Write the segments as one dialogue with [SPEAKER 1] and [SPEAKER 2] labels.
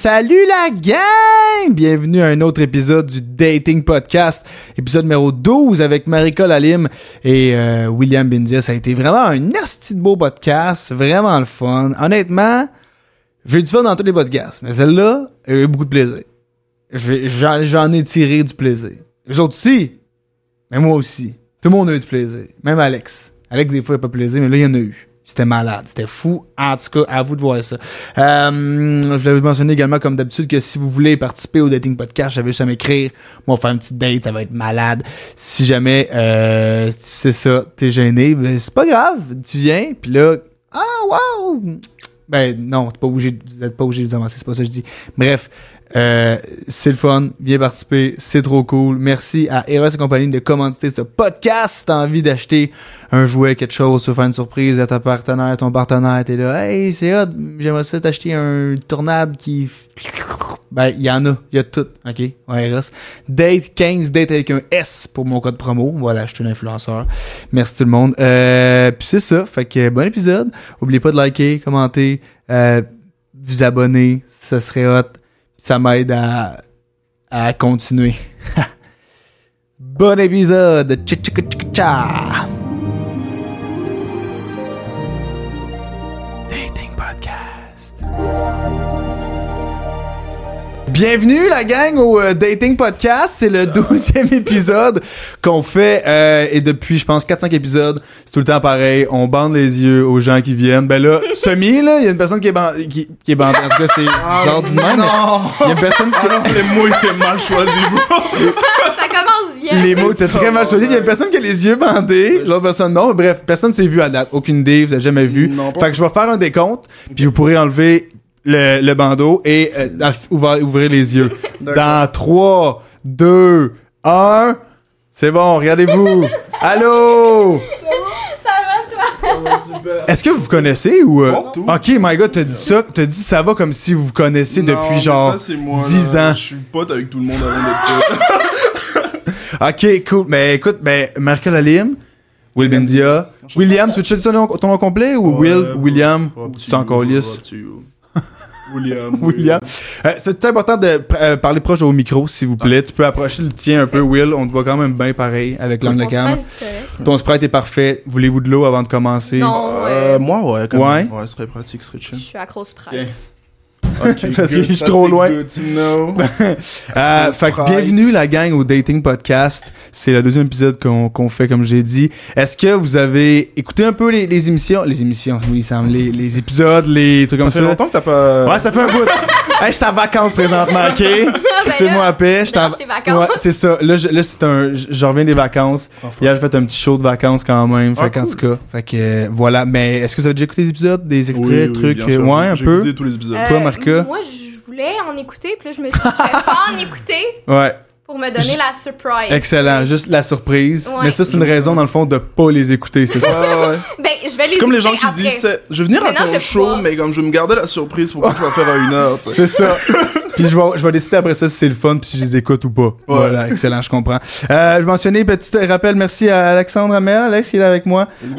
[SPEAKER 1] Salut la gang! Bienvenue à un autre épisode du Dating Podcast, épisode numéro 12 avec Marika Lalim et euh, William Bindia. Ça a été vraiment un asti de beau podcast, vraiment le fun. Honnêtement, j'ai eu du fun dans tous les podcasts, mais celle-là, j'ai eu beaucoup de plaisir. J'ai- J'en j'en ai tiré du plaisir. Les autres aussi, mais moi aussi. Tout le monde a eu du plaisir, même Alex. Alex, des fois, il n'a pas de plaisir, mais là, il y en a eu. C'était malade, c'était fou. En tout cas, à vous de voir ça. Euh, je l'avais mentionné également, comme d'habitude, que si vous voulez participer au Dating Podcast, j'avais juste à m'écrire. Moi, on va faire une petite date, ça va être malade. Si jamais, euh, c'est ça, t'es gêné, ben, c'est pas grave, tu viens, puis là, ah, wow! Ben non, t'es pas obligé, de- vous n'êtes pas obligé de vous avancer, c'est pas ça que je dis. Bref, euh, c'est le fun, viens participer, c'est trop cool. Merci à Eros et compagnie de commanditer ce podcast. Si t'as envie d'acheter un jouet, quelque chose, se faire une surprise à ta partenaire, ton partenaire, t'es là, hey, c'est hot, j'aimerais ça t'acheter un tornade qui. Ben, il y en a, il y a tout, ok? Ouais, Eros. Date 15, date avec un S pour mon code promo. Voilà, je suis un influenceur. Merci tout le monde. Euh, Puis c'est ça, fait que bon épisode. Oubliez pas de liker, commenter, euh, vous abonner, ça serait hot. Ça m'aide à, à continuer. bon épisode! Tcha, tcha, tcha, tcha. Dating Podcast. Bienvenue la gang au euh, Dating Podcast, c'est le 12e épisode qu'on fait euh, et depuis je pense 4-5 épisodes, c'est tout le temps pareil, on bande les yeux aux gens qui viennent. Ben là, semi là, il y a une personne qui est, ban- qui, qui est bandée, en tout cas c'est bizarre du même, mais il y a une personne qui...
[SPEAKER 2] Les mots étaient mal choisis, bro.
[SPEAKER 3] Ça commence bien.
[SPEAKER 1] Les mots étaient très mal choisis. Il y a une personne qui a les yeux bandés, l'autre personne non. Bref, personne s'est vu à date. Aucune idée, vous avez jamais vu.
[SPEAKER 2] Non, pas.
[SPEAKER 1] fait que je vais faire un décompte, puis vous pourrez enlever le, le bandeau et euh, alf- ouvrir, ouvrir les yeux. Dans 3, 2, 1... C'est bon, regardez-vous. Allô?
[SPEAKER 3] Ça va, toi?
[SPEAKER 1] Est-ce que vous vous connaissez ou... euh,
[SPEAKER 2] Pas tout.
[SPEAKER 1] ok, my god, t'as dit ça, t'as dit ça va comme si vous vous connaissez
[SPEAKER 2] Non,
[SPEAKER 1] depuis
[SPEAKER 2] mais
[SPEAKER 1] genre
[SPEAKER 2] ça, c'est moi,
[SPEAKER 1] 10
[SPEAKER 2] là.
[SPEAKER 1] ans.
[SPEAKER 2] Je suis pote avec tout le monde avant d'être pote.
[SPEAKER 1] Ok, cool. Mais écoute, ben, Marco Lalim, Will Bendia, William, tu veux te ton nom, ton nom complet ou Will,
[SPEAKER 2] Ouais,
[SPEAKER 1] William,
[SPEAKER 2] Rob
[SPEAKER 1] tu t'en
[SPEAKER 2] Tuyou,
[SPEAKER 1] colisses?
[SPEAKER 2] Rob Tuyou. William.
[SPEAKER 1] William. Euh, c'est important de pr- euh, parler proche au micro, s'il vous
[SPEAKER 2] Ah.
[SPEAKER 1] plaît. Tu peux approcher le tien un peu, Will. On te voit quand même bien pareil avec l'angle de la cam. Ton sprite est parfait. Voulez-vous de l'eau avant de commencer?
[SPEAKER 3] Non,
[SPEAKER 2] Euh,
[SPEAKER 3] euh,
[SPEAKER 2] moi, ouais, quand
[SPEAKER 1] Ouais.
[SPEAKER 2] même. Ouais, ce serait pratique, ce serait
[SPEAKER 3] je
[SPEAKER 2] chill.
[SPEAKER 3] suis accro Ah, Sprite.
[SPEAKER 1] Ok. Parce que je suis trop loin. Euh, fait que
[SPEAKER 2] Sprite.
[SPEAKER 1] bienvenue la gang au Dating Podcast. C'est le deuxième épisode qu'on qu'on fait, comme j'ai dit. Est-ce que vous avez écouté un peu les, les émissions? Les émissions, oui, Sam, les, les épisodes, les trucs
[SPEAKER 2] Comme
[SPEAKER 1] comme
[SPEAKER 2] ça fait
[SPEAKER 1] ça.
[SPEAKER 2] longtemps que t'as pas.
[SPEAKER 1] Ouais, ça fait un bout. hey, je suis en vacances présentement, OK?
[SPEAKER 2] Ben
[SPEAKER 1] c'est
[SPEAKER 3] ben là,
[SPEAKER 1] moi à paix. Je suis en
[SPEAKER 3] mélange tes vacances.
[SPEAKER 1] Ouais, c'est ça. Là, je, là, c'est un. je- Je reviens des vacances.
[SPEAKER 2] Ah, fuck.
[SPEAKER 1] Hier, j'ai fait un petit show de vacances quand même. Fait
[SPEAKER 2] Ah,
[SPEAKER 1] qu'en
[SPEAKER 2] cool.
[SPEAKER 1] tout cas. Fait que euh, voilà. Mais est-ce que vous avez déjà écouté des épisodes, des
[SPEAKER 2] Oui,
[SPEAKER 1] extraits,
[SPEAKER 2] oui,
[SPEAKER 1] trucs?
[SPEAKER 2] bien
[SPEAKER 1] euh,
[SPEAKER 2] sûr.
[SPEAKER 1] ouais, un
[SPEAKER 2] J'ai
[SPEAKER 1] peu.
[SPEAKER 2] écouté tous les épisodes.
[SPEAKER 3] Euh,
[SPEAKER 1] Toi, Marca?
[SPEAKER 3] Moi, je voulais en écouter, puis là, je me suis dit, je vais pas en écouter
[SPEAKER 1] Ouais.
[SPEAKER 3] pour me donner
[SPEAKER 1] Je-
[SPEAKER 3] la surprise.
[SPEAKER 1] Excellent. Juste la surprise.
[SPEAKER 3] Ouais.
[SPEAKER 1] Mais ça, c'est une raison, dans le fond, de pas les écouter, c'est ça?
[SPEAKER 2] Ouais, ouais.
[SPEAKER 3] Ben, je vais les
[SPEAKER 2] C'est comme les gens
[SPEAKER 3] écouter
[SPEAKER 2] qui
[SPEAKER 3] après.
[SPEAKER 2] disent, c'est- je vais venir à
[SPEAKER 3] Mais non, je
[SPEAKER 2] ton
[SPEAKER 3] vais
[SPEAKER 2] show,
[SPEAKER 3] pas.
[SPEAKER 2] mais comme je vais me garder la surprise pour pas que je vais faire à une heure, tu
[SPEAKER 1] C'est
[SPEAKER 2] sais.
[SPEAKER 1] ça. puis je vais, je vais décider après ça si c'est le fun, puis si je les écoute ou pas. Voilà, excellent, je comprends. Euh, je mentionnais, petit rappel, merci à Alexandre Amel, Alex qui est là avec moi. Euh,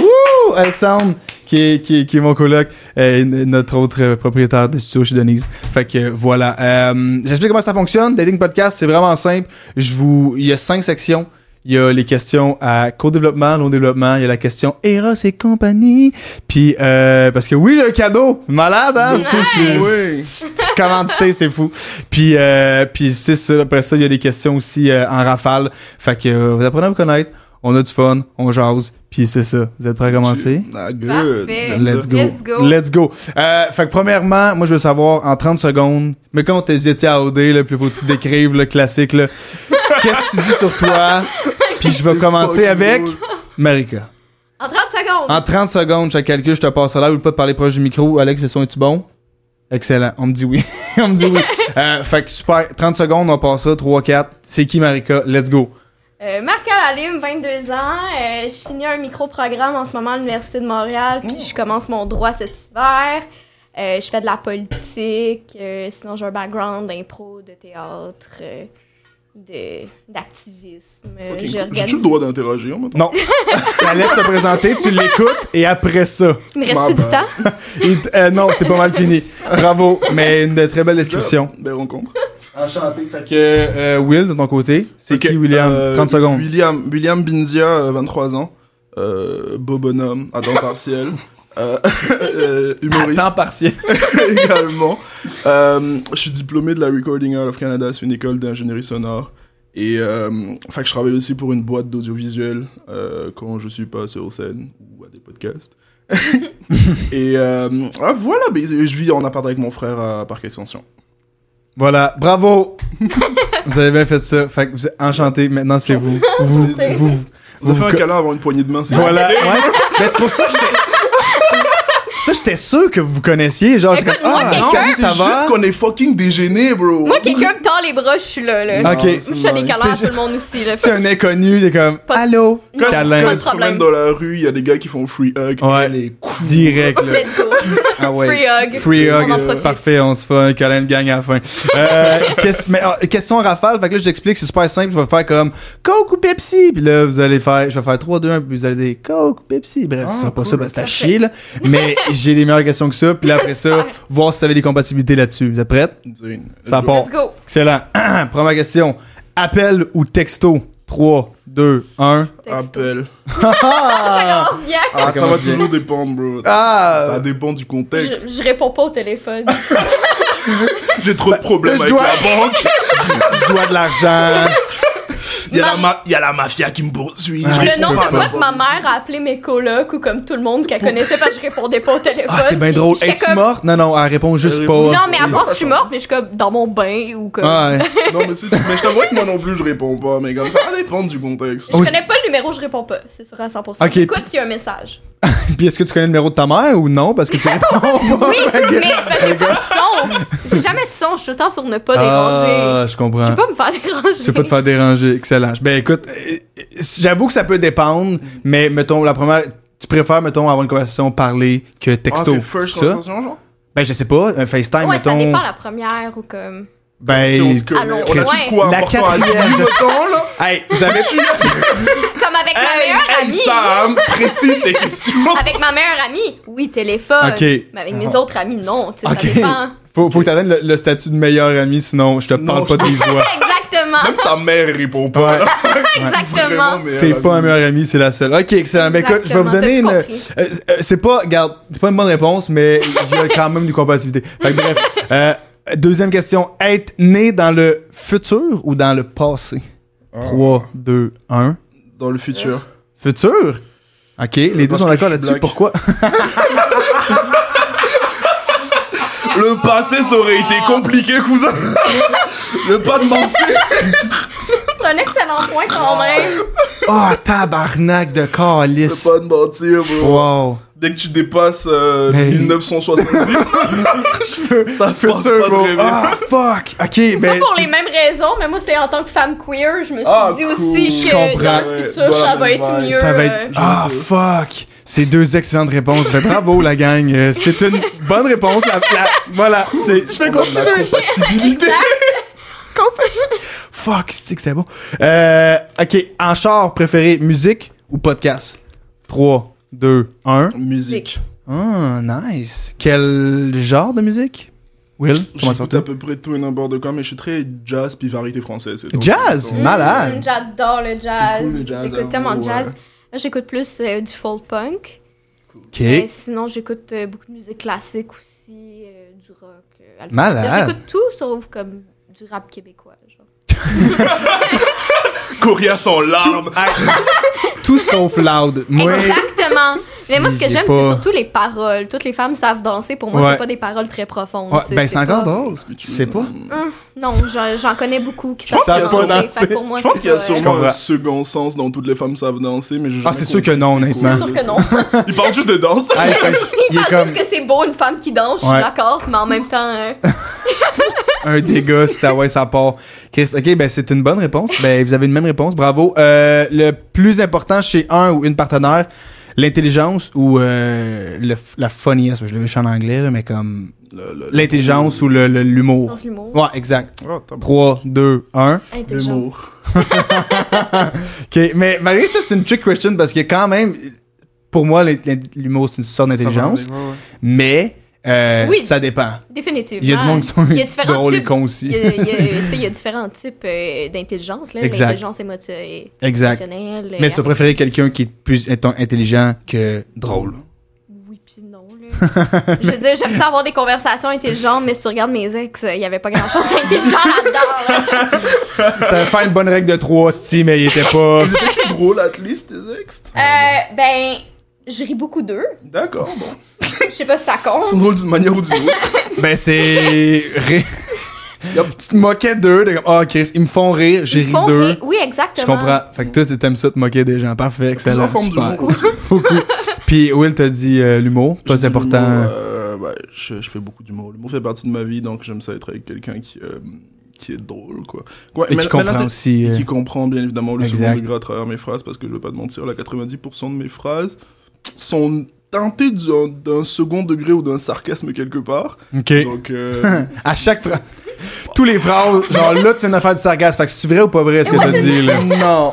[SPEAKER 1] wouh, Alexandre, qui est, qui, est- qui est mon coloc, euh, n- notre autre euh, propriétaire de studio chez Denise. Fait que euh, voilà. Euh, J'explique comment ça fonctionne. Dating Podcast, c'est vraiment simple. Je vous, Il y a cinq sections. Il y a les questions à court développement, long développement. Il y a la question Eros et compagnie. Puis, euh, parce que oui, le cadeau, malade, hein? Tu sais, je-
[SPEAKER 2] Oui.
[SPEAKER 1] c'est- c'est commandité, c'est fou. Puis, euh, puis c'est ça. Après ça, il y a des questions aussi euh, en rafale. Fait que euh, vous apprenez à vous connaître. On a du fun, on jase. Puis c'est ça. Vous êtes prêts à commencer?
[SPEAKER 2] Ah, good.
[SPEAKER 3] Parfait.
[SPEAKER 2] J'aime ça.
[SPEAKER 1] Let's go.
[SPEAKER 3] Let's go.
[SPEAKER 1] Let's go. Euh, fait que premièrement, moi je veux savoir en 30 secondes, mais quand t'es à OD, là, puis faut que tu te décrives le classique, là. Qu'est-ce que tu dis sur toi? Puis je vais
[SPEAKER 2] C'est
[SPEAKER 1] commencer
[SPEAKER 2] fucking
[SPEAKER 1] avec
[SPEAKER 2] drôle.
[SPEAKER 3] Euh,
[SPEAKER 1] Marika.
[SPEAKER 3] En 30 secondes.
[SPEAKER 1] En 30 secondes, je calcule, je te passe à l'heure, ou pas de parler proche du micro. Alex, le son est-tu bon? Excellent. On me dit oui. on me dit oui. Euh, fait que super. 30 secondes, on passe ça. 3, 4. C'est qui Marika? Let's go.
[SPEAKER 3] Euh, Marc Alalim, 22 ans. euh, je finis un micro-programme en ce moment à l'Université de Montréal, puis
[SPEAKER 2] Oh.
[SPEAKER 3] je commence mon droit cet hiver. Euh, je fais de la politique, euh, sinon j'ai un background d'impro, de théâtre. euh, de- d'activisme. Euh,
[SPEAKER 2] Fucking
[SPEAKER 3] Je
[SPEAKER 2] cool. J'ai-tu le
[SPEAKER 3] regarde.
[SPEAKER 2] droit d'interroger, maintenant?
[SPEAKER 1] Non. Ça laisse te présenter, tu l'écoutes et après ça.
[SPEAKER 3] Il me
[SPEAKER 2] Bah,
[SPEAKER 3] reste-tu du
[SPEAKER 2] bah.
[SPEAKER 3] temps?
[SPEAKER 1] il t- euh, non, c'est pas mal fini. Bravo, mais une très belle description.
[SPEAKER 2] Belle ben, rencontre.
[SPEAKER 1] Enchanté. Fait que euh, Will, de ton côté, c'est
[SPEAKER 2] Ok,
[SPEAKER 1] qui William
[SPEAKER 2] euh,
[SPEAKER 1] 30 secondes.
[SPEAKER 2] William, William Bindia, euh, 23 ans. Euh, beau bonhomme, à temps partiel. euh, euh, humoriste
[SPEAKER 1] partiel.
[SPEAKER 2] également. Euh, je suis diplômé de la Recording Hall of Canada, c'est une école d'ingénierie sonore. Et euh, fait que je travaille aussi pour une boîte d'audiovisuel euh, quand je suis pas sur scène ou à des podcasts. et euh, ah, voilà, mais je vis en appart avec mon frère à Parc Extension.
[SPEAKER 1] Voilà, bravo. vous avez bien fait ça. Fait que vous êtes enchanté. Maintenant, c'est vous. Vous, vous, vous,
[SPEAKER 2] Vous avez fait un
[SPEAKER 1] vous-
[SPEAKER 2] câlin avant une poignée de main, c'est
[SPEAKER 1] Voilà. Ouais, c'est- mais c'est pour ça que j'étais. ça, j'étais sûr que vous connaissiez. Genre, j'étais comme,
[SPEAKER 3] Écoute-moi,
[SPEAKER 1] ah,
[SPEAKER 3] quelqu'un-
[SPEAKER 1] non,
[SPEAKER 2] C'est
[SPEAKER 1] ça va.
[SPEAKER 2] juste qu'on est fucking dégéné, bro.
[SPEAKER 3] Moi, quelqu'un me tord les bras, je suis là. là.
[SPEAKER 1] Ah,
[SPEAKER 3] Moi,
[SPEAKER 1] Ok.
[SPEAKER 3] Je fais des câlins à
[SPEAKER 1] C'est-
[SPEAKER 3] tout le monde aussi. Là.
[SPEAKER 1] C'est un inconnu. C'est comme,
[SPEAKER 3] Pas-
[SPEAKER 1] allô,
[SPEAKER 2] Quand, quand
[SPEAKER 1] câlin.
[SPEAKER 2] tu te promènes dans la rue, il y a des gars qui font free hug.
[SPEAKER 1] Ouais.
[SPEAKER 2] les coups.
[SPEAKER 1] Direct, là.
[SPEAKER 3] Let's go.
[SPEAKER 1] Ah ouais.
[SPEAKER 3] Free hug.
[SPEAKER 1] Free
[SPEAKER 3] On
[SPEAKER 1] hug,
[SPEAKER 3] en
[SPEAKER 1] euh,
[SPEAKER 3] profite.
[SPEAKER 1] parfait, on se fait un câlin de gang à la fin. Euh, quest- mais, ah, question rafale, fait que là, je t'explique, c'est super simple, je vais faire comme Coke ou Pepsi, puis là, vous allez faire, je vais faire 3, 2, 1, puis vous allez dire Coke ou Pepsi. Bref,
[SPEAKER 2] Ah,
[SPEAKER 1] c'est pas
[SPEAKER 2] cool.
[SPEAKER 1] ça, parce que t'as
[SPEAKER 3] Parfait.
[SPEAKER 1] chier, là. Mais j'ai des meilleures questions que ça, puis là, après ça,
[SPEAKER 3] J'espère.
[SPEAKER 1] voir si vous avez des compatibilités là-dessus. Vous êtes prêts? Ça part.
[SPEAKER 3] Let's go.
[SPEAKER 1] Excellent. Première question. Appel ou texto? 3, 2, 1.
[SPEAKER 3] Texto.
[SPEAKER 2] Appel.
[SPEAKER 1] ben, Ah,
[SPEAKER 3] Oh, viens.
[SPEAKER 2] Ah, ça va
[SPEAKER 1] commence bien.
[SPEAKER 2] toujours dépendre, bro.
[SPEAKER 1] Euh. Ah,
[SPEAKER 2] Ça dépend du contexte.
[SPEAKER 3] Je, je réponds pas au téléphone.
[SPEAKER 2] J'ai trop de problèmes
[SPEAKER 1] Bah, je
[SPEAKER 2] avec
[SPEAKER 1] dois-
[SPEAKER 2] la banque.
[SPEAKER 1] je dois de l'argent.
[SPEAKER 2] Il y, a la
[SPEAKER 3] Ma-
[SPEAKER 2] ma- il y a la mafia qui me poursuit.
[SPEAKER 1] Ah,
[SPEAKER 2] Je
[SPEAKER 3] le
[SPEAKER 2] réponds
[SPEAKER 3] nombre
[SPEAKER 2] pas.
[SPEAKER 3] de fois que ma mère a appelé mes colocs ou comme tout le monde qu'elle connaissait parce que je répondais pas au téléphone.
[SPEAKER 1] Ah, c'est bien
[SPEAKER 3] puis
[SPEAKER 1] drôle.
[SPEAKER 3] j'étais
[SPEAKER 1] Es-tu
[SPEAKER 3] comme-
[SPEAKER 1] morte? Non, non, elle répond juste
[SPEAKER 2] Elle
[SPEAKER 1] pas.
[SPEAKER 2] répond-
[SPEAKER 3] Non, mais à part je suis morte, mais je suis comme dans mon bain ou comme.
[SPEAKER 1] Ah, ouais.
[SPEAKER 2] Non, mais, c'est- mais je t'avoue que moi non plus, je réponds pas, mais comme ça va dépendre du contexte.
[SPEAKER 3] Je
[SPEAKER 1] Oh,
[SPEAKER 3] connais pas le numéro, je réponds pas. C'est sûr à 100%.
[SPEAKER 1] Ok.
[SPEAKER 3] Écoute, il y a un message.
[SPEAKER 1] Puis est-ce que tu connais le numéro de ta mère ou non? Parce que tu réponds pas.
[SPEAKER 3] Oui, mais c'est parce que j'ai pas de son. J'ai jamais de son. Je suis tout le temps sur ne pas déranger.
[SPEAKER 1] Ah, je comprends.
[SPEAKER 3] Je peux pas me faire déranger.
[SPEAKER 1] Je sais pas te faire déranger. Excellent. Ben écoute, euh, euh, j'avoue que ça peut dépendre, mais mettons, la première. Tu préfères, mettons, avoir une conversation parler que texto.
[SPEAKER 2] Ah, first
[SPEAKER 1] ça?
[SPEAKER 2] conversation, genre?
[SPEAKER 1] Ben je sais pas, un FaceTime,
[SPEAKER 3] Ouais,
[SPEAKER 1] mettons.
[SPEAKER 3] ça dépend la première ou
[SPEAKER 2] Si
[SPEAKER 3] comme.
[SPEAKER 1] Ben.
[SPEAKER 2] on se connaît,
[SPEAKER 3] Allons,
[SPEAKER 2] on a
[SPEAKER 3] ouais.
[SPEAKER 2] su quoi
[SPEAKER 1] La
[SPEAKER 2] important à
[SPEAKER 1] quatrième,
[SPEAKER 2] dire,
[SPEAKER 1] je-
[SPEAKER 2] mettons, là?
[SPEAKER 1] Hey, vous avez.
[SPEAKER 3] Comme avec ma
[SPEAKER 2] Hey,
[SPEAKER 3] meilleure
[SPEAKER 2] hey,
[SPEAKER 3] amie.
[SPEAKER 2] Sam, précise tes questions.
[SPEAKER 3] Avec ma meilleure amie, oui, téléphone.
[SPEAKER 1] Ok.
[SPEAKER 3] Mais avec mes autres amis, non. Tu sais,
[SPEAKER 1] Ok.
[SPEAKER 3] ça dépend.
[SPEAKER 1] Faut, faut que t'atteignes le, le statut de meilleur ami, sinon je te
[SPEAKER 2] Sinon,
[SPEAKER 1] parle pas des voix.
[SPEAKER 3] Exactement.
[SPEAKER 2] Même sa mère répond pas.
[SPEAKER 1] Ouais.
[SPEAKER 3] Exactement.
[SPEAKER 1] T'es pas un meilleur ami, c'est la seule. Ok, excellent. Ben écoute, je vais vous donner une.
[SPEAKER 3] Exactement,
[SPEAKER 1] euh,
[SPEAKER 3] t'as tout
[SPEAKER 1] euh, c'est pas, garde, c'est pas une bonne réponse, mais il y a quand même du compatibilité. Fait que bref. euh, deuxième question. Être né dans le futur ou dans le passé?
[SPEAKER 2] Ah.
[SPEAKER 1] 3, 2, 1.
[SPEAKER 2] Dans le futur.
[SPEAKER 1] Futur? Ok, les deux
[SPEAKER 2] parce
[SPEAKER 1] sont
[SPEAKER 2] que
[SPEAKER 1] d'accord
[SPEAKER 2] je suis
[SPEAKER 1] là-dessus.
[SPEAKER 2] black.
[SPEAKER 1] Pourquoi?
[SPEAKER 2] Le passé, ça aurait été compliqué, cousin. Le pas de mentir.
[SPEAKER 3] C'est un excellent point quand même.
[SPEAKER 1] Oh, tabarnak de
[SPEAKER 2] Le
[SPEAKER 1] calice.
[SPEAKER 2] pas de mentir, bro.
[SPEAKER 1] Wow.
[SPEAKER 2] Dès que tu dépasses euh,
[SPEAKER 1] Mais-
[SPEAKER 2] 1970, ça se passe
[SPEAKER 1] Futur,
[SPEAKER 2] pas
[SPEAKER 1] bro.
[SPEAKER 2] très bien.
[SPEAKER 1] Ah, fuck. Ok,
[SPEAKER 3] Pas
[SPEAKER 1] ben.
[SPEAKER 3] pour
[SPEAKER 1] c'est-
[SPEAKER 3] les mêmes raisons, mais moi, c'est en tant que femme queer, je me suis
[SPEAKER 2] Ah,
[SPEAKER 3] dit
[SPEAKER 2] cool.
[SPEAKER 3] aussi
[SPEAKER 1] Je
[SPEAKER 3] que
[SPEAKER 1] comprends.
[SPEAKER 3] dans le futur,
[SPEAKER 2] Ouais,
[SPEAKER 3] ça
[SPEAKER 2] voilà,
[SPEAKER 3] va être
[SPEAKER 2] ouais.
[SPEAKER 3] mieux.
[SPEAKER 1] Ça va
[SPEAKER 3] euh,
[SPEAKER 1] être. Ah,
[SPEAKER 2] sais.
[SPEAKER 1] fuck! C'est deux excellentes réponses. Ben, bravo, la gang. Euh, C'est une bonne réponse. La- la- voilà. c'est- Je fais
[SPEAKER 2] On a de la
[SPEAKER 1] continuer.
[SPEAKER 2] compatibilité.
[SPEAKER 1] Fuck, c'est que c'est bon. Euh, ok, en char préféré, musique ou podcast? 3, 2, 1.
[SPEAKER 2] Musique.
[SPEAKER 1] Ah, nice. Quel genre de musique? Will, commence par
[SPEAKER 2] J'écoute
[SPEAKER 1] toi.
[SPEAKER 2] à peu près tout et n'importe quoi, mais je suis très jazz puis variété française. c'est tout.
[SPEAKER 1] Jazz?
[SPEAKER 2] C'est tout.
[SPEAKER 1] Malade.
[SPEAKER 3] euh, Hmm, J'adore le jazz.
[SPEAKER 2] C'est cool, le jazz, hein,
[SPEAKER 3] J'écoute tellement de
[SPEAKER 2] ouais.
[SPEAKER 3] jazz. Là, j'écoute plus euh, du folk punk.
[SPEAKER 1] Ok.
[SPEAKER 3] Mais sinon, j'écoute euh, beaucoup de musique classique aussi, euh, du rock. euh, alternatif.
[SPEAKER 1] Malade.
[SPEAKER 3] J'écoute tout sauf comme du rap québécois. Genre.
[SPEAKER 2] Coria sans larmes.
[SPEAKER 1] Ah, Tout sauf loud. Moi,
[SPEAKER 3] Exactement. Mais moi, ce que
[SPEAKER 1] j'ai
[SPEAKER 3] j'aime,
[SPEAKER 1] pas-
[SPEAKER 3] c'est surtout les paroles. Toutes les femmes savent danser. Pour moi,
[SPEAKER 1] Ouais.
[SPEAKER 3] c'est pas des paroles très profondes.
[SPEAKER 1] Ouais,
[SPEAKER 3] tu sais,
[SPEAKER 1] ben, c'est encore
[SPEAKER 3] pas-
[SPEAKER 1] drôle.
[SPEAKER 2] Est-ce que tu
[SPEAKER 1] Je sais
[SPEAKER 2] veux-
[SPEAKER 1] pas.
[SPEAKER 3] Non, j'en j'en connais beaucoup qui
[SPEAKER 2] pense
[SPEAKER 3] savent
[SPEAKER 2] qu'il y a
[SPEAKER 3] danser.
[SPEAKER 1] sûrement-
[SPEAKER 3] Fait que pour moi,
[SPEAKER 2] Je pense
[SPEAKER 3] c'est
[SPEAKER 2] qu'il y a
[SPEAKER 3] pas-
[SPEAKER 1] Je comprends.
[SPEAKER 2] sûrement un second sens dont toutes les femmes savent danser, mais j'ai
[SPEAKER 1] Ah,
[SPEAKER 2] jamais
[SPEAKER 1] c'est sûr que
[SPEAKER 2] compris
[SPEAKER 1] non,
[SPEAKER 2] c'était quoi.
[SPEAKER 1] honnêtement.
[SPEAKER 3] C'est sûr que non.
[SPEAKER 2] Ils parlent juste de danse.
[SPEAKER 1] Hey, fait que il
[SPEAKER 3] Il
[SPEAKER 1] est
[SPEAKER 3] pense
[SPEAKER 1] comme
[SPEAKER 3] juste que c'est beau une femme qui danse, je
[SPEAKER 1] Ouais.
[SPEAKER 3] suis d'accord, mais en même temps, euh,
[SPEAKER 1] un dégât, si ça, ouais, ça part. Chris, ok, ben c'est une bonne réponse. Ben vous avez une même réponse, bravo. Euh, le plus important chez un ou une partenaire, l'intelligence ou euh, le f- la funniest. Je l'ai vu en anglais, là, mais comme
[SPEAKER 2] le- le-
[SPEAKER 1] L'intelligence ou le- le- l'humour.
[SPEAKER 3] Sens l'humour.
[SPEAKER 1] Ouais, exact.
[SPEAKER 2] Oh, t'as bon.
[SPEAKER 1] 3, 2, 1.
[SPEAKER 3] Intelligence.
[SPEAKER 2] L'humour.
[SPEAKER 1] OK, mais malgré ça, c'est une trick question parce que quand même, pour moi, l'int- l'int- l'humour, c'est une sorte
[SPEAKER 2] Ça va
[SPEAKER 1] d'intelligence,
[SPEAKER 2] arriver, ouais, ouais.
[SPEAKER 1] mais euh,
[SPEAKER 3] Oui.
[SPEAKER 1] ça dépend.
[SPEAKER 3] Définitivement.
[SPEAKER 1] Il y a du monde qui sont
[SPEAKER 3] Il y a différents
[SPEAKER 1] drôles et
[SPEAKER 3] types.
[SPEAKER 1] cons
[SPEAKER 3] Il
[SPEAKER 1] aussi.
[SPEAKER 3] y a- il y a- tu sais, il y a différents types euh, d'intelligence. là.
[SPEAKER 1] Exact.
[SPEAKER 3] L'intelligence euh, émotio- émotionnelle.
[SPEAKER 1] exact.
[SPEAKER 3] euh,
[SPEAKER 1] Mais tu vas préférer quelqu'un qui est plus étant intelligent que drôle.
[SPEAKER 3] Oui, puis non. Là. je veux dire, j'aime ça avoir des conversations intelligentes, mais si tu regardes mes ex, il n'y avait pas grand-chose d'intelligent là-dedans. là.
[SPEAKER 1] Ça va faire une bonne règle de 3 si, mais il était pas.
[SPEAKER 2] Ils étaient drôles, at least, tes ex?
[SPEAKER 3] Euh, ben, je ris beaucoup d'eux.
[SPEAKER 2] D'accord, bon.
[SPEAKER 3] Je sais pas si ça
[SPEAKER 2] Ils sont
[SPEAKER 3] compte.
[SPEAKER 2] drôles d'une manière ou d'une autre.
[SPEAKER 1] ben c'est. ré- Tu te moquais d'eux, t'es comme, ah, Chris, ils me font rire, j'ai
[SPEAKER 3] Ils
[SPEAKER 1] ri
[SPEAKER 3] font
[SPEAKER 1] d'eux.
[SPEAKER 3] rire. Oui, exactement.
[SPEAKER 1] Je comprends. Fait que toi, c'est t'aimes ça te moquer des gens. Parfait, excellent.
[SPEAKER 2] Plusieurs formes
[SPEAKER 1] Super.
[SPEAKER 2] d'humour aussi.
[SPEAKER 1] Beaucoup. Puis Will t'a dit euh, l'humour, toi
[SPEAKER 2] J'ai
[SPEAKER 1] c'est
[SPEAKER 2] du
[SPEAKER 1] important.
[SPEAKER 2] l'humour, euh, ouais, je, je fais beaucoup d'humour. L'humour fait partie de ma vie, donc j'aime ça être avec quelqu'un qui, euh, qui est drôle, quoi. Quoi,
[SPEAKER 1] et
[SPEAKER 2] mais-
[SPEAKER 1] qui
[SPEAKER 2] mais là,
[SPEAKER 1] comprend
[SPEAKER 2] t'es-
[SPEAKER 1] aussi.
[SPEAKER 2] Et
[SPEAKER 1] euh,
[SPEAKER 2] qui comprend bien évidemment le
[SPEAKER 1] Exact.
[SPEAKER 2] second degré à travers mes phrases, parce que je veux pas te mentir, là, 90% de mes phrases sont teintées d'un d'un second degré ou d'un sarcasme quelque part.
[SPEAKER 1] Ok.
[SPEAKER 2] Donc, euh,
[SPEAKER 1] à chaque phrase. Tous les phrases, genre là, tu viens de faire du sarcasme. Fait que c'est vrai ou pas vrai ce que
[SPEAKER 3] Ouais,
[SPEAKER 1] t'as
[SPEAKER 3] c'est
[SPEAKER 1] dit, là?
[SPEAKER 2] non.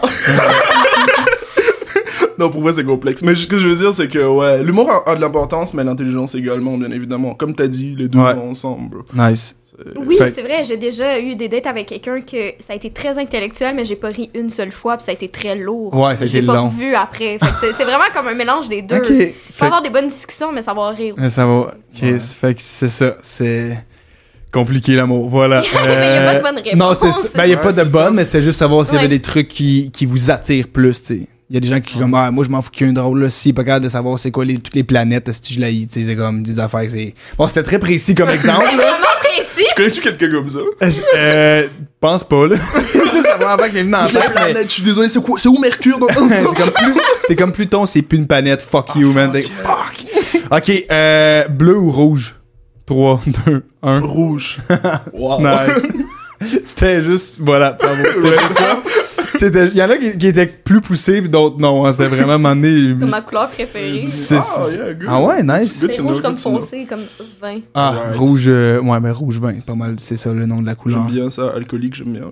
[SPEAKER 2] non, pour moi, c'est complexe. Mais ce que je veux dire, c'est que ouais, l'humour a, a de l'importance, mais l'intelligence également, bien évidemment. Comme t'as dit, les deux
[SPEAKER 1] Ouais.
[SPEAKER 2] vont ensemble. bro.
[SPEAKER 1] Nice.
[SPEAKER 3] Oui,
[SPEAKER 1] Fait-
[SPEAKER 3] c'est vrai, j'ai déjà eu des dates avec quelqu'un que ça a été très intellectuel, mais j'ai pas ri une seule fois, puis ça a été très lourd.
[SPEAKER 1] Ouais, ça a
[SPEAKER 3] Je l'ai
[SPEAKER 1] été
[SPEAKER 3] pas
[SPEAKER 1] long.
[SPEAKER 3] revu après. Fait que c'est- C'est vraiment comme un mélange des deux.
[SPEAKER 1] Ok.
[SPEAKER 3] Faut
[SPEAKER 1] Fait-
[SPEAKER 3] avoir des bonnes discussions, mais savoir rire.
[SPEAKER 1] Mais ça va. Chris,
[SPEAKER 2] Ouais.
[SPEAKER 1] fait que c'est ça. C'est compliqué l'amour. Voilà. Euh,
[SPEAKER 3] Mais y a pas de bonne réponse,
[SPEAKER 1] Non, c'est ça.
[SPEAKER 3] c'est
[SPEAKER 1] Ben, y a
[SPEAKER 2] ça.
[SPEAKER 1] pas de bonne, mais c'est juste savoir s'il y avait
[SPEAKER 3] Ouais.
[SPEAKER 1] des trucs qui, qui vous attirent plus, tu sais. Il y a des gens qui, comme, ah, moi, je m'en fous qu'il y ait un drôle, là, si, pas capable de savoir c'est quoi les, toutes les planètes, si je la tu sais, c'est comme des affaires, que c'est. Bon, c'était très précis comme exemple,
[SPEAKER 3] C'est
[SPEAKER 1] là.
[SPEAKER 3] vraiment précis.
[SPEAKER 2] Connais-tu quelqu'un comme ça
[SPEAKER 1] Je euh, pense pas, là. Juste la première fois qu'il est venu en
[SPEAKER 2] La
[SPEAKER 1] tête, mais
[SPEAKER 2] planète, Ah, je suis désolé, c'est quoi- c'est où Mercure dans-
[SPEAKER 1] t'es comme, plus- t'es comme Pluton, c'est plus une planète. Fuck
[SPEAKER 2] Ah,
[SPEAKER 1] you, man. T'es- Fuck. Ok, euh, bleu ou rouge? 3, 2, 1.
[SPEAKER 2] Rouge. Wow.
[SPEAKER 1] Nice. Oh. C'était juste, voilà, bravo. C'était juste ça. C'était- Il y en a qui, qui étaient plus poussés, puis d'autres non. hein. C'était vraiment, à un moment donné,
[SPEAKER 3] C'est ma couleur préférée.
[SPEAKER 1] c'est-
[SPEAKER 2] Ah,
[SPEAKER 1] c'est-
[SPEAKER 2] yeah, good.
[SPEAKER 1] Ah ouais, nice.
[SPEAKER 2] Good
[SPEAKER 3] C'est
[SPEAKER 2] to know,
[SPEAKER 3] rouge comme
[SPEAKER 2] good to know.
[SPEAKER 3] foncé, comme vin.
[SPEAKER 1] Ah,
[SPEAKER 2] Right.
[SPEAKER 1] rouge, euh, ouais, mais rouge vin, pas mal, c'est ça le nom de la couleur.
[SPEAKER 2] J'aime bien ça, alcoolique, j'aime bien.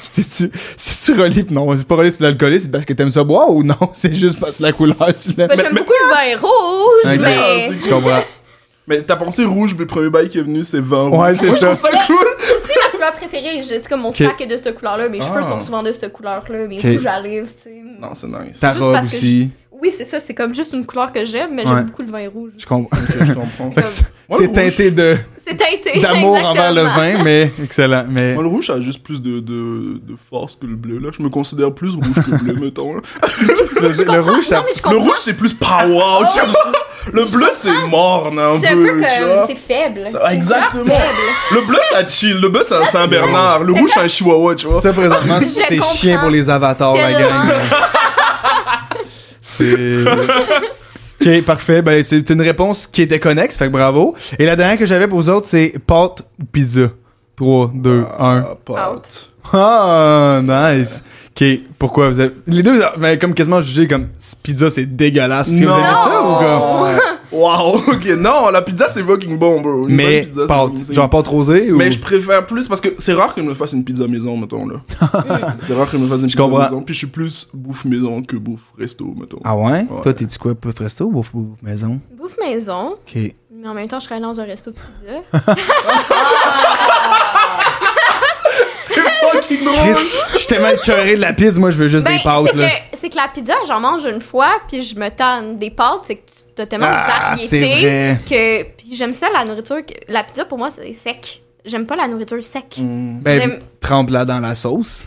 [SPEAKER 1] si tu, si tu relis, non, c'est pas relié sur l'alcoolisme, c'est parce que t'aimes ça boire ou non? C'est juste parce que la couleur, tu l'aimes.
[SPEAKER 3] Ben, J'aime beaucoup le vin rouge,
[SPEAKER 1] Ok.
[SPEAKER 3] mais.
[SPEAKER 1] Je comprends.
[SPEAKER 2] Mais t'as pensé rouge, mais le premier bail qui est venu, c'est 20
[SPEAKER 1] Ouais, c'est ça.
[SPEAKER 2] cool.
[SPEAKER 3] C'est ma couleur préférée. Je dis que mon
[SPEAKER 1] Ok.
[SPEAKER 3] sac est de cette couleur-là, mes cheveux
[SPEAKER 2] Ah.
[SPEAKER 3] sont souvent de cette couleur-là, mes
[SPEAKER 1] Ok.
[SPEAKER 3] rouges à lèvres, tu sais.
[SPEAKER 2] Non, c'est nice.
[SPEAKER 1] Ta
[SPEAKER 3] Juste
[SPEAKER 1] robe
[SPEAKER 3] parce que
[SPEAKER 1] aussi.
[SPEAKER 3] Oui, c'est ça, c'est comme juste une couleur que j'aime, mais
[SPEAKER 1] Ouais.
[SPEAKER 3] j'aime beaucoup le vin rouge.
[SPEAKER 1] Je comprends.
[SPEAKER 2] Ok, je comprends.
[SPEAKER 1] Fait que c'est-
[SPEAKER 2] Moi,
[SPEAKER 1] c'est
[SPEAKER 2] le rouge.
[SPEAKER 1] teinté de,
[SPEAKER 3] C'est teinté.
[SPEAKER 1] d'amour envers le
[SPEAKER 3] exactement.
[SPEAKER 1] vin, mais excellent. Mais
[SPEAKER 2] Moi, le rouge, ça a juste plus de, de, de force que le bleu, là. Je me considère plus rouge que le bleu, mettons. là.
[SPEAKER 1] Tu veux dire, le rouge,
[SPEAKER 3] Non,
[SPEAKER 1] ça.
[SPEAKER 3] mais je
[SPEAKER 2] Le
[SPEAKER 3] comprends. Oh.
[SPEAKER 2] rouge, c'est plus power, tu vois. Le bleu, c'est morne, un
[SPEAKER 3] C'est un peu
[SPEAKER 2] peu, tu
[SPEAKER 3] comme.
[SPEAKER 2] vois.
[SPEAKER 3] C'est faible.
[SPEAKER 2] Ça- exactement. Le bleu, ça chill. Le bleu, c'est un Saint-Bernard. Le rouge, c'est un chihuahua, tu vois.
[SPEAKER 1] Ça, présentement, c'est
[SPEAKER 3] comprends.
[SPEAKER 1] chien pour les avatars, la
[SPEAKER 3] Tellement.
[SPEAKER 1] gang. C'est. Ok, parfait. Ben, c'est une réponse qui était connexe, fait que bravo. Et la dernière que j'avais pour vous autres, c'est pâte ou pizza. 3, 2, 1.
[SPEAKER 2] Ah, pâte.
[SPEAKER 1] Ah, nice. Ok, pourquoi vous avez. Les deux, ben, comme quasiment jugé comme pizza, c'est dégueulasse. Est-ce que vous aimez ça ou comme.
[SPEAKER 2] Wow, ok. Non, la pizza, c'est fucking bon, bro. Une
[SPEAKER 1] Mais
[SPEAKER 2] bonne pizza, c'est
[SPEAKER 1] pâte.
[SPEAKER 2] amazing.
[SPEAKER 1] Genre pâte rosée ou.
[SPEAKER 2] Mais je préfère plus parce que c'est rare que je me fasse une pizza maison, mettons là. c'est rare que je me fasse une pizza
[SPEAKER 1] comprends.
[SPEAKER 2] maison. Puis je suis plus bouffe maison que bouffe resto, mettons.
[SPEAKER 1] Ah ouais?
[SPEAKER 2] Ouais.
[SPEAKER 1] Toi, t'es-tu quoi? Peu resto ou bouffe- bouffe maison?
[SPEAKER 3] Bouffe maison,
[SPEAKER 1] Ok.
[SPEAKER 3] mais en même temps, je serais allée dans un resto de pizza.
[SPEAKER 2] C'est fucking
[SPEAKER 1] Chris,
[SPEAKER 2] drôle.
[SPEAKER 1] je suis tellement écœuré de la pizza, moi je veux juste
[SPEAKER 3] Ben,
[SPEAKER 1] des pâtes
[SPEAKER 3] c'est
[SPEAKER 1] là.
[SPEAKER 3] que, c'est que la pizza, j'en mange une fois, puis je me tanne. Des pâtes, c'est que tu as tellement
[SPEAKER 1] Ah,
[SPEAKER 3] de
[SPEAKER 1] c'est
[SPEAKER 3] variétés.
[SPEAKER 1] vrai.
[SPEAKER 3] que puis j'aime ça la nourriture que- la pizza pour moi c'est sec j'aime pas la nourriture sec
[SPEAKER 1] Ben,
[SPEAKER 3] j'aime-
[SPEAKER 1] trempe-la dans la sauce.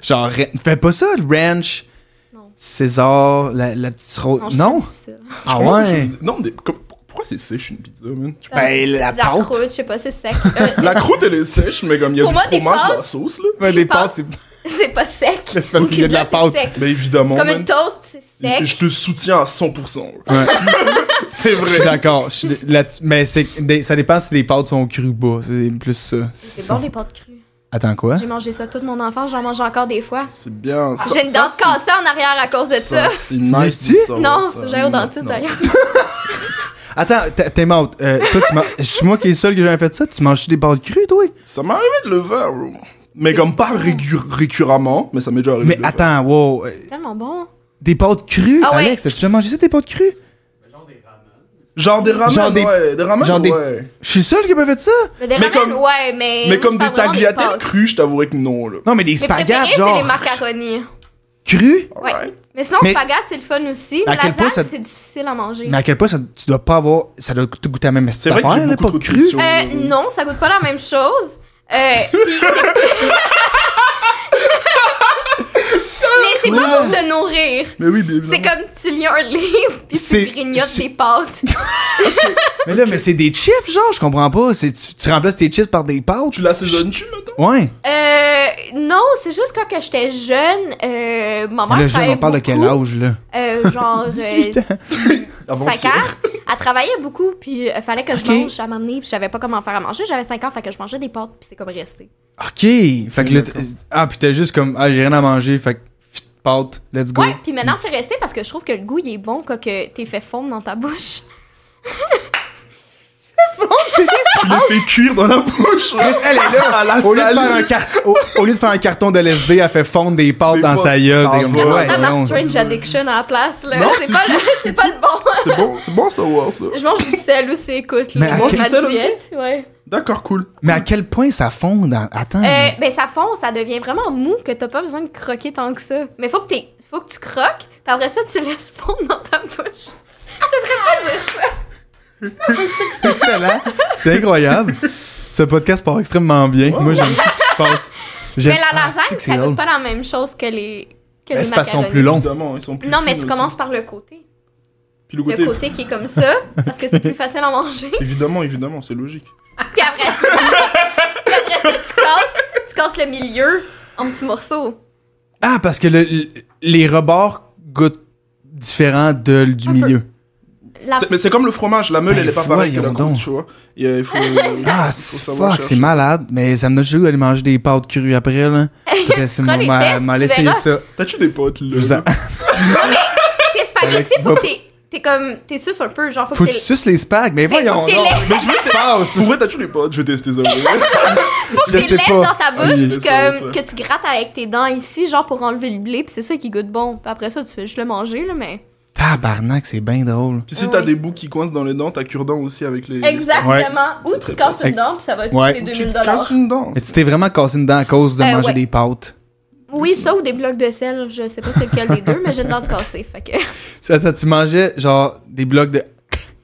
[SPEAKER 1] Genre, ra- fais pas ça, ranch.
[SPEAKER 3] Non.
[SPEAKER 1] César, la, la petite rose.
[SPEAKER 3] je trouve
[SPEAKER 1] Non?
[SPEAKER 3] ça difficile.
[SPEAKER 1] Ah
[SPEAKER 2] Je comprends que
[SPEAKER 3] Ben,
[SPEAKER 1] ouais?
[SPEAKER 2] je- Non, mais comme- pourquoi c'est sèche une pizza, man
[SPEAKER 1] Ben, la
[SPEAKER 3] Des
[SPEAKER 1] pâte.
[SPEAKER 3] croûte, je sais pas c'est sec Euh,
[SPEAKER 2] La croûte elle est sèche, mais comme il y a
[SPEAKER 3] Pour
[SPEAKER 2] du
[SPEAKER 3] moi, des
[SPEAKER 2] fromage dans
[SPEAKER 3] pâtes-
[SPEAKER 2] la sauce là.
[SPEAKER 1] Ben, les pâtes,
[SPEAKER 3] pâtes.
[SPEAKER 1] c'est.
[SPEAKER 3] c'est pas sec
[SPEAKER 1] C'est parce
[SPEAKER 3] Une
[SPEAKER 1] qu'il y a de la
[SPEAKER 3] pizza, c'est
[SPEAKER 1] pâte.
[SPEAKER 3] sec.
[SPEAKER 2] Mais évidemment,
[SPEAKER 3] comme
[SPEAKER 2] man,
[SPEAKER 3] une toast c'est
[SPEAKER 2] je-
[SPEAKER 3] sec
[SPEAKER 2] je te soutiens à 100%.
[SPEAKER 1] Ouais. c'est vrai. Je suis d'accord. je suis d- là- Mais c'est, des- ça dépend si les pâtes sont crues ou pas. C'est plus ça. Si
[SPEAKER 3] c'est
[SPEAKER 1] sont-
[SPEAKER 3] bon des pâtes crues
[SPEAKER 1] Attends, quoi?
[SPEAKER 3] j'ai mangé ça toute mon enfance j'en mange encore des fois
[SPEAKER 2] C'est bien. ça-
[SPEAKER 3] Ah, j'ai une
[SPEAKER 2] ça,
[SPEAKER 3] dent
[SPEAKER 2] c'est-
[SPEAKER 3] cassée en arrière à cause de ça,
[SPEAKER 2] C'est nice.
[SPEAKER 1] viens-tu?
[SPEAKER 2] de savoir
[SPEAKER 3] non
[SPEAKER 2] ça.
[SPEAKER 3] j'ai au dentiste
[SPEAKER 2] Non.
[SPEAKER 3] d'ailleurs
[SPEAKER 1] Attends, t'es t'es mort. Euh, toi, tu manges. Je suis moi qui est le seul qui a jamais fait ça. Tu manges des pâtes crues, toi?
[SPEAKER 2] Ça m'est arrivé de le faire, bro. Mais comme pas récu- récurremment, mais ça m'est déjà arrivé
[SPEAKER 1] Mais
[SPEAKER 2] de le faire.
[SPEAKER 1] attends, wow. euh,
[SPEAKER 3] C'est tellement bon.
[SPEAKER 1] Des pâtes crues?
[SPEAKER 3] Ah ouais.
[SPEAKER 1] Alex, t'as déjà mangé ça, des pâtes crues?
[SPEAKER 2] Genre des ramen,
[SPEAKER 1] Genre des-
[SPEAKER 2] ouais. Des ramen,
[SPEAKER 1] genre des-
[SPEAKER 2] ouais.
[SPEAKER 1] Je suis le seul qui a pas fait ça?
[SPEAKER 3] Mais, des
[SPEAKER 2] Mais
[SPEAKER 3] ramen,
[SPEAKER 2] comme-
[SPEAKER 3] ouais, mais.
[SPEAKER 2] Mais comme des
[SPEAKER 3] c'est pas vraiment
[SPEAKER 2] tagliatelles
[SPEAKER 3] pâtes.
[SPEAKER 2] crues, je t'avouerais que non, là.
[SPEAKER 1] Non, mais des
[SPEAKER 3] Mes
[SPEAKER 1] spaghettes,
[SPEAKER 3] préférés, c'est
[SPEAKER 1] genre.
[SPEAKER 3] les macaronis.
[SPEAKER 1] Crues?
[SPEAKER 3] Ouais.
[SPEAKER 2] Alright.
[SPEAKER 3] Mais sinon,
[SPEAKER 1] Mais-
[SPEAKER 3] spaghettes, c'est le fun aussi.
[SPEAKER 1] Mais à
[SPEAKER 3] Mais
[SPEAKER 1] quel
[SPEAKER 3] lasagne,
[SPEAKER 1] point ça-
[SPEAKER 3] c'est difficile à manger.
[SPEAKER 1] Mais à quel point ça, tu dois pas avoir. Ça doit te goûter à la même
[SPEAKER 2] C'est vrai
[SPEAKER 1] affaire,
[SPEAKER 2] qu'il y a
[SPEAKER 1] là,
[SPEAKER 2] beaucoup
[SPEAKER 1] pâtes
[SPEAKER 2] trop de
[SPEAKER 1] crues.
[SPEAKER 2] questions.
[SPEAKER 3] Euh, non, ça goûte pas la même chose. Euh, puis c'est- mais c'est pas pour te nourrir.
[SPEAKER 2] Mais oui, bien
[SPEAKER 3] C'est
[SPEAKER 2] évidemment.
[SPEAKER 3] comme tu lis un livre puis
[SPEAKER 1] C'est-
[SPEAKER 3] tu grignotes
[SPEAKER 1] c'est-
[SPEAKER 3] des pâtes.
[SPEAKER 1] Mais là, mais c'est des chips, genre, je comprends pas. C'est- Tu, tu remplaces tes chips par des pâtes.
[SPEAKER 2] Tu l'assaisonnes-tu, maintenant?
[SPEAKER 1] Ouais.
[SPEAKER 3] Euh, non, c'est juste quand que j'étais jeune, euh, ma
[SPEAKER 1] Mais
[SPEAKER 3] mère
[SPEAKER 1] là, jeune, on parle de quel
[SPEAKER 3] beaucoup,
[SPEAKER 1] âge, là?
[SPEAKER 3] euh, genre euh,
[SPEAKER 1] 18 ans.
[SPEAKER 2] Avant
[SPEAKER 3] cinq ans. Elle travaillait beaucoup puis euh, fallait que je
[SPEAKER 1] Ok.
[SPEAKER 3] mange à m'amener puis je savais pas comment faire à manger. J'avais 5 ans, fait que je mangeais des pâtes puis c'est comme resté.
[SPEAKER 1] Ok. Fait que là, t'es- ah, puis t'es juste comme, ah, j'ai rien à manger, fait que, fit, pâtes, let's go.
[SPEAKER 3] Ouais, puis maintenant c'est resté parce que je trouve que le goût il est bon quand que t'es fait fondre dans ta bouche.
[SPEAKER 2] Tu le fais cuire dans la bouche.
[SPEAKER 1] Chris, elle est là.
[SPEAKER 2] À la
[SPEAKER 1] Au lieu, de
[SPEAKER 2] salle.
[SPEAKER 1] faire un car- au, au lieu de faire un carton de LSD, elle fait fondre des pâtes
[SPEAKER 2] Des
[SPEAKER 1] dans
[SPEAKER 2] pâtes,
[SPEAKER 1] sa gueule.
[SPEAKER 2] ça
[SPEAKER 1] T'es comme,
[SPEAKER 2] va.
[SPEAKER 1] ouais,
[SPEAKER 3] ça
[SPEAKER 1] voyons.
[SPEAKER 3] marche Strange Addiction à la place, là.
[SPEAKER 2] Non, c'est
[SPEAKER 3] c'est pas, le, c'est pas le bon.
[SPEAKER 2] C'est bon, c'est bon à savoir, ça.
[SPEAKER 3] Je mange du sel aussi, écoute.
[SPEAKER 1] Mais
[SPEAKER 3] Là.
[SPEAKER 1] à
[SPEAKER 3] Je mange
[SPEAKER 2] quel
[SPEAKER 3] ma
[SPEAKER 2] sel aussi?
[SPEAKER 3] diète, ouais.
[SPEAKER 2] D'accord, cool.
[SPEAKER 1] Mais à quel point ça fond dans... Attends.
[SPEAKER 3] Euh,
[SPEAKER 1] mais-
[SPEAKER 3] ben, ça fond, ça devient vraiment mou que t'as pas besoin de croquer tant que ça. Mais faut que, t'aies- faut que tu croques, puis après ça, tu laisses fondre dans ta bouche. Je devrais pas dire ça.
[SPEAKER 1] C'est excellent. C'est incroyable. Ce podcast part extrêmement bien. Moi, j'aime tout ce qui se passe. J'aime-
[SPEAKER 3] Mais la
[SPEAKER 1] Ah, c'est
[SPEAKER 3] lasagne,
[SPEAKER 1] que c'est
[SPEAKER 3] ça
[SPEAKER 1] drôle.
[SPEAKER 3] goûte pas la même chose que les. Que
[SPEAKER 1] Mais
[SPEAKER 3] les
[SPEAKER 1] c'est parce qu'ils sont
[SPEAKER 3] macaronis.
[SPEAKER 1] plus longs.
[SPEAKER 2] Évidemment, ils sont plus
[SPEAKER 3] Non, mais
[SPEAKER 2] fines
[SPEAKER 3] tu
[SPEAKER 2] aussi.
[SPEAKER 3] commences par le côté.
[SPEAKER 2] Puis le
[SPEAKER 3] Le
[SPEAKER 2] côté.
[SPEAKER 3] côté qui est comme ça, parce que c'est plus facile à manger.
[SPEAKER 2] Évidemment, évidemment, c'est logique.
[SPEAKER 3] Puis après ça, puis après ça, tu casses, tu casses le milieu en petits morceaux.
[SPEAKER 1] Ah, parce que le- le- les rebords goûtent différents de, du
[SPEAKER 3] Un peu.
[SPEAKER 1] milieu.
[SPEAKER 3] La
[SPEAKER 2] C'est- Mais c'est comme le fromage, la meule,
[SPEAKER 1] Ben,
[SPEAKER 2] elle est pas pareille que la
[SPEAKER 1] voyons
[SPEAKER 2] croûte,
[SPEAKER 1] donc.
[SPEAKER 2] tu vois. Il euh, il faut.
[SPEAKER 1] Ah,
[SPEAKER 2] faut
[SPEAKER 1] c'est-
[SPEAKER 2] savoir
[SPEAKER 1] fuck, c'est
[SPEAKER 2] chercher.
[SPEAKER 1] malade. Mais ça me donne juste le goût d'aller manger des pâtes crues après, là. Peut-être
[SPEAKER 3] feras les tests, tu
[SPEAKER 1] essayer
[SPEAKER 3] verras.
[SPEAKER 1] ça.
[SPEAKER 2] T'as-tu des potes,
[SPEAKER 1] Je vous
[SPEAKER 2] là
[SPEAKER 1] en-
[SPEAKER 3] Tes
[SPEAKER 1] Alex,
[SPEAKER 3] spaghettis, faut
[SPEAKER 1] va-
[SPEAKER 3] que t'es, t'es comme, t'es sus un peu, genre faut,
[SPEAKER 1] Faut que
[SPEAKER 3] que
[SPEAKER 1] tu
[SPEAKER 3] t'es,
[SPEAKER 1] suces les spags. Mais
[SPEAKER 3] faut
[SPEAKER 1] voyons,
[SPEAKER 3] que t'es
[SPEAKER 1] non.
[SPEAKER 3] laid.
[SPEAKER 1] Mais je veux que passe.
[SPEAKER 2] Pour vrai, t'as-tu des potes Je vais tester ça.
[SPEAKER 3] faut que
[SPEAKER 1] je
[SPEAKER 3] t'es
[SPEAKER 1] sais
[SPEAKER 3] laisse
[SPEAKER 1] pas Ah,
[SPEAKER 3] dans ta
[SPEAKER 1] si-
[SPEAKER 3] bouche, puis
[SPEAKER 2] c'est ça,
[SPEAKER 3] que,
[SPEAKER 2] ça.
[SPEAKER 3] que tu grattes avec tes dents ici, genre pour enlever le blé, puis c'est ça qui goûte bon. Puis après ça, tu fais juste le manger, là, mais.
[SPEAKER 1] Tabarnak, c'est bien drôle.
[SPEAKER 2] Puis si t'as
[SPEAKER 3] Ouais.
[SPEAKER 2] des bouts qui coincent dans les dents, t'as cure-dents aussi avec les. les-
[SPEAKER 3] Exactement.
[SPEAKER 2] Ouais.
[SPEAKER 3] Ou tu casses une dent, puis ça va te
[SPEAKER 1] Ouais.
[SPEAKER 3] coûter
[SPEAKER 2] Tu
[SPEAKER 3] 2000
[SPEAKER 2] te casses une dent.
[SPEAKER 1] Mais tu t'es vraiment cassé une dent à cause de
[SPEAKER 3] Euh,
[SPEAKER 1] manger
[SPEAKER 3] ouais.
[SPEAKER 1] des pâtes.
[SPEAKER 3] Oui, ça ou des blocs de sel, je sais pas c'est lequel des deux, mais j'ai une dent de cassée, fait que.
[SPEAKER 1] Attends, tu mangeais genre des blocs de.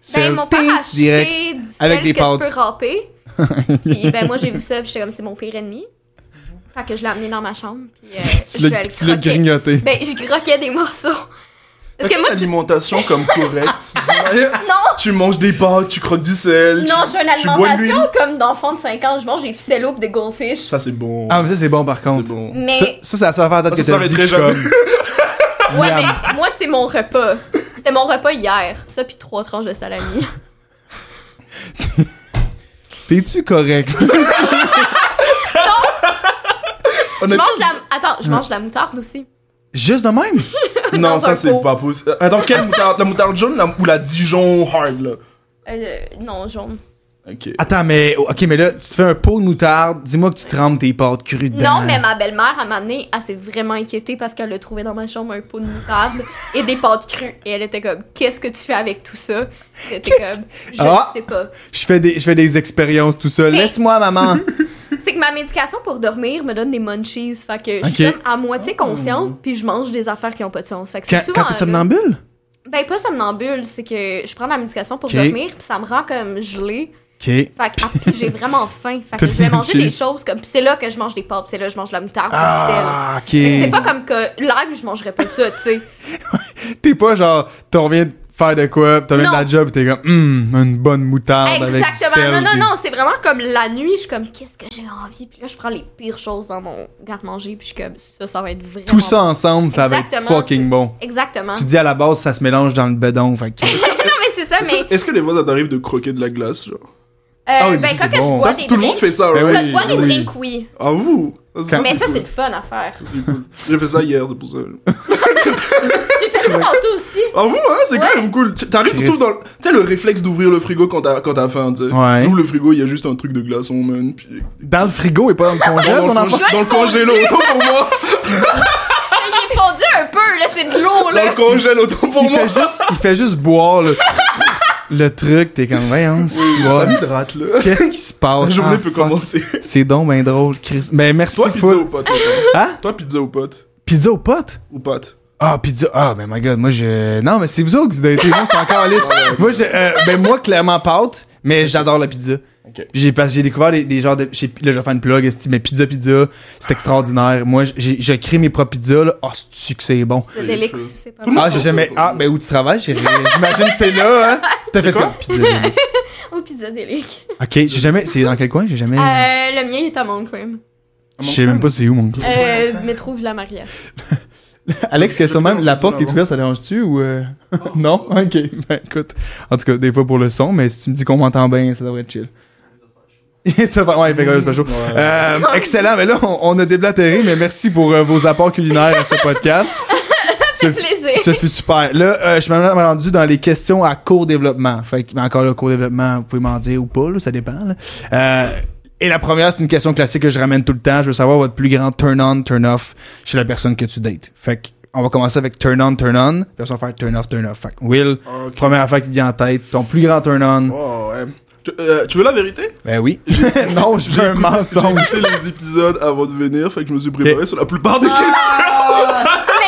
[SPEAKER 1] C'est
[SPEAKER 3] Ben,
[SPEAKER 1] un
[SPEAKER 3] mon père a
[SPEAKER 1] pince direct.
[SPEAKER 3] acheté du sel
[SPEAKER 1] avec des
[SPEAKER 3] que
[SPEAKER 1] pâtes.
[SPEAKER 3] tu peux râper. puis ben moi j'ai vu ça, puis j'étais comme c'est mon pire ennemi. Fait que je l'ai amené dans ma chambre, puis euh,
[SPEAKER 1] Tu
[SPEAKER 3] je
[SPEAKER 1] l'as-
[SPEAKER 3] le
[SPEAKER 1] tu l'as
[SPEAKER 3] croquais.
[SPEAKER 1] grignoté.
[SPEAKER 3] Ben j'ai croqué des morceaux. Parce
[SPEAKER 2] T'as-tu
[SPEAKER 3] que
[SPEAKER 2] une
[SPEAKER 3] moi tu...
[SPEAKER 2] alimentation comme correcte
[SPEAKER 3] Non,
[SPEAKER 2] Tu manges des pâtes, tu croques du sel.
[SPEAKER 3] non,
[SPEAKER 2] tu-
[SPEAKER 3] j'ai une
[SPEAKER 2] tu bois de l'huile.
[SPEAKER 3] alimentation comme d'enfant de 5 ans, je mange des ficelles de goldfish.
[SPEAKER 2] Ça, c'est bon.
[SPEAKER 1] Ah, mais ça, c'est bon, par contre.
[SPEAKER 2] C'est bon.
[SPEAKER 3] Mais
[SPEAKER 1] Ça, ça, c'est la seule affaire à date
[SPEAKER 2] Ah, Ça,
[SPEAKER 1] que
[SPEAKER 2] ça
[SPEAKER 1] t'as dit que
[SPEAKER 2] s'arrêterait
[SPEAKER 1] je suis
[SPEAKER 2] jamais.
[SPEAKER 1] comme.
[SPEAKER 3] ouais,
[SPEAKER 1] Miam.
[SPEAKER 3] mais moi c'est mon repas. C'était mon repas hier, ça puis trois tranches de salami.
[SPEAKER 1] T'es-tu correct?
[SPEAKER 2] On
[SPEAKER 3] Je
[SPEAKER 2] a
[SPEAKER 3] mange
[SPEAKER 2] dit-
[SPEAKER 3] de la attends, je mange de la moutarde aussi.
[SPEAKER 1] Juste de même?
[SPEAKER 2] Non,
[SPEAKER 3] dans
[SPEAKER 2] ça
[SPEAKER 3] un
[SPEAKER 2] c'est
[SPEAKER 3] pot.
[SPEAKER 2] pas possible. Attends, quelle moutarde La moutarde jaune la- ou la Dijon hard là
[SPEAKER 3] Euh, non, jaune.
[SPEAKER 2] Ok.
[SPEAKER 1] Attends, mais. Ok, mais là, tu te fais un pot de moutarde. Dis-moi que tu trempes tes pâtes crues dedans.
[SPEAKER 3] Non, mais ma belle-mère, elle m'a amené, elle s'est vraiment inquiétée parce qu'elle a trouvé dans ma chambre un pot de moutarde et des pâtes crues. Et elle était comme, qu'est-ce que tu fais avec tout ça? J'étais comme, je
[SPEAKER 1] Ah!
[SPEAKER 3] sais pas.
[SPEAKER 1] Je fais des, je fais des expériences, tout ça. Laisse-moi, maman.
[SPEAKER 3] C'est que ma médication pour dormir me donne des munchies. Fait que je suis
[SPEAKER 1] Ok. Oh.
[SPEAKER 3] comme à moitié consciente, puis je mange des affaires qui ont pas de sens. Fait que
[SPEAKER 1] Quand,
[SPEAKER 3] c'est souvent.
[SPEAKER 1] quand t'es
[SPEAKER 3] là-
[SPEAKER 1] somnambule?
[SPEAKER 3] Ben, pas somnambule, c'est que je prends de la médication pour
[SPEAKER 1] Ok.
[SPEAKER 3] dormir, puis ça me rend comme gelée.
[SPEAKER 1] Ok.
[SPEAKER 3] Fait que, ah, puis j'ai vraiment faim. Fait que
[SPEAKER 1] T'as
[SPEAKER 3] je vais
[SPEAKER 1] des
[SPEAKER 3] manger des
[SPEAKER 1] munchies.
[SPEAKER 3] choses comme, puis c'est là que je mange des pâtes, puis c'est là que je mange de la moutarde, puis du sel.
[SPEAKER 1] Ah, ok.
[SPEAKER 3] Fait que C'est pas comme que live, je mangerais pas ça, tu sais.
[SPEAKER 1] T'es pas genre, t'en reviens de faire de quoi, pis t'en viens de
[SPEAKER 3] Non.
[SPEAKER 1] la job, pis t'es comme, hum, une bonne moutarde ben, avec du
[SPEAKER 3] Exactement.
[SPEAKER 1] sel.
[SPEAKER 3] Non, non,
[SPEAKER 1] pis-
[SPEAKER 3] non, c'est vraiment comme la nuit, je suis comme, qu'est-ce que j'ai envie? Puis là, je prends les pires choses dans mon garde-manger, puis je suis comme, ça, ça va être vraiment.
[SPEAKER 1] Tout ça ensemble, ça va être
[SPEAKER 3] Exactement,
[SPEAKER 1] fucking
[SPEAKER 3] c'est-
[SPEAKER 2] hein?
[SPEAKER 1] bon.
[SPEAKER 3] Exactement.
[SPEAKER 1] Tu dis à la base, ça se mélange dans le bedon, fait que...
[SPEAKER 3] non, mais c'est ça,
[SPEAKER 2] Est-ce
[SPEAKER 3] Ah, mais.
[SPEAKER 2] que, est-ce que des fois ça t'arrive de croquer de la glace genre
[SPEAKER 3] euh,
[SPEAKER 1] Ah oui, mais
[SPEAKER 3] ben,
[SPEAKER 1] ça,
[SPEAKER 3] quand
[SPEAKER 1] c'est
[SPEAKER 3] que
[SPEAKER 1] bon.
[SPEAKER 3] je bois
[SPEAKER 2] Ça,
[SPEAKER 3] des
[SPEAKER 2] c'est- tout le monde
[SPEAKER 3] drinks-
[SPEAKER 2] fait ça,
[SPEAKER 1] Ben
[SPEAKER 2] right
[SPEAKER 3] Quand je bois des
[SPEAKER 1] oui.
[SPEAKER 3] drinks, oui.
[SPEAKER 2] Ah vous
[SPEAKER 1] Quand-
[SPEAKER 3] Mais ça,
[SPEAKER 2] cool.
[SPEAKER 3] c'est le fun à faire.
[SPEAKER 2] C'est cool. J'ai fait ça hier, c'est pour ça.
[SPEAKER 3] J'ai fait ça tantôt aussi.
[SPEAKER 2] Ah bon, hein, c'est quand
[SPEAKER 3] Ouais.
[SPEAKER 2] même cool. Tu- T'arrives
[SPEAKER 1] Chris.
[SPEAKER 2] surtout dans. le- Tu sais, le réflexe d'ouvrir le frigo quand t'as quand t'as faim, tu sais.
[SPEAKER 1] Ouais.
[SPEAKER 2] J'ouvre le frigo, il y a juste un truc de glaçon, man. Puis...
[SPEAKER 1] Dans le frigo et pas dans le congé,
[SPEAKER 2] dans,
[SPEAKER 1] ton
[SPEAKER 2] le
[SPEAKER 1] enfant.
[SPEAKER 2] congé- dans le congélo, autant pour moi.
[SPEAKER 3] Il est fondu un peu, là, c'est de l'eau,
[SPEAKER 2] Dans
[SPEAKER 3] là.
[SPEAKER 2] le congélo, autant pour
[SPEAKER 1] Il
[SPEAKER 2] moi.
[SPEAKER 1] fait juste, il fait juste boire le, le truc. T'es comme, voyons,
[SPEAKER 2] Oui,
[SPEAKER 1] soir.
[SPEAKER 2] ça m'hydrate, là.
[SPEAKER 1] Qu'est-ce qui se passe?
[SPEAKER 2] La journée
[SPEAKER 1] Ah,
[SPEAKER 2] peut
[SPEAKER 1] fuck.
[SPEAKER 2] commencer.
[SPEAKER 1] C'est donc ben drôle, Chris. Ben merci
[SPEAKER 2] Toi, pizza
[SPEAKER 1] full.
[SPEAKER 2] ou pote, toi?
[SPEAKER 1] Hein?
[SPEAKER 2] Toi, pizza ou pote?
[SPEAKER 1] Pizza aux potes?
[SPEAKER 2] Ou pâte?
[SPEAKER 1] Ah, pizza. Ah, ben my god, moi je. Non, mais c'est vous autres qui avez été. Moi, c'est encore lisse. moi, je. euh, ben moi, clairement, pâte, mais j'adore la pizza.
[SPEAKER 2] Ok.
[SPEAKER 1] J'ai, parce que j'ai découvert des, des genres de. Chez, là, je vais faire une plug, esti, mais pizza, pizza, c'est extraordinaire. Moi, j'ai, je crée mes propres pizzas, là. Ah, c'est que c'est bon.
[SPEAKER 3] C'est délicat aussi, c'est pas
[SPEAKER 2] Tout
[SPEAKER 3] bon.
[SPEAKER 2] le monde
[SPEAKER 1] Ah, j'ai
[SPEAKER 2] pense
[SPEAKER 1] jamais.
[SPEAKER 2] ça, toi.
[SPEAKER 1] Ah, ben où tu travailles? J'ai- J'imagine que c'est là, hein. T'as fait
[SPEAKER 2] quoi?
[SPEAKER 1] quoi? Pizza. Delic.
[SPEAKER 3] Au pizza délic.
[SPEAKER 1] ok, j'ai jamais. C'est dans quel coin? J'ai jamais.
[SPEAKER 3] Euh, le mien il est à Montclair.
[SPEAKER 1] Je sais même pas c'est où, mon gars.
[SPEAKER 3] Euh, métro Villa Maria.
[SPEAKER 1] Alex, que
[SPEAKER 2] Je- je
[SPEAKER 1] sûrement,
[SPEAKER 2] pense
[SPEAKER 1] la
[SPEAKER 2] que
[SPEAKER 1] porte qui
[SPEAKER 2] tu
[SPEAKER 1] est ouverte, ça dérange-tu ou. euh, non? Ok. Ben écoute. En tout cas, des fois pour le son, mais si tu me dis qu'on m'entend bien, ça devrait être chill. Ça va- ouais, il fait quand même pas chaud. Euh, excellent, mais là, on, on a déblatéré, mais merci pour euh, vos apports culinaires à ce podcast. Ce, f-
[SPEAKER 3] Plaisir.
[SPEAKER 1] ce fut super. Là, euh, je suis maintenant rendu dans les questions à court développement. Fait que, mais encore le court développement, vous pouvez m'en dire ou pas, là, ça dépend. là. Euh, et la première, c'est une question classique que je ramène tout le temps. Je veux savoir votre plus grand turn-on, turn-off chez la personne que tu dates. Fait que, on va commencer avec turn-on, turn-on, puis on va faire turn-off, turn-off. Fait que, Will,
[SPEAKER 2] Ok.
[SPEAKER 1] première affaire qui te vient en tête, ton plus grand turn-on.
[SPEAKER 2] Oh, ouais. Tu- euh, tu veux la vérité?
[SPEAKER 1] Ben oui. non, je veux un
[SPEAKER 2] J'ai
[SPEAKER 1] mensonge.
[SPEAKER 2] écouté les épisodes avant de venir, fait que je me suis préparé sur la plupart
[SPEAKER 3] Ah,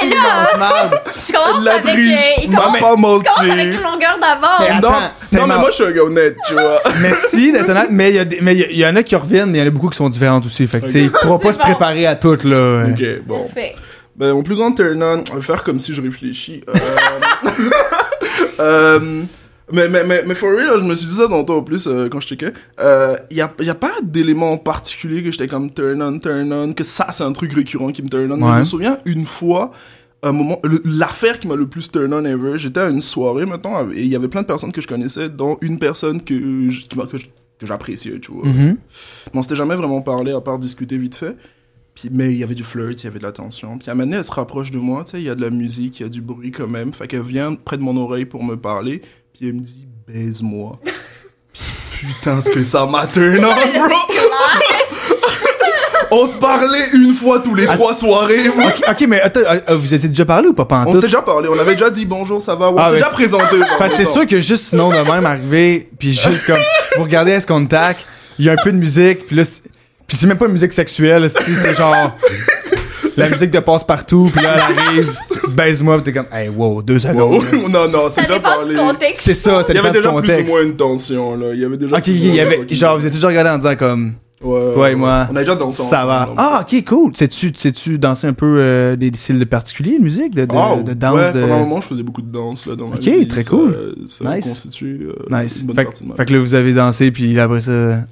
[SPEAKER 2] des
[SPEAKER 3] Mais là,
[SPEAKER 1] Mangeable.
[SPEAKER 3] je
[SPEAKER 2] questions.
[SPEAKER 3] commence
[SPEAKER 2] La
[SPEAKER 3] avec... euh,
[SPEAKER 2] triche,
[SPEAKER 3] il
[SPEAKER 2] m'a
[SPEAKER 3] commence,
[SPEAKER 2] pas
[SPEAKER 3] il commence avec
[SPEAKER 2] menti.
[SPEAKER 3] une longueur d'avance.
[SPEAKER 1] Mais-
[SPEAKER 2] Non,
[SPEAKER 1] Attends,
[SPEAKER 2] non, mais
[SPEAKER 1] tellement-
[SPEAKER 2] moi je suis un gars honnête, tu vois.
[SPEAKER 1] Merci d'être honnête, mais il y, a des- mais il y a- il y en a qui reviennent, mais il y en a beaucoup qui sont différentes aussi. Fait que, tu sais, il pourra pas se
[SPEAKER 3] C'est bon.
[SPEAKER 1] préparer à toutes, là.
[SPEAKER 2] ok, bon.
[SPEAKER 3] Parfait.
[SPEAKER 2] Ben, mon plus grand turn-on, on va faire comme si je réfléchis. Euh, euh, mais, mais, mais, mais for real, je me suis dit ça tantôt en plus euh, quand je checkais. Euh, y, a, y a pas d'élément en particulier que j'étais comme turn-on, turn-on, que ça c'est un truc récurrent qui me turn-on. Mais
[SPEAKER 1] Ouais.
[SPEAKER 2] je me souviens une fois, un moment, le- l'affaire qui m'a le plus turn-on ever, j'étais à une soirée maintenant et il y avait plein de personnes que je connaissais, dont une personne que je- qui m'a- que je- que j'appréciais, tu vois.
[SPEAKER 1] Mhm.
[SPEAKER 2] Mais on s'était jamais vraiment parlé, à part discuter vite fait. Puis, mais il y avait du flirt, il y avait de la tension. Puis à un moment donné, elle se rapproche de moi, tu sais, il y a de la musique, il y a du bruit quand même. Fait qu'elle vient près de mon oreille pour me parler, puis elle me dit « baise-moi ». Putain, ce que ça m'a turn on, bro On se parlait une fois tous les trois soirées, bro.
[SPEAKER 1] Ok, ok, mais attends, euh, vous étiez déjà parlé ou pas
[SPEAKER 2] On
[SPEAKER 1] pantoute?
[SPEAKER 2] s'était déjà parlé, on avait déjà dit « bonjour, ça va ouais,
[SPEAKER 1] Ah,
[SPEAKER 2] On s'est
[SPEAKER 1] mais
[SPEAKER 2] déjà
[SPEAKER 1] c'est-
[SPEAKER 2] présenté. bro,
[SPEAKER 1] Parce que c'est
[SPEAKER 2] longtemps.
[SPEAKER 1] sûr que juste sinon de même arrivé, puis juste comme vous regardez est-ce qu'on tac, il y a un peu de musique, puis là c'est- puis c'est même pas une musique sexuelle, c'est c'est genre la musique de passe partout, puis là elle arrive, baise-moi, puis t'es comme hey wow deux
[SPEAKER 2] Wow.
[SPEAKER 1] secondes.
[SPEAKER 2] non, non, c'est
[SPEAKER 3] Ça
[SPEAKER 2] déjà
[SPEAKER 3] dépend
[SPEAKER 2] parlé.
[SPEAKER 3] du contexte.
[SPEAKER 1] C'est ça, ça
[SPEAKER 2] Il y
[SPEAKER 1] dépend
[SPEAKER 2] avait
[SPEAKER 1] du
[SPEAKER 2] déjà plus ou
[SPEAKER 1] contexte.
[SPEAKER 2] moins une tension, là. Il y avait déjà
[SPEAKER 1] Ok,
[SPEAKER 2] plus ou moins
[SPEAKER 1] il y
[SPEAKER 2] un
[SPEAKER 1] avait
[SPEAKER 2] truc.
[SPEAKER 1] genre vous étiez déjà regardé en disant comme
[SPEAKER 2] Ouais,
[SPEAKER 1] Toi et
[SPEAKER 2] ouais.
[SPEAKER 1] moi.
[SPEAKER 2] On a déjà dansé
[SPEAKER 1] ça va.
[SPEAKER 2] ensemble.
[SPEAKER 1] Ah ok cool. Sais-tu sais-tu danser un peu euh, des des styles de particuliers de musique de de,
[SPEAKER 2] Ah,
[SPEAKER 1] de danse
[SPEAKER 2] ouais,
[SPEAKER 1] de
[SPEAKER 2] pendant un moment, je faisais beaucoup de danse là, dans ma
[SPEAKER 1] Ok,
[SPEAKER 2] vie.
[SPEAKER 1] très
[SPEAKER 2] Ça,
[SPEAKER 1] cool.
[SPEAKER 2] euh, Ça
[SPEAKER 1] Nice.
[SPEAKER 2] constitue euh,
[SPEAKER 1] Nice.
[SPEAKER 2] une bonne
[SPEAKER 1] Fait,
[SPEAKER 2] partie de ma
[SPEAKER 1] fait que là, vous avez dansé, puis après ça.
[SPEAKER 2] vie.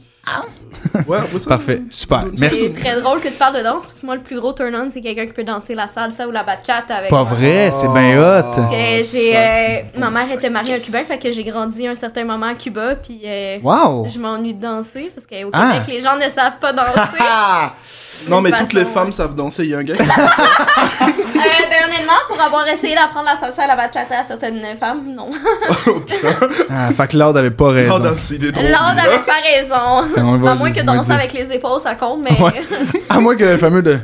[SPEAKER 2] Ouais, après ça,
[SPEAKER 1] Parfait. Super. Merci.
[SPEAKER 3] C'est très drôle que tu parles de danse, parce que moi, le plus gros turn-on, c'est quelqu'un qui peut danser la salsa ou la bachata avec
[SPEAKER 1] Pas
[SPEAKER 3] moi.
[SPEAKER 1] vrai, c'est bien hot.
[SPEAKER 2] Ah.
[SPEAKER 3] Que
[SPEAKER 2] ça,
[SPEAKER 3] j'ai,
[SPEAKER 2] c'est
[SPEAKER 3] euh, ma
[SPEAKER 2] bon,
[SPEAKER 3] mère
[SPEAKER 2] ça,
[SPEAKER 3] était mariée à
[SPEAKER 2] Chris.
[SPEAKER 3] Cubain, fait que j'ai grandi un certain moment à Cuba, puis euh,
[SPEAKER 1] Wow!
[SPEAKER 3] je m'ennuie de danser, parce qu'au Québec,
[SPEAKER 1] Ah.
[SPEAKER 3] les gens ne savent pas danser.
[SPEAKER 1] Ah!
[SPEAKER 2] Non, mais
[SPEAKER 3] D'une
[SPEAKER 2] toutes les
[SPEAKER 3] façon,
[SPEAKER 2] femmes
[SPEAKER 3] ouais.
[SPEAKER 2] savent danser. Il y a un gars qui.
[SPEAKER 3] Euh, ben, honnêtement, pour avoir essayé d'apprendre la salsa à la bachata à certaines femmes, non.
[SPEAKER 1] Oh, Ah, fait que Lord avait pas raison.
[SPEAKER 2] Oh, danser des drôles.
[SPEAKER 3] Lord n'avait pas raison.
[SPEAKER 1] C'est un bon
[SPEAKER 3] À moins que
[SPEAKER 1] jugement
[SPEAKER 3] danser
[SPEAKER 1] dit.
[SPEAKER 3] avec les épaules, ça compte, mais...
[SPEAKER 1] Ouais, c'est- à moins que le fameux de.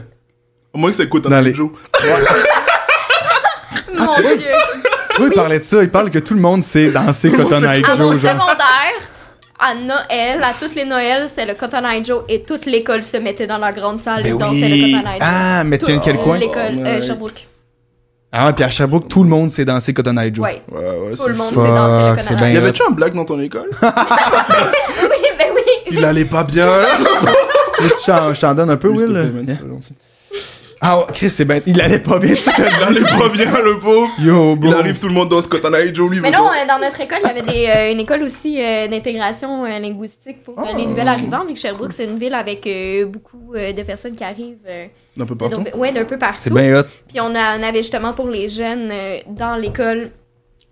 [SPEAKER 2] Au moins que c'est Cotton
[SPEAKER 1] Dans les-
[SPEAKER 2] Joe.
[SPEAKER 3] Mon
[SPEAKER 1] Ah, tu vois?
[SPEAKER 3] Dieu.
[SPEAKER 1] Tu vois, il parlait de ça, il parle que tout le monde sait danser Cotton
[SPEAKER 2] c'est
[SPEAKER 1] Eye
[SPEAKER 3] À mon
[SPEAKER 1] Joe, genre.
[SPEAKER 3] Ah, secondaire, à Noël, à toutes les Noëls, c'est le Cotton Eye Joe et toute l'école se mettait dans la grande salle et
[SPEAKER 1] Ben
[SPEAKER 3] dansait
[SPEAKER 1] oui.
[SPEAKER 3] le Cotton Eye Joe.
[SPEAKER 1] Ah, mais tu viens de quel
[SPEAKER 3] Toute
[SPEAKER 1] coin?
[SPEAKER 3] L'école, euh,
[SPEAKER 2] Ouais.
[SPEAKER 3] Sherbrooke.
[SPEAKER 1] Ah, ouais, puis à Sherbrooke, tout le monde sait danser Cotton Eye Joe.
[SPEAKER 3] Ouais.
[SPEAKER 2] Ouais, ouais,
[SPEAKER 3] Tout le
[SPEAKER 2] c'est-
[SPEAKER 3] monde
[SPEAKER 1] fuck,
[SPEAKER 3] sait danser le Cotton
[SPEAKER 1] c'est
[SPEAKER 3] Eye
[SPEAKER 1] bien
[SPEAKER 2] Y avait-tu un black dans ton école
[SPEAKER 3] Joe. Oui, ben oui.
[SPEAKER 2] Il allait pas bien.
[SPEAKER 1] Tu veux que je t'en- je t'en donne un peu,
[SPEAKER 2] Oui, s'il
[SPEAKER 1] Will?
[SPEAKER 2] te plaît, man,
[SPEAKER 1] Yeah.
[SPEAKER 2] c'est gentil.
[SPEAKER 1] Ah, ouais, Chris, c'est bête. Il allait pas bien, c'est que
[SPEAKER 2] Il allait pas bien, le pauvre.
[SPEAKER 1] Yo, bro.
[SPEAKER 2] Il arrive, tout le monde danse Cotton Eye Joe. lui,
[SPEAKER 3] Mais
[SPEAKER 2] le
[SPEAKER 3] non,
[SPEAKER 2] gars.
[SPEAKER 3] euh, dans notre école, il y avait des, euh, une école aussi euh, d'intégration euh, linguistique pour euh, les
[SPEAKER 1] Oh.
[SPEAKER 3] nouvelles arrivants, vu que Sherbrooke, c'est une ville avec euh, beaucoup euh, de personnes qui arrivent euh,
[SPEAKER 2] Un peu partout.
[SPEAKER 3] de- ouais, d'un peu partout.
[SPEAKER 1] C'est bien hot.
[SPEAKER 3] Puis on, a, on avait justement pour les jeunes euh, dans l'école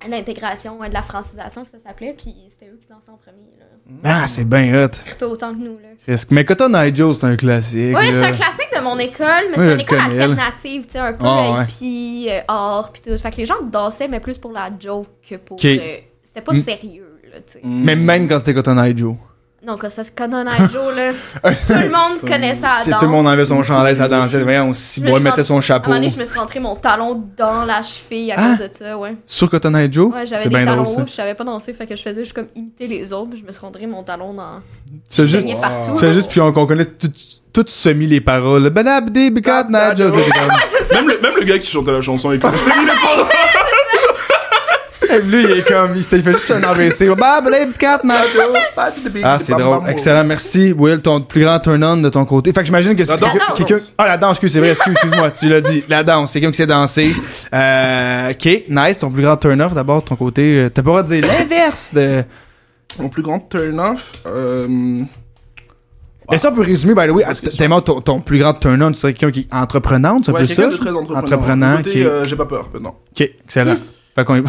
[SPEAKER 3] l'intégration euh, de la francisation, que ça s'appelait, puis c'était eux qui dansaient en premier. Là.
[SPEAKER 1] Ah, c'est bien hot.
[SPEAKER 3] Pas autant que nous, là.
[SPEAKER 1] Chris, Mais Cotton Eye Joe, c'est un classique.
[SPEAKER 3] Ouais, c'est
[SPEAKER 1] là.
[SPEAKER 3] un classique de mon école, mais
[SPEAKER 1] euh, Oui,
[SPEAKER 3] c'était une
[SPEAKER 1] je
[SPEAKER 3] école
[SPEAKER 1] le connais, elle.
[SPEAKER 3] alternative, tu sais, un peu
[SPEAKER 1] Ah, ouais.
[SPEAKER 3] hippie, euh, art, pis tout. Fait que les gens dansaient, mais plus pour la joke que pour.
[SPEAKER 1] Ok.
[SPEAKER 3] euh, C'était pas
[SPEAKER 1] Mm.
[SPEAKER 3] sérieux, là, tu sais.
[SPEAKER 2] Mm.
[SPEAKER 1] Mais même quand c'était Cotton Eye Joe.
[SPEAKER 3] Non, que ça se connaît dans Joe, là. Tout le monde connaissait la
[SPEAKER 1] Si
[SPEAKER 3] Ah, danse.
[SPEAKER 1] tout le monde enlevait son chandail, ça dansait. Voyons, si
[SPEAKER 3] Je me
[SPEAKER 1] bois
[SPEAKER 3] suis
[SPEAKER 1] mettait son
[SPEAKER 3] À un
[SPEAKER 1] chapeau.
[SPEAKER 3] moment donné, je me suis rentré mon talon dans la cheville à
[SPEAKER 1] Hein?
[SPEAKER 3] cause de ça, ouais.
[SPEAKER 1] Sur Cotton Eye Joe,
[SPEAKER 3] Ouais, j'avais
[SPEAKER 1] c'est
[SPEAKER 3] des
[SPEAKER 1] bien
[SPEAKER 3] talons
[SPEAKER 1] drôle
[SPEAKER 3] hauts,
[SPEAKER 1] ça.
[SPEAKER 3] puis je savais pas danser, fait que je faisais juste comme imiter les autres, puis je me suis rentré mon talon dans.
[SPEAKER 1] Tu fais
[SPEAKER 3] je
[SPEAKER 1] juste,
[SPEAKER 3] saignais
[SPEAKER 2] Wow.
[SPEAKER 3] partout.
[SPEAKER 1] tu fais juste puis on, qu'on connaît tout, tout semi les paroles. Badabdi, Cotton Eye Joe. C'était comme-
[SPEAKER 2] Même le, même le gars qui chantait la chanson est comme c'est lui le pauvre.
[SPEAKER 1] Et puis lui, il est comme, il se- il fait juste un AVC. Babadabdi, Cotton Eye Joe. Ah, c'est drôle. Excellent. Merci, Will. Ton plus grand turn-on de ton côté. Fait que j'imagine que c'est
[SPEAKER 2] La
[SPEAKER 1] quelqu'un.
[SPEAKER 3] danse.
[SPEAKER 1] quelqu'un- Ah, la danse, excuse, c'est vrai. excuse- Excuse-moi, tu l'as dit. La danse. C'est quelqu'un qui sait danser. Euh, ok, nice. Ton plus grand turn-off d'abord de ton côté. euh, T'as pas le droit de dire l'inverse de.
[SPEAKER 2] Mon plus grand turn off. Euh...
[SPEAKER 1] Mais ça, on peut résumer, by the way, à-
[SPEAKER 2] Parce que
[SPEAKER 1] t'es mort ton, ton plus grand turn-on, c'est quelqu'un qui est entreprenant, c'est un
[SPEAKER 2] Ouais,
[SPEAKER 1] peu
[SPEAKER 2] quelqu'un
[SPEAKER 1] ça?
[SPEAKER 2] de très entrepreneur.
[SPEAKER 1] Entrepreneur,
[SPEAKER 2] Du côté,
[SPEAKER 1] qui est-
[SPEAKER 2] euh, j'ai pas peur maintenant.
[SPEAKER 1] Ok, excellent. fait qu'on est-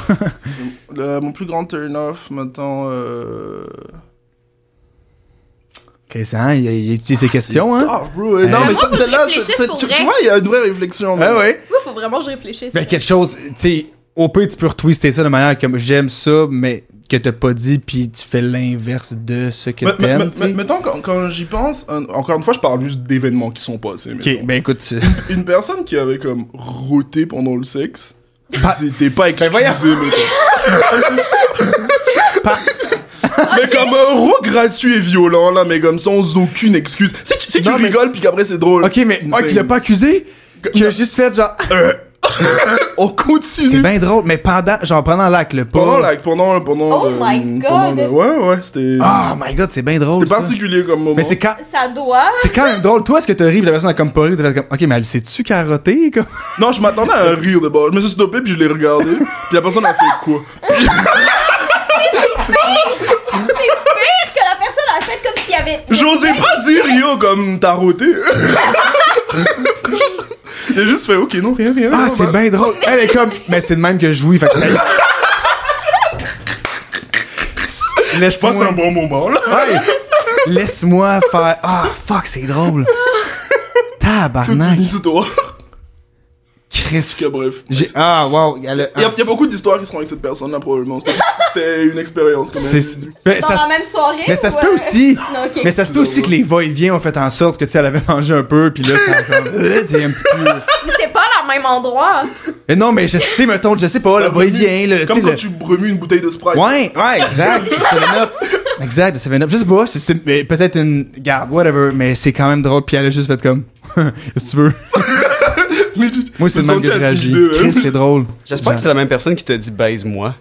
[SPEAKER 2] Le- mon plus grand turn off maintenant. Euh...
[SPEAKER 1] Ok, c'est hein, il, il étudie ses questions,
[SPEAKER 2] Ah, c'est
[SPEAKER 1] hein?
[SPEAKER 2] tough, bro. Non,
[SPEAKER 1] Euh,
[SPEAKER 2] mais
[SPEAKER 1] moi,
[SPEAKER 2] ça,
[SPEAKER 3] faut que je
[SPEAKER 2] celle-là, c'est-
[SPEAKER 3] réfléchisse
[SPEAKER 2] c'est-
[SPEAKER 3] pour
[SPEAKER 2] tu, tu
[SPEAKER 3] vrai.
[SPEAKER 2] vois, il y a une vraie réflexion.
[SPEAKER 1] Ah
[SPEAKER 2] là.
[SPEAKER 1] ouais?
[SPEAKER 3] Moi, faut vraiment que je réfléchisse.
[SPEAKER 1] Mais
[SPEAKER 3] là.
[SPEAKER 1] quelque chose, tu sais, au pire, tu peux retwister ça de manière comme j'aime ça, mais que t'as pas dit, puis tu fais l'inverse de ce que
[SPEAKER 2] Mais- mais-
[SPEAKER 1] t'aimes, tu
[SPEAKER 2] mais-
[SPEAKER 1] sais.
[SPEAKER 2] Mettons, quand, quand j'y pense, un- encore une fois, je parle juste d'événements qui sont passés. mettons.
[SPEAKER 1] Ok, ben écoute, tu-
[SPEAKER 2] Une personne qui avait comme roté pendant le sexe,
[SPEAKER 1] Bah-
[SPEAKER 2] c'était pas excusé,
[SPEAKER 1] voyons.
[SPEAKER 2] mettons. Mais comme un roux gratuit et violent, là, mais comme sans aucune excuse. Si tu, si tu
[SPEAKER 1] Non, mais-
[SPEAKER 2] rigoles, puis qu'après c'est drôle.
[SPEAKER 1] Ok, mais. Ah,
[SPEAKER 2] Insane.
[SPEAKER 1] qu'il l'a pas accusé? Qu'il a juste fait genre.
[SPEAKER 2] Euh, on
[SPEAKER 1] C'est
[SPEAKER 2] continue.
[SPEAKER 1] bien drôle, mais pendant. Genre pendant l'acte, le pas.
[SPEAKER 2] Pendant, la, pendant, pendant.
[SPEAKER 3] Oh
[SPEAKER 2] le-
[SPEAKER 3] my
[SPEAKER 2] pendant
[SPEAKER 3] God.
[SPEAKER 2] le- ouais, ouais, c'était.
[SPEAKER 1] Oh my god, c'est bien drôle.
[SPEAKER 2] c'était
[SPEAKER 1] ça.
[SPEAKER 2] particulier comme moment.
[SPEAKER 1] Mais c'est quand.
[SPEAKER 3] Ça doit.
[SPEAKER 1] C'est quand même drôle. Toi, est-ce que t'as ri, puis la personne a comme pas ri, t'as fait comme, ok, mais elle s'est-tu carotée, comme?
[SPEAKER 2] Non, je m'attendais à un rire de bord. Je me suis stoppé, puis je l'ai regardé. puis la personne a fait quoi
[SPEAKER 3] Pire que la personne a fait comme s'il y avait.
[SPEAKER 2] J'osais pas dire yo comme t'as roté. Il a juste fait ok, non, rien, rien.
[SPEAKER 1] Ah,
[SPEAKER 2] non,
[SPEAKER 1] c'est
[SPEAKER 2] bah.
[SPEAKER 1] bien drôle. Elle est comme, mais c'est de même que je jouis, fait que.
[SPEAKER 2] Je passe
[SPEAKER 1] Laisse-moi.
[SPEAKER 2] un bon moment là.
[SPEAKER 1] Hey! Laisse-moi faire. Ah, fuck, c'est drôle.
[SPEAKER 2] Toute
[SPEAKER 1] Tabarnak.
[SPEAKER 2] une histoire.
[SPEAKER 1] Chris.
[SPEAKER 2] Ok, bref.
[SPEAKER 1] J'ai- Ah, wow. elle a-
[SPEAKER 2] Il y, a, il y a beaucoup d'histoires qui seront avec cette personne-là, probablement. C'était- C'était une expérience, quand
[SPEAKER 1] ah, C'est-
[SPEAKER 2] même.
[SPEAKER 1] Mais
[SPEAKER 3] Dans
[SPEAKER 1] ça,
[SPEAKER 3] la
[SPEAKER 1] se-
[SPEAKER 3] même soirée.
[SPEAKER 1] mais ça
[SPEAKER 3] ou,
[SPEAKER 1] se peut
[SPEAKER 3] euh,
[SPEAKER 1] aussi.
[SPEAKER 3] Non, ok.
[SPEAKER 1] Mais ça se peut aussi que les va-et-vient ont fait en sorte que, tu sais, elle avait mangé un peu, puis là, ça a comme. euh, tu sais, un petit peu.
[SPEAKER 3] Mais c'est pas le même endroit.
[SPEAKER 1] Mais non, mais, je- tu sais, mettons, je sais pas, le va-et-vient, le. tu
[SPEAKER 2] Comme
[SPEAKER 1] sais,
[SPEAKER 2] quand
[SPEAKER 1] le-
[SPEAKER 2] tu remues une bouteille de Sprite.
[SPEAKER 1] Ouais, ouais, exact. le 7-Up. Exact, le 7-Up. Je sais pas, c'est- c'est mais peut-être une. Garde, whatever, mais c'est quand même drôle. Puis elle a juste fait comme. si tu veux.
[SPEAKER 2] Mais tu-
[SPEAKER 1] Moi, c'est
[SPEAKER 2] me
[SPEAKER 1] le même que
[SPEAKER 2] sentis
[SPEAKER 1] je réagis.
[SPEAKER 2] intimidé, hein.
[SPEAKER 1] Chris, c'est drôle.
[SPEAKER 4] J'espère que c'est la même personne qui te dit baise-moi.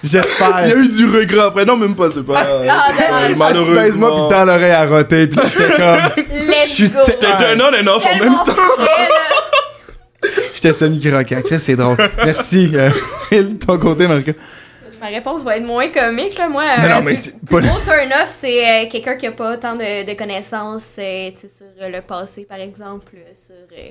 [SPEAKER 2] Il y a
[SPEAKER 1] J'espère.
[SPEAKER 2] eu du regret après. Non, même pas, c'est pas.
[SPEAKER 3] Ah,
[SPEAKER 2] c'est pas-
[SPEAKER 3] ben,
[SPEAKER 1] Ah, tu baises moi, puis dans l'oreille à roter, puis là, j'étais comme. Je
[SPEAKER 3] Let's
[SPEAKER 1] suis
[SPEAKER 3] go.
[SPEAKER 1] tellement-
[SPEAKER 2] T'es un on and off en même
[SPEAKER 3] Tellement fier, là.
[SPEAKER 1] J'étais semi-croquant. Chris, c'est drôle. Merci, euh, Will, de ton côté, Marco.
[SPEAKER 3] Ma réponse va être moins comique, là, moi.
[SPEAKER 1] Non,
[SPEAKER 3] euh,
[SPEAKER 1] non, mais c'est pas.
[SPEAKER 3] Gros turn off, c'est euh, quelqu'un qui a pas autant de, de connaissances euh, tu sais, sur euh, le passé, par exemple, euh, sur euh,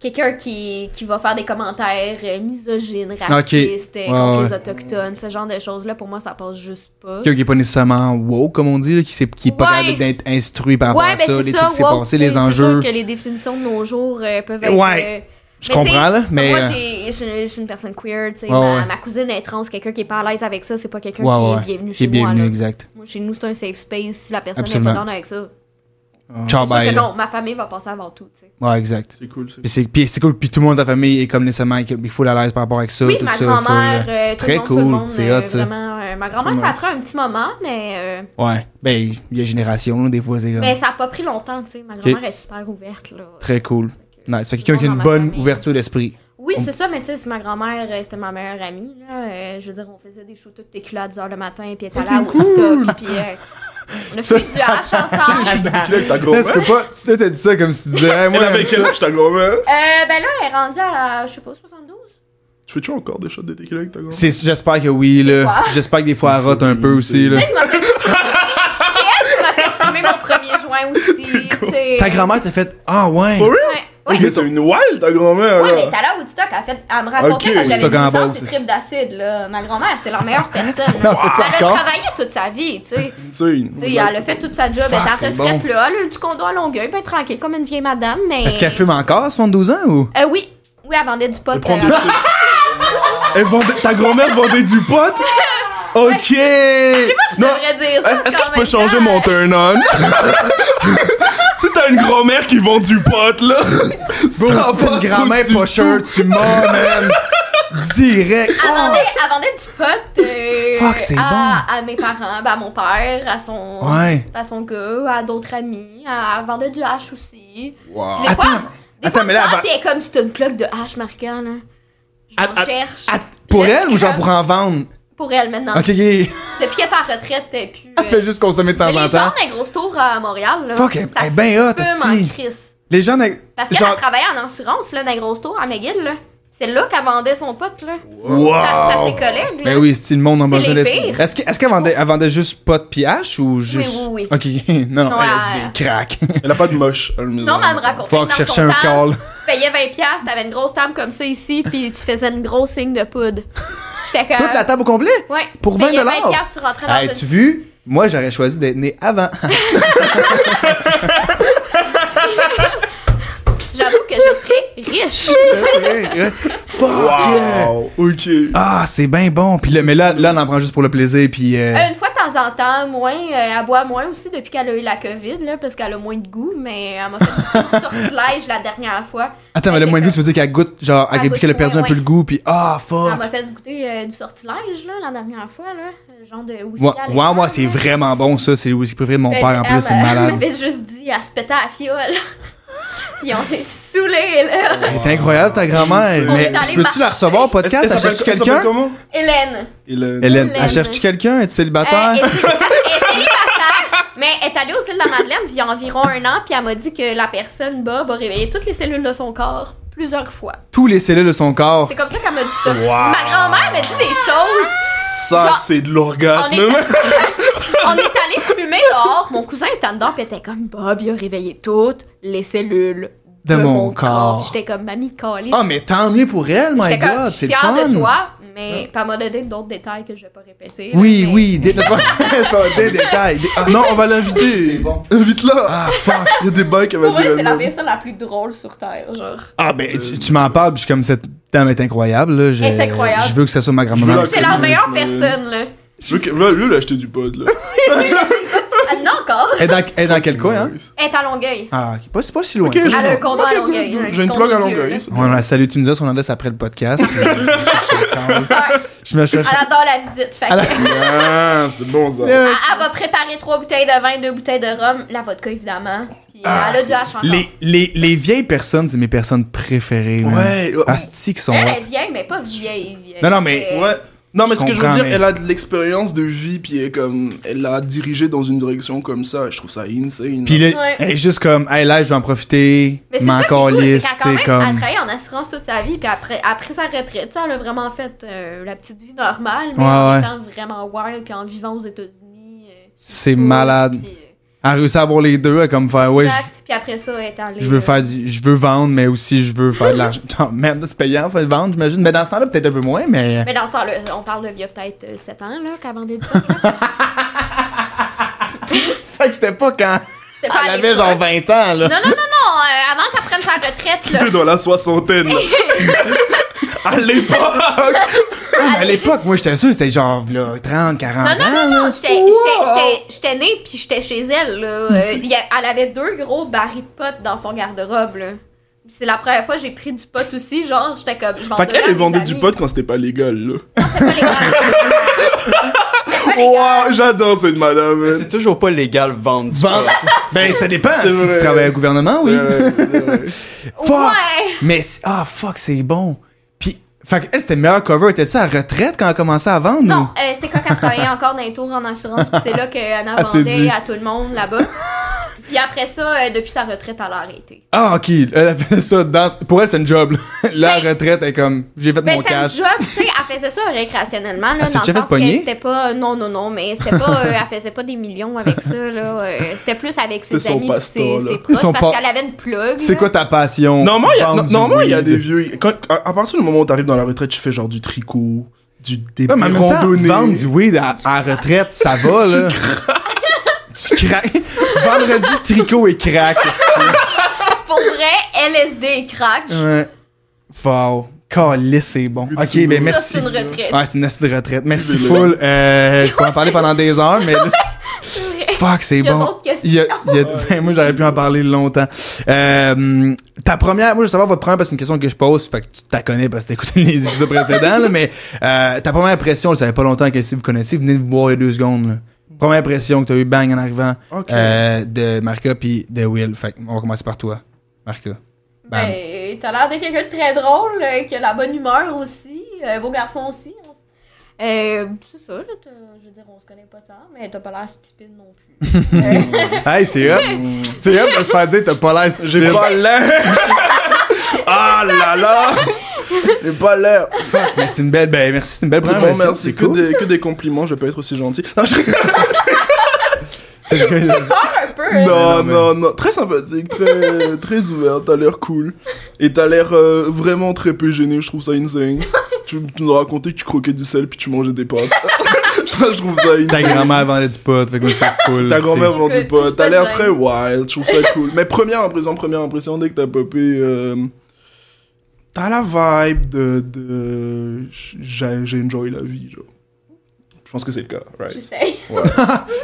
[SPEAKER 3] quelqu'un qui, qui va faire des commentaires euh, misogynes, racistes, euh,
[SPEAKER 1] Ouais,
[SPEAKER 3] contre les
[SPEAKER 1] ouais.
[SPEAKER 3] autochtones, ce genre de choses-là. Pour moi, ça passe juste pas.
[SPEAKER 1] Quelqu'un qui est pas nécessairement wow, comme on dit, là, qui, sait, qui est pas
[SPEAKER 3] Ouais.
[SPEAKER 1] capable d'être instruit par rapport
[SPEAKER 3] Ouais,
[SPEAKER 1] à
[SPEAKER 3] ben
[SPEAKER 1] ça,
[SPEAKER 3] c'est
[SPEAKER 1] les
[SPEAKER 3] ça,
[SPEAKER 1] trucs qui s'est
[SPEAKER 3] woke,
[SPEAKER 1] passé,
[SPEAKER 3] tu sais,
[SPEAKER 1] les enjeux.
[SPEAKER 3] C'est sûr que les définitions de nos jours euh, peuvent être.
[SPEAKER 1] Ouais.
[SPEAKER 3] euh,
[SPEAKER 1] Je
[SPEAKER 3] mais tu sais,
[SPEAKER 1] comprends, là, mais.
[SPEAKER 3] Moi,
[SPEAKER 1] euh,
[SPEAKER 3] j'ai- je suis- je suis une personne queer, tu sais,
[SPEAKER 1] Ouais,
[SPEAKER 3] ma,
[SPEAKER 1] ouais.
[SPEAKER 3] ma cousine est trans, quelqu'un qui est pas à l'aise avec ça, c'est pas quelqu'un
[SPEAKER 1] Ouais,
[SPEAKER 3] qui
[SPEAKER 1] ouais,
[SPEAKER 3] est bienvenu
[SPEAKER 1] Qui
[SPEAKER 3] chez
[SPEAKER 1] est bienvenu,
[SPEAKER 3] moi. là.
[SPEAKER 1] exact.
[SPEAKER 3] Moi, chez nous, c'est un safe space si la personne n'est
[SPEAKER 1] Absolument.
[SPEAKER 3] pas down avec ça.
[SPEAKER 1] Ciao,
[SPEAKER 3] C'est sûr
[SPEAKER 1] bye.
[SPEAKER 3] que
[SPEAKER 1] là.
[SPEAKER 3] non, ma famille va passer avant tout, tu sais.
[SPEAKER 1] Ouais, exact.
[SPEAKER 2] C'est cool. c'est
[SPEAKER 1] Puis c'est, puis c'est cool, puis tout le monde de ta famille est comme nécessairement, il faut la l'aise par rapport avec ça,
[SPEAKER 3] Oui,
[SPEAKER 1] tout
[SPEAKER 3] ma
[SPEAKER 1] ça.
[SPEAKER 3] grand-mère,
[SPEAKER 1] full,
[SPEAKER 3] euh, tout
[SPEAKER 1] Très
[SPEAKER 3] le monde, tout le
[SPEAKER 1] cool,
[SPEAKER 3] monde,
[SPEAKER 1] c'est
[SPEAKER 3] euh,
[SPEAKER 1] hot, ça.
[SPEAKER 3] vraiment, euh, ma grand-mère, ça
[SPEAKER 2] nice.
[SPEAKER 3] prend un petit moment, mais, euh,
[SPEAKER 1] euh, Ouais, ben, il y a génération, là, des fois, c'est comme-
[SPEAKER 3] mais ça a pas pris longtemps, tu sais. Ma grand-mère est super ouverte, là.
[SPEAKER 1] Très cool. Nice. Fait que
[SPEAKER 3] tout le
[SPEAKER 1] quelqu'un qui a une
[SPEAKER 3] monde dans ma
[SPEAKER 1] bonne
[SPEAKER 3] famille.
[SPEAKER 1] ouverture d'esprit.
[SPEAKER 3] Oui, c'est ça, mais tu sais, c'est ma grand-mère, euh, c'était ma meilleure amie, là. Euh, je veux dire, on faisait des shows toutes tes culottes à 10h le matin, puis elle était là à Woodstock, puis euh, on a fait du hache ensemble.
[SPEAKER 2] cool. Tu l'as avec ta
[SPEAKER 1] Là, tu
[SPEAKER 2] grand-mère.
[SPEAKER 1] peux pas, tu là, t'as dit ça comme si tu disais, Hey, moi,
[SPEAKER 2] Elle avait
[SPEAKER 1] j'aime ça.
[SPEAKER 2] quel âge ta grand-mère
[SPEAKER 3] Euh, ben là, elle est rendue à, je sais pas, 72?
[SPEAKER 2] Tu fais toujours encore des shots de tequila avec ta grand-mère
[SPEAKER 1] C'est, j'espère que oui, là.
[SPEAKER 3] fois.
[SPEAKER 1] J'espère que des fois, elle rote un peu aussi, là.
[SPEAKER 3] Elle m'a fait- C'est elle qui m'a fait fumer mon premier joint aussi, tu c'est-
[SPEAKER 5] Ta grand-mère t'a fait Ah ouais!
[SPEAKER 2] For real?
[SPEAKER 3] Ouais,
[SPEAKER 2] Ok,
[SPEAKER 3] ouais.
[SPEAKER 2] c'est une wild, ta grand-mère,
[SPEAKER 3] Ouais, mais
[SPEAKER 2] là.
[SPEAKER 3] t'as l'air au stock. Elle, fait, elle me racontait
[SPEAKER 2] Ok,
[SPEAKER 3] quand j'avais
[SPEAKER 1] ça, quand
[SPEAKER 3] 12
[SPEAKER 1] elle
[SPEAKER 3] ans
[SPEAKER 1] va,
[SPEAKER 3] ses
[SPEAKER 1] c'est-
[SPEAKER 3] tripes d'acide. là. Ma grand-mère, c'est la meilleure personne.
[SPEAKER 1] Non, fais-tu
[SPEAKER 3] elle a
[SPEAKER 1] encore?
[SPEAKER 3] travaillé toute sa vie, tu sais.
[SPEAKER 2] Tu sais, une-
[SPEAKER 3] Tu sais, elle a fait toute sa job, elle est en
[SPEAKER 5] Fuck, c'est
[SPEAKER 3] retraite,
[SPEAKER 5] bon.
[SPEAKER 3] là, elle a eu du condo à Longueuil, ben tranquille, comme une vieille madame, mais...
[SPEAKER 1] Est-ce qu'elle fume encore à 72 ans ou?
[SPEAKER 3] Euh, oui, oui, elle vendait du pot.
[SPEAKER 2] Elle prend
[SPEAKER 3] euh,
[SPEAKER 2] des chips.
[SPEAKER 5] Elle vendait- ta grand-mère vendait du pot? Ok!
[SPEAKER 3] Je devrais dire ça,
[SPEAKER 5] Est-ce que
[SPEAKER 3] parce
[SPEAKER 5] je peux
[SPEAKER 3] qu'en même
[SPEAKER 5] changer
[SPEAKER 3] temps, euh,
[SPEAKER 5] mon turn-on? si t'as une grand-mère qui vend du pot, là!
[SPEAKER 1] Boum,
[SPEAKER 5] ça
[SPEAKER 1] c'est une
[SPEAKER 5] passe
[SPEAKER 1] grand-mère
[SPEAKER 5] au-dessus de
[SPEAKER 1] pocheur,
[SPEAKER 5] tout.
[SPEAKER 1] tu mords, man! Direct!
[SPEAKER 3] Elle vendait, elle vendait du pot euh,
[SPEAKER 1] Oh! Fuck, c'est
[SPEAKER 3] à, à mes parents, ben, à mon père, à son,
[SPEAKER 1] Ouais.
[SPEAKER 3] à son gars, euh, à d'autres amis. Elle vendait du hache aussi.
[SPEAKER 2] Wow.
[SPEAKER 3] Des fois, des
[SPEAKER 1] attends,
[SPEAKER 3] fois,
[SPEAKER 1] mais là,
[SPEAKER 3] elle
[SPEAKER 1] elle va-
[SPEAKER 3] puis elle est comme si t'as une plaque de hache marquant, là. Je
[SPEAKER 5] À-
[SPEAKER 3] m'en
[SPEAKER 5] à-
[SPEAKER 3] cherche.
[SPEAKER 1] Ah, pour
[SPEAKER 3] Puis là,
[SPEAKER 1] elle ou
[SPEAKER 3] je suis
[SPEAKER 1] genre pour en vendre?
[SPEAKER 3] comme- Pour elle, maintenant.
[SPEAKER 1] Ok, ok. Elle
[SPEAKER 3] Depuis qu'elle est en retraite, elle est plus... euh,
[SPEAKER 1] fait juste consommer de temps
[SPEAKER 3] mais
[SPEAKER 1] en
[SPEAKER 3] les
[SPEAKER 1] temps.
[SPEAKER 3] gens d'un gros tour euh, à Montréal, là,
[SPEAKER 1] Fuck, elle
[SPEAKER 3] ça
[SPEAKER 1] elle est bien hot,
[SPEAKER 3] fume en
[SPEAKER 1] esti.
[SPEAKER 3] crise.
[SPEAKER 1] Les gens... n'a-
[SPEAKER 3] Parce qu'elle a
[SPEAKER 1] Genre...
[SPEAKER 3] travaillé en assurance, là, d'un gros tour à McGill, là. C'est là qu'elle vendait son pote, là.
[SPEAKER 1] Wow!
[SPEAKER 3] Ça, C'est à ses collègues, là.
[SPEAKER 1] Ben oui, si le monde en a
[SPEAKER 3] C'est
[SPEAKER 1] besoin
[SPEAKER 3] les
[SPEAKER 1] d'être.
[SPEAKER 3] pires.
[SPEAKER 1] Est-ce que- est-ce qu'elle vendait, elle vendait juste pas de pH ou juste.
[SPEAKER 3] oui, oui.
[SPEAKER 1] Ok, non, non,
[SPEAKER 3] Ouais. Euh,
[SPEAKER 1] elle, c'est des cracks.
[SPEAKER 2] Elle a pas de moche, à la maison.
[SPEAKER 3] Non, mais elle me racontait
[SPEAKER 1] Fuck,
[SPEAKER 3] que dans
[SPEAKER 1] chercher un
[SPEAKER 3] son temps,
[SPEAKER 1] call.
[SPEAKER 3] tu payais 20$, t'avais une grosse table comme ça ici, puis tu faisais une grosse signe de poudre. J'étais comme...
[SPEAKER 1] Toute la table au complet?
[SPEAKER 3] Ouais.
[SPEAKER 1] Pour
[SPEAKER 3] Tu payais
[SPEAKER 1] 20$?
[SPEAKER 3] 20$, tu rentrais dans
[SPEAKER 1] Hey,
[SPEAKER 3] une...
[SPEAKER 1] tu vu? Moi, j'aurais choisi d'être né avant.
[SPEAKER 3] J'avoue que je serais riche.
[SPEAKER 1] Fuck! yeah.
[SPEAKER 2] Wow! Ok.
[SPEAKER 1] Ah, c'est bien bon. Puis là, mais là, là, on en prend juste pour le plaisir. Puis. euh,
[SPEAKER 3] Euh, une fois de temps en temps, moins, euh, elle boit moins aussi depuis qu'elle a eu la COVID, là, parce qu'elle a moins de goût, mais elle m'a fait un sortilège la dernière fois.
[SPEAKER 1] Attends, mais le
[SPEAKER 3] elle
[SPEAKER 1] moins de goût,
[SPEAKER 3] était
[SPEAKER 1] tu veux dire qu'elle goûte, genre,
[SPEAKER 3] euh, Elle
[SPEAKER 1] elle, dit
[SPEAKER 3] goûte
[SPEAKER 1] qu'elle a perdu
[SPEAKER 3] moins,
[SPEAKER 1] un peu
[SPEAKER 3] ouais.
[SPEAKER 1] le goût, puis ah,
[SPEAKER 3] Elle
[SPEAKER 1] fuck!
[SPEAKER 3] m'a fait goûter euh, du sortilège là, la dernière fois, là, le genre de whisky.
[SPEAKER 1] Ouais,
[SPEAKER 3] à
[SPEAKER 1] ouais,
[SPEAKER 3] l'érable,
[SPEAKER 1] ouais, c'est
[SPEAKER 3] là.
[SPEAKER 1] vraiment bon, ça. C'est le whisky préféré de mon
[SPEAKER 3] Fait
[SPEAKER 1] père, en
[SPEAKER 3] que
[SPEAKER 1] plus,
[SPEAKER 3] elle
[SPEAKER 1] c'est
[SPEAKER 3] m'a- Elle
[SPEAKER 1] malade.
[SPEAKER 3] m'avait juste dit, elle se pétait à la fiole. Puis on s'est saoulés, là.
[SPEAKER 1] Elle est incroyable, ta grand-mère.
[SPEAKER 2] On
[SPEAKER 1] Mais
[SPEAKER 3] est allé
[SPEAKER 1] tu peux-tu la
[SPEAKER 3] marcher.
[SPEAKER 1] recevoir au
[SPEAKER 2] Est-ce-
[SPEAKER 1] podcast?
[SPEAKER 2] elle
[SPEAKER 1] Elle
[SPEAKER 2] s'appelle-
[SPEAKER 1] cherche
[SPEAKER 2] elle s'appelle
[SPEAKER 1] quelqu'un?
[SPEAKER 2] comment?
[SPEAKER 3] Hélène. Euh,
[SPEAKER 2] Hélène.
[SPEAKER 1] Hélène,
[SPEAKER 3] Hélène.
[SPEAKER 1] elle cherche quelqu'un? Elle est
[SPEAKER 3] Elle
[SPEAKER 1] célibataire?
[SPEAKER 3] est célibataire, mais elle est allée aux îles de la Madeleine il y a environ un an, puis elle m'a dit que la personne, Bob, a réveillé toutes les cellules de son corps plusieurs fois.
[SPEAKER 1] Tous les cellules de son corps.
[SPEAKER 3] C'est comme ça qu'elle m'a dit ça. Ma grand-mère m'a dit des choses.
[SPEAKER 2] Ça,
[SPEAKER 3] Genre-
[SPEAKER 2] c'est de
[SPEAKER 1] Ah,
[SPEAKER 3] On est,
[SPEAKER 2] l'orgasme.
[SPEAKER 3] on est allé fumer dehors. Mon cousin était en dedans, puis était comme Bob, il a réveillé toutes les cellules
[SPEAKER 1] De mon corps.
[SPEAKER 3] Puis J'étais comme mamie calée.
[SPEAKER 1] Ah, mais tant mieux pour elle, my
[SPEAKER 3] J'étais comme,
[SPEAKER 1] god,
[SPEAKER 3] je suis
[SPEAKER 1] c'est le
[SPEAKER 3] fière
[SPEAKER 1] fun.
[SPEAKER 3] de toi, mais pas m'a donné d'autres détails que je vais pas répéter. là,
[SPEAKER 1] Oui,
[SPEAKER 3] mais-
[SPEAKER 1] oui, des, c'est pas- c'est pas des détails. des- ah,
[SPEAKER 2] Non, on va l'inviter. Invite-la.
[SPEAKER 1] Ah, fuck.
[SPEAKER 2] Il y a des bails qu'elle va
[SPEAKER 3] Pour vrai,
[SPEAKER 2] dire.
[SPEAKER 3] c'est la
[SPEAKER 2] elle-même.
[SPEAKER 3] personne la plus drôle sur Terre, genre.
[SPEAKER 1] Ah, ben, tu, tu m'en parles, puis je suis comme cette dame est incroyable, là. Je,
[SPEAKER 3] Elle est incroyable.
[SPEAKER 1] Je veux que ça soit ma
[SPEAKER 2] Je veux
[SPEAKER 1] grand-maman.
[SPEAKER 2] la-
[SPEAKER 3] C'est la
[SPEAKER 2] Absolument,
[SPEAKER 3] meilleure
[SPEAKER 2] mais-
[SPEAKER 3] personne, là.
[SPEAKER 2] Je veux que- Là, lui, il a acheté du pod, là.
[SPEAKER 3] Elle en a Ah, encore.
[SPEAKER 1] Elle est dans, elle est dans quel coin, hein?
[SPEAKER 3] Elle est à Longueuil.
[SPEAKER 1] Ah, ok, pas, c'est pas si loin.
[SPEAKER 2] Ok,
[SPEAKER 1] Pas si
[SPEAKER 2] je-
[SPEAKER 3] Elle a un
[SPEAKER 1] loin.
[SPEAKER 3] condo
[SPEAKER 2] Ok,
[SPEAKER 3] à
[SPEAKER 2] good,
[SPEAKER 3] Longueuil.
[SPEAKER 2] good.
[SPEAKER 3] un
[SPEAKER 2] J'ai une
[SPEAKER 3] condo
[SPEAKER 2] plug à
[SPEAKER 3] vieux,
[SPEAKER 2] Longueuil.
[SPEAKER 3] là.
[SPEAKER 2] c'est
[SPEAKER 1] Ouais, on a- salut, tu me dis son adresse après le podcast. je me cherche.
[SPEAKER 3] Ah, Elle adore la visite. Fait que-
[SPEAKER 1] Elle a-
[SPEAKER 3] elle,
[SPEAKER 2] Ah, c'est bon ça.
[SPEAKER 1] Euh,
[SPEAKER 3] elle va préparer trois bouteilles de vin, deux bouteilles de rhum, la vodka évidemment. Puis euh, elle a du hache encore.
[SPEAKER 1] Les, les, les vieilles personnes, c'est mes personnes préférées. man.
[SPEAKER 2] Ouais, ouais.
[SPEAKER 1] Asti qui sont.
[SPEAKER 3] Elle est vieille, mais pas vieille. vieille.
[SPEAKER 1] Non, non, mais-
[SPEAKER 3] Euh,
[SPEAKER 2] Ouais. Non, mais
[SPEAKER 1] Je
[SPEAKER 2] ce que je veux
[SPEAKER 1] comprends,
[SPEAKER 2] dire,
[SPEAKER 1] mais-
[SPEAKER 2] elle a de l'expérience de vie, puis elle, comme, elle a dirigé dans une direction comme ça. Je trouve ça insane.
[SPEAKER 1] Puis là,
[SPEAKER 3] Ouais.
[SPEAKER 1] elle est juste comme, hey, là, je vais en profiter.
[SPEAKER 3] Mais c'est
[SPEAKER 1] m'en
[SPEAKER 3] ça qui est cool, c'est
[SPEAKER 1] calisse,
[SPEAKER 3] qu'elle a
[SPEAKER 1] tu
[SPEAKER 3] quand
[SPEAKER 1] sais,
[SPEAKER 3] même elle
[SPEAKER 1] comme.
[SPEAKER 3] travaillé en assurance toute sa vie, puis après, après sa retraite, tu sais, elle a vraiment fait euh, la petite vie normale, mais
[SPEAKER 1] Ouais,
[SPEAKER 3] en
[SPEAKER 1] ouais.
[SPEAKER 3] étant vraiment wild, puis en vivant aux États-Unis. euh, sous
[SPEAKER 1] C'est
[SPEAKER 3] pouce,
[SPEAKER 1] malade.
[SPEAKER 3] Puis, euh,
[SPEAKER 1] Elle a réussi à avoir les deux, à comme faire, ouais, je-
[SPEAKER 3] exact, puis après ça, elle est allée.
[SPEAKER 1] je veux
[SPEAKER 3] euh,
[SPEAKER 1] faire du, je veux vendre, mais aussi je veux faire de l'argent. Genre, Même, c'est payant, faut le vendre, j'imagine. Mais dans ce temps-là, peut-être un peu moins, mais.
[SPEAKER 3] Mais dans ce temps-là, on parle de via peut-être euh, 7 ans, là, qu'elle vendait du pot, là.
[SPEAKER 1] Fait que c'était pas quand.
[SPEAKER 3] C'était pas
[SPEAKER 1] Elle
[SPEAKER 3] à
[SPEAKER 1] avait
[SPEAKER 3] l'époque.
[SPEAKER 1] genre 20 ans, là.
[SPEAKER 3] Non, non, non, non, euh, avant qu'elle prenne sa retraite, là.
[SPEAKER 2] T'es dans la soixantaine. là. à l'époque.
[SPEAKER 1] Ah, mais à l'époque, moi, j'étais sûr, c'était genre, là, 30, 40
[SPEAKER 3] Non,
[SPEAKER 1] ans.
[SPEAKER 3] non, non,
[SPEAKER 1] là.
[SPEAKER 3] non, j'étais j'étais- j'étais- j'étais née puis j'étais chez elle, là. Euh, il y a- elle avait deux gros barils de potes dans son garde-robe, là. Puis C'est la première fois que j'ai pris du pot aussi, genre, j'étais comme, je m'en
[SPEAKER 2] Fait qu'elle,
[SPEAKER 3] donnais à
[SPEAKER 2] elle
[SPEAKER 3] mes
[SPEAKER 2] vendait
[SPEAKER 3] amis.
[SPEAKER 2] du pot quand c'était pas légal, là.
[SPEAKER 3] C'était pas légal.
[SPEAKER 2] Wow, j'adore cette madame.
[SPEAKER 4] Mais
[SPEAKER 2] hein.
[SPEAKER 4] C'est toujours pas légal vendre du
[SPEAKER 1] Vendre.
[SPEAKER 4] pot.
[SPEAKER 1] Ben, ça dépend.
[SPEAKER 2] C'est
[SPEAKER 1] Si tu
[SPEAKER 2] vrai.
[SPEAKER 1] travailles au gouvernement, oui.
[SPEAKER 2] Ouais, ouais, ouais, ouais.
[SPEAKER 1] Fuck!
[SPEAKER 3] Ouais.
[SPEAKER 1] Mais, c'est- ah, fuck, c'est bon. Puis, fait que elle, c'était le meilleur cover. Était-tu à la retraite quand elle a commencé à vendre?
[SPEAKER 3] Non,
[SPEAKER 1] ou-
[SPEAKER 3] euh, c'était quand elle travaillait encore dans les tours en assurance, puis c'est là qu'elle en
[SPEAKER 1] Ah, c'est
[SPEAKER 3] vendait
[SPEAKER 1] dit.
[SPEAKER 3] à tout le monde là-bas. Puis après ça, euh, depuis sa retraite, elle a arrêté.
[SPEAKER 1] Ah, ok. Elle a fait ça dans. Pour elle, c'est une job. Là, Là, à la
[SPEAKER 3] Ben-
[SPEAKER 1] retraite, elle est comme, j'ai fait
[SPEAKER 3] Ben,
[SPEAKER 1] mon
[SPEAKER 3] c'était un
[SPEAKER 1] cash.
[SPEAKER 3] job, tu sais, elle elle faisait ça récréationnellement, là,
[SPEAKER 1] Elle s'est
[SPEAKER 3] dans le
[SPEAKER 1] déjà fait
[SPEAKER 3] sens que
[SPEAKER 1] pogner?
[SPEAKER 3] c'était pas... euh, Non, non, non, mais c'était pas... euh, elle faisait pas des millions avec ça, là. euh, c'était plus avec ses
[SPEAKER 2] C'est son
[SPEAKER 3] amis pis ses,
[SPEAKER 2] pastor, là.
[SPEAKER 3] ses proches,
[SPEAKER 1] son
[SPEAKER 3] parce
[SPEAKER 1] pa-
[SPEAKER 3] qu'elle avait une plug,
[SPEAKER 1] C'est
[SPEAKER 3] là.
[SPEAKER 1] quoi ta passion?
[SPEAKER 2] Normalement, il y a,
[SPEAKER 1] Vendre du
[SPEAKER 2] normalement, il y a
[SPEAKER 1] weed.
[SPEAKER 2] des vieux. quand- à, à partir du moment où t'arrives dans la retraite, tu fais genre du tricot, du des
[SPEAKER 1] Ouais, mais en même temps,
[SPEAKER 2] randonnées.
[SPEAKER 1] vendre du weed à, à retraite, ça va, là. tu craques. Vendredi, tricot et crack.
[SPEAKER 3] Pour vrai, LSD et crack.
[SPEAKER 1] Ouais. Wow. Calisse, c'est bon.
[SPEAKER 2] Good
[SPEAKER 1] Ok, ben
[SPEAKER 2] to know.
[SPEAKER 1] merci.
[SPEAKER 3] Ça, c'est une retraite.
[SPEAKER 1] Ouais, c'est une astuce de retraite. Merci,
[SPEAKER 2] Excusez-le.
[SPEAKER 1] full. Euh, je pourrais en parler pendant des heures, mais là,
[SPEAKER 3] vrai.
[SPEAKER 1] fuck, c'est
[SPEAKER 3] Il y a
[SPEAKER 1] bon.
[SPEAKER 3] d'autres questions.
[SPEAKER 1] Il y a- il y
[SPEAKER 2] Ah
[SPEAKER 1] a- ben, moi, j'aurais pu en parler longtemps. Euh, ta première, moi, je veux savoir votre première, parce que c'est une question que je pose, fait que tu la connais parce que t'as écouté les épisodes précédents, là, mais euh, ta première impression, je savais pas longtemps que si vous connaissez, venez vous voir il y a deux secondes. là. Première impression que t'as eu bang en arrivant
[SPEAKER 2] Ok.
[SPEAKER 1] euh, de Marca puis de Will. Fait que on va commencer par toi, Marca. Bam.
[SPEAKER 3] Ben, t'as l'air de quelqu'un de très drôle, euh, qui a la bonne humeur aussi, euh, beau garçon aussi. on s- Euh, c'est ça, là, t'as- je veux dire, on se connaît pas tant, mais t'as pas l'air stupide non plus. Euh,
[SPEAKER 1] Hey, c'est hop! c'est hop de se faire dire t'as pas l'air stupide.
[SPEAKER 2] J'ai pas l'air. ah là là. J'ai pas l'air.
[SPEAKER 1] Fuck, mais c'est une belle, ben merci, c'est une belle
[SPEAKER 2] C'est
[SPEAKER 1] première
[SPEAKER 2] bon,
[SPEAKER 1] impression,
[SPEAKER 2] merci.
[SPEAKER 1] c'est
[SPEAKER 2] Que,
[SPEAKER 1] cool.
[SPEAKER 2] des, que des compliments, je vais pas être aussi gentil. Non, je-
[SPEAKER 1] C'est que-
[SPEAKER 3] un peu. hein.
[SPEAKER 2] non,
[SPEAKER 1] mais-
[SPEAKER 2] non, non. Très sympathique, très, très ouvert. T'as l'air cool. Et t'as l'air euh, vraiment très peu gêné. Je trouve ça insane. tu, tu nous racontais que tu croquais du sel puis tu mangeais des pâtes. Ça, je trouve ça insane.
[SPEAKER 1] Ta grand-mère vendait du pot, fait que c'est cool.
[SPEAKER 2] Ta
[SPEAKER 1] c'est-
[SPEAKER 2] grand-mère vend du
[SPEAKER 3] Écoute, je
[SPEAKER 2] pot.
[SPEAKER 3] suis
[SPEAKER 2] T'as
[SPEAKER 3] pas
[SPEAKER 2] l'air
[SPEAKER 3] jeune.
[SPEAKER 2] très wild. Je trouve ça cool. Mais première impression, première impression, dès que t'as popé. euh, T'as la vibe de. de... J'ai j'ai enjoy la vie, genre. Je pense que c'est le cas,
[SPEAKER 1] euh,
[SPEAKER 2] right?
[SPEAKER 3] J'essaye.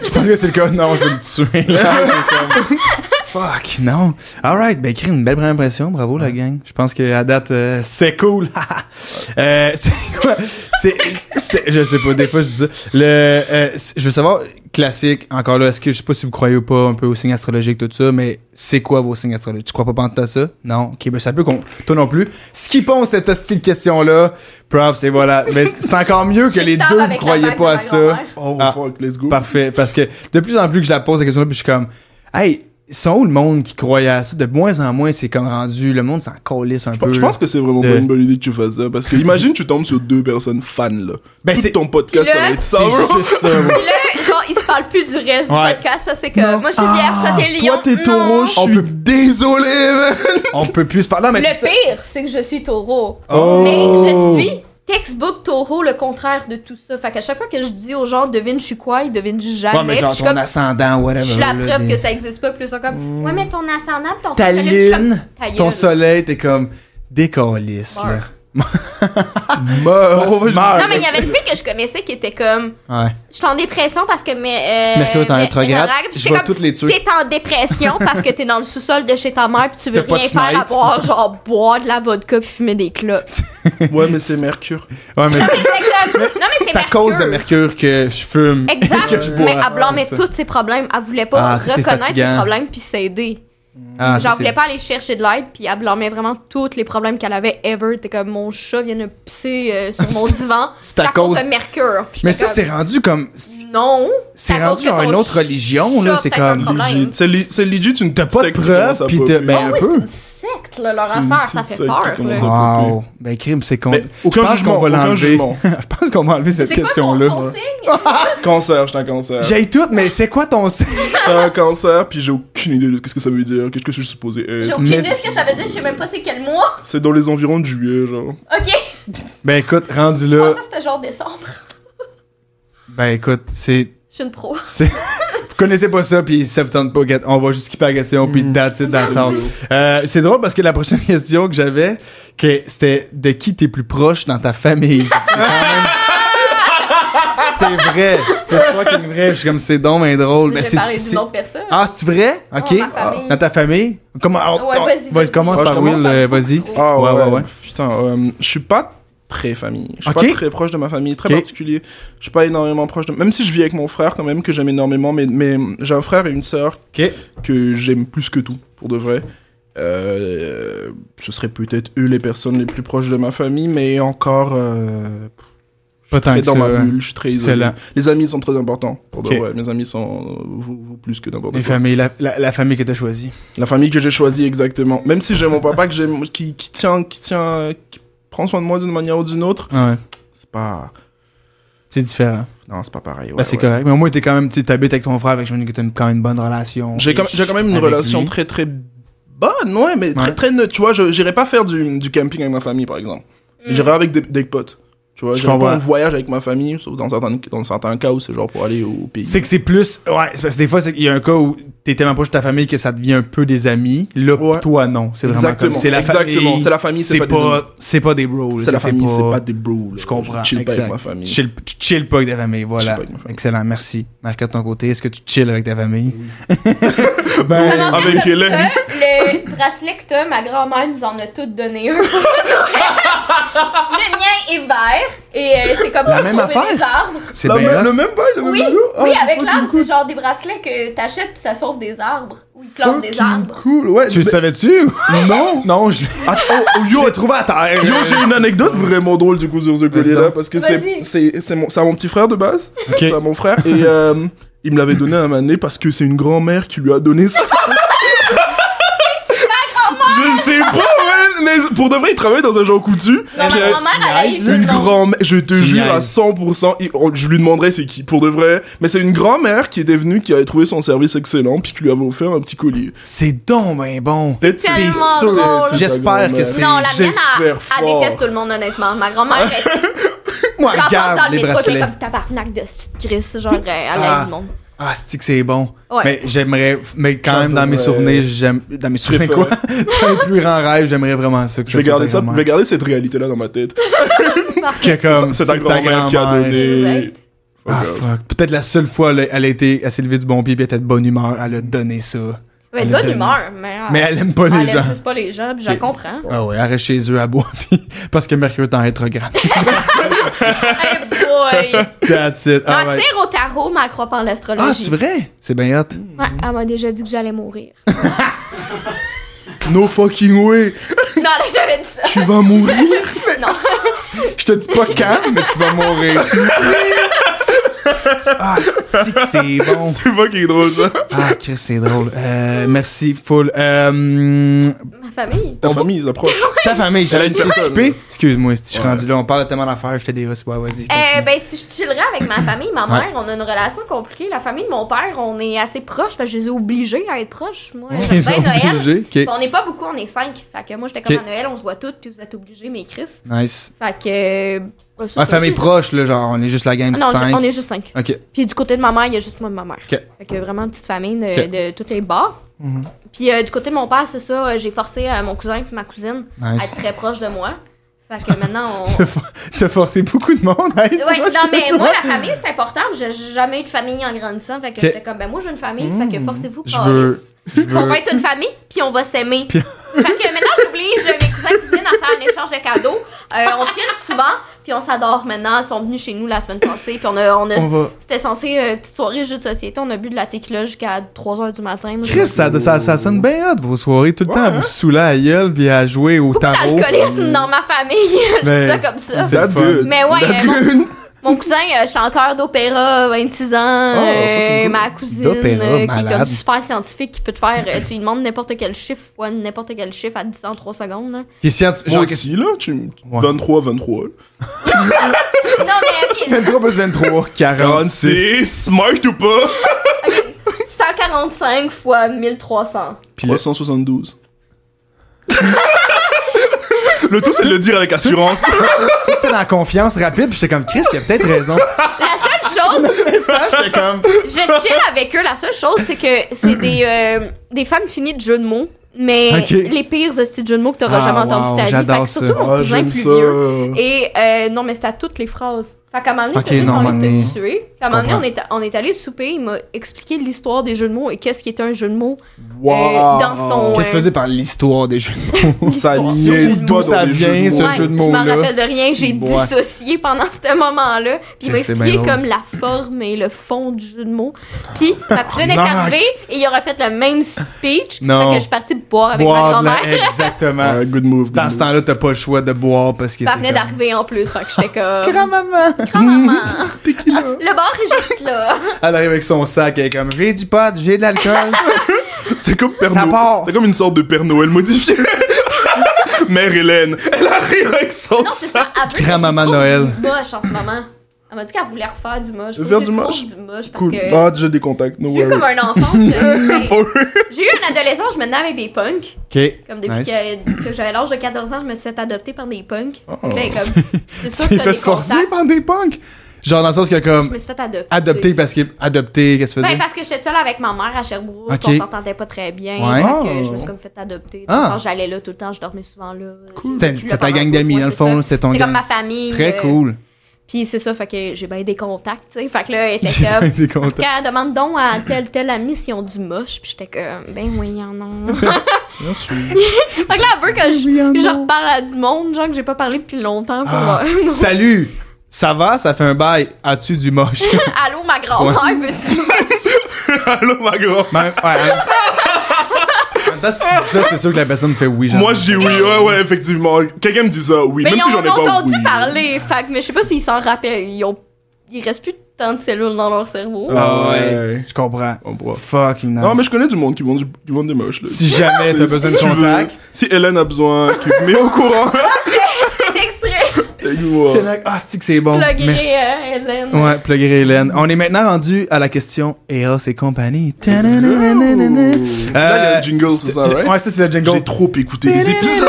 [SPEAKER 1] Je pense que c'est le cas. Non, je vais me tuer. Là, c'est comme- Fuck, non. Alright, ben, crime, une belle première impression. Bravo, la gang. Je pense que à date, euh, c'est cool. euh, c'est quoi? C'est, c'est- je sais pas, des fois, je dis ça. Le, euh, c'est- je veux savoir, classique, encore là, est-ce que, je sais pas si vous croyez ou pas un peu aux signes astrologiques, tout ça, mais c'est quoi vos signes astrologiques? Tu crois pas pantoute à ça? Non? Ok, ben, ça peut qu'on, toi non plus. Skippons cette style question-là. Props, et voilà. Mais c'est encore mieux que
[SPEAKER 3] J'ai
[SPEAKER 1] les
[SPEAKER 3] stop
[SPEAKER 1] deux, vous
[SPEAKER 3] avec la
[SPEAKER 1] croyez
[SPEAKER 3] vague de
[SPEAKER 1] pas à
[SPEAKER 3] ma
[SPEAKER 1] ça.
[SPEAKER 3] grand-mère.
[SPEAKER 2] Oh
[SPEAKER 1] Ah.
[SPEAKER 2] fuck, let's go.
[SPEAKER 1] Parfait. Parce que de plus en plus que je la pose la question-là, puis je suis comme, hey, sont où le monde qui croyait à ça? De moins en moins, c'est comme rendu, le monde s'en colisse un peu.
[SPEAKER 2] Je pense que c'est vraiment
[SPEAKER 1] Euh.
[SPEAKER 2] pas une bonne idée que tu fasses ça parce que imagine tu tombes sur deux personnes fans là.
[SPEAKER 1] Ben,
[SPEAKER 2] Tout
[SPEAKER 1] c'est-
[SPEAKER 2] ton podcast
[SPEAKER 3] Puis
[SPEAKER 2] ça
[SPEAKER 3] là,
[SPEAKER 2] va être ça. bro.
[SPEAKER 1] c'est juste ça. ouais.
[SPEAKER 3] Puis là, genre, ils se parlent plus du reste
[SPEAKER 1] Ouais.
[SPEAKER 3] du podcast parce que c'est que
[SPEAKER 1] Non. Ah.
[SPEAKER 3] moi, je suis vierge, toi, t'es lion.
[SPEAKER 1] Toi, t'es
[SPEAKER 3] Non.
[SPEAKER 1] taureau, je
[SPEAKER 2] On
[SPEAKER 1] suis.
[SPEAKER 2] peut désolé man.
[SPEAKER 1] On peut plus se parler. Non, mais c'est
[SPEAKER 3] Le
[SPEAKER 1] ça.
[SPEAKER 3] pire, c'est que je suis taureau.
[SPEAKER 1] Oh.
[SPEAKER 3] Mais je suis textbook taureau, le contraire de tout ça. Fait qu'à chaque fois que je dis aux gens, devine, je suis quoi, ils devinent, je suis jamais.
[SPEAKER 1] Ouais, mais
[SPEAKER 3] Puis
[SPEAKER 1] genre
[SPEAKER 3] je suis
[SPEAKER 1] ton
[SPEAKER 3] comme,
[SPEAKER 1] ascendant, whatever.
[SPEAKER 3] Je suis la
[SPEAKER 1] là,
[SPEAKER 3] preuve
[SPEAKER 1] des-
[SPEAKER 3] que ça existe pas, plus sont comme Ouais, mais ton ascendant, ton
[SPEAKER 1] ben, Ta
[SPEAKER 3] soleil, je suis comme,
[SPEAKER 1] lune,
[SPEAKER 3] Ta gueule.
[SPEAKER 1] ton soleil, t'es comme décalisse, là.
[SPEAKER 3] Meurs.
[SPEAKER 2] Meurs.
[SPEAKER 1] Meurs.
[SPEAKER 3] Non, mais il y avait une fille que je connaissais qui était comme
[SPEAKER 1] Ouais.
[SPEAKER 3] Je suis en dépression parce que mes. euh,
[SPEAKER 1] Mercure est en
[SPEAKER 3] mes-
[SPEAKER 1] rétrograde.
[SPEAKER 3] mes règles. Puis
[SPEAKER 1] Je
[SPEAKER 3] j'étais
[SPEAKER 1] vois
[SPEAKER 3] comme,
[SPEAKER 1] toutes les tuer.
[SPEAKER 3] T'es en dépression parce que t'es dans le sous-sol de chez ta mère puis tu veux
[SPEAKER 1] T'as pas de
[SPEAKER 3] rien faire à
[SPEAKER 1] fenêtre.
[SPEAKER 3] boire, genre boire de la vodka puis fumer des clopes.
[SPEAKER 2] Ouais mais c'est Mercure.
[SPEAKER 1] Ouais, mais c'est-
[SPEAKER 3] Exactement. Non, mais c'est
[SPEAKER 1] c'est à cause de
[SPEAKER 3] Mercure.
[SPEAKER 1] Mercure que je fume. que
[SPEAKER 3] Exact.
[SPEAKER 1] je bois.
[SPEAKER 3] mais elle blâmait
[SPEAKER 1] C'est ça.
[SPEAKER 3] tous ses problèmes. Elle voulait pas
[SPEAKER 1] Ah, ça, c'est
[SPEAKER 3] reconnaître ses
[SPEAKER 1] fatigant.
[SPEAKER 3] problèmes puis s'aider.
[SPEAKER 1] Ah, ça,
[SPEAKER 3] J'en
[SPEAKER 1] c'est-
[SPEAKER 3] voulais pas aller chercher de l'aide, puis elle blâmait vraiment tous les problèmes qu'elle avait ever. T'es comme mon chat vient de pisser euh, sur mon
[SPEAKER 1] C'est-
[SPEAKER 3] divan.
[SPEAKER 1] c'est à cause-
[SPEAKER 3] de Mercure. Puis
[SPEAKER 1] Mais
[SPEAKER 3] j'étais
[SPEAKER 1] ça, c'est rendu comme.
[SPEAKER 3] comme, Non!
[SPEAKER 1] c'est
[SPEAKER 3] à cause
[SPEAKER 1] rendu
[SPEAKER 3] que
[SPEAKER 1] genre
[SPEAKER 3] ton
[SPEAKER 1] une autre religion, là,
[SPEAKER 3] chat,
[SPEAKER 1] c'est
[SPEAKER 3] t'as un
[SPEAKER 1] comme
[SPEAKER 3] problème.
[SPEAKER 2] Legit. C'est li- c'est legit une
[SPEAKER 1] T'as pas de
[SPEAKER 2] secte qui
[SPEAKER 1] preuves,
[SPEAKER 2] commence à
[SPEAKER 1] puis
[SPEAKER 2] popper.
[SPEAKER 1] t'as- ben,
[SPEAKER 3] Ah
[SPEAKER 1] un
[SPEAKER 3] oui,
[SPEAKER 1] peu.
[SPEAKER 3] c'est une secte, là, leur
[SPEAKER 2] C'est une
[SPEAKER 3] affaire,
[SPEAKER 2] petite
[SPEAKER 3] ça fait
[SPEAKER 2] secte
[SPEAKER 3] peur.
[SPEAKER 2] qui commence
[SPEAKER 3] là.
[SPEAKER 2] à-
[SPEAKER 1] Wow! Ben, crime, c'est con.
[SPEAKER 2] Mais aucun
[SPEAKER 1] je pense
[SPEAKER 2] jugement,
[SPEAKER 1] qu'on va
[SPEAKER 2] aucun
[SPEAKER 1] l'enlever.
[SPEAKER 2] jugement.
[SPEAKER 1] je pense qu'on va enlever cette
[SPEAKER 3] C'est quoi ton,
[SPEAKER 1] question-là. Euh,
[SPEAKER 3] ton signe?
[SPEAKER 2] Cancer, je suis un cancer.
[SPEAKER 1] J'ai tout, mais c'est quoi ton signe?
[SPEAKER 2] J'ai un cancer puis j'ai aucune idée de qu'est-ce que ça veut dire, qu'est-ce que je suis supposé
[SPEAKER 3] J'ai
[SPEAKER 2] être.
[SPEAKER 3] aucune
[SPEAKER 1] Mais-
[SPEAKER 3] idée ce que ça veut dire, je sais même pas c'est quel mois.
[SPEAKER 2] C'est dans les environs de juillet genre.
[SPEAKER 3] Ok!
[SPEAKER 1] Ben écoute, rendu
[SPEAKER 3] Je
[SPEAKER 1] là,
[SPEAKER 3] pensais que c'était genre décembre.
[SPEAKER 1] ben écoute, c'est.
[SPEAKER 3] Je suis une pro.
[SPEAKER 1] c'est- Vous connaissez pas ça, puis ça vous tente pas, get- on va juste skipper la question, puis
[SPEAKER 2] Mm.
[SPEAKER 1] that's it, that's all. Euh, c'est drôle parce que la prochaine question que j'avais, que c'était de qui t'es plus proche dans ta famille. C'est quand même- c'est vrai, c'est fucking vrai. Je suis comme, c'est donc mais drôle.
[SPEAKER 3] je
[SPEAKER 1] Mais
[SPEAKER 3] vais parler
[SPEAKER 1] c'est. ben, c'est-
[SPEAKER 3] d'une autre personne.
[SPEAKER 1] Ah, c'est vrai? Ok.
[SPEAKER 3] Oh, ma famille.
[SPEAKER 1] Dans ta famille? Comment? on-
[SPEAKER 3] Ouais,
[SPEAKER 1] on-
[SPEAKER 3] vas-y, vas-y.
[SPEAKER 1] commence
[SPEAKER 2] Ouais, je
[SPEAKER 1] par
[SPEAKER 2] commence
[SPEAKER 1] Will,
[SPEAKER 3] à-
[SPEAKER 1] euh, vas-y.
[SPEAKER 2] Ah ouais,
[SPEAKER 1] Ouais, ouais,
[SPEAKER 2] ouais,
[SPEAKER 1] ouais.
[SPEAKER 2] Putain, euh, je suis pas très famille. Je suis
[SPEAKER 1] Ok.
[SPEAKER 2] pas très proche de ma famille, très
[SPEAKER 1] Ok.
[SPEAKER 2] particulier. Je suis pas énormément proche de. Même si je vis avec mon frère quand même, que j'aime énormément, mais, mais j'ai un frère et une sœur
[SPEAKER 1] Ok.
[SPEAKER 2] que j'aime plus que tout, pour de vrai. Euh, ce seraient peut-être eux les personnes les plus proches de ma famille, mais encore. euh,
[SPEAKER 1] Pas tant
[SPEAKER 2] très
[SPEAKER 1] que ça.
[SPEAKER 2] dans ma
[SPEAKER 1] hein.
[SPEAKER 2] bulle, je suis très isolé.
[SPEAKER 1] Excellent.
[SPEAKER 2] Les amis sont très importants, pour
[SPEAKER 1] Ok.
[SPEAKER 2] de vrai. Mes amis sont. euh, Vous, vous plus que n'importe
[SPEAKER 1] Les
[SPEAKER 2] quoi.
[SPEAKER 1] familles, la, la- la famille que t'as choisie.
[SPEAKER 2] La famille que j'ai choisie exactement. Même si j'ai mon papa que j'aime, qui, qui tient, qui tient, euh, qui prend soin de moi d'une manière ou d'une autre,
[SPEAKER 1] Ah ouais.
[SPEAKER 2] c'est c'est pas.
[SPEAKER 1] C'est différent.
[SPEAKER 2] Non, c'est pas pareil. ouais,
[SPEAKER 1] Ben, c'est
[SPEAKER 2] ouais.
[SPEAKER 1] correct. Mais au moins, t'es quand même, tu sais, t'habites avec ton frère, avec que t'as une- quand même une bonne relation.
[SPEAKER 2] J'ai quand, j'ai quand même une
[SPEAKER 1] Avec
[SPEAKER 2] relation
[SPEAKER 1] lui.
[SPEAKER 2] très très bonne, ouais, mais
[SPEAKER 1] Ouais.
[SPEAKER 2] très très neutre. Tu vois, je- j'irais pas faire du, du camping avec ma famille, par exemple. J'irais avec des, des potes. Tu vois,
[SPEAKER 1] Je
[SPEAKER 2] j'irais
[SPEAKER 1] comprends.
[SPEAKER 2] pas en voyage avec ma famille, sauf dans certains, dans certains cas où c'est genre pour aller au pays.
[SPEAKER 1] C'est que c'est plus. Ouais, c'est parce que des fois, c'est qu'il y a un cas où t'es tellement proche de ta famille que ça devient un peu des amis. Là,
[SPEAKER 2] Ouais.
[SPEAKER 1] toi, non. C'est vraiment
[SPEAKER 2] Exactement,
[SPEAKER 1] comme- C'est la famille.
[SPEAKER 2] exactement. C'est la famille, c'est
[SPEAKER 1] C'est
[SPEAKER 2] pas des amis.
[SPEAKER 1] pas, c'est pas des bros. là,
[SPEAKER 2] C'est la
[SPEAKER 1] tu sais,
[SPEAKER 2] famille, c'est pas des bros. là.
[SPEAKER 1] Je comprends.
[SPEAKER 2] Je chill pas
[SPEAKER 1] exact.
[SPEAKER 2] avec ma famille.
[SPEAKER 1] Tu chill- tu chill pas avec ta famille, voilà.
[SPEAKER 2] pas avec ma famille.
[SPEAKER 1] Excellent, merci. Marc, de ton côté, est-ce que tu chill avec ta famille? Ben, Euh,
[SPEAKER 3] Avant de faire
[SPEAKER 5] Avec
[SPEAKER 3] comme
[SPEAKER 5] Hélène.
[SPEAKER 3] ça, Le bracelet que t'as, ma grand-mère nous en a toutes donné un. le mien est vert et euh, c'est comme
[SPEAKER 1] La
[SPEAKER 3] pour
[SPEAKER 1] même
[SPEAKER 3] sauver
[SPEAKER 1] affaire?
[SPEAKER 3] des arbres.
[SPEAKER 1] C'est
[SPEAKER 2] La
[SPEAKER 1] bien.
[SPEAKER 2] même-
[SPEAKER 1] hot.
[SPEAKER 2] le même pas, le même
[SPEAKER 3] Oui,
[SPEAKER 2] logo? Ah,
[SPEAKER 3] oui,
[SPEAKER 2] c'est
[SPEAKER 3] avec
[SPEAKER 2] fucking
[SPEAKER 3] l'arbre,
[SPEAKER 2] cool.
[SPEAKER 3] c'est genre des bracelets que t'achètes puis ça sauve des arbres. Ou ils plantent des
[SPEAKER 2] Fucking
[SPEAKER 3] arbres.
[SPEAKER 2] Cool, ouais.
[SPEAKER 1] Tu le
[SPEAKER 2] mais-
[SPEAKER 1] savais-tu? Non! Non, je
[SPEAKER 2] Ah, oh, oh,
[SPEAKER 1] je
[SPEAKER 2] yo,
[SPEAKER 1] l'ai trouvé à terre.
[SPEAKER 2] Yo, j'ai une anecdote vraiment drôle du coup sur ce collier là
[SPEAKER 1] donc.
[SPEAKER 2] parce que
[SPEAKER 3] Vas-y.
[SPEAKER 2] c'est c'est c'est mon c'est à mon petit frère de base, c'est à mon frère et euh, il me l'avait donné à un moment donné parce que c'est une grand-mère qui lui a donné ça. Je sais pas, ouais, mais pour de vrai, il travaillait dans un genre coutu.
[SPEAKER 3] Genre,
[SPEAKER 2] Puis,
[SPEAKER 3] ma
[SPEAKER 2] euh,
[SPEAKER 3] grand-mère, elle a eu
[SPEAKER 2] une
[SPEAKER 3] deux noms.
[SPEAKER 2] grand-mère, je te
[SPEAKER 1] Tu
[SPEAKER 2] jure à
[SPEAKER 1] niaises.
[SPEAKER 2] 100%, il- on- je lui demanderais c'est qui pour de vrai, mais c'est une grand-mère qui était venue qui avait trouvé son service excellent puis qui lui avait offert un petit collier.
[SPEAKER 1] C'est donc ben bon.
[SPEAKER 2] Peut-être
[SPEAKER 3] Tellement
[SPEAKER 2] c'est
[SPEAKER 3] drôle.
[SPEAKER 2] c'est ta
[SPEAKER 1] J'espère que
[SPEAKER 2] grand-mère.
[SPEAKER 1] c'est-
[SPEAKER 3] Non, la mienne, elle,
[SPEAKER 2] J'espère
[SPEAKER 3] elle
[SPEAKER 2] fort.
[SPEAKER 3] déteste tout le monde, honnêtement. Ma grand-mère, elle
[SPEAKER 1] Moi,
[SPEAKER 3] elle passe dans
[SPEAKER 1] garde
[SPEAKER 3] le
[SPEAKER 1] les
[SPEAKER 3] métro, elle fait
[SPEAKER 1] bracelets.
[SPEAKER 3] comme tabarnak de petite Chris. Genre, euh, elle a
[SPEAKER 1] Ah.
[SPEAKER 3] eu le monde.
[SPEAKER 1] Ah, c'est que c'est bon.
[SPEAKER 3] Ouais.
[SPEAKER 1] Mais j'aimerais, mais quand même dans mes
[SPEAKER 2] J'adorerais.
[SPEAKER 1] souvenirs, j'aime, dans mes souvenirs quoi, dans mes plus grands rêves, j'aimerais vraiment ça. Que
[SPEAKER 2] Je vais
[SPEAKER 1] ça soit
[SPEAKER 2] garder
[SPEAKER 1] ta
[SPEAKER 2] ça, je
[SPEAKER 1] grand-mère.
[SPEAKER 2] vais garder cette réalité là dans ma tête.
[SPEAKER 1] Que comme
[SPEAKER 2] C'est ta grand-mère qui a Oh,
[SPEAKER 1] grand-mère.
[SPEAKER 2] donné.
[SPEAKER 1] Ah
[SPEAKER 2] Fuck off.
[SPEAKER 1] fuck. Peut-être la seule fois, elle, a- elle a été, elle s'est levée du bon pied, puis elle était de bonne humeur, elle a donné ça.
[SPEAKER 3] Mais
[SPEAKER 1] Elle
[SPEAKER 3] de
[SPEAKER 1] a
[SPEAKER 3] bonne
[SPEAKER 1] donné.
[SPEAKER 3] humeur, mais. euh,
[SPEAKER 1] Mais elle aime pas les
[SPEAKER 3] Ah. elle aime
[SPEAKER 1] gens.
[SPEAKER 3] juste pas les gens, puis je
[SPEAKER 1] Ok.
[SPEAKER 3] comprends.
[SPEAKER 1] Ah ouais, elle reste chez eux à boire, puis parce que Mercure est en rétrograde.
[SPEAKER 3] hey boy!
[SPEAKER 1] That's it. Ah,
[SPEAKER 3] Elle
[SPEAKER 1] ouais.
[SPEAKER 3] tire au tarot, mais elle croit pas en l'astrologie.
[SPEAKER 1] Ah, c'est vrai? C'est bien hot.
[SPEAKER 3] Ouais, elle m'a déjà dit que j'allais mourir.
[SPEAKER 2] No fucking way,
[SPEAKER 3] non, là, j'avais dit ça.
[SPEAKER 2] tu vas mourir.
[SPEAKER 3] Non.
[SPEAKER 1] Je te dis pas quand, mais tu vas mourir. ah, c'est que c'est bon.
[SPEAKER 2] C'est fucking drôle ça.
[SPEAKER 1] Ah, Chris, c'est drôle. Euh, merci, full. Euh,
[SPEAKER 3] Ma famille.
[SPEAKER 2] Ta famille, ils approchent.
[SPEAKER 1] ta famille,
[SPEAKER 2] Elle
[SPEAKER 1] j'allais
[SPEAKER 2] a une
[SPEAKER 1] te
[SPEAKER 2] personne.
[SPEAKER 1] couper. Excuse-moi, si je suis
[SPEAKER 2] Ouais.
[SPEAKER 1] rendu là, on parle de tellement d'affaires, je te dis, ouais, vas-y.
[SPEAKER 3] Euh,
[SPEAKER 1] continue.
[SPEAKER 3] ben, si je chillerais avec ma famille, ma
[SPEAKER 1] Ouais.
[SPEAKER 3] mère, on a une relation compliquée. La famille de mon père, on est assez proches parce que je les ai obligés à être proches. Moi, j'aime
[SPEAKER 1] Ils
[SPEAKER 3] bien
[SPEAKER 1] ont
[SPEAKER 3] Noël.
[SPEAKER 1] obligé.
[SPEAKER 3] Puis
[SPEAKER 1] Ok,
[SPEAKER 3] On n'est pas beaucoup, on est cinq. Fait que moi, j'étais comme
[SPEAKER 1] Ok.
[SPEAKER 3] à Noël, on se voit toutes, puis vous êtes obligés, mais Chris.
[SPEAKER 1] nice.
[SPEAKER 3] Fait que. euh, bah, c'est
[SPEAKER 1] Ma
[SPEAKER 3] ça,
[SPEAKER 1] famille
[SPEAKER 3] juste-
[SPEAKER 1] proche, là, genre, on est juste la gang de
[SPEAKER 3] Non, on
[SPEAKER 1] 5.
[SPEAKER 3] est juste cinq.
[SPEAKER 1] Ok.
[SPEAKER 3] Puis du côté de ma mère, il y a juste moi et ma mère.
[SPEAKER 1] Ok.
[SPEAKER 3] Fait que vraiment une petite famille de,
[SPEAKER 1] Ok.
[SPEAKER 3] de tous les bars. Puis euh, du côté de mon père, c'est ça, euh, j'ai forcé euh, mon cousin et ma cousine à
[SPEAKER 1] Nice.
[SPEAKER 3] être très proche de moi. Fait que maintenant, on...
[SPEAKER 1] T'as for- T'as forcé beaucoup de monde hein? à être
[SPEAKER 3] Ouais,
[SPEAKER 1] proche
[SPEAKER 3] non,
[SPEAKER 1] de
[SPEAKER 3] mais
[SPEAKER 1] toi.
[SPEAKER 3] moi, la famille, c'est important. J'ai j'ai jamais eu de famille en grandissant. Fait que
[SPEAKER 1] Ok.
[SPEAKER 3] j'étais comme, ben moi, j'ai une famille. Fait que forcez-vous,
[SPEAKER 1] Je veux-
[SPEAKER 3] câlisse.
[SPEAKER 1] je veux-
[SPEAKER 3] On va être une famille, puis on va s'aimer. fait que maintenant, j'oblige mes cousins et cousines à faire un échange de cadeaux. Euh, on chill souvent, puis on s'adore maintenant. Ils sont venus chez nous la semaine passée, puis on a... On a-
[SPEAKER 1] On va.
[SPEAKER 3] C'était censé euh, petite soirée jeux de société. On a bu de la tequila jusqu'à 3h du matin. Moi,
[SPEAKER 1] Chris, ça, ça, ça sonne bien hot, vos soirées, tout le temps à vous saouler à la gueule puis à jouer au
[SPEAKER 3] j'ai beaucoup
[SPEAKER 1] tarot.
[SPEAKER 3] d'alcoolisme dans ma famille. Je dis
[SPEAKER 1] Mais
[SPEAKER 3] ça comme ça.
[SPEAKER 1] C'est le
[SPEAKER 2] That's
[SPEAKER 1] fun.
[SPEAKER 2] good.
[SPEAKER 3] Mais ouais,
[SPEAKER 2] That's
[SPEAKER 3] euh, mon-
[SPEAKER 2] good.
[SPEAKER 3] Mon cousin, euh, chanteur d'opéra, 26 ans.
[SPEAKER 2] Oh,
[SPEAKER 3] euh,
[SPEAKER 2] fucking cool.
[SPEAKER 3] ma cousine,
[SPEAKER 1] Ah, D'opéra,
[SPEAKER 3] euh, qui est
[SPEAKER 1] malade.
[SPEAKER 3] comme super scientifique, qui peut te faire. euh, tu lui demandes n'importe quel chiffre, fois n'importe quel chiffre à 10 ans, 3 secondes. là.
[SPEAKER 1] Puis si-
[SPEAKER 2] Moi
[SPEAKER 1] genre, qu'est-ce-
[SPEAKER 2] aussi, là, tu me-
[SPEAKER 1] Ouais.
[SPEAKER 2] 23, 23.
[SPEAKER 3] Non, mais ok,
[SPEAKER 1] 23 plus 23,
[SPEAKER 2] 46,
[SPEAKER 1] 46.
[SPEAKER 2] smart ou pas?
[SPEAKER 3] 145 fois 1300.
[SPEAKER 2] Puis le 172. le tout, c'est de le dire avec assurance.
[SPEAKER 1] J'étais dans la confiance rapide, puis j'étais comme, Chris, il a peut-être raison.
[SPEAKER 3] La seule chose,
[SPEAKER 1] Ça, j'étais
[SPEAKER 2] Ah,
[SPEAKER 1] comme,
[SPEAKER 3] je chill avec eux, la seule chose, c'est que c'est des, euh, des fans finis de jeux de mots. Mais
[SPEAKER 1] Ok.
[SPEAKER 3] les pires hosties de jeux de mots que t'auras
[SPEAKER 1] Ah,
[SPEAKER 3] jamais entendu
[SPEAKER 1] wow,
[SPEAKER 3] de ta vie. Fait
[SPEAKER 1] j'adore
[SPEAKER 3] que
[SPEAKER 1] ça.
[SPEAKER 3] surtout mon
[SPEAKER 2] Ah,
[SPEAKER 3] cousin
[SPEAKER 2] j'aime
[SPEAKER 3] plus
[SPEAKER 2] ça.
[SPEAKER 3] vieux. Et euh, non, mais c'était à toutes les phrases. Fait qu'à un moment donné,
[SPEAKER 1] Ok,
[SPEAKER 3] t'as juste
[SPEAKER 1] non,
[SPEAKER 3] envie de
[SPEAKER 1] mané.
[SPEAKER 3] te tuer. Puis à un moment donné,
[SPEAKER 1] comprends.
[SPEAKER 3] on est, on est allé souper, il m'a expliqué l'histoire des jeux de mots et qu'est-ce qui était un jeu de mots.
[SPEAKER 2] Wow.
[SPEAKER 3] Eh, dans son- euh,
[SPEAKER 1] qu'est-ce que ça veut dire par l'histoire des jeux?
[SPEAKER 2] Ça
[SPEAKER 3] l'histoire.
[SPEAKER 1] niaise
[SPEAKER 2] niaise
[SPEAKER 1] d'où
[SPEAKER 2] pas
[SPEAKER 1] ça
[SPEAKER 2] dans les
[SPEAKER 1] vient,
[SPEAKER 2] jeux de
[SPEAKER 1] ce
[SPEAKER 2] mots.
[SPEAKER 1] jeu de mots-là.
[SPEAKER 3] Je m'en rappelle de rien, j'ai
[SPEAKER 1] Si, ouais.
[SPEAKER 3] dissocié pendant ce moment-là. Puis il m'a
[SPEAKER 1] Ok, c'est
[SPEAKER 3] expliqué
[SPEAKER 1] bien drôle.
[SPEAKER 3] comme la forme et le fond du jeu de mots. Puis ma cousine est
[SPEAKER 1] Tabarnak.
[SPEAKER 3] arrivée et il aurait fait le même speech.
[SPEAKER 1] Non.
[SPEAKER 3] Fait que je suis partie boire avec
[SPEAKER 1] Boire de
[SPEAKER 3] ma
[SPEAKER 1] la-
[SPEAKER 3] grand-mère.
[SPEAKER 1] Exactement.
[SPEAKER 2] Ah, good move. good
[SPEAKER 1] Dans ce
[SPEAKER 2] move.
[SPEAKER 1] temps-là, t'as pas le choix de boire parce qu'il
[SPEAKER 3] Ça
[SPEAKER 1] était
[SPEAKER 3] venait
[SPEAKER 1] comme-
[SPEAKER 3] d'arriver en plus, fait que j'étais comme...
[SPEAKER 1] Grand-maman!
[SPEAKER 3] Grand-maman! Le bar est juste là.
[SPEAKER 1] Elle arrive avec son sac, elle est comme, j'ai du pot, j'ai de l'alcool.
[SPEAKER 2] C'est comme Père
[SPEAKER 1] Ça
[SPEAKER 2] Noël.
[SPEAKER 1] part.
[SPEAKER 2] C'est comme une sorte de Père Noël modifié. Mère Hélène. Elle arrive avec son
[SPEAKER 3] Non, c'est
[SPEAKER 2] sac.
[SPEAKER 3] ça. Après,
[SPEAKER 1] Grand-maman Noël.
[SPEAKER 3] Du moche en ce moment. Elle m'a dit qu'elle voulait refaire du moche. Faut
[SPEAKER 2] Faire
[SPEAKER 3] que
[SPEAKER 2] du
[SPEAKER 3] je trouve
[SPEAKER 2] moche?
[SPEAKER 3] du moche parce
[SPEAKER 2] Cool.
[SPEAKER 3] que
[SPEAKER 1] Bah,
[SPEAKER 2] Ah, j'ai des contacts. No
[SPEAKER 3] j'ai eu
[SPEAKER 2] worry.
[SPEAKER 3] comme un enfant. mais-
[SPEAKER 2] For real.
[SPEAKER 3] j'ai eu un adolescent, je me tenais avec des punks.
[SPEAKER 1] Ok.
[SPEAKER 3] Comme depuis
[SPEAKER 1] Nice.
[SPEAKER 3] que, que j'avais l'âge de 14 ans, je me suis fait adopter par des punks.
[SPEAKER 2] Oh.
[SPEAKER 3] Ben, comme, c'est
[SPEAKER 1] Tu
[SPEAKER 3] sûr que
[SPEAKER 1] t'es
[SPEAKER 3] t'as
[SPEAKER 1] fait
[SPEAKER 3] des
[SPEAKER 1] forcer
[SPEAKER 3] contacts.
[SPEAKER 1] par des punks. Genre dans le sens que
[SPEAKER 3] Je
[SPEAKER 1] comme
[SPEAKER 3] me suis fait adopter.
[SPEAKER 1] adopté parce que adopté, qu'est-ce que tu veux
[SPEAKER 3] Ben,
[SPEAKER 1] dire?
[SPEAKER 3] parce que j'étais seule avec ma mère à Sherbrooke,
[SPEAKER 1] Ok.
[SPEAKER 3] on s'entendait pas très bien.
[SPEAKER 1] Ouais. Oh.
[SPEAKER 3] donc, euh,
[SPEAKER 2] Ah.
[SPEAKER 3] je me suis comme fait adopter.
[SPEAKER 1] Ah.
[SPEAKER 3] Dans le sens, j'allais là tout le temps, je dormais souvent là.
[SPEAKER 2] Cool.
[SPEAKER 3] J'ai
[SPEAKER 1] C'est
[SPEAKER 3] vécu là
[SPEAKER 1] c'est ta
[SPEAKER 3] pendant
[SPEAKER 1] gang
[SPEAKER 3] un
[SPEAKER 1] d'amis
[SPEAKER 3] bout,
[SPEAKER 1] dans le
[SPEAKER 3] c'est
[SPEAKER 1] fond,
[SPEAKER 3] ça.
[SPEAKER 1] c'est ton
[SPEAKER 3] C'est comme
[SPEAKER 1] gang.
[SPEAKER 3] ma famille.
[SPEAKER 1] Très
[SPEAKER 3] euh,
[SPEAKER 1] cool.
[SPEAKER 3] Puis c'est ça, fait que j'ai bien des contacts, tu sais. Fait que là, elle était
[SPEAKER 1] J'ai bien
[SPEAKER 3] comme.
[SPEAKER 1] des contacts.
[SPEAKER 3] Quand elle demande donc à tel tel ami s'ils ont du moche, puis j'étais comme, ben oui, y en a.
[SPEAKER 2] Bien sûr.
[SPEAKER 3] fait que là, elle veut que je,
[SPEAKER 1] Oui, y en
[SPEAKER 3] que je
[SPEAKER 1] a.
[SPEAKER 3] reparle à du monde, genre que j'ai pas parlé depuis longtemps. Pour,
[SPEAKER 1] Ah, Salut! Ça va, ça fait un bail. As-tu du moche?
[SPEAKER 3] Allô, ma grand-mère, veux-tu du moche?
[SPEAKER 2] Allô, ma grand.
[SPEAKER 1] Ben, ouais, en même temps- en même temps, si tu dis ça, c'est sûr que la personne fait oui. Genre.
[SPEAKER 2] Moi, je dis oui. Ouais, ouais, effectivement. Quelqu'un me dit ça, oui.
[SPEAKER 3] Mais
[SPEAKER 2] Même
[SPEAKER 3] ils
[SPEAKER 2] si
[SPEAKER 3] en
[SPEAKER 2] j'en ai
[SPEAKER 3] ont
[SPEAKER 2] pas
[SPEAKER 3] entendu
[SPEAKER 2] oui.
[SPEAKER 3] parler, fait que- mais je sais pas s'ils s'en rappellent. Ils ont... Il reste plus tant de cellules dans leur cerveau.
[SPEAKER 1] Ah ouais.
[SPEAKER 2] Ouais.
[SPEAKER 1] Je comprends.
[SPEAKER 2] On boit.
[SPEAKER 1] Fucking nice.
[SPEAKER 2] Non, mais je connais du monde qui vend, du, qui vend des moches. Là.
[SPEAKER 1] Si jamais t'as besoin de
[SPEAKER 2] tu veux-
[SPEAKER 1] contact.
[SPEAKER 2] Si Hélène a besoin, tu me mets au courant.
[SPEAKER 3] Extrait.
[SPEAKER 2] Aiguille-moi.
[SPEAKER 1] C'est là- Ah, c'est que c'est bon. Merci.
[SPEAKER 3] Pluguerai, euh, Hélène.
[SPEAKER 1] Ouais, plugger Hélène. On est maintenant rendu à la question Eros et compagnie. Ta-na-na-na-na-na.
[SPEAKER 2] Là, il y a
[SPEAKER 1] Euh,
[SPEAKER 2] un jingle, c'est ça, right?
[SPEAKER 1] Ouais, ça c'est le
[SPEAKER 2] J'ai
[SPEAKER 1] jingle.
[SPEAKER 2] trop écouté les épisodes.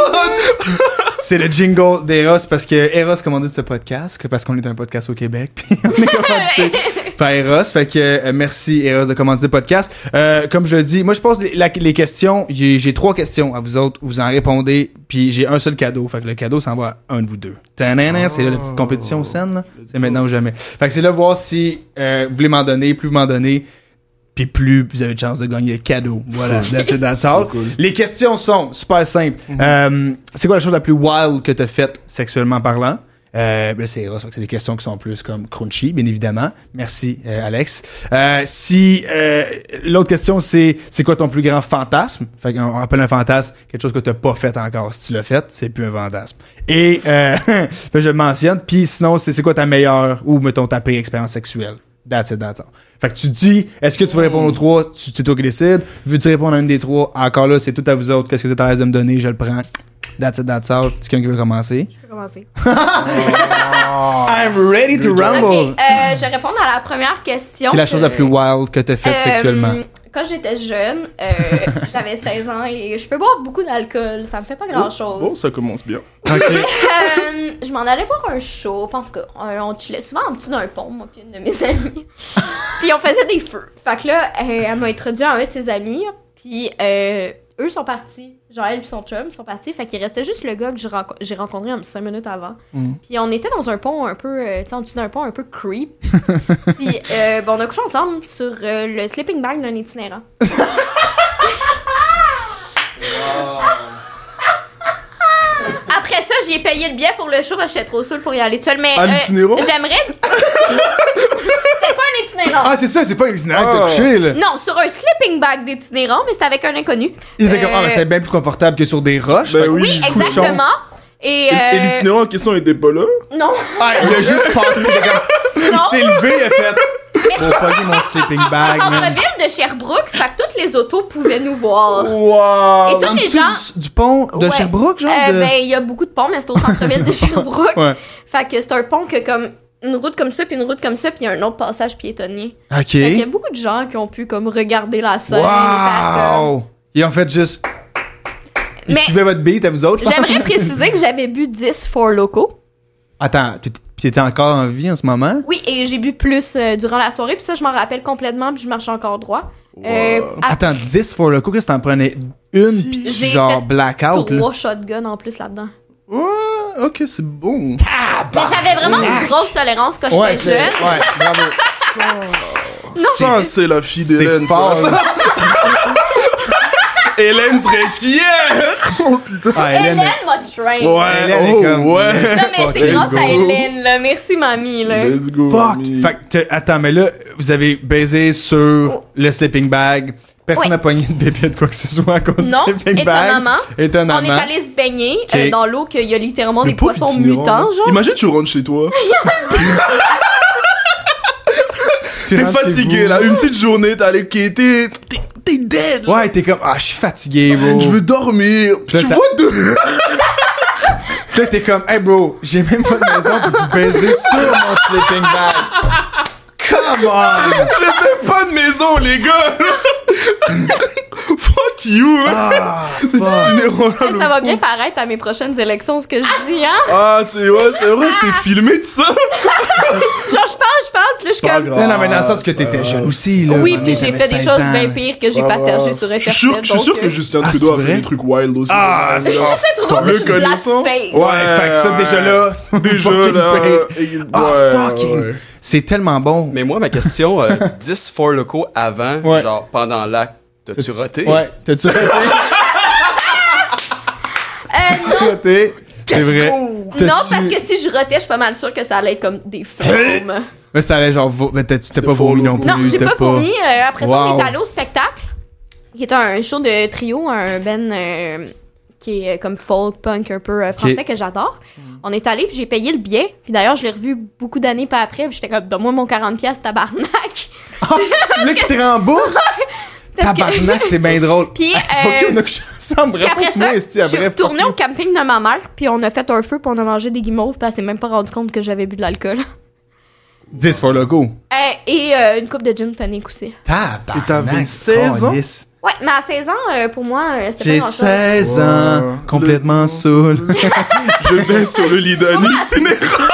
[SPEAKER 1] C'est le jingle d'Eros parce que Eros commandit de ce podcast, que- parce qu'on est un podcast au Québec, puis on est commandité par Eros. Fait que euh, merci Eros de commanditer le podcast. Euh, comme je le dis, moi je pose les, la- les questions, j'ai j'ai trois questions à vous autres, vous en répondez, puis j'ai un seul cadeau. Fait que le cadeau s'en va à un de vous deux. Tadana, C'est là la petite compétition saine, là.
[SPEAKER 2] Oh.
[SPEAKER 1] c'est maintenant ou jamais. Fait que c'est là voir si euh, vous voulez m'en donner, plus vous m'en donnez, puis plus vous avez de chances de gagner le cadeau. Voilà, that's it, that's all. Les questions sont super simples. Euh, c'est quoi la chose la plus wild que t'as faite sexuellement parlant? Euh, ben, c'est Eros, fait que c'est des questions qui sont plus comme crunchy, bien évidemment. Merci, euh, Alex. Euh, si euh, l'autre question, c'est c'est quoi ton plus grand fantasme? Fait qu'on on appelle un fantasme quelque chose que t'as pas fait encore. Si tu l'as fait, c'est plus un fantasme. Et euh, fait que je le mentionne. Puis sinon, c'est c'est quoi ta meilleure ou mettons ta pire expérience sexuelle? That's it, that's all. Fait que tu dis, est-ce que tu veux répondre aux trois? Tu- C'est toi qui décides. Veux-tu répondre à une des trois? Encore là, c'est tout à vous autres. Qu'est-ce que vous êtes à l'aise de me donner? Je le prends. That's it, that's all. Est-ce qu'il y a quelqu'un qui veut commencer?
[SPEAKER 3] Je peux commencer.
[SPEAKER 1] I'm ready to
[SPEAKER 3] Ok, euh, je vais répondre à la première question.
[SPEAKER 1] C'est la chose la
[SPEAKER 3] que-
[SPEAKER 1] plus wild que t'as faite
[SPEAKER 3] Euh,
[SPEAKER 1] sexuellement.
[SPEAKER 3] Quand j'étais jeune, euh, j'avais 16 ans et je peux boire beaucoup d'alcool, ça me fait pas
[SPEAKER 1] Oh,
[SPEAKER 3] grand chose.
[SPEAKER 2] Bon, ça commence bien.
[SPEAKER 1] Ok.
[SPEAKER 3] Euh, je m'en allais voir un show. puis En tout cas, on, on chillait souvent en dessous d'un pont, moi puis une de mes amies. puis on faisait des feux. Fait que là, euh, elle m'a introduit à un de ses amis. Puis euh, eux sont partis. Genre, elle et son chum sont partis. Fait qu'il restait juste le gars que je renco- j'ai rencontré comme 5 minutes avant.
[SPEAKER 2] Mm.
[SPEAKER 3] Puis on était dans un pont un peu... euh, tu sais, en dessous d'un pont un peu creep. puis euh, ben, on a couché ensemble sur euh, le sleeping bag d'un itinérant. Après ça, j'ai payé le billet pour le show parce que j'étais trop saoule pour y aller tout seul. Mais euh,
[SPEAKER 2] À l'itinérant?
[SPEAKER 3] j'aimerais. C'était pas un itinérant.
[SPEAKER 1] Ah, c'est ça, c'est pas l'itinéraire que t'as
[SPEAKER 2] Ah.
[SPEAKER 1] couché, là.
[SPEAKER 3] Non, sur un sleeping bag d'itinérant, mais c'était avec un inconnu.
[SPEAKER 1] Il était comme,
[SPEAKER 3] Euh,
[SPEAKER 1] ah, ben, c'est bien plus confortable que sur des roches.
[SPEAKER 2] Ben
[SPEAKER 1] Fait que-
[SPEAKER 2] oui,
[SPEAKER 3] oui,
[SPEAKER 2] couchons.
[SPEAKER 3] exactement. Et,
[SPEAKER 2] Et, et
[SPEAKER 3] euh,
[SPEAKER 2] l'itinérant en question était pas là.
[SPEAKER 3] non,
[SPEAKER 1] Ah, il a juste passé, il était comme- il
[SPEAKER 3] Non.
[SPEAKER 1] s'est levé, il a fait. Pour pogner mon sleeping bag, man.
[SPEAKER 3] centre-ville de Sherbrooke, fait que toutes les autos pouvaient nous voir.
[SPEAKER 2] Wow!
[SPEAKER 3] Et tous
[SPEAKER 1] En
[SPEAKER 3] les
[SPEAKER 1] dessous
[SPEAKER 3] gens.
[SPEAKER 1] du, du pont de
[SPEAKER 3] Ouais.
[SPEAKER 1] Sherbrooke, genre?
[SPEAKER 3] Euh,
[SPEAKER 1] de-
[SPEAKER 3] Ben, il y a beaucoup de ponts, mais c'est au centre-ville de Sherbrooke.
[SPEAKER 1] Ouais.
[SPEAKER 3] Fait que c'est un pont que comme une route comme ça, puis une route comme ça, puis il y a un autre passage piétonnier. Fait qu'il y a
[SPEAKER 1] Ok.
[SPEAKER 3] beaucoup de gens qui ont pu comme regarder la scène. faire comme-
[SPEAKER 1] Wow! Ils ont fait juste. Ils
[SPEAKER 3] Mais-
[SPEAKER 1] suivaient votre beat à vous autres, je pense.
[SPEAKER 3] J'aimerais préciser que j'avais bu 10 Four Locaux.
[SPEAKER 1] Attends, tu tu étais encore en vie en ce moment?
[SPEAKER 3] Oui, et j'ai bu plus euh, durant la soirée, puis ça, je m'en rappelle complètement, puis je marche encore droit. Euh, à
[SPEAKER 1] Attends, 10 for le coup, qu'est-ce que t'en prenais une, pis tu
[SPEAKER 3] J'ai
[SPEAKER 1] genre
[SPEAKER 3] fait
[SPEAKER 2] Ah,
[SPEAKER 1] blackout, là?
[SPEAKER 3] trois shotguns en plus là-dedans.
[SPEAKER 2] Ouais, Ah, ok, c'est bon.
[SPEAKER 3] Mais j'avais vraiment une grosse tolérance quand j'étais
[SPEAKER 1] c'est-
[SPEAKER 3] jeune.
[SPEAKER 1] ouais, bravo.
[SPEAKER 2] ça, c'est la fille
[SPEAKER 1] C'est
[SPEAKER 2] d'Hélène.
[SPEAKER 1] fort,
[SPEAKER 2] ça.
[SPEAKER 1] là.
[SPEAKER 2] Hélène serait fière!
[SPEAKER 1] Ah,
[SPEAKER 3] Hélène,
[SPEAKER 1] Hélène, elle-
[SPEAKER 3] m'a train.
[SPEAKER 2] Ouais,
[SPEAKER 1] Hélène est
[SPEAKER 2] oh,
[SPEAKER 1] comme-
[SPEAKER 2] ouais.
[SPEAKER 3] Non, mais c'est
[SPEAKER 1] Let's
[SPEAKER 3] grâce à
[SPEAKER 2] go.
[SPEAKER 3] Hélène, là. Merci, mamie, là.
[SPEAKER 2] Let's go.
[SPEAKER 1] Fuck!
[SPEAKER 2] ami.
[SPEAKER 1] Fait que, t'as- attends, mais là, vous avez baisé sur le sleeping bag. Personne
[SPEAKER 3] Oh. Ouais.
[SPEAKER 1] n'a pogné de bébé de quoi que ce soit à cause
[SPEAKER 3] Non,
[SPEAKER 1] du sleeping bag.
[SPEAKER 3] étonnamment.
[SPEAKER 1] Étonnamment.
[SPEAKER 3] On est allé se baigner euh,
[SPEAKER 1] Ok.
[SPEAKER 3] dans l'eau qu'il y a littéralement
[SPEAKER 2] Le
[SPEAKER 3] des
[SPEAKER 2] pauvre
[SPEAKER 3] poissons
[SPEAKER 2] itinérant, là.
[SPEAKER 3] mutants, genre.
[SPEAKER 2] Imagine, tu rentres chez toi.
[SPEAKER 1] Tu
[SPEAKER 2] T'es
[SPEAKER 1] rentres chez
[SPEAKER 2] fatigué,
[SPEAKER 1] vous.
[SPEAKER 2] là. Une petite journée, t'as allé quitter. T'es t'es dead, là.
[SPEAKER 1] Ouais, t'es comme, ah, je suis fatigué, bro.
[SPEAKER 2] Je veux dormir.
[SPEAKER 1] Là,
[SPEAKER 2] tu
[SPEAKER 1] t'as-
[SPEAKER 2] vois deux.
[SPEAKER 1] Là, t'es comme, hey bro, j'ai même pas de maison pour vous baiser sur mon sleeping bag. Come on!
[SPEAKER 5] J'ai même pas de maison, les gars! Fuck you!
[SPEAKER 1] Ah,
[SPEAKER 5] C'est
[SPEAKER 1] fuck.
[SPEAKER 5] inhérent,
[SPEAKER 3] Ça
[SPEAKER 5] là.
[SPEAKER 3] va bien paraître à mes prochaines élections, ce que je dis, hein?
[SPEAKER 5] Ah, c'est ouais, c'est vrai, c'est filmé tout ça!
[SPEAKER 3] Genre, je parle, je parle, puis là, je suis
[SPEAKER 2] pas
[SPEAKER 3] comme.
[SPEAKER 2] grave.
[SPEAKER 1] Non, non, mais dans le sens que t'étais jeune aussi, là.
[SPEAKER 3] Oui,
[SPEAKER 1] Mané,
[SPEAKER 3] puis j'ai
[SPEAKER 1] t'avais
[SPEAKER 3] fait des
[SPEAKER 1] 16
[SPEAKER 3] choses
[SPEAKER 1] ans.
[SPEAKER 3] bien pires que j'ai
[SPEAKER 2] Ouais,
[SPEAKER 3] partagé
[SPEAKER 2] ouais.
[SPEAKER 3] sur
[SPEAKER 2] Ah, Je suis
[SPEAKER 3] Internet.
[SPEAKER 2] sûr, je suis
[SPEAKER 3] donc,
[SPEAKER 2] sûr que
[SPEAKER 3] euh,
[SPEAKER 2] Justin
[SPEAKER 1] Ah,
[SPEAKER 2] Trudeau a
[SPEAKER 1] c'est
[SPEAKER 2] fait
[SPEAKER 1] vrai?
[SPEAKER 2] des trucs wild aussi. hein,
[SPEAKER 1] Ah,
[SPEAKER 2] Ouais,
[SPEAKER 1] c'est-
[SPEAKER 2] ouais.
[SPEAKER 3] Justin Trudeau,
[SPEAKER 2] Le
[SPEAKER 3] je suis
[SPEAKER 2] connaissant.
[SPEAKER 3] blackface.
[SPEAKER 1] Ouais, fait que ça, déjà là.
[SPEAKER 2] Déjà,
[SPEAKER 1] fucking
[SPEAKER 2] là.
[SPEAKER 1] pire.
[SPEAKER 2] et- ouais,
[SPEAKER 1] Ah, fucking.
[SPEAKER 2] ouais.
[SPEAKER 1] C'est tellement bon.
[SPEAKER 4] Mais moi, ma question, euh, 10 four locaux avant,
[SPEAKER 1] Ouais.
[SPEAKER 4] genre pendant l'acte, t'as-tu roté?
[SPEAKER 1] Ouais, t'as-tu
[SPEAKER 3] Euh, non,
[SPEAKER 1] raté? C'est vrai. T'as-tu- Hein?
[SPEAKER 3] Non, parce que si je rotais, je suis pas mal sûre que ça allait être comme des flammes.
[SPEAKER 1] Mais ça aurait genre. vo- Mais t'as- tu t'es pas
[SPEAKER 2] faux,
[SPEAKER 1] vomi non
[SPEAKER 2] loco.
[SPEAKER 1] plus.
[SPEAKER 3] Non, j'ai
[SPEAKER 1] t'as
[SPEAKER 3] pas fourni. euh, après ça, on
[SPEAKER 1] Wow.
[SPEAKER 3] est allé au spectacle, qui est un show de trio, un ben euh, qui est euh, comme folk punk un peu euh, français
[SPEAKER 1] Ok.
[SPEAKER 3] que j'adore. On est allé, puis j'ai payé le billet. Puis d'ailleurs, je l'ai revu beaucoup d'années pas après, puis j'étais comme, donne-moi mon 40 pièces tabarnak.
[SPEAKER 1] Ah, tu voulais qu'il te rembourse?
[SPEAKER 3] Parce que-
[SPEAKER 1] Tabarnak, c'est bien drôle. Ah,
[SPEAKER 3] Puis,
[SPEAKER 1] Faut
[SPEAKER 3] euh,
[SPEAKER 1] qu'on a couché ensemble.
[SPEAKER 3] puis après
[SPEAKER 1] Rembourse-moi,
[SPEAKER 3] ça,
[SPEAKER 1] esti,
[SPEAKER 3] je suis
[SPEAKER 1] après. fuck
[SPEAKER 3] retournée
[SPEAKER 1] you.
[SPEAKER 3] au camping de ma mère, puis on a fait un feu, puis on a mangé des guimauves, puis elle s'est même pas rendue compte que j'avais bu de l'alcool.
[SPEAKER 1] 10 for logo.
[SPEAKER 3] Euh, et euh, une coupe de gin tonic aussi.
[SPEAKER 1] Tabarnak.
[SPEAKER 2] Et t'avais 16 ans?
[SPEAKER 1] calisse.
[SPEAKER 3] Ouais, mais à 16 ans, euh, pour moi, euh, c'était pas
[SPEAKER 1] J'ai
[SPEAKER 3] grand-chose.
[SPEAKER 1] 16 ans,
[SPEAKER 2] Ouais.
[SPEAKER 1] complètement
[SPEAKER 2] Le-
[SPEAKER 1] saoul.
[SPEAKER 5] Je baisse sur le lit d'un itinéraire!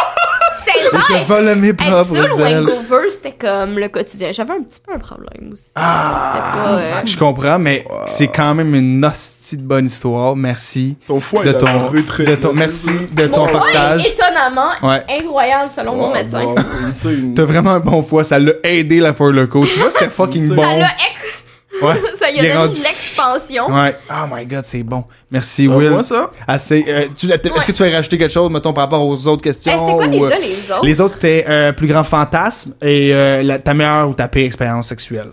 [SPEAKER 3] 16 ans,
[SPEAKER 1] Je vole mes
[SPEAKER 3] Être seul
[SPEAKER 1] propres
[SPEAKER 3] ou
[SPEAKER 1] ailes.
[SPEAKER 3] hangover, c'était comme le quotidien. J'avais un petit peu un problème aussi.
[SPEAKER 1] Ah,
[SPEAKER 3] c'était pas. euh,
[SPEAKER 1] Je comprends, mais c'est quand même une hostie de bonne histoire. Merci
[SPEAKER 2] Ton foie,
[SPEAKER 1] de
[SPEAKER 2] il a la
[SPEAKER 1] ton,
[SPEAKER 2] retrait.
[SPEAKER 1] de ton
[SPEAKER 2] là,
[SPEAKER 1] merci
[SPEAKER 2] c'est
[SPEAKER 1] de ton
[SPEAKER 3] mon foie est
[SPEAKER 1] partage.
[SPEAKER 3] étonnamment
[SPEAKER 1] Ouais.
[SPEAKER 3] incroyable selon
[SPEAKER 2] ça.
[SPEAKER 3] mon
[SPEAKER 2] Ouais,
[SPEAKER 3] médecin.
[SPEAKER 2] bon, tu sais, une-
[SPEAKER 1] T'as vraiment un bon foie, ça l'a aidé la Four Loco. Tu vois, c'était fucking
[SPEAKER 2] Ça
[SPEAKER 1] bon.
[SPEAKER 3] Ça l'a ex-
[SPEAKER 1] Ouais.
[SPEAKER 3] ça lui
[SPEAKER 1] Il est
[SPEAKER 3] a donné
[SPEAKER 1] rendu-
[SPEAKER 3] de l'expansion.
[SPEAKER 1] Ouais. Oh my god, c'est bon. Merci
[SPEAKER 2] Ah,
[SPEAKER 1] Will.
[SPEAKER 2] moi, ça?
[SPEAKER 1] Assez, euh, tu l'as- Est-ce que tu vas rajouter quelque chose, mettons, par rapport aux autres questions?
[SPEAKER 3] Hey, c'était quoi
[SPEAKER 1] ou,
[SPEAKER 3] déjà
[SPEAKER 1] euh,
[SPEAKER 3] les autres?
[SPEAKER 1] Les autres, c'était euh, plus grand fantasme et euh, la- ta meilleure ou ta pire expérience sexuelle.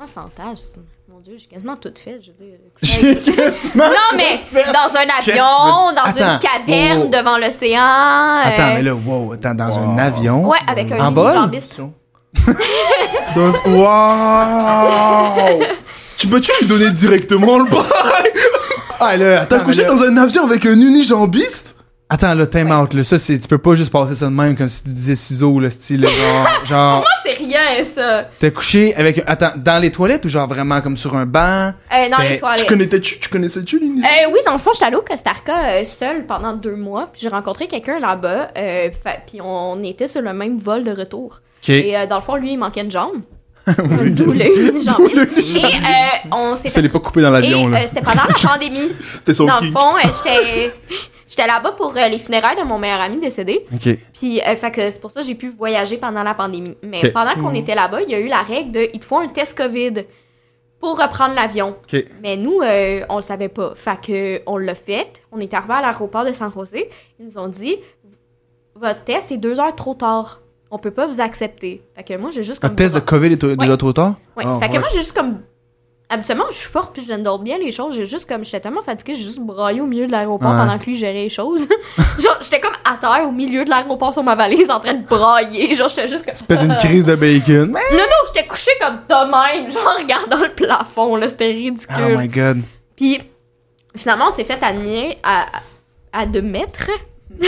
[SPEAKER 3] Ah, fantasme. Mon dieu, j'ai quasiment tout fait. Je veux dire, couché
[SPEAKER 1] J'ai
[SPEAKER 3] avec-
[SPEAKER 1] quasiment-
[SPEAKER 3] Non, mais dans un
[SPEAKER 1] Qu'est-ce que tu veux dire?
[SPEAKER 3] avion, dans une
[SPEAKER 1] Attends.
[SPEAKER 3] caverne
[SPEAKER 1] Oh.
[SPEAKER 3] devant l'océan.
[SPEAKER 1] Attends,
[SPEAKER 3] euh,
[SPEAKER 1] mais là, wow, attends, dans un avion. Ah,
[SPEAKER 3] Ouais, avec un
[SPEAKER 1] En vol?
[SPEAKER 3] unijambiste.
[SPEAKER 2] Dans- Wow! Tu peux-tu lui donner directement le bail?
[SPEAKER 1] Ah, là, attends,
[SPEAKER 2] T'as couché
[SPEAKER 1] mais là-
[SPEAKER 2] dans un avion avec un unijambiste?
[SPEAKER 1] Attends, là, time out, là. Ça, c'est, tu peux pas juste passer ça de même comme si tu disais ciseaux, là, style, là, genre, genre,
[SPEAKER 3] Moi, Ah, c'est rien, ça.
[SPEAKER 1] t'es couché avec, attends, dans les toilettes ou genre vraiment comme sur un banc?
[SPEAKER 3] Euh, dans
[SPEAKER 1] C'était-
[SPEAKER 3] les toilettes.
[SPEAKER 2] Tu connaissais-tu, tu connaissais-tu l'unijambiste?
[SPEAKER 3] Euh, oui, dans le fond, j'étais allée au Costa Rica euh, seule pendant deux mois. Puis j'ai rencontré quelqu'un là-bas. euh, fa- puis on était sur le même vol de retour.
[SPEAKER 1] Ok.
[SPEAKER 3] Et euh, dans le fond, lui, il manquait une jambe. Euh, D'où le unijambiste. Et euh, on s'est
[SPEAKER 1] Ça
[SPEAKER 3] fait...
[SPEAKER 1] l'est pas coupé dans
[SPEAKER 3] Et
[SPEAKER 1] l'avion, là.
[SPEAKER 3] euh, c'était pendant la pandémie.
[SPEAKER 2] T'es son
[SPEAKER 3] Eh, dans le
[SPEAKER 2] king.
[SPEAKER 3] fond, euh, j'étais... J'étais là-bas pour euh, les funérailles de mon meilleur ami décédé.
[SPEAKER 1] Ok.
[SPEAKER 3] Puis, euh, fait que c'est pour ça que j'ai pu voyager pendant la pandémie. Mais
[SPEAKER 1] Ok.
[SPEAKER 3] pendant qu'on était là-bas, il y a eu la règle de il te faut un test COVID pour reprendre l'avion.
[SPEAKER 1] Ok.
[SPEAKER 3] Mais nous, euh, on le savait pas. Fait que on l'a fait. On est arrivé à l'aéroport de San José. Ils nous ont dit votre test est deux heures trop tard. On peut pas vous accepter. Fait que moi, j'ai juste
[SPEAKER 1] Un
[SPEAKER 3] comme.
[SPEAKER 1] test de COVID est déjà
[SPEAKER 3] Ouais.
[SPEAKER 1] trop tard?
[SPEAKER 3] Ouais.
[SPEAKER 1] Ah,
[SPEAKER 3] fait que
[SPEAKER 1] ouais.
[SPEAKER 3] moi, j'ai juste comme. Habituellement, je suis forte puis je dors bien les choses. J'ai juste comme. J'étais tellement fatiguée, j'ai juste braillé au milieu de l'aéroport
[SPEAKER 1] Ouais.
[SPEAKER 3] pendant que lui gérait les choses. Genre, j'étais comme à terre au milieu de l'aéroport sur ma valise en train de brailler. Genre, j'étais juste comme.
[SPEAKER 1] Peut-être une crise de bacon.
[SPEAKER 3] Non, non, j'étais couchée comme de même, genre, regardant le plafond, là. C'était ridicule.
[SPEAKER 1] Oh my god.
[SPEAKER 3] Puis finalement, on s'est fait admirer à, à admettre.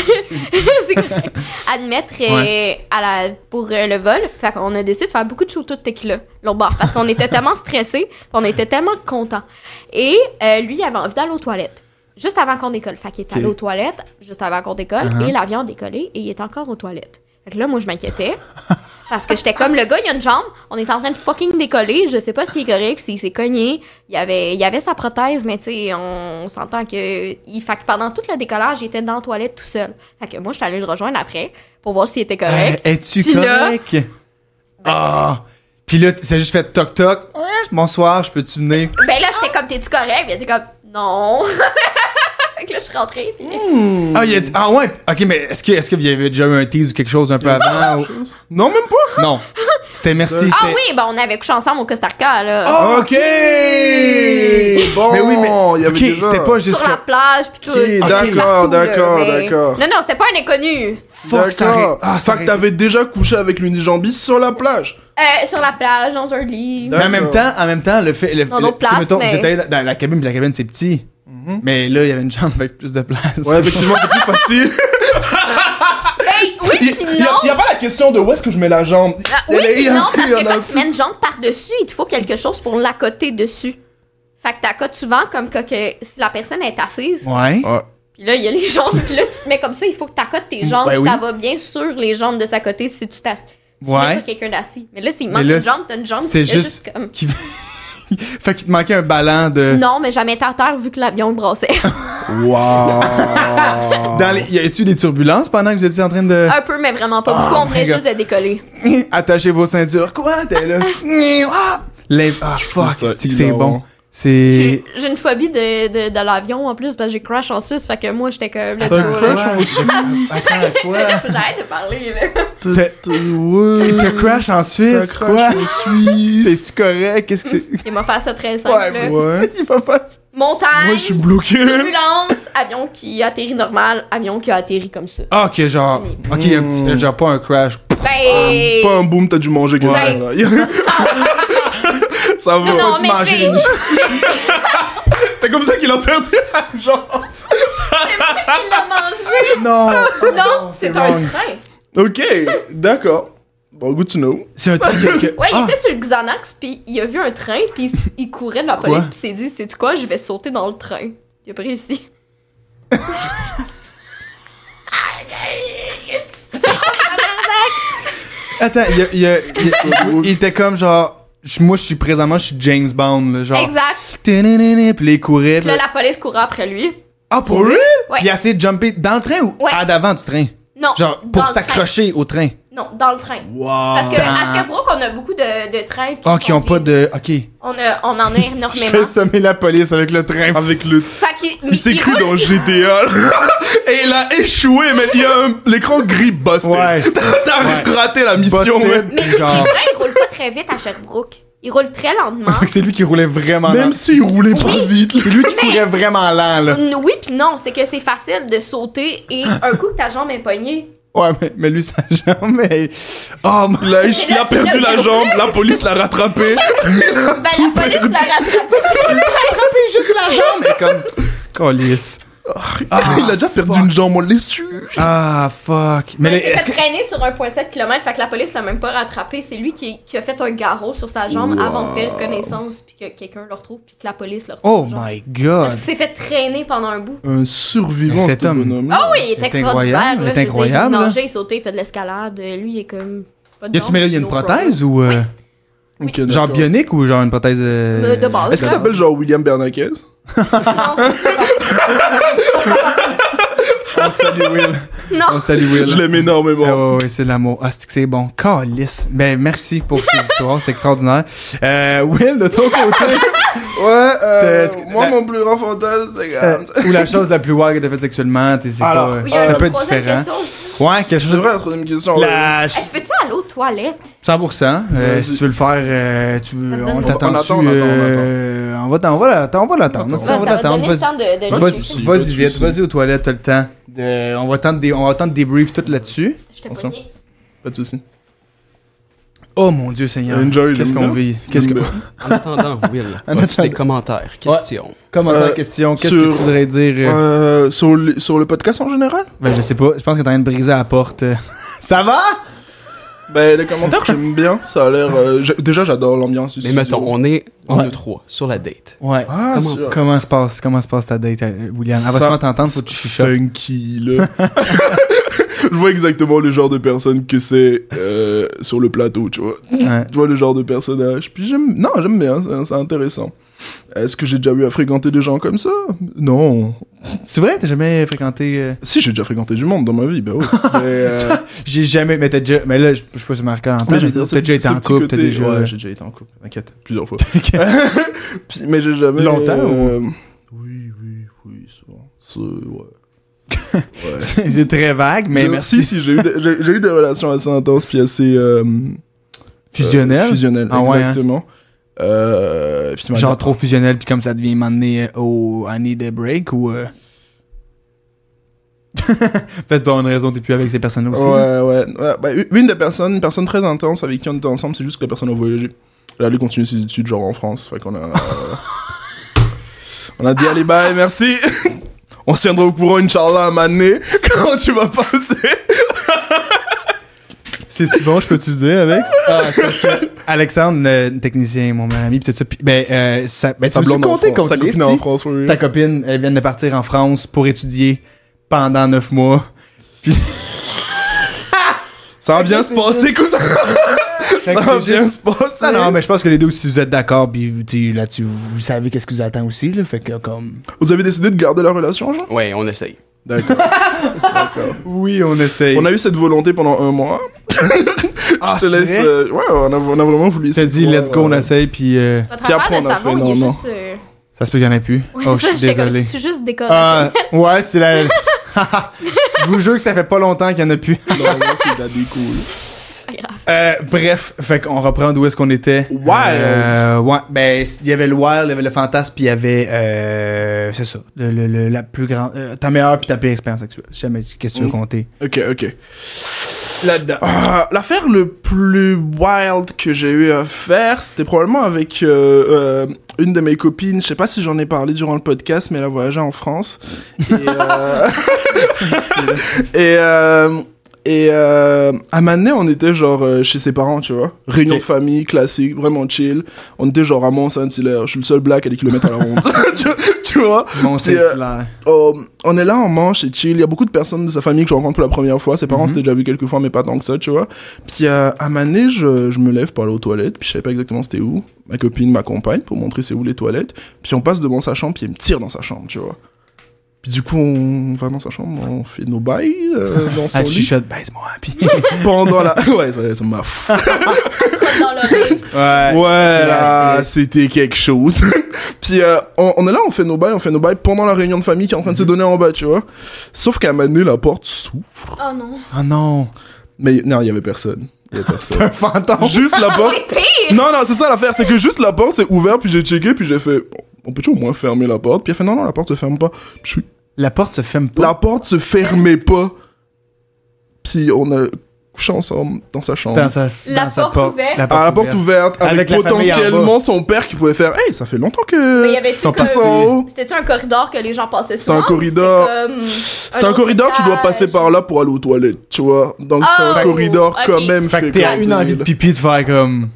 [SPEAKER 3] c'est correct. Admettre euh, à la, pour euh, le vol. Fait qu'on a décidé de faire beaucoup de shooters de tequila l'autre bord parce qu'on était tellement stressés, puis on était tellement contents. Et euh, lui, il avait envie d'aller aux toilettes. Juste avant qu'on décolle. Fait qu'il est allé
[SPEAKER 1] Ok.
[SPEAKER 3] aux toilettes, juste avant qu'on décolle,
[SPEAKER 1] Uh-huh.
[SPEAKER 3] et l'avion a décollé, et il est encore aux toilettes. Fait que là, moi, je m'inquiétais. Parce que j'étais comme, le gars, il a une jambe, on est en train de fucking décoller, je sais pas s'il est correct, s'il s'est cogné, il avait, il avait sa prothèse, mais tu sais, on s'entend que... Il, fait que pendant tout le décollage, il était dans la toilette tout seul. Fait que moi, j'étais allée le rejoindre après, pour voir s'il était correct.
[SPEAKER 1] Euh, Es-tu
[SPEAKER 3] Puis là-
[SPEAKER 1] correct? Ah! Puis là, ça a juste fait toc toc. Bonsoir, je peux-tu venir?
[SPEAKER 3] Ben là, j'étais comme, t'es-tu correct? Puis il était comme, non. fait que là, je suis rentrée, puis...
[SPEAKER 2] Hmm.
[SPEAKER 1] Ah, il a dit, ah ouais, ok, mais est-ce que, est-ce que vous y avait déjà eu un tease ou quelque chose un peu avant? ou- Non, même pas! Non. C'était merci.
[SPEAKER 3] Ah
[SPEAKER 1] c'était-
[SPEAKER 3] oui, ben on avait couché ensemble au Costa Rica, là.
[SPEAKER 2] Ah,
[SPEAKER 1] Ok!
[SPEAKER 2] Bon,
[SPEAKER 1] mais oui, mais.
[SPEAKER 2] il y avait
[SPEAKER 1] ok,
[SPEAKER 2] déjà.
[SPEAKER 1] c'était pas
[SPEAKER 3] sur
[SPEAKER 1] juste.
[SPEAKER 3] la plage, puis tout. c'était
[SPEAKER 2] d'accord,
[SPEAKER 3] partout, là,
[SPEAKER 2] d'accord,
[SPEAKER 3] mais-
[SPEAKER 2] d'accord.
[SPEAKER 3] Non, non, c'était pas un inconnu.
[SPEAKER 1] Fuck, ça aurait-
[SPEAKER 2] D'accord.
[SPEAKER 1] Ah, ça
[SPEAKER 2] Fait
[SPEAKER 1] aurait
[SPEAKER 2] que
[SPEAKER 1] été-
[SPEAKER 2] t'avais déjà couché avec l'unijambiste sur la plage.
[SPEAKER 3] Euh, sur la plage, dans un lit.
[SPEAKER 1] Mais en même temps, en même temps, le fait. Le,
[SPEAKER 3] Dans
[SPEAKER 1] le-
[SPEAKER 3] d'autres
[SPEAKER 1] tu sais,
[SPEAKER 3] places,
[SPEAKER 1] mettons,
[SPEAKER 3] mais-
[SPEAKER 1] vous êtes allé dans, dans la cabine, puis la cabine, c'est petit. Mais là, il y avait une chambre avec plus de place.
[SPEAKER 2] Ouais, effectivement, c'est plus facile.
[SPEAKER 3] Ben oui, puis
[SPEAKER 2] Il y a- il y
[SPEAKER 3] non.
[SPEAKER 2] a pas la question de où est-ce que je mets la jambe.
[SPEAKER 3] Ah, Oui,
[SPEAKER 2] Il y a- il y
[SPEAKER 3] puis
[SPEAKER 2] a-
[SPEAKER 3] non, parce
[SPEAKER 2] il y en
[SPEAKER 3] que
[SPEAKER 2] a-
[SPEAKER 3] quand tu mets une jambe par-dessus, il te faut quelque chose pour l'accoter dessus. Fait que t'accotes souvent comme que, que si la personne est assise,
[SPEAKER 1] Ouais.
[SPEAKER 3] puis là, il y a les jambes, puis là, tu te mets comme ça, il faut que t'accotes tes jambes,
[SPEAKER 1] Ben oui.
[SPEAKER 3] ça va bien sur les jambes de sa côté si tu t'assois. Tu
[SPEAKER 1] Ouais.
[SPEAKER 3] mets sur quelqu'un d'assis. Mais là, s'il
[SPEAKER 1] Mais
[SPEAKER 3] manque
[SPEAKER 1] là,
[SPEAKER 3] une jambe, t'as une jambe qui
[SPEAKER 1] C'était
[SPEAKER 3] fait
[SPEAKER 1] juste.
[SPEAKER 3] juste comme...
[SPEAKER 1] qui- fait qu'il te manquait un ballon de.
[SPEAKER 3] Non, mais jamais à terre vu que l'avion le brassait.
[SPEAKER 2] Wow.
[SPEAKER 1] Dans les... Y a-tu des turbulences pendant que vous étiez en train de.
[SPEAKER 3] un peu, mais vraiment pas beaucoup. On venait
[SPEAKER 1] Ah, God.
[SPEAKER 3] juste de décoller.
[SPEAKER 1] attacher vos ceintures? Quoi? T'es là. Ah! Les... Ah, fuck,
[SPEAKER 2] trouve ça
[SPEAKER 1] c'est que c'est
[SPEAKER 2] hilarant.
[SPEAKER 1] bon. C'est.
[SPEAKER 3] J'ai j'ai une phobie de, de, de l'avion en plus, parce que j'ai crash en Suisse, fait que moi j'étais comme. Let's
[SPEAKER 1] T'as
[SPEAKER 3] go, là.
[SPEAKER 1] crash en Suisse. Attends, quoi?
[SPEAKER 3] Faut que J'arrête de parler, là.
[SPEAKER 1] T'as- T'as crash en Suisse? Quoi? T'es-tu correct? Qu'est-ce que c'est?
[SPEAKER 3] Il m'a fait ça très simple, là.
[SPEAKER 1] ouais. Il va pas.
[SPEAKER 3] Montagne,
[SPEAKER 2] Moi, je suis bloqué.
[SPEAKER 3] ambulance, avion qui atterrit normal, avion qui a atterri comme ça.
[SPEAKER 1] Ah, ok, genre. Ok, un petit. Genre pas un crash. Ah,
[SPEAKER 3] Ben.
[SPEAKER 2] Pas un boom, t'as dû manger quelque
[SPEAKER 3] Ouais.
[SPEAKER 2] chose. là. Ça va.
[SPEAKER 3] Non, non,
[SPEAKER 2] Tu
[SPEAKER 3] mais
[SPEAKER 2] manges
[SPEAKER 3] tu sais,
[SPEAKER 2] une- C'est comme ça qu'il a perdu la jambe.
[SPEAKER 3] il l'a
[SPEAKER 1] Ah,
[SPEAKER 3] mangé.
[SPEAKER 1] Non!
[SPEAKER 3] Non, c'est un
[SPEAKER 1] wrong.
[SPEAKER 3] train.
[SPEAKER 2] Ok, d'accord. Bon, good to know.
[SPEAKER 1] C'est un truc que.
[SPEAKER 3] Ouais,
[SPEAKER 1] Ah!
[SPEAKER 3] il était sur le Xanax, puis il a vu un train, puis il s- il courait de la
[SPEAKER 1] Quoi?
[SPEAKER 3] police, puis il s'est dit, c'est quoi, je vais sauter dans le train. Il a pas réussi.
[SPEAKER 1] Attends, il, y a- il y a- il y a- il était comme genre. je- Moi, je suis présentement, je suis James Bond, là, genre.
[SPEAKER 3] Exact.
[SPEAKER 1] Tinini, Puis les courir.
[SPEAKER 3] Puis là, la police courait après lui.
[SPEAKER 1] Ah, pour lui?
[SPEAKER 3] Ouais.
[SPEAKER 1] Puis il a essayé de jumper dans le train ou
[SPEAKER 3] Ouais.
[SPEAKER 1] à l'avant du train?
[SPEAKER 3] Non.
[SPEAKER 1] Genre,
[SPEAKER 3] dans
[SPEAKER 1] pour
[SPEAKER 3] le train.
[SPEAKER 1] s'accrocher au train.
[SPEAKER 3] Non, dans le train.
[SPEAKER 2] Wow.
[SPEAKER 3] Parce que
[SPEAKER 1] Dans-
[SPEAKER 3] à Sherbrooke, on a beaucoup de, de trains.
[SPEAKER 1] Ah, qui ont pas de. Ok.
[SPEAKER 3] On, a- on en a
[SPEAKER 1] Je fais
[SPEAKER 3] énormément.
[SPEAKER 1] sommer la police avec le train.
[SPEAKER 2] Avec le.
[SPEAKER 3] fait qu'il mais
[SPEAKER 2] Il s'est
[SPEAKER 3] il
[SPEAKER 2] cru
[SPEAKER 3] roule-
[SPEAKER 2] dans GTA. Et il a échoué, mais il y a un- l'écran gris busted.
[SPEAKER 1] Ouais.
[SPEAKER 2] T'as t'as
[SPEAKER 1] Ouais.
[SPEAKER 2] raté la mission, ouais.
[SPEAKER 1] Busted,
[SPEAKER 3] Mais
[SPEAKER 1] puis genre.
[SPEAKER 3] le train, il roule pas très vite à Sherbrooke. Il roule très lentement.
[SPEAKER 1] Fait que c'est lui qui roulait vraiment lent.
[SPEAKER 2] Même s'il roulait pas
[SPEAKER 3] Oui.
[SPEAKER 2] vite.
[SPEAKER 1] C'est lui qui courait vraiment lent, là.
[SPEAKER 3] Mm, Oui puis non, c'est que c'est facile de sauter et un coup que ta jambe est poignée.
[SPEAKER 1] Ouais, mais, mais lui, ça jamais. Oh, mon-
[SPEAKER 2] Il a, échou- il a perdu la jambe, la police l'a rattrapé.
[SPEAKER 3] Ben la police l'a rattrapé.
[SPEAKER 1] juste la jambe! Et comme. Colisse.
[SPEAKER 2] il a déjà perdu une jambe, on l'essuie.
[SPEAKER 1] Ah, fuck. Mais les-
[SPEAKER 3] Il
[SPEAKER 1] est-ce
[SPEAKER 3] s'est
[SPEAKER 1] que.
[SPEAKER 3] fait traîner sur 1.7 km, fait que la police l'a même pas rattrapé. C'est lui qui, qui a fait un garrot sur sa jambe avant de perdre connaissance, puis que quelqu'un le retrouve, puis que la police le retrouve.
[SPEAKER 1] Oh
[SPEAKER 3] genre.
[SPEAKER 1] my
[SPEAKER 3] Il
[SPEAKER 1] god!
[SPEAKER 3] s'est fait traîner pendant un bout.
[SPEAKER 2] Un
[SPEAKER 1] Mais
[SPEAKER 2] survivant,
[SPEAKER 1] cet
[SPEAKER 2] cet
[SPEAKER 1] homme.
[SPEAKER 2] bonhomme.
[SPEAKER 3] Ah oui, il
[SPEAKER 1] Oh, Il
[SPEAKER 3] est
[SPEAKER 1] est
[SPEAKER 3] extraordinaire.
[SPEAKER 1] incroyable, il
[SPEAKER 3] là,
[SPEAKER 1] est
[SPEAKER 3] je veux dire,
[SPEAKER 1] incroyable,
[SPEAKER 3] Il
[SPEAKER 1] là.
[SPEAKER 3] nageait, il sautait, il fait de l'escalade. Lui, il est comme. Pas de
[SPEAKER 1] Y a-tu,
[SPEAKER 3] jambe,
[SPEAKER 1] mais là, il y a une
[SPEAKER 3] no problem.
[SPEAKER 1] prothèse ou. euh,
[SPEAKER 2] Ok,
[SPEAKER 1] Genre
[SPEAKER 2] d'accord.
[SPEAKER 1] bionique ou genre une prothèse. euh,
[SPEAKER 3] Euh, de base.
[SPEAKER 2] Est-ce qu'il s'appelle genre William Bernanke
[SPEAKER 1] On salue Will.
[SPEAKER 3] Non,
[SPEAKER 1] On salue Will.
[SPEAKER 2] Je l'aime
[SPEAKER 1] Ah
[SPEAKER 2] énormément.
[SPEAKER 1] ouais, ouais, c'est de l'amour. Ah, c'est que c'est bon. Calice. Ben, merci pour ces histoires. C'est extraordinaire. Euh, Will, de ton côté,
[SPEAKER 2] Ouais,
[SPEAKER 1] Euh, est-ce que- la-
[SPEAKER 2] plus grand fantasme, c'est
[SPEAKER 1] euh, ou la chose la plus wild que t'as faite sexuellement, t'es- c'est
[SPEAKER 2] Alors,
[SPEAKER 1] pas, euh,
[SPEAKER 3] il y a
[SPEAKER 1] ça
[SPEAKER 3] une
[SPEAKER 1] peut être
[SPEAKER 3] troisième
[SPEAKER 1] différent.
[SPEAKER 3] question.
[SPEAKER 1] Ouais, quelque
[SPEAKER 2] C'est
[SPEAKER 1] chose.
[SPEAKER 2] vrai, la troisième question. ouais.
[SPEAKER 1] Euh, La...
[SPEAKER 3] Hey, Eh, je peux-tu aller aux toilettes?
[SPEAKER 1] 100%. euh,
[SPEAKER 2] Vas-y.
[SPEAKER 1] si tu veux le faire, euh, tu,
[SPEAKER 3] Ça me
[SPEAKER 1] on
[SPEAKER 3] donne-
[SPEAKER 1] t'attend
[SPEAKER 2] On
[SPEAKER 1] dessus.
[SPEAKER 2] attend, on attend, on
[SPEAKER 1] euh, On va t'en- on va l'attendre. On va l'attendre.
[SPEAKER 2] Ça,
[SPEAKER 3] Ça,
[SPEAKER 1] On va
[SPEAKER 3] va te
[SPEAKER 1] l'attendre.
[SPEAKER 3] donner le
[SPEAKER 1] Vas-y.
[SPEAKER 3] temps de...
[SPEAKER 2] Vas-y.
[SPEAKER 3] de le
[SPEAKER 1] Vas-y,
[SPEAKER 3] checker.
[SPEAKER 2] souci, pas
[SPEAKER 1] vas-y,
[SPEAKER 2] de
[SPEAKER 1] Viette,
[SPEAKER 2] souci.
[SPEAKER 1] vas-y aux toilettes, t'as le temps. De- on va attendre des, on va attendre des briefs tout là-dessus.
[SPEAKER 3] Je te
[SPEAKER 1] Bonsoir.
[SPEAKER 3] pognais.
[SPEAKER 2] Pas de soucis.
[SPEAKER 1] Oh mon Dieu Seigneur.
[SPEAKER 2] Enjoy, Euh,
[SPEAKER 1] Qu'est-ce
[SPEAKER 2] j'aime
[SPEAKER 1] qu'on
[SPEAKER 2] bien.
[SPEAKER 1] vit Qu'est-ce que
[SPEAKER 2] J'aime
[SPEAKER 4] En attendant, Will,
[SPEAKER 1] En
[SPEAKER 4] as-tu
[SPEAKER 1] attendant.
[SPEAKER 4] des commentaires, questions?
[SPEAKER 1] Commentaire,
[SPEAKER 2] Euh,
[SPEAKER 1] question, qu'est-ce
[SPEAKER 2] sur-
[SPEAKER 1] que tu voudrais dire euh,
[SPEAKER 2] Euh, sur, le, sur le podcast en général
[SPEAKER 1] Ben, je sais pas. Je pense que t'es en train de briser la porte. euh. Ça va?
[SPEAKER 2] Ben, les commentaires, j'aime bien. Ça a l'air. euh, j'a- déjà, j'adore l'ambiance. du
[SPEAKER 4] Mais
[SPEAKER 2] studio.
[SPEAKER 4] mettons, on est on
[SPEAKER 1] Ouais.
[SPEAKER 4] est trois sur la date.
[SPEAKER 1] Ouais.
[SPEAKER 2] Ah,
[SPEAKER 4] Comment-
[SPEAKER 2] sûr.
[SPEAKER 1] Comment se passe, comment se passe ta date, euh, William? Avant
[SPEAKER 2] Ça-
[SPEAKER 1] de t'entendre, faut que tu chuchotes.
[SPEAKER 2] Funky, là. Je vois exactement le genre de personne que c'est euh, sur le plateau, tu vois.
[SPEAKER 1] Ouais.
[SPEAKER 2] Tu vois le genre de personnage. Puis j'aime. Non, j'aime bien, c'est- c'est intéressant. Est-ce que j'ai déjà eu à fréquenter des gens comme ça Non.
[SPEAKER 1] C'est vrai, t'as jamais fréquenté. euh,
[SPEAKER 2] Si, j'ai déjà fréquenté du monde dans ma vie, bah oui. Mais, euh,
[SPEAKER 1] J'ai jamais. Mais t'as déjà. Mais là, je je sais pas si Marc en
[SPEAKER 2] mais
[SPEAKER 1] tête.
[SPEAKER 2] je veux dire, ce
[SPEAKER 1] T'as déjà été
[SPEAKER 2] petit-
[SPEAKER 1] en
[SPEAKER 2] ce petit
[SPEAKER 1] couple, t'as
[SPEAKER 2] côté-
[SPEAKER 1] déjà. euh,
[SPEAKER 2] Ouais, j'ai déjà été en couple, t'inquiète, plusieurs fois.
[SPEAKER 1] T'inquiète.
[SPEAKER 2] Puis, mais j'ai jamais.
[SPEAKER 1] Longtemps,
[SPEAKER 2] euh, Oui, oui, oui, souvent. C'est- ouais. Ouais.
[SPEAKER 1] C'est c'est très vague, mais
[SPEAKER 2] Je-
[SPEAKER 1] merci.
[SPEAKER 2] Si, si, j'ai eu, des- j'ai- j'ai eu des relations assez intenses puis assez. euh,
[SPEAKER 1] Fusionnel.
[SPEAKER 2] euh, fusionnelles,
[SPEAKER 1] Ah ouais, hein.
[SPEAKER 2] exactement. Euh, puis ma-
[SPEAKER 1] Genre trop fusionnel, puis comme ça devient m'amener euh, au année de break ou. euh? Parce que t'as une raison, t'es plus avec ces personnes-là aussi.
[SPEAKER 2] Ouais, ouais. ouais. Bah, une- une des personnes, une personne très intense avec qui on était ensemble, c'est juste que la personne a voyagé. Elle allait continuer ses études, genre en France. Fait qu'on a. euh, On a dit allez bye, merci. On se tiendra au courant, Inch'Allah, à maner quand tu vas passer.
[SPEAKER 1] C'est-tu bon, je peux-tu le dire, Alex? Ah, c'est parce que Alexandre, le technicien, mon meilleur ami, pis tout ça, pis, ben, euh, ça, ben,
[SPEAKER 2] Sa
[SPEAKER 1] tu veux
[SPEAKER 2] blonde en
[SPEAKER 1] compter
[SPEAKER 2] France.
[SPEAKER 1] contre
[SPEAKER 2] Sa
[SPEAKER 1] lui,
[SPEAKER 2] copine en
[SPEAKER 1] si?
[SPEAKER 2] France, oui.
[SPEAKER 1] Ta copine, elle vient de partir en France pour étudier pendant neuf mois.
[SPEAKER 2] Ça va bien se passer, cousin.
[SPEAKER 1] Fait
[SPEAKER 2] Ça
[SPEAKER 1] que
[SPEAKER 2] va
[SPEAKER 1] c'est
[SPEAKER 2] bien
[SPEAKER 1] juste-
[SPEAKER 2] se passer.
[SPEAKER 1] Non, non, mais je pense que les deux, si vous êtes d'accord, puis vous- tu sais, là-dessus, vous, vous savez qu'est-ce qui vous attend aussi, là, fait que comme...
[SPEAKER 2] Vous avez décidé de garder la relation, genre
[SPEAKER 4] Ouais, on essaye.
[SPEAKER 2] D'accord. D'accord.
[SPEAKER 1] Oui, on essaye.
[SPEAKER 2] On a eu cette volonté pendant un mois.
[SPEAKER 1] ah,
[SPEAKER 2] Je te laisse. euh, ouais, on a, on a vraiment voulu.
[SPEAKER 1] T'as dit,
[SPEAKER 2] essayer de voir,
[SPEAKER 1] let's go, on
[SPEAKER 2] euh,
[SPEAKER 1] essaye, puis euh,
[SPEAKER 3] Votre
[SPEAKER 2] Puis après,
[SPEAKER 3] affaire de
[SPEAKER 2] on a fait,
[SPEAKER 3] savon, il est
[SPEAKER 2] non,
[SPEAKER 3] juste. euh,
[SPEAKER 1] ça se peut qu'il n'y en ait plus.
[SPEAKER 3] Ouais,
[SPEAKER 1] oh, je
[SPEAKER 3] c'est ça,
[SPEAKER 1] suis
[SPEAKER 3] j'étais comme,
[SPEAKER 1] désolé.
[SPEAKER 3] c'est juste décoré.
[SPEAKER 1] Ah, ouais, c'est la... je vous jure que ça fait pas longtemps qu'il y en a plus.
[SPEAKER 2] euh, Non, non, c'est de la découle.
[SPEAKER 1] Euh, bref, fait qu'on reprend d'où est-ce qu'on était.
[SPEAKER 2] Wild.
[SPEAKER 1] Euh, ouais, ben il y avait le wild, il y avait le fantasme, puis il y avait euh, c'est ça, le, le- le- la plus grande, euh, ta meilleure puis ta pire expérience sexuelle. Je sais, mais qu'est-ce que tu veux
[SPEAKER 2] Mm.
[SPEAKER 1] compter Oh,
[SPEAKER 2] Ok, ok.
[SPEAKER 1] là-dedans
[SPEAKER 2] Ah, L'affaire le plus wild que j'ai eu à faire, c'était probablement avec euh, euh, une de mes copines. Je sais pas si j'en ai parlé durant le podcast, mais elle a voyagé en France. Et, euh, et, euh, et, euh, à Manet, on était genre euh, chez ses parents, tu vois. Réunion de famille, classique, vraiment chill. On était genre à Mont-Saint-Hilaire. Je suis le seul black à des kilomètres à la ronde. tu, tu vois
[SPEAKER 1] Mon
[SPEAKER 2] Puis, euh,
[SPEAKER 1] Saint-Hilaire.
[SPEAKER 2] euh, on est là, on mange, c'est chill. Il y a beaucoup de personnes de sa famille que je rencontre pour la première fois. Ses parents, c'était déjà vu quelques fois, mais pas tant que ça, tu vois. Puis euh, à Mané, je, je me lève pour aller aux toilettes, puis je savais pas exactement c'était où. Ma copine m'accompagne pour montrer c'est où les toilettes. Puis on passe devant sa chambre, puis elle me tire dans sa chambre, tu vois. Puis du coup, on va dans sa chambre, on fait nos bails euh, dans son
[SPEAKER 1] Elle
[SPEAKER 2] lit.
[SPEAKER 1] chuchote, Ah, baise-moi. Puis
[SPEAKER 2] Pendant la... Ouais, ça, ça m'a fou.
[SPEAKER 3] comme dans l'oreille.
[SPEAKER 1] ouais.
[SPEAKER 2] Ouais,
[SPEAKER 1] Puis là,
[SPEAKER 2] là, c'était quelque chose. Puis euh, on, on est là, on fait nos bails, on fait nos bails pendant la réunion de famille qui est en train de se donner en bas, tu vois. Sauf qu'à un moment donné, la porte s'ouvre.
[SPEAKER 3] Oh non.
[SPEAKER 1] Oh non,
[SPEAKER 2] Mais non, il y avait personne. Il y avait
[SPEAKER 1] c'est
[SPEAKER 2] personne.
[SPEAKER 1] un fantôme.
[SPEAKER 2] juste la porte.
[SPEAKER 3] C'est pire!
[SPEAKER 2] Non, non, c'est ça l'affaire, c'est que juste la porte s'est ouverte, puis j'ai checké, puis j'ai fait, Bon, on peut-tu au moins fermer la porte Puis elle fait, non, non, la porte se ferme pas. Je suis,
[SPEAKER 1] La porte se ferme pas.
[SPEAKER 2] la porte se fermait pas. Puis on a couché ensemble dans sa chambre.
[SPEAKER 1] Dans sa,
[SPEAKER 3] La
[SPEAKER 1] dans sa
[SPEAKER 3] porte ouverte.
[SPEAKER 2] à Ah, la porte ouverte, avec,
[SPEAKER 1] Avec la famille en
[SPEAKER 2] potentiellement son père qui pouvait faire, hey, ça fait longtemps que.
[SPEAKER 3] Mais il y avait
[SPEAKER 1] Ils sont
[SPEAKER 3] tout que-
[SPEAKER 1] passés.
[SPEAKER 3] C'était-tu un corridor que les gens passaient souvent?
[SPEAKER 2] un
[SPEAKER 3] ou
[SPEAKER 2] corridor.
[SPEAKER 3] c'était comme
[SPEAKER 2] C'est un
[SPEAKER 3] autre
[SPEAKER 2] corridor, tu dois
[SPEAKER 3] étage?
[SPEAKER 2] passer par là pour aller aux toilettes, tu vois. Donc c'est
[SPEAKER 3] Oh,
[SPEAKER 2] un corridor
[SPEAKER 3] ok.
[SPEAKER 2] quand même
[SPEAKER 1] Fait que t'es à
[SPEAKER 2] fréquenté,
[SPEAKER 1] une envie de
[SPEAKER 2] là.
[SPEAKER 1] pipi de faire comme.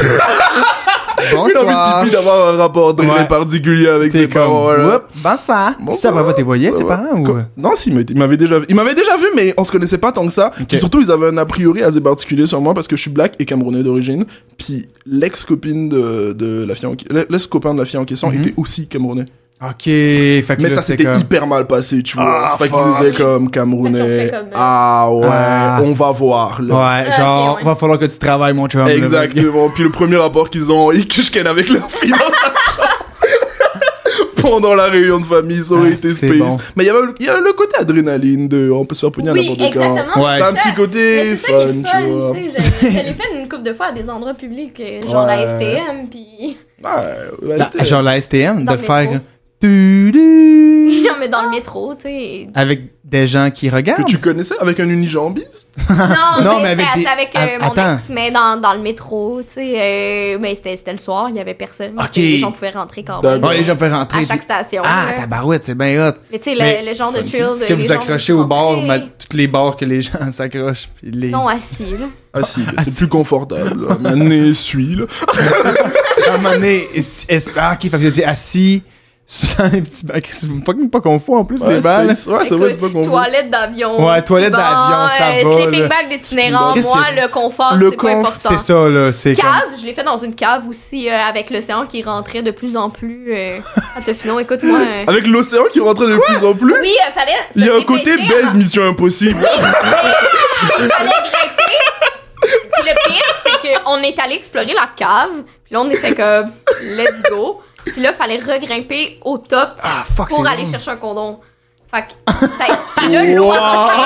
[SPEAKER 2] Une envie de
[SPEAKER 1] Bonsoir.
[SPEAKER 2] pipi d'avoir un rapport très
[SPEAKER 1] Ouais.
[SPEAKER 2] particulier avec ses
[SPEAKER 1] T'es comme.
[SPEAKER 2] parents. là.
[SPEAKER 1] Whoop, Bonsoir.
[SPEAKER 2] Bonsoir.
[SPEAKER 1] Ça va pas tes voyelles, ses
[SPEAKER 2] Ouais,
[SPEAKER 1] parents ou.
[SPEAKER 2] Co- Non, si, mais il m'avait déjà vu. Il m'avait déjà vu, mais on se connaissait pas tant que ça. Puis surtout, ils avaient un a priori assez particulier sur moi parce que je suis black et camerounais d'origine. Puis l'ex-copine de, de la fille en... l'ex-copain de la fille en question
[SPEAKER 1] Mhm.
[SPEAKER 2] était aussi camerounais.
[SPEAKER 1] Ok, fait que là,
[SPEAKER 2] Mais ça
[SPEAKER 1] c'est
[SPEAKER 2] s'était
[SPEAKER 1] comme-
[SPEAKER 2] hyper mal passé, tu vois.
[SPEAKER 1] Ah,
[SPEAKER 2] fait qu'ils
[SPEAKER 1] fuck.
[SPEAKER 2] étaient comme
[SPEAKER 3] Fait
[SPEAKER 2] camerounais.
[SPEAKER 3] qu'on fait comme, euh,
[SPEAKER 2] Ah ouais,
[SPEAKER 1] Ah.
[SPEAKER 2] on va voir là.
[SPEAKER 1] Ouais,
[SPEAKER 3] Ah,
[SPEAKER 1] genre,
[SPEAKER 3] ok, ouais.
[SPEAKER 1] va falloir que tu travailles, mon chum. là, parce
[SPEAKER 2] Exactement. Puis le premier rapport qu'ils ont, ils chichkennent avec leur fille dans sa chambre. Pendant la réunion de famille, ça aurait
[SPEAKER 1] Ah,
[SPEAKER 2] été
[SPEAKER 1] c'est
[SPEAKER 2] space.
[SPEAKER 1] bon.
[SPEAKER 2] Mais il y avait le- il y a le côté adrénaline de on peut se faire pogner à
[SPEAKER 3] Oui,
[SPEAKER 2] n'importe quand.
[SPEAKER 3] exactement.
[SPEAKER 1] Ouais.
[SPEAKER 2] C'est un petit côté
[SPEAKER 3] Mais c'est
[SPEAKER 2] fun,
[SPEAKER 3] ça qui est
[SPEAKER 2] tu vois.
[SPEAKER 3] fun, tu sais. Je je l'ai fait une couple de fois à des endroits publics, euh, genre
[SPEAKER 2] Ouais.
[SPEAKER 3] à STM, puis.
[SPEAKER 2] Ouais,
[SPEAKER 1] que-
[SPEAKER 2] là,
[SPEAKER 1] La-
[SPEAKER 2] c'était-
[SPEAKER 1] Bah, genre la STM,
[SPEAKER 3] Dans
[SPEAKER 1] de
[SPEAKER 3] le
[SPEAKER 1] faire.
[SPEAKER 3] métro.
[SPEAKER 1] Tu- du-
[SPEAKER 3] Non, mais dans le
[SPEAKER 2] Ah.
[SPEAKER 3] métro, tu sais.
[SPEAKER 1] Avec des gens qui
[SPEAKER 2] que
[SPEAKER 1] regardent.
[SPEAKER 2] tu connaissais avec un unijambiste
[SPEAKER 3] Non,
[SPEAKER 1] Non,
[SPEAKER 3] mais
[SPEAKER 1] mais avec
[SPEAKER 3] c'était
[SPEAKER 1] des-
[SPEAKER 3] avec
[SPEAKER 1] Ah,
[SPEAKER 3] euh, mon
[SPEAKER 1] attends.
[SPEAKER 3] ex, mais dans, dans le métro, tu sais. euh, mais c'était c'était le soir, il y avait personne.
[SPEAKER 1] Ok.
[SPEAKER 3] Les gens pouvaient rentrer quand même.
[SPEAKER 2] D'accord.
[SPEAKER 1] Bon, les gens peuvent
[SPEAKER 3] À
[SPEAKER 1] rentrer.
[SPEAKER 3] chaque station.
[SPEAKER 1] Ah,
[SPEAKER 3] là.
[SPEAKER 1] tabarouette, c'est bien hot.
[SPEAKER 3] Mais tu sais,
[SPEAKER 1] Mais-
[SPEAKER 3] le, le genre de chill.
[SPEAKER 1] Est-ce
[SPEAKER 3] de-
[SPEAKER 1] que
[SPEAKER 3] les
[SPEAKER 1] vous
[SPEAKER 3] gens
[SPEAKER 1] accrochez au bord,
[SPEAKER 3] rentrer.
[SPEAKER 1] mal- toutes les bords que les gens s'accrochent. puis les-
[SPEAKER 3] Non, assis, là.
[SPEAKER 2] Ah si, mais
[SPEAKER 1] Ah,
[SPEAKER 2] c'est
[SPEAKER 1] si. Ah,
[SPEAKER 2] plus confortable. là. Un essuie, là.
[SPEAKER 1] À un moment donné, est- est- ah, ok, fait que j'ai dit assis. Sur les petits bacs, c'est pas, pas confort en plus,
[SPEAKER 2] Ouais,
[SPEAKER 1] les
[SPEAKER 2] c'est
[SPEAKER 1] balles.
[SPEAKER 2] pas- Ouais, c'est vrai, c'est pas
[SPEAKER 3] Écoute,
[SPEAKER 2] confortable.
[SPEAKER 3] toilette d'avion.
[SPEAKER 1] Ouais, toilette
[SPEAKER 3] petit banc,
[SPEAKER 1] d'avion, ça
[SPEAKER 3] euh,
[SPEAKER 1] va, là.
[SPEAKER 3] Sleeping bag d'itinérant,
[SPEAKER 1] Qu'est-ce
[SPEAKER 3] moi,
[SPEAKER 1] que-
[SPEAKER 3] le confort,
[SPEAKER 2] Le
[SPEAKER 3] c'est pas
[SPEAKER 2] conf,
[SPEAKER 3] important.
[SPEAKER 1] C'est ça, là. C'est comme-
[SPEAKER 3] Cave, je l'ai fait dans une cave aussi, euh, avec l'océan qui rentrait de plus en plus. Euh... Ah, Tofino, écoute-moi. euh,
[SPEAKER 2] Avec l'océan qui rentrait de plus en plus.
[SPEAKER 3] Oui, euh, fallait. se
[SPEAKER 2] Il y a un côté
[SPEAKER 3] dépêcher
[SPEAKER 2] baise Mission Impossible.
[SPEAKER 3] Puis le pire, c'est qu'on est allé explorer la cave. Puis là, on était comme, let's go. Puis là, fallait regrimper au top
[SPEAKER 1] Ah, fuck,
[SPEAKER 3] pour
[SPEAKER 1] c'est
[SPEAKER 3] aller
[SPEAKER 1] long.
[SPEAKER 3] chercher un condom. Fait que, ça... Puis là, l'eau a...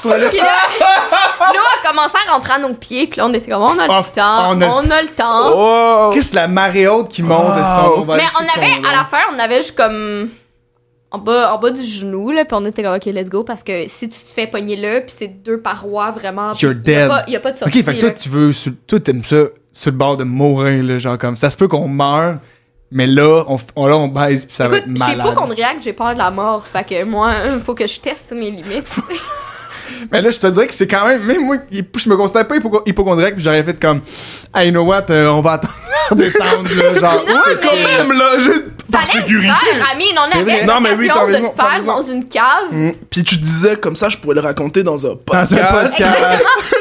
[SPEAKER 3] Puis là, l'eau a commencé à rentrer à nos pieds. Puis là, on était comme, on a
[SPEAKER 1] Ah,
[SPEAKER 3] le temps,
[SPEAKER 1] on a le-
[SPEAKER 3] on a le temps.
[SPEAKER 2] Oh.
[SPEAKER 1] Qu'est-ce que la marée haute qui monte et ça, va
[SPEAKER 3] Mais
[SPEAKER 1] aller
[SPEAKER 3] on
[SPEAKER 1] chez
[SPEAKER 3] avait,
[SPEAKER 1] Condor.
[SPEAKER 3] à la fin, on avait juste comme. En bas, en bas du genou, là, puis on était comme, OK, let's go, parce que si tu te fais pogner là, puis c'est deux parois vraiment.
[SPEAKER 1] You're
[SPEAKER 3] Il
[SPEAKER 1] dead.
[SPEAKER 3] n'y a, pas de
[SPEAKER 1] Ok,
[SPEAKER 3] sortie.
[SPEAKER 1] fait que toi,
[SPEAKER 3] là.
[SPEAKER 1] tu veux. sur- Toi, t'aimes ça sur le bord de mourir, là, genre comme ça. se peut qu'on meure, Mais là, on, f- on- là, on baise puis ça va être
[SPEAKER 3] Écoute, je sais pas
[SPEAKER 1] malade.
[SPEAKER 3] qu'on reacte, j'ai peur de la mort. Fait que moi, faut que je teste mes limites.
[SPEAKER 1] Mais là, je te dirais que c'est quand même. Même moi, hypo- je me considère pas hypoco- hypochondriaque puis j'aurais fait comme. Hey, you know what, euh, on va attendre la descendre, là. Genre,
[SPEAKER 3] Non,
[SPEAKER 1] c'est
[SPEAKER 3] mais-
[SPEAKER 1] quand même.
[SPEAKER 2] Même là, je- par
[SPEAKER 3] Fallait le
[SPEAKER 2] sécurité.
[SPEAKER 3] faire, Amine, on
[SPEAKER 1] C'est vrai.
[SPEAKER 3] avait
[SPEAKER 2] Non, mais oui,
[SPEAKER 3] l'occasion
[SPEAKER 2] t'as
[SPEAKER 3] de
[SPEAKER 2] raison,
[SPEAKER 3] le
[SPEAKER 2] t'as
[SPEAKER 3] faire
[SPEAKER 2] raison.
[SPEAKER 3] dans une cave.
[SPEAKER 2] Mm. Puis tu disais comme ça, je pourrais le raconter dans un
[SPEAKER 1] Dans
[SPEAKER 2] podcast. Ah,
[SPEAKER 1] un podcast.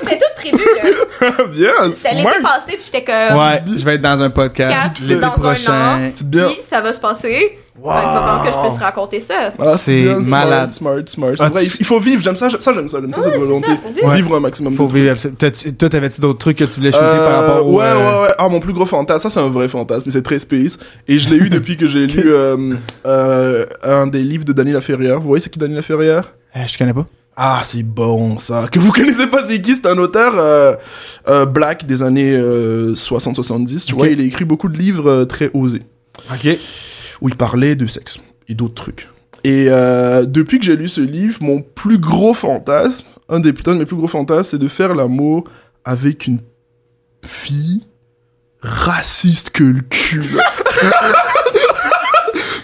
[SPEAKER 3] C'était tout prévu, là.
[SPEAKER 2] bien,
[SPEAKER 3] C'était
[SPEAKER 2] moi,
[SPEAKER 3] l'été passé, puis j'étais comme...
[SPEAKER 1] Ouais, je vais être dans un podcast
[SPEAKER 3] Podcast
[SPEAKER 1] l'été
[SPEAKER 3] dans un
[SPEAKER 1] prochain.
[SPEAKER 3] an.
[SPEAKER 2] c'est bien.
[SPEAKER 3] Puis ça va se passer. Fait qu'il va falloir que je puisse raconter ça.
[SPEAKER 2] Ah,
[SPEAKER 1] C'est
[SPEAKER 2] bien, smart,
[SPEAKER 1] malade.
[SPEAKER 2] Smart, smart,
[SPEAKER 1] Ah,
[SPEAKER 2] C'est vrai,
[SPEAKER 1] tu-
[SPEAKER 2] il il faut vivre. J'aime ça, je- ça j'aime ça, j'aime ça
[SPEAKER 3] Ouais,
[SPEAKER 2] cette
[SPEAKER 3] c'est
[SPEAKER 2] volonté.
[SPEAKER 3] ça, faut vivre.
[SPEAKER 2] un maximum. de
[SPEAKER 1] Faut
[SPEAKER 2] trucs.
[SPEAKER 1] vivre. absolu- t'as-tu- Toi, t'avais-tu d'autres trucs que tu voulais shooter
[SPEAKER 2] Euh,
[SPEAKER 1] par rapport au.
[SPEAKER 2] ouais,
[SPEAKER 1] euh,
[SPEAKER 2] ouais, ouais. Ah, mon plus gros fantasme, ça c'est un vrai fantasme, mais c'est très space. Et je l'ai eu depuis que j'ai lu euh, euh, un des livres de Danny Laferrière. Vous voyez c'est qui Danny Laferrière
[SPEAKER 1] euh, je connais pas.
[SPEAKER 2] Ah, c'est bon ça. Que vous connaissez pas c'est qui C'est un auteur euh, euh, black des années euh, 60-70. Tu
[SPEAKER 1] Ok.
[SPEAKER 2] vois, il a écrit beaucoup de livres euh, très osés.
[SPEAKER 1] Ok.
[SPEAKER 2] où il parlait de sexe et d'autres trucs. Et euh, depuis que j'ai lu ce livre, mon plus gros fantasme, un des putains de mes plus gros fantasmes, c'est de faire l'amour avec une fille raciste que le cul. là.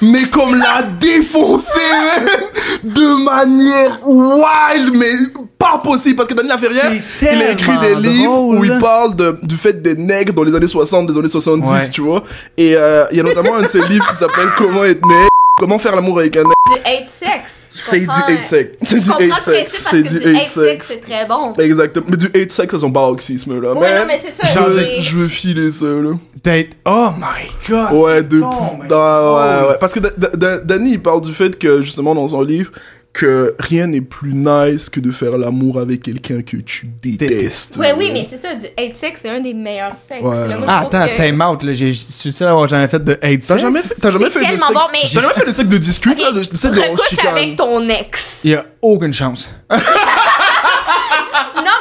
[SPEAKER 2] mais comme la défoncer, man, de manière wild, mais pas possible, parce que Daniel Laferrière,
[SPEAKER 1] C'est
[SPEAKER 2] il a écrit des
[SPEAKER 1] tellement
[SPEAKER 2] livres où il
[SPEAKER 1] drôle.
[SPEAKER 2] parle de- du fait des nègres dans les années 60, des années 70,
[SPEAKER 1] Ouais.
[SPEAKER 2] tu vois. Et euh, il y a notamment un de ses livres qui s'appelle Comment être nègre, comment faire l'amour avec un nègre.
[SPEAKER 3] Du hate sex. Je
[SPEAKER 2] C'est du
[SPEAKER 3] comprends-
[SPEAKER 2] hate sex. C'est
[SPEAKER 3] Je
[SPEAKER 2] du
[SPEAKER 3] comprends le
[SPEAKER 2] hate
[SPEAKER 3] principe
[SPEAKER 2] sex.
[SPEAKER 3] parce que
[SPEAKER 2] C'est du hate sex.
[SPEAKER 3] c'est très bon.
[SPEAKER 2] Exactement. Mais du hate sex, c'est son paroxysme, là.
[SPEAKER 3] Ouais, non, mais c'est ça,
[SPEAKER 2] Je,
[SPEAKER 3] mais- Ah,
[SPEAKER 2] je veux filer ça, là.
[SPEAKER 1] Date. Oh my god!
[SPEAKER 2] ouais,
[SPEAKER 1] c'est
[SPEAKER 2] de
[SPEAKER 1] bon,
[SPEAKER 2] pou-
[SPEAKER 1] mais-
[SPEAKER 2] Ah,
[SPEAKER 1] oh.
[SPEAKER 2] ouais, ouais. Parce que Da- Da- Da- Danny, il parle du fait que, justement, dans son livre, que rien n'est plus nice que de faire l'amour avec quelqu'un que tu détestes.
[SPEAKER 3] Ouais, oui, mais c'est ça, du hate sex, c'est un des meilleurs sexes.
[SPEAKER 2] Ouais.
[SPEAKER 3] là. Moi, je
[SPEAKER 1] Ah,
[SPEAKER 3] trouve
[SPEAKER 1] attends,
[SPEAKER 3] que-
[SPEAKER 1] time out, là. J'ai- Je suis le seul à avoir jamais fait de hate
[SPEAKER 2] T'as
[SPEAKER 1] sex.
[SPEAKER 2] jamais fait, t'as jamais
[SPEAKER 3] C'est
[SPEAKER 2] fait le
[SPEAKER 3] tellement
[SPEAKER 2] sexe-
[SPEAKER 3] bon, mais-
[SPEAKER 2] T'as jamais fait le sexe de discute,
[SPEAKER 3] Ok,
[SPEAKER 2] là, le sexe de on se
[SPEAKER 3] Recouche
[SPEAKER 2] chicane.
[SPEAKER 3] avec ton ex.
[SPEAKER 1] Il y a aucune chance.
[SPEAKER 3] Non,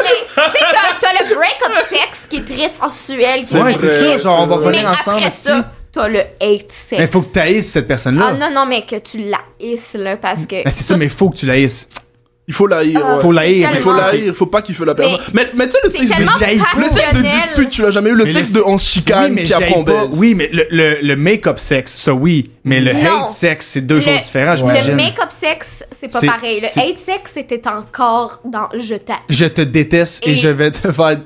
[SPEAKER 3] mais tu sais, t'as- t'as le break-up sex qui est très sensuel. qui
[SPEAKER 2] C'est
[SPEAKER 3] est
[SPEAKER 1] ouais,
[SPEAKER 2] vrai,
[SPEAKER 1] c'est ça. Genre, on va
[SPEAKER 2] c'est
[SPEAKER 3] Mais
[SPEAKER 1] revenir ensemble.
[SPEAKER 3] après
[SPEAKER 1] esti.
[SPEAKER 3] ça, t'as le hate sex.
[SPEAKER 1] Mais faut que tu haïsses cette personne-là.
[SPEAKER 3] Ah non, non, mais que tu la hisses, là, parce que...
[SPEAKER 1] Ben, c'est ça, mais faut que tu la haïsses.
[SPEAKER 2] Il faut la
[SPEAKER 3] Ah.
[SPEAKER 2] haïr, ouais.
[SPEAKER 1] Faut la haïr.
[SPEAKER 2] Il
[SPEAKER 1] mais
[SPEAKER 2] faut
[SPEAKER 3] Tellement.
[SPEAKER 2] la haïr, faut pas qu'il fait la personne. Mais, mais tu sais, le
[SPEAKER 3] C'est
[SPEAKER 2] sexe de
[SPEAKER 3] tellement
[SPEAKER 1] j'aille pas.
[SPEAKER 2] Le sexe de
[SPEAKER 3] passionnel.
[SPEAKER 2] dispute, tu l'as jamais eu. Le
[SPEAKER 1] Mais
[SPEAKER 2] sexe
[SPEAKER 1] le-
[SPEAKER 2] de on se
[SPEAKER 1] oui,
[SPEAKER 2] chicane,
[SPEAKER 1] mais
[SPEAKER 2] puis après on
[SPEAKER 1] j'haïs pas.
[SPEAKER 2] baise.
[SPEAKER 1] Oui, mais le, le, le make-up sexe, ça oui. Mais le
[SPEAKER 3] Non.
[SPEAKER 1] hate sexe, c'est deux
[SPEAKER 3] Le-
[SPEAKER 1] choses différentes,
[SPEAKER 3] Le
[SPEAKER 1] j'imagine.
[SPEAKER 3] make-up sex, c'est pas
[SPEAKER 1] C'est-
[SPEAKER 3] pareil. Le
[SPEAKER 1] c'est-
[SPEAKER 3] hate sex, c'était encore dans je t'ai.
[SPEAKER 1] Je te déteste et,
[SPEAKER 3] Et-
[SPEAKER 1] je vais te faire.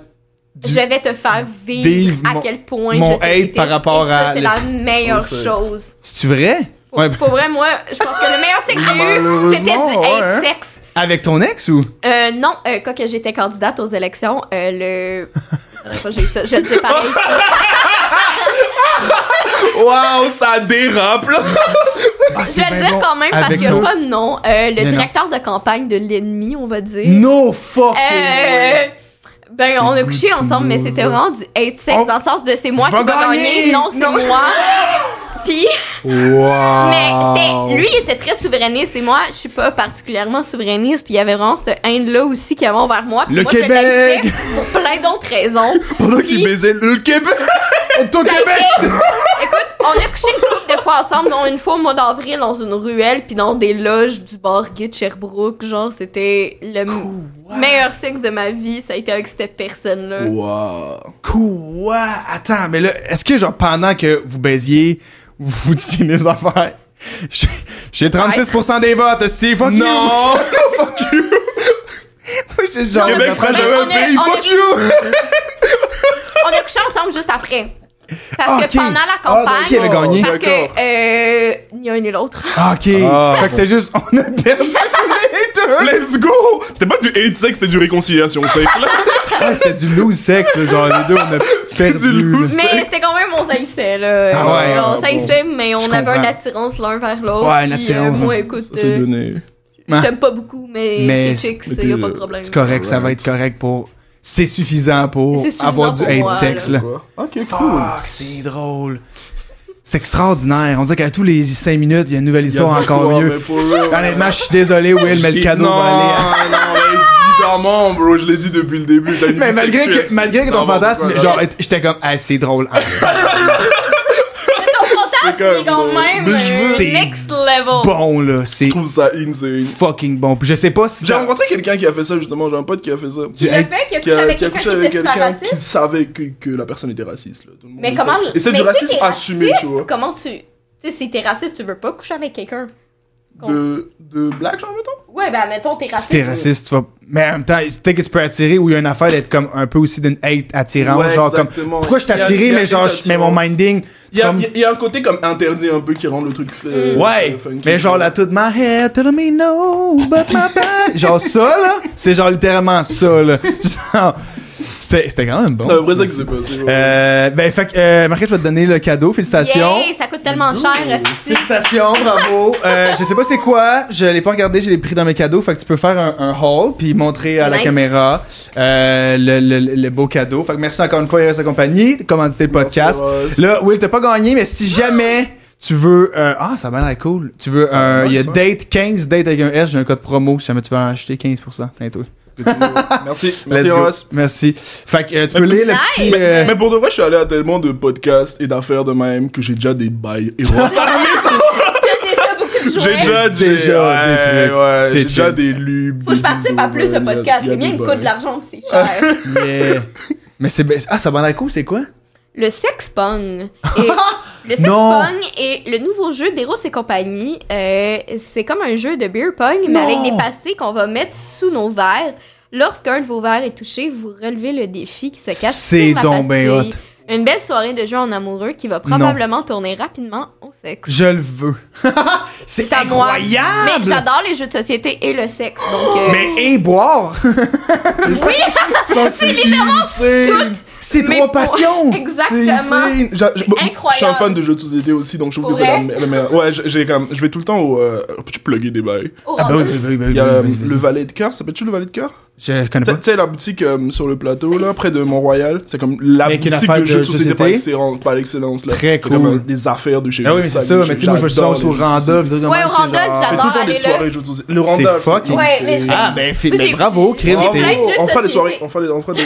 [SPEAKER 1] du-
[SPEAKER 3] Je vais te faire vivre,
[SPEAKER 1] Vivre
[SPEAKER 3] à
[SPEAKER 1] mon-
[SPEAKER 3] quel point
[SPEAKER 1] mon
[SPEAKER 3] je te
[SPEAKER 1] hate
[SPEAKER 3] déteste.
[SPEAKER 1] par rapport
[SPEAKER 3] Et ça,
[SPEAKER 1] à
[SPEAKER 3] c'est
[SPEAKER 1] le-
[SPEAKER 3] la meilleure
[SPEAKER 2] sexe.
[SPEAKER 3] chose.
[SPEAKER 1] C'est-tu vrai?
[SPEAKER 3] Pour,
[SPEAKER 1] Ouais,
[SPEAKER 3] pour vrai, moi, je pense que le meilleur sexe que j'ai eu, c'était du
[SPEAKER 2] Malheureusement,
[SPEAKER 3] hate
[SPEAKER 2] ouais, hein.
[SPEAKER 3] sex.
[SPEAKER 1] Avec ton ex ou?
[SPEAKER 3] Euh, non, euh, quand que j'étais candidate aux élections, euh, le... Faudrait pas que j'ai ça, je le dis pareil.
[SPEAKER 1] Ah,
[SPEAKER 2] Waouh, ça dérape, là.
[SPEAKER 1] Ah,
[SPEAKER 3] Je vais le dire quand même parce
[SPEAKER 1] Avec
[SPEAKER 3] qu'il n'y a
[SPEAKER 1] ton-
[SPEAKER 3] pas de nom. Euh, le
[SPEAKER 1] Mais non.
[SPEAKER 3] directeur de campagne de l'ennemi, on va dire.
[SPEAKER 1] No fucking
[SPEAKER 3] Euh,
[SPEAKER 1] way.
[SPEAKER 3] ben, on a couché
[SPEAKER 1] goût du
[SPEAKER 3] ensemble, mais
[SPEAKER 1] mauvais.
[SPEAKER 3] c'était vraiment du hate sex,
[SPEAKER 1] Oh.
[SPEAKER 3] dans le sens de c'est moi
[SPEAKER 1] Je
[SPEAKER 3] qui
[SPEAKER 1] vais
[SPEAKER 3] vais
[SPEAKER 1] gagner.
[SPEAKER 3] gagner, non, c'est
[SPEAKER 1] Non.
[SPEAKER 3] moi. Puis,
[SPEAKER 1] Wow.
[SPEAKER 3] mais c'était, lui, il était très souverainiste, et moi, je suis pas particulièrement souverainiste, puis il y avait vraiment cette haine-là aussi qu'il y avait envers moi. Puis
[SPEAKER 1] Le
[SPEAKER 3] moi,
[SPEAKER 1] Québec.
[SPEAKER 3] Je l'haïssais pour plein d'autres raisons.
[SPEAKER 2] Pendant qu'il
[SPEAKER 3] Puis-
[SPEAKER 2] baisait le Québec.
[SPEAKER 1] Toi, Québec!
[SPEAKER 3] Hey, Écoute, on a couché une couple de fois ensemble, dont une fois au mois d'avril dans une ruelle, puis dans des loges du bar gay de Sherbrooke. Genre, c'était le m-
[SPEAKER 1] Oh,
[SPEAKER 3] meilleur sexe de ma vie. Ça a été avec cette personne-là.
[SPEAKER 2] Waouh.
[SPEAKER 1] Quoi? Attends, mais là, est-ce que genre pendant que vous baisiez, vous vous disiez les affaires? J'ai- J'ai 36% des votes, Steve. Fuck you!
[SPEAKER 2] Non.
[SPEAKER 1] Moi, j'ai genre-
[SPEAKER 2] Québec sera jamais un
[SPEAKER 3] on est-
[SPEAKER 2] pays.
[SPEAKER 3] on
[SPEAKER 2] Fuck
[SPEAKER 3] est-
[SPEAKER 2] you.
[SPEAKER 3] On a couché ensemble juste après. Parce
[SPEAKER 1] Ah,
[SPEAKER 3] que
[SPEAKER 1] Oh. ok.
[SPEAKER 3] pendant la
[SPEAKER 1] Ah,
[SPEAKER 3] campagne.
[SPEAKER 1] ok, elle a gagné.
[SPEAKER 3] Parce
[SPEAKER 2] D'accord.
[SPEAKER 3] que. Euh, ni un ni l'autre.
[SPEAKER 1] Ah, ok.
[SPEAKER 2] Ah,
[SPEAKER 1] fait que c'est juste, on a perdu.
[SPEAKER 2] Let's go.
[SPEAKER 5] C'était pas du hate sex, c'était du réconciliation sex, là.
[SPEAKER 1] Ouais, Ah, c'était du loose sex, là, genre les deux, on a perdu.
[SPEAKER 2] du loose
[SPEAKER 1] là.
[SPEAKER 3] Mais c'était quand même, on s'haïssait, là.
[SPEAKER 1] Ah ouais,
[SPEAKER 3] on
[SPEAKER 1] ah, bon.
[SPEAKER 3] s'haïssait, mais on
[SPEAKER 1] Je
[SPEAKER 3] avait
[SPEAKER 1] comprends.
[SPEAKER 3] une attirance l'un vers l'autre.
[SPEAKER 1] Ouais, une
[SPEAKER 3] puis,
[SPEAKER 1] attirance,
[SPEAKER 3] euh, moi,
[SPEAKER 1] hein.
[SPEAKER 3] écoute,
[SPEAKER 2] C'est
[SPEAKER 3] euh,
[SPEAKER 2] donné.
[SPEAKER 3] je t'aime pas beaucoup, mais,
[SPEAKER 1] Mais
[SPEAKER 3] mais chick, c'est y a pas de problème.
[SPEAKER 1] C'est correct, ça va être correct pour. C'est suffisant pour
[SPEAKER 3] C'est suffisant
[SPEAKER 1] avoir du
[SPEAKER 3] pour
[SPEAKER 1] hate
[SPEAKER 3] moi,
[SPEAKER 1] sex, là.
[SPEAKER 2] Ok, cool.
[SPEAKER 1] Fuck, c'est drôle. C'est extraordinaire. On dirait qu'à tous les 5 minutes, il y a une nouvelle histoire encore mieux. Honnêtement, je suis désolé, Will, mais le cadeau
[SPEAKER 2] non,
[SPEAKER 1] va aller. à-
[SPEAKER 2] non, mais évidemment, bro, je l'ai dit depuis le début. t'as une
[SPEAKER 1] Mais
[SPEAKER 2] vie
[SPEAKER 1] malgré
[SPEAKER 2] sexuelle,
[SPEAKER 1] que,
[SPEAKER 2] c'est-
[SPEAKER 1] malgré que ton
[SPEAKER 2] Non, bon,
[SPEAKER 1] fantasme,
[SPEAKER 2] voilà.
[SPEAKER 1] genre, j'étais comme, ah, c'est drôle. Ah,
[SPEAKER 3] Ton fantasme
[SPEAKER 2] C'est
[SPEAKER 3] est quand
[SPEAKER 2] comme-
[SPEAKER 3] même
[SPEAKER 2] Mais je
[SPEAKER 3] euh,
[SPEAKER 1] veux-
[SPEAKER 3] next level.
[SPEAKER 1] bon, là. C'est
[SPEAKER 2] Je trouve ça insane.
[SPEAKER 1] fucking bon. Puis je sais pas si.
[SPEAKER 2] J'ai
[SPEAKER 1] t'as-
[SPEAKER 2] rencontré quelqu'un qui a fait ça justement, j'ai un pote qui a fait ça.
[SPEAKER 1] Tu-
[SPEAKER 3] Le fait qu'il a couché avec quelqu'un qui était super
[SPEAKER 2] qui
[SPEAKER 3] raciste.
[SPEAKER 2] savait que, que la personne était raciste. Là. Tout le monde
[SPEAKER 3] Mais
[SPEAKER 2] le
[SPEAKER 3] comment.
[SPEAKER 2] sait. Et c'est
[SPEAKER 3] mais
[SPEAKER 2] du
[SPEAKER 3] si
[SPEAKER 2] racisme
[SPEAKER 3] t'es
[SPEAKER 2] assumé, tu
[SPEAKER 3] raciste,
[SPEAKER 2] vois.
[SPEAKER 3] Comment tu. Tu sais, si t'es raciste, tu veux pas coucher avec quelqu'un.
[SPEAKER 2] De, de black, genre, mettons
[SPEAKER 3] Ouais, ben, mettons, t'es
[SPEAKER 1] Si
[SPEAKER 3] raciste.
[SPEAKER 1] t'es raciste, tu vas. Mais en même temps, peut-être que tu peux attirer ou il y a une affaire d'être comme un peu aussi d'une hate attirante.
[SPEAKER 2] Ouais,
[SPEAKER 1] genre comme.
[SPEAKER 2] exactement.
[SPEAKER 1] Pourquoi je
[SPEAKER 2] Il y a- il
[SPEAKER 1] t'attirais,
[SPEAKER 2] y a
[SPEAKER 1] mais
[SPEAKER 2] une
[SPEAKER 1] genre,
[SPEAKER 2] hate
[SPEAKER 1] je- mais mon
[SPEAKER 2] attirance.
[SPEAKER 1] minding.
[SPEAKER 2] Il y, a,
[SPEAKER 1] comme-
[SPEAKER 2] il y a un côté comme interdit un peu qui rend le truc euh, fait.
[SPEAKER 1] Ouais, mais genre la toute ma head, tell me no, but my bad. Genre ça là, c'est genre littéralement ça là. Genre, c'était c'était quand même bon.
[SPEAKER 2] C'est un vrai ça qui s'est passé. ouais.
[SPEAKER 1] Euh, ben fait que euh, Marquette, je vais te donner le cadeau, félicitations.
[SPEAKER 3] Yay, ça coûte tellement cher, esti.
[SPEAKER 1] Félicitations, bravo. Euh, je sais pas c'est quoi, je l'ai pas regardé, je l'ai pris dans mes cadeaux, fait que tu peux faire un, un haul puis montrer à la
[SPEAKER 3] Nice.
[SPEAKER 1] caméra euh, le, le- le beau cadeau. Fait que merci encore une fois IRS Compagnie, de commanditer le podcast.
[SPEAKER 2] Ross.
[SPEAKER 1] Là, Will, t'as pas gagné, mais si jamais tu veux... euh, ah, ça va l'air cool. Tu veux...
[SPEAKER 2] Ça a
[SPEAKER 1] un- Il
[SPEAKER 2] l'air
[SPEAKER 1] y a
[SPEAKER 2] nice,
[SPEAKER 1] date 15, date avec un S, j'ai un code promo, si jamais tu veux en acheter 15%. Tiens, toi.
[SPEAKER 2] Merci,
[SPEAKER 1] Let's
[SPEAKER 2] merci
[SPEAKER 1] go.
[SPEAKER 2] Ross.
[SPEAKER 1] Merci. Fait que euh, tu peux lire le petit...
[SPEAKER 3] Nice.
[SPEAKER 1] euh,
[SPEAKER 2] Mais pour de vrai, je suis allé à tellement de podcasts et d'affaires de même que j'ai déjà des bails et Ross à la maison.
[SPEAKER 3] T'as déjà beaucoup de
[SPEAKER 2] J'ai déjà
[SPEAKER 3] jouets.
[SPEAKER 2] des
[SPEAKER 1] Déjà des
[SPEAKER 2] ouais,
[SPEAKER 1] trucs.
[SPEAKER 2] ouais,
[SPEAKER 1] C'est
[SPEAKER 2] j'ai déjà
[SPEAKER 1] chill.
[SPEAKER 2] des lubes.
[SPEAKER 3] Faut que je
[SPEAKER 2] des
[SPEAKER 3] participe
[SPEAKER 2] vidéos,
[SPEAKER 3] à plus de
[SPEAKER 2] ouais, il y a-
[SPEAKER 3] podcasts.
[SPEAKER 2] il y a
[SPEAKER 3] Les miens,
[SPEAKER 2] des
[SPEAKER 3] ils me
[SPEAKER 2] bails.
[SPEAKER 3] coûtent de l'argent, pis c'est cher.
[SPEAKER 1] yeah. Mais c'est... ben- Ah, ça va l'air cool, c'est quoi?
[SPEAKER 3] Le sexpong. Et le
[SPEAKER 1] Non.
[SPEAKER 3] sexpong est le nouveau jeu d'Eros et compagnie. Euh, c'est comme un jeu de beer pong, mais
[SPEAKER 1] Non.
[SPEAKER 3] avec des pastilles qu'on va mettre sous nos verres. Lorsqu'un de vos verres est touché, vous relevez le défi qui se cache
[SPEAKER 1] C'est
[SPEAKER 3] sous la
[SPEAKER 1] donc ben
[SPEAKER 3] pastille. Une belle soirée de jeu en amoureux qui va probablement tourner rapidement au sexe.
[SPEAKER 1] Je le veux. c'est
[SPEAKER 3] C'est à moi.
[SPEAKER 1] incroyable!
[SPEAKER 3] Mais j'adore les jeux de société et le sexe, donc... euh,
[SPEAKER 1] Mais et boire!
[SPEAKER 3] Oui!
[SPEAKER 1] Ça, c'est littéralement
[SPEAKER 3] toutes
[SPEAKER 1] C'est
[SPEAKER 3] mes
[SPEAKER 1] trois
[SPEAKER 3] po-
[SPEAKER 1] passions!
[SPEAKER 2] C'est
[SPEAKER 3] Exactement!
[SPEAKER 2] insane. J'a-
[SPEAKER 3] C'est
[SPEAKER 2] bon, Je suis un
[SPEAKER 3] incroyable.
[SPEAKER 2] fan de jeux de société aussi, donc je trouve que
[SPEAKER 3] Pour
[SPEAKER 2] c'est la
[SPEAKER 3] vrai?
[SPEAKER 2] me- la meilleure. Ouais, j'ai- j'ai comme. Je vais tout le temps au. Euh, peux-tu plugger des bails
[SPEAKER 3] Au
[SPEAKER 1] Ah, bah oui,
[SPEAKER 3] rendez-vous.
[SPEAKER 1] oui, oui, oui,
[SPEAKER 2] Il y a euh,
[SPEAKER 1] oui, oui,
[SPEAKER 2] le
[SPEAKER 1] oui.
[SPEAKER 2] valet de cœur, ça s'appelle-tu le valet de cœur
[SPEAKER 1] Je connais
[SPEAKER 2] Tu
[SPEAKER 1] pas.
[SPEAKER 2] tu sais, la boutique euh, sur le plateau, là, près de Mont-Royal. C'est comme la
[SPEAKER 1] Avec une
[SPEAKER 2] boutique
[SPEAKER 1] affaire
[SPEAKER 2] de jeux
[SPEAKER 1] de
[SPEAKER 2] de société par
[SPEAKER 1] société.
[SPEAKER 2] excellence, par excellence, là.
[SPEAKER 1] Très
[SPEAKER 2] C'est comme,
[SPEAKER 1] cool.
[SPEAKER 2] euh, Des affaires de chez
[SPEAKER 1] Ah oui, mais c'est ça, mais tu sais, moi je veux le sens
[SPEAKER 2] sens
[SPEAKER 1] au Randa. Ouais,
[SPEAKER 3] Ouais, au Randa,
[SPEAKER 2] C'est tout le temps
[SPEAKER 3] Allez,
[SPEAKER 2] des
[SPEAKER 3] là.
[SPEAKER 2] soirées jeux de société. Le
[SPEAKER 1] C'est
[SPEAKER 2] Randa.
[SPEAKER 1] fucking-
[SPEAKER 3] Ouais, mais
[SPEAKER 2] c'est-
[SPEAKER 3] je-
[SPEAKER 1] Ah, ben, fi-
[SPEAKER 3] Moi,
[SPEAKER 1] ben
[SPEAKER 3] j'ai-
[SPEAKER 1] bravo,
[SPEAKER 3] j'ai-
[SPEAKER 1] Chris.
[SPEAKER 2] on,
[SPEAKER 3] j'ai
[SPEAKER 1] c'est-
[SPEAKER 3] plein de jeux de
[SPEAKER 2] on fera des
[SPEAKER 3] société.
[SPEAKER 2] soirées. On fera des. On fera des...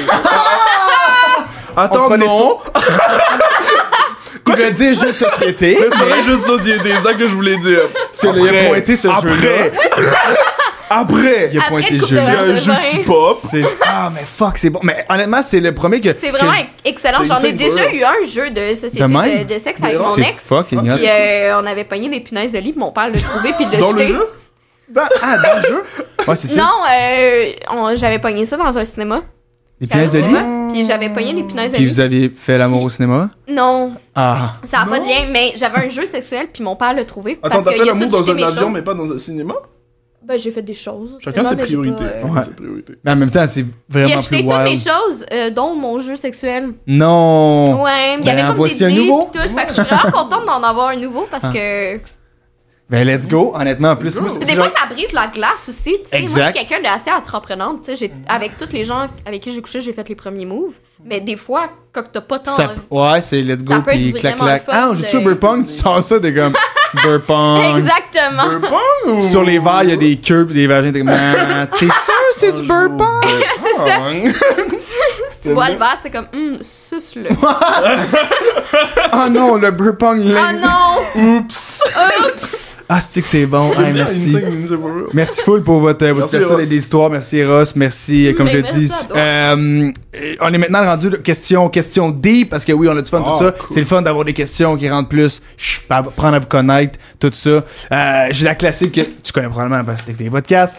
[SPEAKER 2] Attends,
[SPEAKER 1] On fera des
[SPEAKER 2] non.
[SPEAKER 1] Il veut dire jeu de société.
[SPEAKER 2] Mais c'est un jeu de société, c'est ça que je voulais dire.
[SPEAKER 1] C'est le- il a pointé ce
[SPEAKER 2] après,
[SPEAKER 1] jeu-là.
[SPEAKER 2] Après,
[SPEAKER 1] Il a
[SPEAKER 3] Après
[SPEAKER 1] pointé
[SPEAKER 3] le coup
[SPEAKER 1] jeu.
[SPEAKER 3] de
[SPEAKER 2] c'est un
[SPEAKER 3] Demain.
[SPEAKER 2] jeu qui pop.
[SPEAKER 1] C'est- Ah, mais fuck, c'est bon. Mais honnêtement, c'est le premier que.
[SPEAKER 3] C'est vraiment
[SPEAKER 1] que je-
[SPEAKER 3] excellent.
[SPEAKER 2] c'est
[SPEAKER 3] J'en ai
[SPEAKER 2] une
[SPEAKER 3] déjà
[SPEAKER 2] peur.
[SPEAKER 3] eu un jeu de société
[SPEAKER 1] De même?
[SPEAKER 3] de, de sexe avec mon
[SPEAKER 1] C'est
[SPEAKER 3] ex.
[SPEAKER 1] fucking hot.
[SPEAKER 3] Puis euh, on avait pogné des punaises de lit, puis mon père l'a trouvé puis il l'a
[SPEAKER 2] Dans le
[SPEAKER 3] jeté.
[SPEAKER 2] jeu
[SPEAKER 1] Dans- Ah, dans le jeu? Ouais, c'est ça.
[SPEAKER 3] Non, euh, on- j'avais pogné ça dans un cinéma.
[SPEAKER 1] Les punaises de
[SPEAKER 3] Dans un
[SPEAKER 1] lit?
[SPEAKER 3] cinéma, Puis j'avais pogné des punaises euh, de
[SPEAKER 1] Puis
[SPEAKER 3] lit.
[SPEAKER 1] vous avez fait l'amour au cinéma?
[SPEAKER 3] Non,
[SPEAKER 1] Ah.
[SPEAKER 3] ça n'a pas de lien, mais j'avais un jeu sexuel, puis mon père l'a trouvé.
[SPEAKER 2] Attends,
[SPEAKER 3] parce
[SPEAKER 2] t'as
[SPEAKER 3] qu'il
[SPEAKER 2] fait
[SPEAKER 3] a
[SPEAKER 2] l'amour
[SPEAKER 3] tout
[SPEAKER 2] dans
[SPEAKER 3] jeté
[SPEAKER 2] un
[SPEAKER 3] mes
[SPEAKER 2] avion,
[SPEAKER 3] choses.
[SPEAKER 2] mais pas dans un cinéma
[SPEAKER 3] Ben, j'ai fait des choses. au
[SPEAKER 2] Chacun
[SPEAKER 3] cinéma,
[SPEAKER 2] ses
[SPEAKER 3] mais j'ai pas,
[SPEAKER 2] priorités.
[SPEAKER 3] euh,
[SPEAKER 2] Chacun ses priorités.
[SPEAKER 1] Mais en même temps, c'est
[SPEAKER 3] Il a
[SPEAKER 1] vraiment
[SPEAKER 3] jeté
[SPEAKER 1] plus
[SPEAKER 3] toutes mes
[SPEAKER 1] wild.
[SPEAKER 3] choses, euh, dont mon jeu sexuel.
[SPEAKER 1] Non!
[SPEAKER 3] Ouais, il y
[SPEAKER 1] Ben,
[SPEAKER 3] avait comme
[SPEAKER 1] voici
[SPEAKER 3] des
[SPEAKER 1] un
[SPEAKER 3] dés
[SPEAKER 1] nouveau. Ah.
[SPEAKER 3] pis tout. Fait que je suis vraiment contente d'en avoir un nouveau parce que...
[SPEAKER 1] Ben, let's go. Honnêtement, en plus,
[SPEAKER 2] Let's
[SPEAKER 1] moi,
[SPEAKER 2] go.
[SPEAKER 1] c'est-
[SPEAKER 3] Des fois, ça brise la glace aussi, tu sais. Moi, je suis
[SPEAKER 1] Exact.
[SPEAKER 3] quelqu'un d'assez entreprenante, tu sais. j'ai- Avec tous les gens avec qui j'ai couché, j'ai fait les premiers moves. Mais des fois, quand t'as pas tant...
[SPEAKER 1] Ça- ouais, c'est let's go,
[SPEAKER 3] Ça peut
[SPEAKER 1] puis
[SPEAKER 3] être
[SPEAKER 1] clac,
[SPEAKER 3] vraiment
[SPEAKER 1] clac.
[SPEAKER 3] le fun
[SPEAKER 1] Ah, on joue-tu au
[SPEAKER 3] de-
[SPEAKER 1] Burpong? Tu sens ça, des comme Burpong.
[SPEAKER 3] Exactement.
[SPEAKER 1] Sur les verres, il y a des queues, pis des vagins. T'es comme, Ah, t'es sûr, c'est du
[SPEAKER 3] oh,
[SPEAKER 1] Burpong?
[SPEAKER 3] c'est ça. si tu bois le verre, c'est comme, hum, suce-le.
[SPEAKER 1] Ah non, le Burpong, là.
[SPEAKER 3] Ah non! Oups! Oups!
[SPEAKER 1] Ah, c'est que c'est bon. Hey, merci. Merci full pour votre, euh, votre
[SPEAKER 2] Merci,
[SPEAKER 1] personne
[SPEAKER 2] Ross.
[SPEAKER 1] et des histoires. Merci Ross, merci euh, comme
[SPEAKER 3] Mais
[SPEAKER 1] je
[SPEAKER 3] merci
[SPEAKER 1] dis.
[SPEAKER 3] à toi.
[SPEAKER 1] euh, euh, on est maintenant rendu de- question question deep parce que oui, on a du fun tout
[SPEAKER 2] Ah,
[SPEAKER 1] ça.
[SPEAKER 2] cool.
[SPEAKER 1] C'est le fun d'avoir des questions qui rentrent plus, chut, à- apprendre à vous connaître, tout ça. Euh, j'ai la classique que tu connais probablement parce que t'écoutes les podcasts.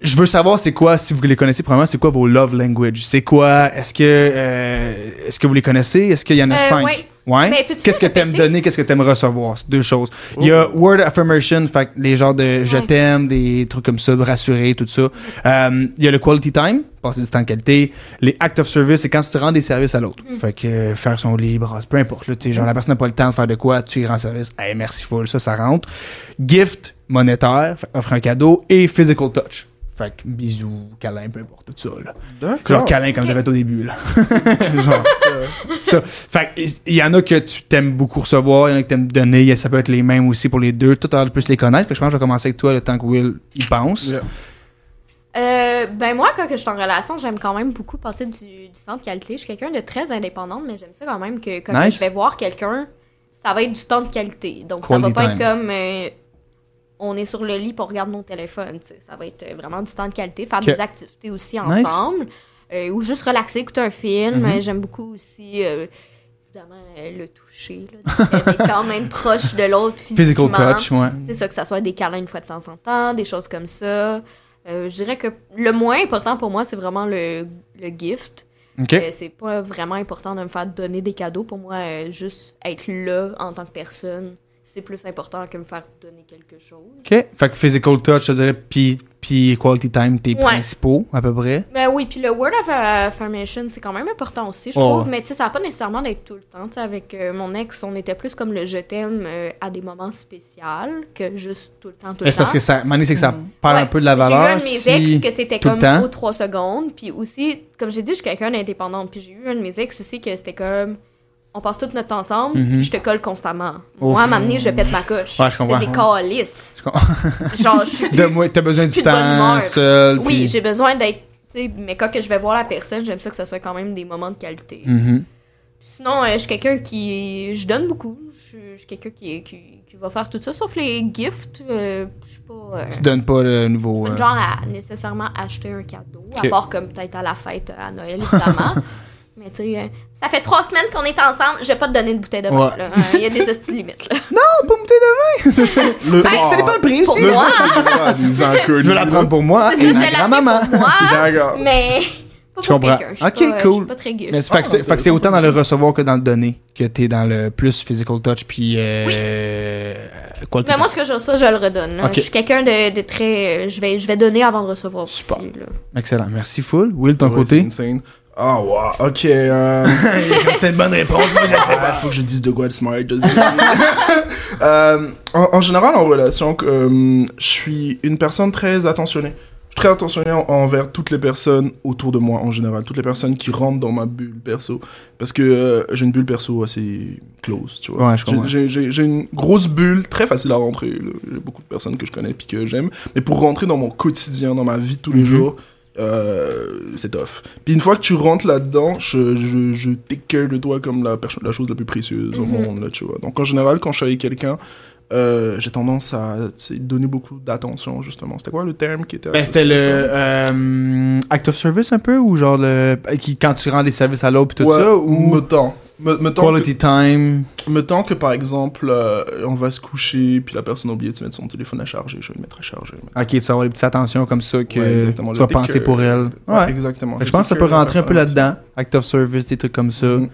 [SPEAKER 1] Je veux savoir c'est quoi si vous les connaissez probablement c'est quoi vos love language. C'est quoi Est-ce que euh, est-ce que vous les connaissez Est-ce qu'il y en a
[SPEAKER 3] Euh,
[SPEAKER 1] cinq
[SPEAKER 3] ouais.
[SPEAKER 1] Ouais.
[SPEAKER 3] Mais peux-tu
[SPEAKER 1] Qu'est-ce que
[SPEAKER 3] les
[SPEAKER 1] t'aimes
[SPEAKER 3] répéter?
[SPEAKER 1] donner, qu'est-ce que t'aimes recevoir? C'est deux choses. Il y a word affirmation, fait que les genres de je
[SPEAKER 3] Ouais.
[SPEAKER 1] t'aime, des trucs comme ça, de rassurer, tout ça. Euh, il y a le quality time, passer du temps de qualité. Les acts of service, c'est quand tu rends des services à l'autre.
[SPEAKER 3] Mm.
[SPEAKER 1] Fait que euh, faire son libre, peu importe. Là, tu sais, genre, la personne n'a pas le temps de faire de quoi, tu y rends service. Hey, merci full, ça, ça rentre. Gift, monétaire, fait, offre un cadeau. Et physical touch. Fait que bisous, câlin, peu importe, tout ça, là. Genre câlin comme t'avais au début, là. Genre, ça. Fait que, il y en a que tu t'aimes beaucoup recevoir, il y en a que t'aimes donner, il y a- ça peut être les mêmes aussi pour les deux, tout à l'heure plus les connaître. Fait que je pense que je vais commencer avec toi le temps que Will y pense.
[SPEAKER 2] Yeah.
[SPEAKER 3] Euh, ben moi, quand que je suis en relation, j'aime quand même beaucoup passer du, du temps de qualité. Je suis quelqu'un de très indépendante, mais j'aime ça quand même que quand
[SPEAKER 1] Nice.
[SPEAKER 3] je vais voir quelqu'un, ça va être du temps de qualité. Donc ça va
[SPEAKER 1] Quality
[SPEAKER 3] pas
[SPEAKER 1] time.
[SPEAKER 3] être comme euh, on est sur le lit pour on regarde nos téléphones. tu sais. Ça va être euh, vraiment du temps de qualité, faire
[SPEAKER 1] Ok.
[SPEAKER 3] des activités aussi
[SPEAKER 1] Nice. Mm-hmm.
[SPEAKER 3] ensemble, euh, ou juste relaxer, écouter un film. Euh, J'aime beaucoup aussi, euh, évidemment, euh, le toucher, là, d'être- d'être quand même proche de l'autre physiquement.
[SPEAKER 1] Physical touch, ouais.
[SPEAKER 3] C'est ça, que ça soit des câlins une fois de temps en temps, des choses comme ça. Euh, je dirais que le moins important pour moi, c'est vraiment le, le gift.
[SPEAKER 1] OK.
[SPEAKER 3] Euh, c'est pas vraiment important de me faire donner des cadeaux. Pour moi, euh, juste être là en tant que personne, c'est plus important que me faire donner quelque chose.
[SPEAKER 1] OK. Fait que physical touch, je dirais, puis, puis quality time, tes
[SPEAKER 3] Ouais.
[SPEAKER 1] principaux, à peu près.
[SPEAKER 3] Ben oui, puis le word of affirmation, c'est quand même important aussi, je
[SPEAKER 1] Ouais,
[SPEAKER 3] trouve.
[SPEAKER 1] Oh, ouais.
[SPEAKER 3] Mais tu sais, ça n'a pas nécessairement d'être tout le temps. Tu sais, avec euh, mon ex, on était plus comme le je t'aime euh, à des moments spéciaux que juste tout le temps, tout le
[SPEAKER 1] Mais C'est
[SPEAKER 3] temps. Mm.
[SPEAKER 1] parce que ça, à un moment donné, c'est que ça perd
[SPEAKER 3] Ouais.
[SPEAKER 1] un peu de la
[SPEAKER 3] J'ai eu un
[SPEAKER 1] valeur.
[SPEAKER 3] de mes
[SPEAKER 1] si-
[SPEAKER 3] ex que c'était
[SPEAKER 1] tout le
[SPEAKER 3] comme
[SPEAKER 1] temps.
[SPEAKER 3] aux trois secondes. Puis aussi, comme j'ai dit, je suis quelqu'un d'indépendante. Puis j'ai eu un de mes ex aussi que c'était comme on passe tout notre temps ensemble,
[SPEAKER 1] Mhm.
[SPEAKER 3] puis je te colle constamment.
[SPEAKER 1] Ouf.
[SPEAKER 3] Moi, à m'amener, je pète ma coche.
[SPEAKER 1] Ouais, je comprends.
[SPEAKER 3] c'est des calices.
[SPEAKER 1] Je comprends.
[SPEAKER 3] Genre, je suis-
[SPEAKER 1] De moi, t'as besoin
[SPEAKER 3] Je
[SPEAKER 1] du
[SPEAKER 3] suis de bonne
[SPEAKER 1] temps
[SPEAKER 3] humeur.
[SPEAKER 1] seul.
[SPEAKER 3] Oui,
[SPEAKER 1] puis-
[SPEAKER 3] j'ai besoin d'être. tu sais, Mais quand que je vais voir la personne, j'aime ça que ça soit quand même des moments de qualité.
[SPEAKER 1] Mhm.
[SPEAKER 3] Sinon, euh, je suis quelqu'un qui. Je donne beaucoup. Je suis- je suis quelqu'un qui, qui, qui va faire tout ça, sauf les gifts. euh, je suis pas. euh,
[SPEAKER 1] Tu donnes pas le nouveau. euh,
[SPEAKER 3] genre à nécessairement acheter un cadeau,
[SPEAKER 1] Ok.
[SPEAKER 3] à part comme peut-être à la fête euh, à Noël, évidemment. Mais tu sais, euh, ça fait trois semaines qu'on est ensemble, je vais pas te donner de bouteille de vin.
[SPEAKER 1] Ouais.
[SPEAKER 3] là. Euh, Il y a des hosties limites. Là.
[SPEAKER 1] Ah, pas me
[SPEAKER 2] Le
[SPEAKER 3] Ben,
[SPEAKER 2] droit.
[SPEAKER 3] c'est
[SPEAKER 1] C'est pas le prix
[SPEAKER 3] Pour
[SPEAKER 1] aussi.
[SPEAKER 2] Le
[SPEAKER 3] moi,
[SPEAKER 2] droit, le droit, des enculés,
[SPEAKER 1] Je vais la prendre pour moi.
[SPEAKER 3] c'est
[SPEAKER 1] Ah, et ma
[SPEAKER 3] ça, je l'ai acheté
[SPEAKER 1] grand-maman.
[SPEAKER 3] pour
[SPEAKER 2] là.
[SPEAKER 3] moi,
[SPEAKER 2] C'est d'accord.
[SPEAKER 3] Ah, mais pas
[SPEAKER 1] Je
[SPEAKER 3] pour
[SPEAKER 1] comprends.
[SPEAKER 3] quelqu'un. Je suis
[SPEAKER 1] Ok,
[SPEAKER 3] pas, euh,
[SPEAKER 1] cool.
[SPEAKER 3] je suis pas très gift.
[SPEAKER 1] Mais c'est fait que c'est- fait que c'est autant dans le recevoir que dans le donner que t'es dans le plus physical touch puis euh, quality
[SPEAKER 3] Mais Ben, moi, ce que je reçois, je le redonne. là.
[SPEAKER 1] Ok.
[SPEAKER 3] Je suis quelqu'un de, de très. euh, Je vais, je vais donner avant de recevoir.
[SPEAKER 1] Super.
[SPEAKER 3] aussi, là.
[SPEAKER 1] time. Excellent. Merci, Full. Will, ton
[SPEAKER 2] Ouais, c'est
[SPEAKER 1] côté.
[SPEAKER 2] insane. Ah, wow, ok. Euh...
[SPEAKER 1] C'était une bonne réponse.
[SPEAKER 2] je sais pas, Ah, faut que je dise de quoi de smart. de- Euh, en, en général, en relation, euh, je suis une personne très attentionnée. Je suis très attentionné en- envers toutes les personnes autour de moi en général, toutes les personnes qui rentrent dans ma bulle perso. Parce que euh, j'ai une bulle perso assez close, tu vois.
[SPEAKER 1] Ouais, je comprends.
[SPEAKER 2] J'ai- j'ai- j'ai j'ai une grosse bulle, très facile à rentrer. là. J'ai beaucoup de personnes que je connais puis que j'aime. Mais pour rentrer dans mon quotidien, dans ma vie de tous les
[SPEAKER 1] Mhm.
[SPEAKER 2] jours, euh, c'est tough. Puis une fois que tu rentres là-dedans, je, je, je t'écueille de toi comme la, perso- la chose la plus précieuse au
[SPEAKER 3] Mhm.
[SPEAKER 2] monde, là, tu vois. Donc en général, quand je suis avec quelqu'un, euh, j'ai tendance à tu sais, donner beaucoup d'attention, justement. C'était quoi le terme qui était
[SPEAKER 1] Ben, c'était le
[SPEAKER 2] associé à ça
[SPEAKER 1] euh, act of service un peu ou genre le qui quand tu rends des services à l'autre puis tout
[SPEAKER 2] Ouais,
[SPEAKER 1] ça
[SPEAKER 2] me
[SPEAKER 1] ou
[SPEAKER 2] tend. Me, me tend
[SPEAKER 1] quality time.
[SPEAKER 2] que, me tend que, par exemple, euh, on va se coucher, puis la personne a oublié de se mettre son téléphone à charger. Je vais le mettre à charger.
[SPEAKER 1] Ok, tu vas avoir des petites attentions comme ça que
[SPEAKER 2] Ouais, exactement.
[SPEAKER 1] tu vas
[SPEAKER 2] Le
[SPEAKER 1] penser
[SPEAKER 2] take-care.
[SPEAKER 1] pour elle.
[SPEAKER 2] Ouais,
[SPEAKER 1] Ouais.
[SPEAKER 2] exactement.
[SPEAKER 1] Fait que je pense que ça peut
[SPEAKER 2] Take care,
[SPEAKER 1] rentrer un peu
[SPEAKER 2] ouais.
[SPEAKER 1] là-dedans. Act of service, des trucs comme ça.
[SPEAKER 2] Mhm.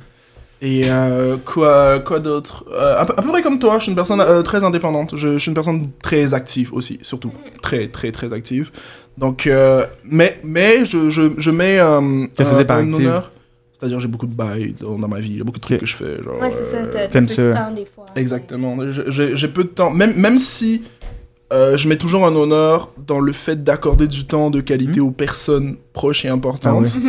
[SPEAKER 2] Et euh, quoi, quoi d'autre Euh, à, peu- à peu près comme toi, je suis une personne euh, très indépendante. Je, je suis une personne très active aussi, surtout. Très, très, très active. Donc, euh, mais, mais je, je, je mets. Euh,
[SPEAKER 1] Qu'est-ce que
[SPEAKER 2] un-
[SPEAKER 1] c'est par
[SPEAKER 2] un
[SPEAKER 1] active
[SPEAKER 2] honneur. C'est-à-dire, j'ai beaucoup de bails dans, dans ma vie. Il y a beaucoup de trucs
[SPEAKER 1] Ok.
[SPEAKER 2] que je fais. Genre,
[SPEAKER 3] Ouais, c'est ça.
[SPEAKER 2] euh,
[SPEAKER 3] t'as- t'as
[SPEAKER 1] T'aimes
[SPEAKER 3] peu de
[SPEAKER 1] ça.
[SPEAKER 3] temps, des fois.
[SPEAKER 2] Exactement. Je- J'ai j'ai peu de temps. Même, même si euh, je mets toujours un honneur dans le fait d'accorder du temps de qualité aux personnes proches et importantes,
[SPEAKER 1] Mhm.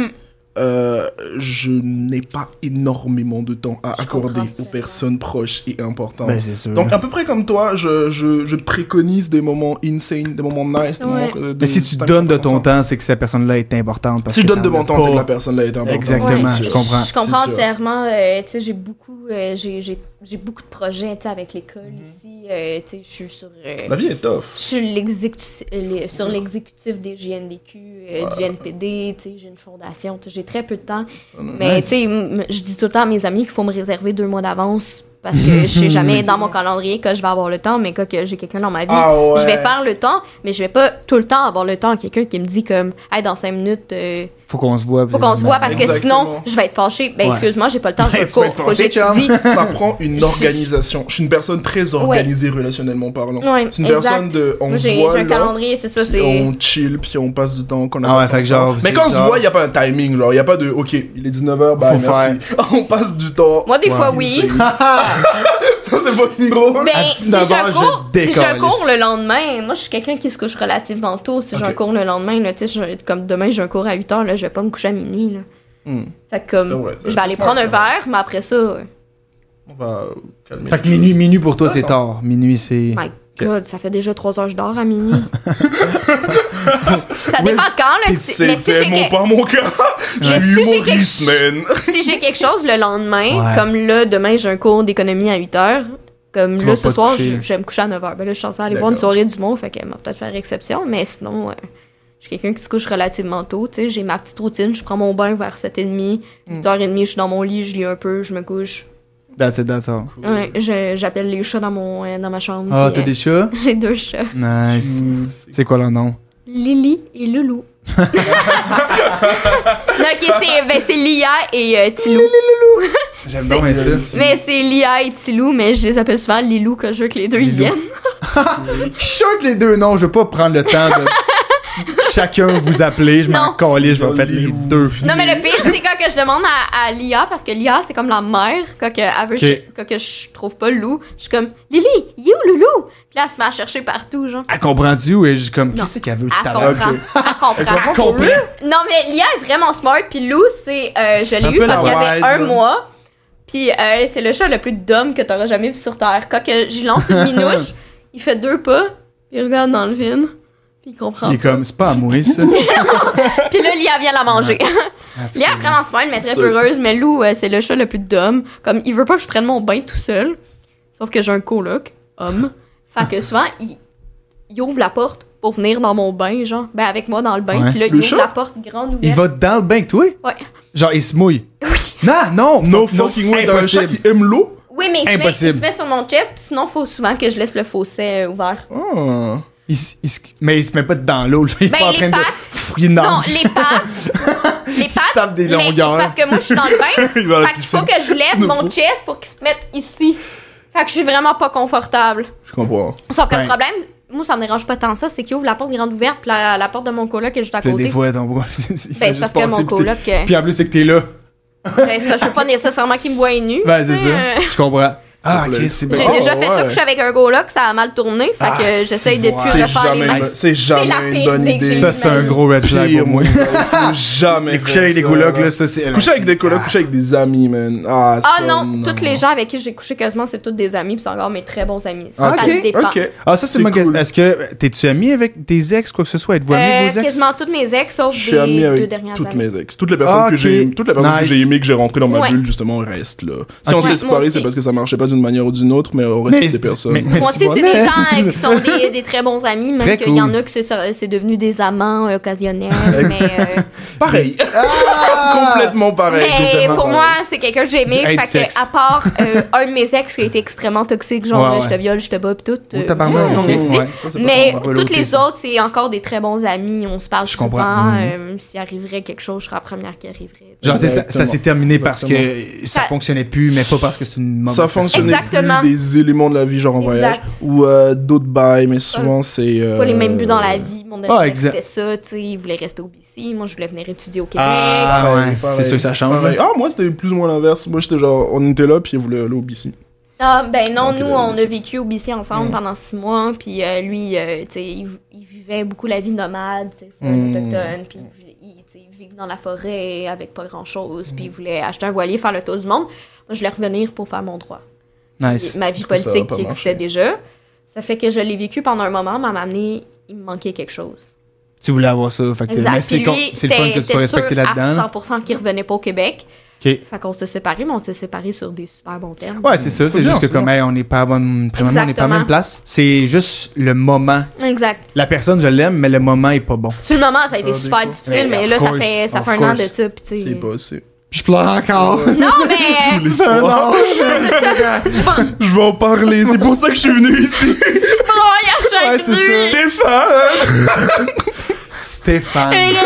[SPEAKER 1] Ah
[SPEAKER 3] Mhm.
[SPEAKER 2] euh, je n'ai pas énormément de temps à
[SPEAKER 3] Je
[SPEAKER 2] accorder
[SPEAKER 3] comprends
[SPEAKER 2] aux
[SPEAKER 3] tellement.
[SPEAKER 2] personnes proches et importantes.
[SPEAKER 1] Ben, c'est sûr.
[SPEAKER 2] donc à peu près comme toi, je, je, je préconise des moments insane, des moments nice. Des
[SPEAKER 3] Ouais.
[SPEAKER 2] moments, euh, de-
[SPEAKER 1] Mais si tu
[SPEAKER 2] de-
[SPEAKER 1] donnes de ton
[SPEAKER 2] ensemble.
[SPEAKER 1] temps, c'est que cette personne-là est importante. parce
[SPEAKER 2] si je
[SPEAKER 1] que
[SPEAKER 2] donne de
[SPEAKER 1] t'en
[SPEAKER 2] mon
[SPEAKER 1] as
[SPEAKER 2] temps, c'est que
[SPEAKER 1] pas.
[SPEAKER 2] la personne là est importante.
[SPEAKER 1] Exactement,
[SPEAKER 3] Ouais,
[SPEAKER 1] je comprends.
[SPEAKER 3] Je comprends
[SPEAKER 2] C'est sûr.
[SPEAKER 3] entièrement. euh, tu sais, j'ai beaucoup, euh, j'ai, j'ai- j'ai beaucoup de projets tu sais, avec l'école
[SPEAKER 2] Mhm.
[SPEAKER 3] ici. euh, tu sais, je suis sur, euh,
[SPEAKER 2] La vie est tough.
[SPEAKER 3] je suis l'exécuti- euh, les- sur l'exécutif des JNDQ, euh, du NPD. tu sais, j'ai une fondation. tu sais, J'ai très peu de temps.
[SPEAKER 2] Mhm.
[SPEAKER 3] Mais tu sais, m- je dis tout le temps à mes amis qu'il faut me réserver deux mois d'avance parce que je sais jamais dans mon calendrier que je vais avoir le temps. Mais quand que j'ai quelqu'un dans ma vie,
[SPEAKER 2] Ah ouais.
[SPEAKER 3] je vais faire le temps, mais je vais pas tout le temps avoir le temps. Quelqu'un qui me dit comme, hey, dans cinq minutes. euh,
[SPEAKER 1] Faut qu'on se voit.
[SPEAKER 3] faut qu'on se voit parce que
[SPEAKER 2] Exactement.
[SPEAKER 3] sinon, je vais être fâchée. Ben,
[SPEAKER 1] Ouais.
[SPEAKER 3] excuse-moi, j'ai pas le temps, je
[SPEAKER 1] Ben,
[SPEAKER 3] vais
[SPEAKER 1] tu vas
[SPEAKER 3] cours.
[SPEAKER 1] être
[SPEAKER 3] Faut que
[SPEAKER 1] fâchée,
[SPEAKER 3] j'étudie.
[SPEAKER 2] ça prend une
[SPEAKER 3] Je-
[SPEAKER 2] organisation. Je suis une personne très organisée relationnellement parlant.
[SPEAKER 3] Ouais,
[SPEAKER 2] c'est une
[SPEAKER 3] exact.
[SPEAKER 2] personne de on
[SPEAKER 3] Moi,
[SPEAKER 2] se
[SPEAKER 3] j'ai
[SPEAKER 2] voit
[SPEAKER 3] j'ai un
[SPEAKER 2] là,
[SPEAKER 3] calendrier, c'est ça,
[SPEAKER 2] puis
[SPEAKER 3] c'est.
[SPEAKER 2] on chill puis on passe du temps qu'on a
[SPEAKER 1] Ah ouais, fait que genre,
[SPEAKER 2] Mais
[SPEAKER 1] c'est
[SPEAKER 2] quand on se
[SPEAKER 1] genre-
[SPEAKER 2] voit, il y a pas un timing genre, il y a pas de OK, il est 19h, bah
[SPEAKER 1] Faut
[SPEAKER 2] merci. on passe du temps.
[SPEAKER 3] Moi, des fois,
[SPEAKER 2] Puis
[SPEAKER 3] oui.
[SPEAKER 2] c'est- Ah, ça c'est fucking drôle.
[SPEAKER 3] Ben,
[SPEAKER 1] à
[SPEAKER 3] si j'ai
[SPEAKER 1] 19 heures,
[SPEAKER 3] un
[SPEAKER 1] je
[SPEAKER 3] cours, si j'ai un
[SPEAKER 1] décalisse.
[SPEAKER 3] cours le lendemain, moi, je suis quelqu'un qui se couche relativement tôt. Si j'ai
[SPEAKER 2] Ok.
[SPEAKER 3] un cours le lendemain, là, tu sais, je- comme demain, j'ai un cours à 8 heures, là, je vais pas me coucher à minuit, là.
[SPEAKER 2] Hmm.
[SPEAKER 3] Fait que, comme,
[SPEAKER 2] C'est vrai, c'est-
[SPEAKER 3] je vais aller
[SPEAKER 2] c'est
[SPEAKER 3] prendre un
[SPEAKER 2] smart, ouais.
[SPEAKER 3] verre, mais après ça, euh,
[SPEAKER 2] On va calmer.
[SPEAKER 1] Fait que minuit, minuit pour toi,
[SPEAKER 2] Ah,
[SPEAKER 1] c'est
[SPEAKER 2] ça.
[SPEAKER 1] tard. Minuit, c'est.
[SPEAKER 3] my god, ça fait déjà 3 heures, je dors à minuit. ça dépend de quand, là. si- Mais si
[SPEAKER 2] C'était
[SPEAKER 3] j'ai
[SPEAKER 2] mon
[SPEAKER 3] que-
[SPEAKER 2] pas mon cas.
[SPEAKER 3] Mais
[SPEAKER 2] Je suis
[SPEAKER 3] si j'ai quelque-
[SPEAKER 2] humoriste, man.
[SPEAKER 3] si j'ai quelque chose le lendemain,
[SPEAKER 1] Ouais.
[SPEAKER 3] comme là, demain, j'ai un cours d'économie à 8 heures, Comme
[SPEAKER 1] Tu
[SPEAKER 3] là,
[SPEAKER 1] vas
[SPEAKER 3] ce
[SPEAKER 1] pas te
[SPEAKER 3] soir,
[SPEAKER 1] coucher.
[SPEAKER 3] je, je vais me coucher à 9h. Ben là, je suis censée aller voir
[SPEAKER 2] D'accord.
[SPEAKER 3] une soirée du monde, fait qu'elle va peut-être faire exception, mais sinon, euh, je suis quelqu'un qui se couche relativement tôt. Tu sais, j'ai ma petite routine, je prends mon bain vers 7h30, 8h30, je suis dans mon lit, je lis un peu, je me couche.
[SPEAKER 1] That's it, that's all.
[SPEAKER 3] Ouais, je- J'appelle les chats dans, mon, euh, dans ma chambre.
[SPEAKER 1] Ah,
[SPEAKER 3] puis,
[SPEAKER 1] t'as
[SPEAKER 3] euh,
[SPEAKER 1] des chats?
[SPEAKER 3] J'ai deux chats,
[SPEAKER 1] Nice. C'est quoi leur nom?
[SPEAKER 3] Lily et Loulou. non, ok, c'est ben, c'est Lia et euh, Tilou.
[SPEAKER 1] J'aime
[SPEAKER 3] C'est-
[SPEAKER 1] bien ça.
[SPEAKER 3] Mais c'est Lia et Tilou, mais je les appelle souvent Lilou quand je veux que les deux ils
[SPEAKER 1] Lilou.
[SPEAKER 3] viennent.
[SPEAKER 1] Je suis sûr que les deux noms, je vais pas prendre le temps de chacun vous appeler. Je m'en
[SPEAKER 3] Non.
[SPEAKER 1] calais, je vais faire les deux.
[SPEAKER 3] Non, mais le pire, c'est quand que je demande à, à Lia, parce que Lia, c'est comme la mère, quand que, elle veut-
[SPEAKER 1] Ok.
[SPEAKER 3] je- quand que je trouve pas Lou, je suis comme Lily, il est où Loulou? Puis là, elle se met à chercher partout, genre.
[SPEAKER 1] Elle comprend-tu ou est-ce comme,
[SPEAKER 3] Non.
[SPEAKER 1] qu'est-ce qu'elle veut tout
[SPEAKER 3] Elle
[SPEAKER 1] à l'heure?
[SPEAKER 3] comprend. Elle comprend.
[SPEAKER 1] Elle comprend.
[SPEAKER 3] Non, mais Lia est vraiment smart, puis Lou, c'est. euh, je
[SPEAKER 1] un
[SPEAKER 3] l'ai
[SPEAKER 1] peu
[SPEAKER 3] eu
[SPEAKER 1] la
[SPEAKER 3] quand il y avait
[SPEAKER 1] wide,
[SPEAKER 3] un
[SPEAKER 1] là.
[SPEAKER 3] mois. Puis euh, c'est le chat le plus dumb que t'auras jamais vu sur Terre. Quand que je lance une minouche, il fait deux pas, il regarde dans le vide, puis il comprend.
[SPEAKER 1] Il est comme, c'est pas à moi, ça.
[SPEAKER 3] Puis là, Lia vient la manger.
[SPEAKER 1] Ah, c'est
[SPEAKER 3] Lia est
[SPEAKER 1] cool.
[SPEAKER 3] vraiment smart, mais très
[SPEAKER 2] Ça-
[SPEAKER 3] peureuse. Mais Lou, euh, c'est le chat le plus d'homme. Comme, il veut pas que je prenne mon bain tout seul. Sauf que j'ai un coloc, homme. Fait que souvent, il, il ouvre la porte pour venir dans mon bain, genre. Ben, avec moi dans le bain.
[SPEAKER 1] Ouais.
[SPEAKER 3] Puis là, il
[SPEAKER 2] Le
[SPEAKER 3] ouvre
[SPEAKER 2] chat?
[SPEAKER 3] la porte grande ouverte.
[SPEAKER 1] Il va dans le bain avec toi?
[SPEAKER 3] Ouais.
[SPEAKER 1] Genre, il se mouille.
[SPEAKER 3] Oui.
[SPEAKER 1] Non, non,
[SPEAKER 2] No
[SPEAKER 1] fuck, non,
[SPEAKER 2] fucking way, t'as un chat
[SPEAKER 1] impossible.
[SPEAKER 2] qui aime l'eau?
[SPEAKER 3] Oui, mais il se, met,
[SPEAKER 1] Impossible.
[SPEAKER 3] il se met sur mon chest. Puis sinon, faut souvent que je laisse le fossé euh, ouvert.
[SPEAKER 2] Ah.
[SPEAKER 1] Il se- il se- mais il se met pas dans l'eau, là. Il est
[SPEAKER 3] Ben,
[SPEAKER 1] pas en
[SPEAKER 3] les
[SPEAKER 1] train de.
[SPEAKER 3] pattes.
[SPEAKER 1] Pff, Il
[SPEAKER 3] Non,
[SPEAKER 1] nage.
[SPEAKER 3] les pattes. les pattes.
[SPEAKER 1] tape des
[SPEAKER 3] mais c'est
[SPEAKER 1] longueurs.
[SPEAKER 3] parce que moi, je suis dans le bain.
[SPEAKER 2] Il va à la
[SPEAKER 3] fait qu'il faut
[SPEAKER 2] piscine.
[SPEAKER 3] que je lève
[SPEAKER 2] De
[SPEAKER 3] mon
[SPEAKER 2] fou.
[SPEAKER 3] chest pour qu'il se mette ici. Fait que je suis vraiment pas confortable.
[SPEAKER 2] Je comprends.
[SPEAKER 3] Sauf que
[SPEAKER 1] Ouais.
[SPEAKER 3] le problème, moi, ça me dérange pas tant ça, c'est qu'il ouvre la porte grande ouverte, puis la, la porte de mon coloc est juste à
[SPEAKER 1] Puis là,
[SPEAKER 3] côté.
[SPEAKER 1] des fois, ton bras.
[SPEAKER 3] ben, c'est parce que mon coloc. euh,
[SPEAKER 1] Puis en plus, c'est que t'es là.
[SPEAKER 3] ben, c'est parce que je veux pas nécessairement qu'il me voie nu.
[SPEAKER 1] Ben, c'est
[SPEAKER 3] tu sais,
[SPEAKER 1] ça.
[SPEAKER 3] euh,
[SPEAKER 1] Je comprends. Ah,
[SPEAKER 2] Complet.
[SPEAKER 1] ok, c'est
[SPEAKER 3] J'ai
[SPEAKER 1] bien.
[SPEAKER 2] Oh,
[SPEAKER 3] déjà fait ça
[SPEAKER 2] ouais.
[SPEAKER 3] que je suis avec un coloc, ça a mal tourné, fait
[SPEAKER 1] Ah,
[SPEAKER 3] que
[SPEAKER 1] si,
[SPEAKER 3] j'essaye de
[SPEAKER 1] ouais.
[SPEAKER 3] plus
[SPEAKER 2] C'est
[SPEAKER 3] refaire les
[SPEAKER 2] jamais,
[SPEAKER 3] mêmes.
[SPEAKER 2] une- c'est
[SPEAKER 3] la
[SPEAKER 2] jamais une
[SPEAKER 3] pire
[SPEAKER 2] bonne
[SPEAKER 3] idée que
[SPEAKER 2] idée.
[SPEAKER 3] j'ai
[SPEAKER 1] Ça, c'est un
[SPEAKER 3] J'imagine.
[SPEAKER 1] gros red flag
[SPEAKER 2] Pire,
[SPEAKER 1] pour moi.
[SPEAKER 2] mon gars, faut jamais.
[SPEAKER 1] Les coucher avec des
[SPEAKER 2] faire
[SPEAKER 1] colocs,
[SPEAKER 2] euh, ça.
[SPEAKER 1] là, ça, c'est. Ah.
[SPEAKER 2] Coucher avec des colocs, coucher avec des amis, man. Ah,
[SPEAKER 3] Ah
[SPEAKER 2] ça,
[SPEAKER 3] non, toutes les gens avec qui j'ai couché quasiment, c'est toutes des amis, puis c'est encore mes très bons amis. Ça,
[SPEAKER 1] Ok,
[SPEAKER 3] ça dépend.
[SPEAKER 2] Ok.
[SPEAKER 1] Ah, ça, c'est
[SPEAKER 2] C'est
[SPEAKER 1] moi.
[SPEAKER 2] cool.
[SPEAKER 1] Est-ce que t'es-tu ami avec tes ex, quoi que ce soit? Êtes-vous ami
[SPEAKER 3] Euh,
[SPEAKER 1] avec vos ex?
[SPEAKER 3] quasiment toutes mes ex, sauf
[SPEAKER 2] Je suis ami
[SPEAKER 3] des deux
[SPEAKER 2] avec
[SPEAKER 3] dernières
[SPEAKER 2] toutes
[SPEAKER 3] années.
[SPEAKER 2] mes ex. Toutes les personnes
[SPEAKER 1] Ah, ok.
[SPEAKER 2] que j'ai, toutes les personnes
[SPEAKER 1] Nice.
[SPEAKER 2] que j'ai aimées, que j'ai rentrées dans ma
[SPEAKER 3] Ouais.
[SPEAKER 2] bulle, justement, restent là. Si
[SPEAKER 1] Ok.
[SPEAKER 2] on
[SPEAKER 3] Ouais,
[SPEAKER 2] s'est
[SPEAKER 3] moi
[SPEAKER 2] séparés, c'est
[SPEAKER 3] aussi.
[SPEAKER 2] parce que ça marchait pas d'une manière ou d'une autre, mais on reste des personnes.
[SPEAKER 3] Moi aussi, c'est des
[SPEAKER 1] bon,
[SPEAKER 3] gens
[SPEAKER 1] mais-
[SPEAKER 3] euh, qui sont des, des très bons amis, même
[SPEAKER 1] Très
[SPEAKER 3] qu'il y en
[SPEAKER 1] cool.
[SPEAKER 3] a que c'est c'est devenu des amants euh, occasionnels, mais... euh,
[SPEAKER 2] Pareil.
[SPEAKER 1] Ah!
[SPEAKER 2] Complètement pareil.
[SPEAKER 3] Mais
[SPEAKER 1] deuxièmement,
[SPEAKER 3] pour
[SPEAKER 1] ouais.
[SPEAKER 3] moi, c'est quelqu'un que j'ai aimé.
[SPEAKER 1] Du hate
[SPEAKER 3] Fait
[SPEAKER 1] sex.
[SPEAKER 3] que, à part euh, un de mes ex qui a été extrêmement toxique, genre
[SPEAKER 1] Ouais,
[SPEAKER 3] euh, je te
[SPEAKER 1] ouais.
[SPEAKER 3] viole, je te bats, pis tout.
[SPEAKER 1] Oh,
[SPEAKER 3] euh,
[SPEAKER 1] tabarnak,
[SPEAKER 3] non,
[SPEAKER 1] ok.
[SPEAKER 3] merci.
[SPEAKER 1] Ouais,
[SPEAKER 2] ça, c'est pas
[SPEAKER 3] Mais
[SPEAKER 1] on va
[SPEAKER 3] toutes
[SPEAKER 1] l'ôter,
[SPEAKER 3] les
[SPEAKER 1] ça.
[SPEAKER 3] autres, c'est encore des très bons amis. On se parle
[SPEAKER 1] Je
[SPEAKER 3] souvent.
[SPEAKER 1] comprends. Mhm.
[SPEAKER 3] euh, S'il arriverait quelque chose, je serais la première qui arriverait.
[SPEAKER 1] Genre, tu sais, ça, ça s'est terminé parce que
[SPEAKER 2] Exactement.
[SPEAKER 1] ça
[SPEAKER 3] Ça-
[SPEAKER 1] fonctionnait plus, mais pas parce que c'est une mauvaise
[SPEAKER 2] Ça fonctionnait
[SPEAKER 1] personne.
[SPEAKER 3] Exactement.
[SPEAKER 2] plus des éléments de la vie, genre en voyage,
[SPEAKER 3] Exact.
[SPEAKER 2] ou euh, d'autres bails, mais souvent c'est. euh,
[SPEAKER 3] Pas les mêmes buts dans la vie. Mon ami
[SPEAKER 1] Ah, exact.
[SPEAKER 3] c'était ça, tu sais, il voulait rester au BC, moi je voulais venir étudier au Québec.
[SPEAKER 1] Ah ouais, c'est sûr que ça change.
[SPEAKER 2] pareil. Ah, moi c'était plus ou moins l'inverse. Moi j'étais genre, on était là, puis il voulait aller au BC.
[SPEAKER 3] Ah, ben non,
[SPEAKER 2] Donc,
[SPEAKER 3] nous,
[SPEAKER 2] euh,
[SPEAKER 3] on a
[SPEAKER 2] c'est-
[SPEAKER 3] vécu au BC
[SPEAKER 1] Mm.
[SPEAKER 3] ensemble pendant six mois. Puis euh, lui, euh, tu sais, il, il vivait beaucoup la vie nomade, tu sais, c'est
[SPEAKER 2] Mm.
[SPEAKER 3] autochtone. Puis il- il, tu sais, il vivait dans la forêt avec pas grand-chose. Puis il
[SPEAKER 1] Mm.
[SPEAKER 3] voulait acheter un voilier, faire le tour du monde. Moi, je voulais revenir pour faire mon droit.
[SPEAKER 1] Nice.
[SPEAKER 3] Ma vie
[SPEAKER 2] que ça va
[SPEAKER 3] politique
[SPEAKER 2] pas
[SPEAKER 3] qui existait
[SPEAKER 2] marcher.
[SPEAKER 3] déjà. Ça fait que je l'ai vécu pendant un moment, mais à m'amener, il me manquait quelque chose.
[SPEAKER 1] Tu voulais avoir ça. Fait que
[SPEAKER 3] Exact.
[SPEAKER 1] mais
[SPEAKER 3] Puis
[SPEAKER 1] c'est con-
[SPEAKER 3] lui,
[SPEAKER 1] c'est le fun que
[SPEAKER 3] t'es-
[SPEAKER 1] tu sois
[SPEAKER 3] t'es sûr
[SPEAKER 1] respecté là-dedans. là.
[SPEAKER 3] à 100% qu'il revenait pas au Québec.
[SPEAKER 1] Ok.
[SPEAKER 3] Fait qu'on s'est séparés, mais on s'est séparés sur des super bons termes.
[SPEAKER 1] Ouais, c'est ça. C'est
[SPEAKER 2] bien,
[SPEAKER 1] juste que
[SPEAKER 2] c'est
[SPEAKER 1] comme, hey, on n'est pas à bonne, premièrement, on n'est pas à
[SPEAKER 3] Exactement.
[SPEAKER 1] même place. C'est juste le moment.
[SPEAKER 3] Exact.
[SPEAKER 1] La personne, je l'aime, mais le moment est pas bon.
[SPEAKER 3] Sur le moment, ça a été
[SPEAKER 2] Ah,
[SPEAKER 3] super
[SPEAKER 2] des
[SPEAKER 3] difficile,
[SPEAKER 1] coups.
[SPEAKER 3] mais
[SPEAKER 1] Of
[SPEAKER 3] là, ça
[SPEAKER 1] course,
[SPEAKER 3] fait, ça
[SPEAKER 1] of
[SPEAKER 3] fait un an
[SPEAKER 1] course.
[SPEAKER 3] de ça, pis tu sais.
[SPEAKER 2] C'est passé.
[SPEAKER 1] Puis je pleure encore.
[SPEAKER 3] Non, mais.
[SPEAKER 2] Tous les soirs. Je vais en parler, c'est pour ça que je suis venu ici.
[SPEAKER 3] Oh, il y a chaque
[SPEAKER 1] Ouais, c'est ça.
[SPEAKER 2] Stéphane!
[SPEAKER 1] Stéphane.
[SPEAKER 3] Eric!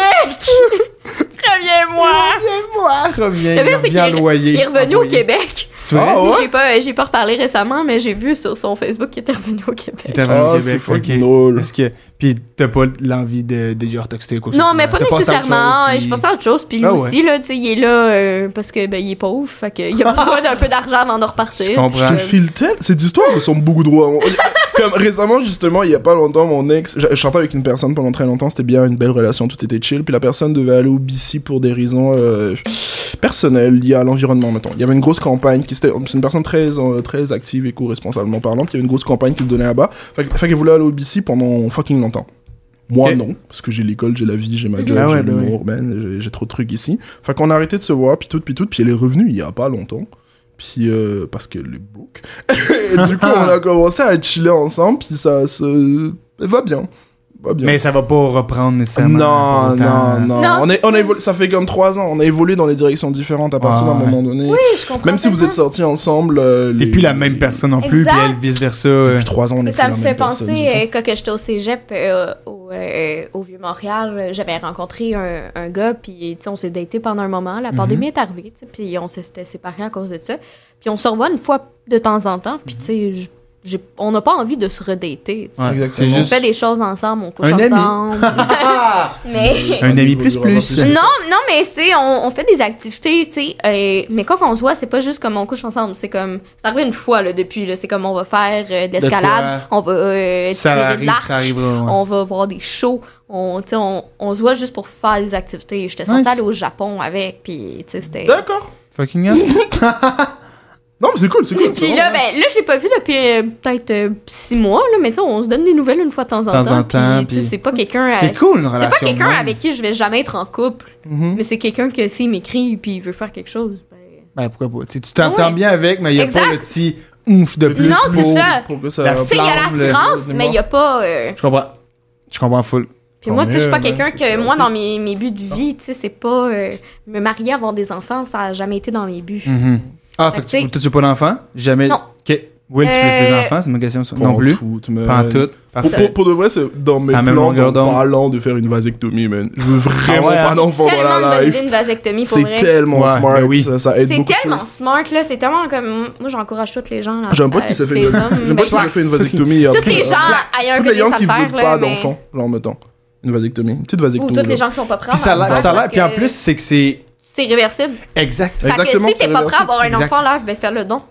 [SPEAKER 3] Reviens-moi!
[SPEAKER 1] Reviens-moi, reviens.
[SPEAKER 3] Le pire, c'est qu'il
[SPEAKER 1] Reviens
[SPEAKER 3] est-
[SPEAKER 1] loyer.
[SPEAKER 3] il est revenu au
[SPEAKER 1] envoyé.
[SPEAKER 3] Québec.
[SPEAKER 1] C'est vrai?
[SPEAKER 2] Ah ouais?
[SPEAKER 3] J'ai pas, j'ai pas reparlé récemment, mais j'ai vu sur son Facebook qu'il était revenu au
[SPEAKER 1] Il
[SPEAKER 3] Québec.
[SPEAKER 1] était revenu
[SPEAKER 2] Ah,
[SPEAKER 1] au Québec.
[SPEAKER 2] c'est fucking
[SPEAKER 1] ok.
[SPEAKER 2] drôle.
[SPEAKER 1] Est-ce que. Puis t'as pas l'envie de, de dire texter quoi que ce
[SPEAKER 3] Non,
[SPEAKER 1] soit.
[SPEAKER 3] mais pas
[SPEAKER 1] T'as pensé à autre
[SPEAKER 3] nécessairement.
[SPEAKER 1] chose, puis-
[SPEAKER 3] Je pense à autre chose. Puis lui
[SPEAKER 1] Ah ouais.
[SPEAKER 3] aussi, là, tu sais, il est là euh, parce que ben, il est pauvre. Fait qu'il a besoin d'un peu d'argent avant de repartir.
[SPEAKER 1] Je comprends.
[SPEAKER 2] Je te file tel. Ces histoires me sont beaucoup droits. Comme récemment, justement, il y a pas longtemps, mon ex, je je chantais avec une personne pendant très longtemps, c'était bien une belle relation, tout était chill. Puis la personne devait aller au BC pour des raisons euh, personnelles liées à l'environnement, mettons. Il y avait une grosse campagne qui c'était c'est une personne très euh, très active et co-responsablement parlant. Puis il y avait une grosse campagne qui se donnait là-bas. Fait, que- fait qu'elle voulait aller au BC pendant fucking longtemps. Moi
[SPEAKER 1] Ok.
[SPEAKER 2] non, parce que j'ai l'école, j'ai la vie, j'ai ma job,
[SPEAKER 1] Ah ouais,
[SPEAKER 2] j'ai
[SPEAKER 1] bah
[SPEAKER 2] l'humour, man, j'ai- j'ai trop de trucs ici. Fait qu'on a arrêté de se voir, puis tout, puis tout, puis elle est revenue il y a pas longtemps. Puis euh, parce que le book. Et du coup, on a commencé à chiller ensemble, puis ça se va bien. Va bien.
[SPEAKER 1] Mais ça va pas reprendre nécessairement.
[SPEAKER 2] non,
[SPEAKER 1] autant.
[SPEAKER 2] non, non,
[SPEAKER 3] Non,
[SPEAKER 2] On est, on a
[SPEAKER 3] c'est-
[SPEAKER 2] évolu- ça fait comme trois ans. On a évolué dans des directions différentes à partir
[SPEAKER 1] Ouais.
[SPEAKER 2] d'un moment donné.
[SPEAKER 3] Oui, je comprends.
[SPEAKER 2] Même si vous
[SPEAKER 3] tellement.
[SPEAKER 2] êtes sortis ensemble. euh,
[SPEAKER 1] T'es
[SPEAKER 2] les-
[SPEAKER 1] plus la même personne non plus,
[SPEAKER 3] Exact.
[SPEAKER 1] puis elle vice-versa. euh.
[SPEAKER 2] Depuis trois ans, on est
[SPEAKER 3] Ça
[SPEAKER 2] plus
[SPEAKER 3] me
[SPEAKER 2] la
[SPEAKER 3] fait
[SPEAKER 2] même personne du
[SPEAKER 3] penser,
[SPEAKER 2] tout.
[SPEAKER 3] euh, quand que j'étais au cégep euh, au, euh, au Vieux-Montréal, euh, j'avais rencontré un, un gars, puis tu sais, on s'est daté pendant un moment. La
[SPEAKER 1] Mm-hmm.
[SPEAKER 3] pandémie est arrivée, tu sais, puis on s'était séparés à cause de ça. Puis on se revoit une fois de temps en temps, puis tu sais, j- j'ai- on n'a pas envie de se redater. tu sais.
[SPEAKER 1] Mm-hmm. Ouais,
[SPEAKER 2] Exactement.
[SPEAKER 1] c'est
[SPEAKER 3] On
[SPEAKER 1] juste
[SPEAKER 3] fait des choses ensemble, on couche
[SPEAKER 1] Un ami.
[SPEAKER 3] ensemble. mais...
[SPEAKER 1] un ami
[SPEAKER 2] Ça
[SPEAKER 1] plus
[SPEAKER 2] évoluera
[SPEAKER 1] plus.
[SPEAKER 2] pas
[SPEAKER 3] Non, non, mais c'est, on, on fait des activités, tu sais, euh, mais quand on se voit, c'est pas juste comme on couche ensemble, c'est comme, ça arrive une fois, là, depuis, là, c'est comme on va faire euh, de l'escalade, on va euh, tirer
[SPEAKER 1] Ça
[SPEAKER 3] de
[SPEAKER 1] arrive,
[SPEAKER 3] l'arc,
[SPEAKER 1] ça arrivera. ouais.
[SPEAKER 3] on va voir des shows, on, tu sais, on, on se voit juste pour faire des activités. J'étais censée
[SPEAKER 1] Nice.
[SPEAKER 3] aller au Japon avec, puis, tu sais, c'était...
[SPEAKER 2] D'accord.
[SPEAKER 1] Fucking up.
[SPEAKER 2] Non, mais c'est cool, c'est cool.
[SPEAKER 3] Puis là, ben, là, je l'ai pas vu depuis euh, peut-être euh, six mois, là, mais tu sais, on se donne des nouvelles une fois de temps en temps.
[SPEAKER 1] Temps en temps,
[SPEAKER 3] puis, tu
[SPEAKER 1] puis-
[SPEAKER 3] sais, c'est pas quelqu'un... à-
[SPEAKER 1] C'est cool une
[SPEAKER 3] C'est
[SPEAKER 1] relation.
[SPEAKER 3] pas quelqu'un
[SPEAKER 1] de même.
[SPEAKER 3] avec qui je vais jamais être en couple,
[SPEAKER 2] Mhm.
[SPEAKER 3] mais c'est quelqu'un que s'il m'écrit puis il veut faire quelque chose, ben,
[SPEAKER 1] Ben pourquoi pas. Tu sais, tu t'entends
[SPEAKER 3] Ouais.
[SPEAKER 1] bien avec, mais il y a pas
[SPEAKER 3] Exact.
[SPEAKER 1] le petit ouf de plus.
[SPEAKER 3] Non, c'est
[SPEAKER 1] pour-
[SPEAKER 3] ça.
[SPEAKER 2] Pour que ça
[SPEAKER 1] La
[SPEAKER 3] Tu sais, il y a
[SPEAKER 1] Flamme,
[SPEAKER 3] l'attirance,
[SPEAKER 2] le- le
[SPEAKER 3] mais il n'y a pas. euh,
[SPEAKER 1] Je comprends. Je comprends full.
[SPEAKER 3] Puis moi, tu sais, je suis pas
[SPEAKER 2] Tant mieux,
[SPEAKER 3] quelqu'un
[SPEAKER 2] ben, c'est
[SPEAKER 3] que.
[SPEAKER 2] ça,
[SPEAKER 3] Moi,
[SPEAKER 2] ok.
[SPEAKER 3] dans mes, mes buts de vie, tu sais, c'est pas. euh, me marier, avoir des enfants, ça a jamais été dans mes buts.
[SPEAKER 2] Mm-hmm.
[SPEAKER 1] Mhm. Ah, fait
[SPEAKER 3] Fait
[SPEAKER 1] que
[SPEAKER 3] que
[SPEAKER 1] tu,
[SPEAKER 3] tu-
[SPEAKER 1] toi, tu veux pas d'enfant? Jamais.
[SPEAKER 3] Non.
[SPEAKER 1] Ok. Will, tu veux
[SPEAKER 3] Euh,
[SPEAKER 1] ses enfants? C'est ma question. ça.
[SPEAKER 2] Pas
[SPEAKER 1] Non
[SPEAKER 2] en
[SPEAKER 1] plus.
[SPEAKER 2] toutes, man.
[SPEAKER 1] Pas en tout.
[SPEAKER 2] Pour,
[SPEAKER 1] Parfait.
[SPEAKER 2] pour- pour de vrai, c'est dans mes
[SPEAKER 1] À la même
[SPEAKER 2] plans
[SPEAKER 1] longueur
[SPEAKER 2] en
[SPEAKER 1] d'onde.
[SPEAKER 2] parlant de faire une vasectomie, man. Je veux vraiment
[SPEAKER 1] Ah ouais, hein?
[SPEAKER 2] pas d'enfant Mm. Oh, dans
[SPEAKER 3] Tellement
[SPEAKER 2] la
[SPEAKER 3] de
[SPEAKER 2] life.
[SPEAKER 3] une vasectomie pour
[SPEAKER 2] C'est
[SPEAKER 3] vrai.
[SPEAKER 2] tellement
[SPEAKER 1] Ouais,
[SPEAKER 2] smart,
[SPEAKER 1] ben oui.
[SPEAKER 2] ça, ça aide
[SPEAKER 3] C'est
[SPEAKER 2] beaucoup de
[SPEAKER 3] tellement
[SPEAKER 2] choses.
[SPEAKER 3] smart, là. C'est tellement comme. Moi, j'encourage tous les gens. là,
[SPEAKER 2] J'aime pas
[SPEAKER 3] euh,
[SPEAKER 2] qui s'est
[SPEAKER 3] tous
[SPEAKER 2] fait une
[SPEAKER 3] les
[SPEAKER 2] vasectomie.
[SPEAKER 3] hommes.
[SPEAKER 2] J'aime pas qui s'est fait une vasectomie.
[SPEAKER 3] Tous les gens ayant un
[SPEAKER 2] Tous les
[SPEAKER 3] pénis
[SPEAKER 2] gens
[SPEAKER 3] à
[SPEAKER 2] qui
[SPEAKER 3] faire,
[SPEAKER 2] veulent
[SPEAKER 3] là.
[SPEAKER 2] pas
[SPEAKER 3] mais-
[SPEAKER 2] d'enfant, genre, mettons. Une vasectomie. Une petite
[SPEAKER 3] Ou
[SPEAKER 2] vasectomie.
[SPEAKER 3] tous
[SPEAKER 2] genre.
[SPEAKER 3] les gens qui sont pas prêts. à
[SPEAKER 1] Puis ça a
[SPEAKER 3] avoir un
[SPEAKER 1] l'air- ça a
[SPEAKER 3] enfant,
[SPEAKER 1] l'air. Puis en
[SPEAKER 3] parce que
[SPEAKER 1] plus, c'est que c'est.
[SPEAKER 3] C'est réversible.
[SPEAKER 1] Exact.
[SPEAKER 3] Fait que
[SPEAKER 2] Exactement,
[SPEAKER 3] si t'es
[SPEAKER 2] c'est
[SPEAKER 3] pas prêt à avoir un
[SPEAKER 1] réversible.
[SPEAKER 3] enfant, là, ben fais le don.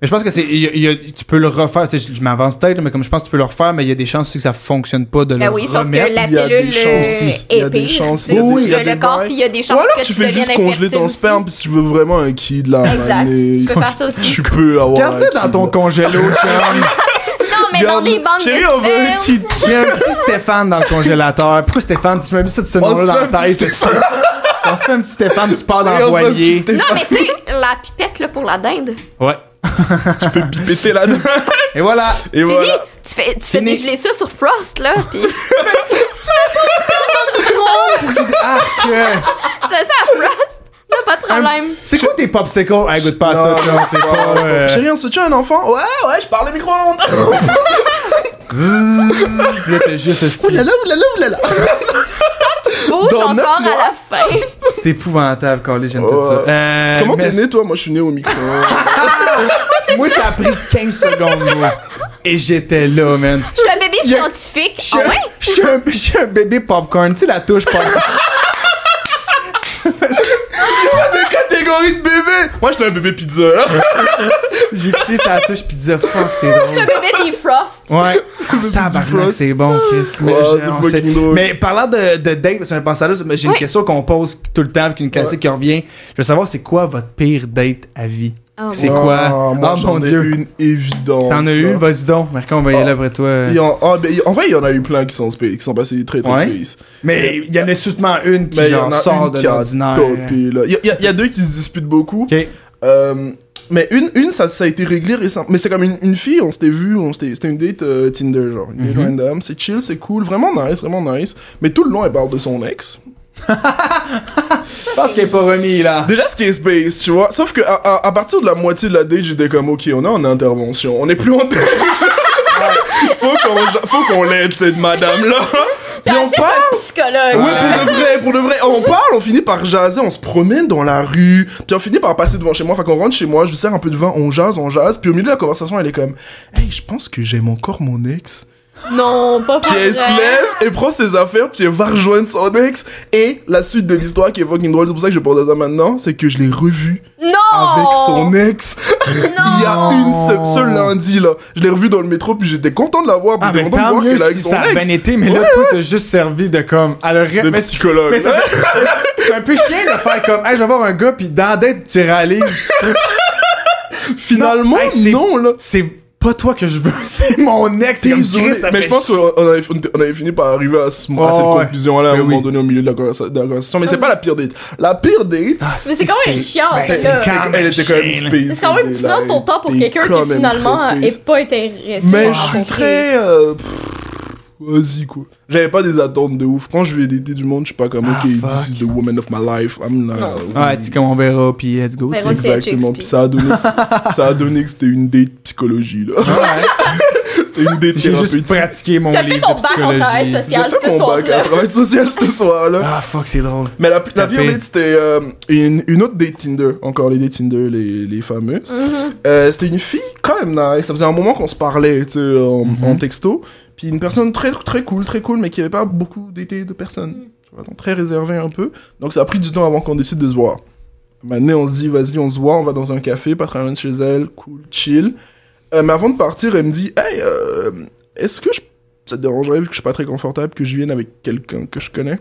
[SPEAKER 1] Mais je pense que c'est. il y a- il y a- tu peux le refaire. Tu sais, Je, je m'avance peut-être, mais comme je pense que tu peux le refaire, mais il y a des chances aussi que ça fonctionne pas de
[SPEAKER 3] Ben
[SPEAKER 1] le
[SPEAKER 3] oui, sauf que
[SPEAKER 1] remettre.
[SPEAKER 3] la
[SPEAKER 2] il y a des
[SPEAKER 3] pilule
[SPEAKER 2] chances
[SPEAKER 3] euh,
[SPEAKER 2] aussi. Il y a
[SPEAKER 3] est
[SPEAKER 2] des
[SPEAKER 3] pire.
[SPEAKER 2] chances.
[SPEAKER 3] tu sais,
[SPEAKER 2] Oui, oui, il y a
[SPEAKER 3] le- le
[SPEAKER 2] des
[SPEAKER 3] corps,
[SPEAKER 2] bails.
[SPEAKER 3] puis il y a des
[SPEAKER 2] Ou
[SPEAKER 3] chances
[SPEAKER 2] alors
[SPEAKER 3] que
[SPEAKER 2] tu fais juste
[SPEAKER 3] deviennes
[SPEAKER 2] congeler ton
[SPEAKER 3] infertile
[SPEAKER 2] sperme
[SPEAKER 3] aussi.
[SPEAKER 2] puis si tu veux vraiment un kid là,
[SPEAKER 3] Exact.
[SPEAKER 2] mané,
[SPEAKER 3] Tu peux faire ça aussi.
[SPEAKER 2] tu peux avoir
[SPEAKER 1] Garde-le dans
[SPEAKER 2] un
[SPEAKER 1] ton
[SPEAKER 2] kid.
[SPEAKER 1] congélo, chum.
[SPEAKER 3] Non, mais dans
[SPEAKER 2] Garde-
[SPEAKER 3] des banques
[SPEAKER 2] Chérie,
[SPEAKER 3] de
[SPEAKER 2] on veut un
[SPEAKER 3] sperme.
[SPEAKER 2] kid.
[SPEAKER 1] J'ai un petit Stéphane dans le congélateur. Pourquoi Stéphane? Tu m'as mis ça de ce nom-là
[SPEAKER 2] se
[SPEAKER 1] dans
[SPEAKER 2] fait
[SPEAKER 1] la
[SPEAKER 2] un petit
[SPEAKER 1] tête. On se fait un petit Stéphane qui part dans
[SPEAKER 2] Et
[SPEAKER 1] le
[SPEAKER 2] on fait un petit
[SPEAKER 1] voilier.
[SPEAKER 2] Stéphane.
[SPEAKER 3] Non, mais tu sais, la pipette là, pour la dinde,
[SPEAKER 1] Ouais.
[SPEAKER 2] péter la
[SPEAKER 1] Et voilà.
[SPEAKER 2] Et
[SPEAKER 3] fini.
[SPEAKER 2] voilà.
[SPEAKER 3] Tu fais, tu fais
[SPEAKER 1] Fini.
[SPEAKER 3] dégeler ça sur Frost, là, pis
[SPEAKER 1] Ah, que-
[SPEAKER 3] tu fais ça à Frost. Non, pas de problème.
[SPEAKER 1] C'est quoi tes popsicles? Hey, goûte pas à ça,
[SPEAKER 2] Non,
[SPEAKER 1] chum. C'est pas. euh,
[SPEAKER 2] Chérie, on se tue un enfant Ouais, ouais, je parle au micro-ondes.
[SPEAKER 1] Puis là, t'as juste ce style.
[SPEAKER 2] Oulala, oulala, oulala.
[SPEAKER 3] Bouge
[SPEAKER 2] Dans neuf
[SPEAKER 3] encore à
[SPEAKER 2] mois.
[SPEAKER 3] la fin.
[SPEAKER 1] C'est épouvantable, Carly, j'aime tout ça.
[SPEAKER 2] Ouais.
[SPEAKER 1] Euh,
[SPEAKER 2] Comment t'es
[SPEAKER 1] merci.
[SPEAKER 2] né, toi Moi, je suis né au micro.
[SPEAKER 3] Ah,
[SPEAKER 1] Moi, ça a pris 15 secondes, moi. Et j'étais là, man.
[SPEAKER 3] Je suis un bébé
[SPEAKER 1] Il y a-
[SPEAKER 3] scientifique.
[SPEAKER 1] Je
[SPEAKER 3] Ah
[SPEAKER 1] suis un-
[SPEAKER 3] ouais?
[SPEAKER 1] je suis un, je suis un bébé popcorn. Tu sais, la touche popcorn.
[SPEAKER 2] Catégorie de bébé Moi, j'étais un bébé pizza. là.
[SPEAKER 1] J'ai cliqué sur la touche pizza. Fuck, c'est drôle.
[SPEAKER 3] Le bébé des Frost.
[SPEAKER 1] Ouais. Tabarnak, c'est bon, Chris. Mais,
[SPEAKER 2] Ouais,
[SPEAKER 1] j'ai-
[SPEAKER 2] Ah, c'est
[SPEAKER 1] on
[SPEAKER 2] fucking
[SPEAKER 1] sait-
[SPEAKER 2] drôle.
[SPEAKER 1] mais parlant de, de date, parce qu'on pense à ça, mais j'ai une
[SPEAKER 3] Oui.
[SPEAKER 1] question qu'on pose tout le temps, avec une classique qui revient. Je veux savoir, c'est quoi votre pire date à vie?
[SPEAKER 3] Ah,
[SPEAKER 1] C'est
[SPEAKER 3] mon-
[SPEAKER 1] quoi?
[SPEAKER 2] Ah, moi,
[SPEAKER 1] Oh,
[SPEAKER 2] Oh, j'en
[SPEAKER 1] mon
[SPEAKER 2] ai
[SPEAKER 1] Dieu.
[SPEAKER 2] une évidente.
[SPEAKER 1] T'en as
[SPEAKER 2] là.
[SPEAKER 1] eu? Vas-y donc. Marco, on va y aller
[SPEAKER 2] Ah.
[SPEAKER 1] après toi.
[SPEAKER 2] Il y en- ah, ben, il- en vrai, il y en a eu plein qui sont, spé- qui sont passés très très
[SPEAKER 1] Ouais.
[SPEAKER 2] space.
[SPEAKER 1] Mais il y en a sûrement une qui
[SPEAKER 2] Mais il y
[SPEAKER 1] genre,
[SPEAKER 2] en a
[SPEAKER 1] sort
[SPEAKER 2] une
[SPEAKER 1] de
[SPEAKER 2] qui a
[SPEAKER 1] l'ordinaire.
[SPEAKER 2] topé, là. Il y, a- il y a- il y a deux qui se disputent beaucoup.
[SPEAKER 1] Ok.
[SPEAKER 2] Euh, mais une, une ça, ça a été réglé récemment. Mais c'est comme une, une fille, on s'était vu, on s'était, c'était une date euh, Tinder, genre. Une date random, c'est chill, c'est cool, vraiment nice, vraiment nice. Mais tout le long, elle parle de son ex.
[SPEAKER 1] Je pense qu'il est pas remis là.
[SPEAKER 2] Déjà, ce qui est space, tu vois. Sauf que à, à- à partir de la moitié de la date, j'étais comme, ok, on est en intervention, on est plus en date. faut qu'on, faut qu'on l'aide, cette madame-là. Puis on
[SPEAKER 3] T'as
[SPEAKER 2] parle.
[SPEAKER 3] un psychologue.
[SPEAKER 2] Ouais, pour de vrai, pour de vrai. Oh, On parle, on finit par jaser, on se promène dans la rue, puis on finit par passer devant chez moi. Enfin, qu'on rentre chez moi, je lui sers un peu de vin, on jase, on jase. Puis au milieu de la conversation, elle est comme, hey, je pense que j'aime encore mon ex.
[SPEAKER 3] Non, pas pour
[SPEAKER 2] Puis elle se lève, elle prend ses affaires, puis elle va rejoindre son ex. Et la suite de l'histoire qui est fucking drôle, c'est pour ça que je pense à ça maintenant, c'est que je l'ai revue
[SPEAKER 3] Non!
[SPEAKER 2] avec son ex. Il y a une se- ce lundi là, je l'ai revue dans le métro, puis j'étais content de la voir, puis
[SPEAKER 1] Ah,
[SPEAKER 2] j'étais
[SPEAKER 1] mais
[SPEAKER 2] content de
[SPEAKER 1] tant
[SPEAKER 2] voir
[SPEAKER 1] mieux
[SPEAKER 2] qu'elle a
[SPEAKER 1] si
[SPEAKER 2] avec son
[SPEAKER 1] ça a bien
[SPEAKER 2] ex.
[SPEAKER 1] été, mais là, tout a juste servi de comme. à le ré-
[SPEAKER 2] De
[SPEAKER 1] mais-
[SPEAKER 2] psychologue. hein.
[SPEAKER 1] Mais ça fait- c'est un peu chiant de faire comme, hey, je vais voir un gars, puis dans la date, tu réalises.
[SPEAKER 2] Finalement,
[SPEAKER 1] Hey, c'est-
[SPEAKER 2] non là.
[SPEAKER 1] C'est pas toi que je veux, c'est mon ex. Comme Chris, ça
[SPEAKER 2] mais
[SPEAKER 1] fait
[SPEAKER 2] je pense
[SPEAKER 1] chier.
[SPEAKER 2] qu'on on avait, on avait fini par arriver à, ce- à
[SPEAKER 1] Oh,
[SPEAKER 2] cette
[SPEAKER 1] ouais.
[SPEAKER 2] conclusion-là à un
[SPEAKER 1] Ben
[SPEAKER 2] moment
[SPEAKER 1] oui.
[SPEAKER 2] donné au milieu de la, conversa- de la conversation. Mais c'est pas la pire date. La pire date,
[SPEAKER 1] Ah,
[SPEAKER 3] Mais c'est quand même chiant,
[SPEAKER 1] ben,
[SPEAKER 3] c'est
[SPEAKER 1] c'est
[SPEAKER 3] là.
[SPEAKER 1] quand même
[SPEAKER 2] elle était quand même
[SPEAKER 1] chiant, là.
[SPEAKER 2] space.
[SPEAKER 3] C'est quand même, tu
[SPEAKER 2] là,
[SPEAKER 3] prends ton temps pour
[SPEAKER 2] t'es
[SPEAKER 3] quelqu'un
[SPEAKER 2] quand
[SPEAKER 3] qui
[SPEAKER 2] même
[SPEAKER 3] finalement
[SPEAKER 2] très space.
[SPEAKER 3] est pas intéressé.
[SPEAKER 2] Mais
[SPEAKER 3] à
[SPEAKER 2] je suis
[SPEAKER 3] rencontrer.
[SPEAKER 2] très. euh, pff, Vas-y, quoi. J'avais pas des attentes de ouf. Quand je vais dater du monde, je suis pas comme,
[SPEAKER 1] Ah,
[SPEAKER 2] ok,
[SPEAKER 1] fuck.
[SPEAKER 2] this is the woman of my life. I'm not.
[SPEAKER 3] Non.
[SPEAKER 1] Ouais, tu sais, comme on verra, puis let's go.
[SPEAKER 3] Ben,
[SPEAKER 1] tu sais.
[SPEAKER 3] moi, c'est
[SPEAKER 2] Exactement.
[SPEAKER 3] Shakespeare.
[SPEAKER 2] Puis ça a donné, que- ça a donné que c'était une date psychologie, là. c'était une date
[SPEAKER 1] J'ai juste
[SPEAKER 2] thérapeutique.
[SPEAKER 1] pratiqué mon
[SPEAKER 3] T'as fait
[SPEAKER 1] livre
[SPEAKER 3] ton
[SPEAKER 1] de
[SPEAKER 3] bac en travail
[SPEAKER 1] psychologie.
[SPEAKER 2] J'ai
[SPEAKER 3] social
[SPEAKER 2] fait
[SPEAKER 3] ce
[SPEAKER 2] mon bac en
[SPEAKER 3] soir-là.
[SPEAKER 2] travail social ce soir-là.
[SPEAKER 1] Ah, fuck, c'est drôle.
[SPEAKER 2] Mais la, la pire
[SPEAKER 1] Tapé.
[SPEAKER 2] date, c'était euh, une, une autre date Tinder. Encore les dates Tinder, les, les fameuses. Euh, c'était une fille quand même nice. Ça faisait un moment qu'on se parlait, tu sais, en, en texto. Puis une personne très, très cool, très cool, mais qui avait pas beaucoup daté de personnes. Tu vois, donc très réservée un peu. Donc ça a pris du temps avant qu'on décide de se voir. Maintenant, on se dit, vas-y, on se voit, on va dans un café, pas très loin de chez elle, cool, chill. Euh, mais avant de partir, elle me dit, hey, euh, est-ce que je... ça te dérangerait, vu que je suis pas très confortable, que je vienne avec quelqu'un que je connais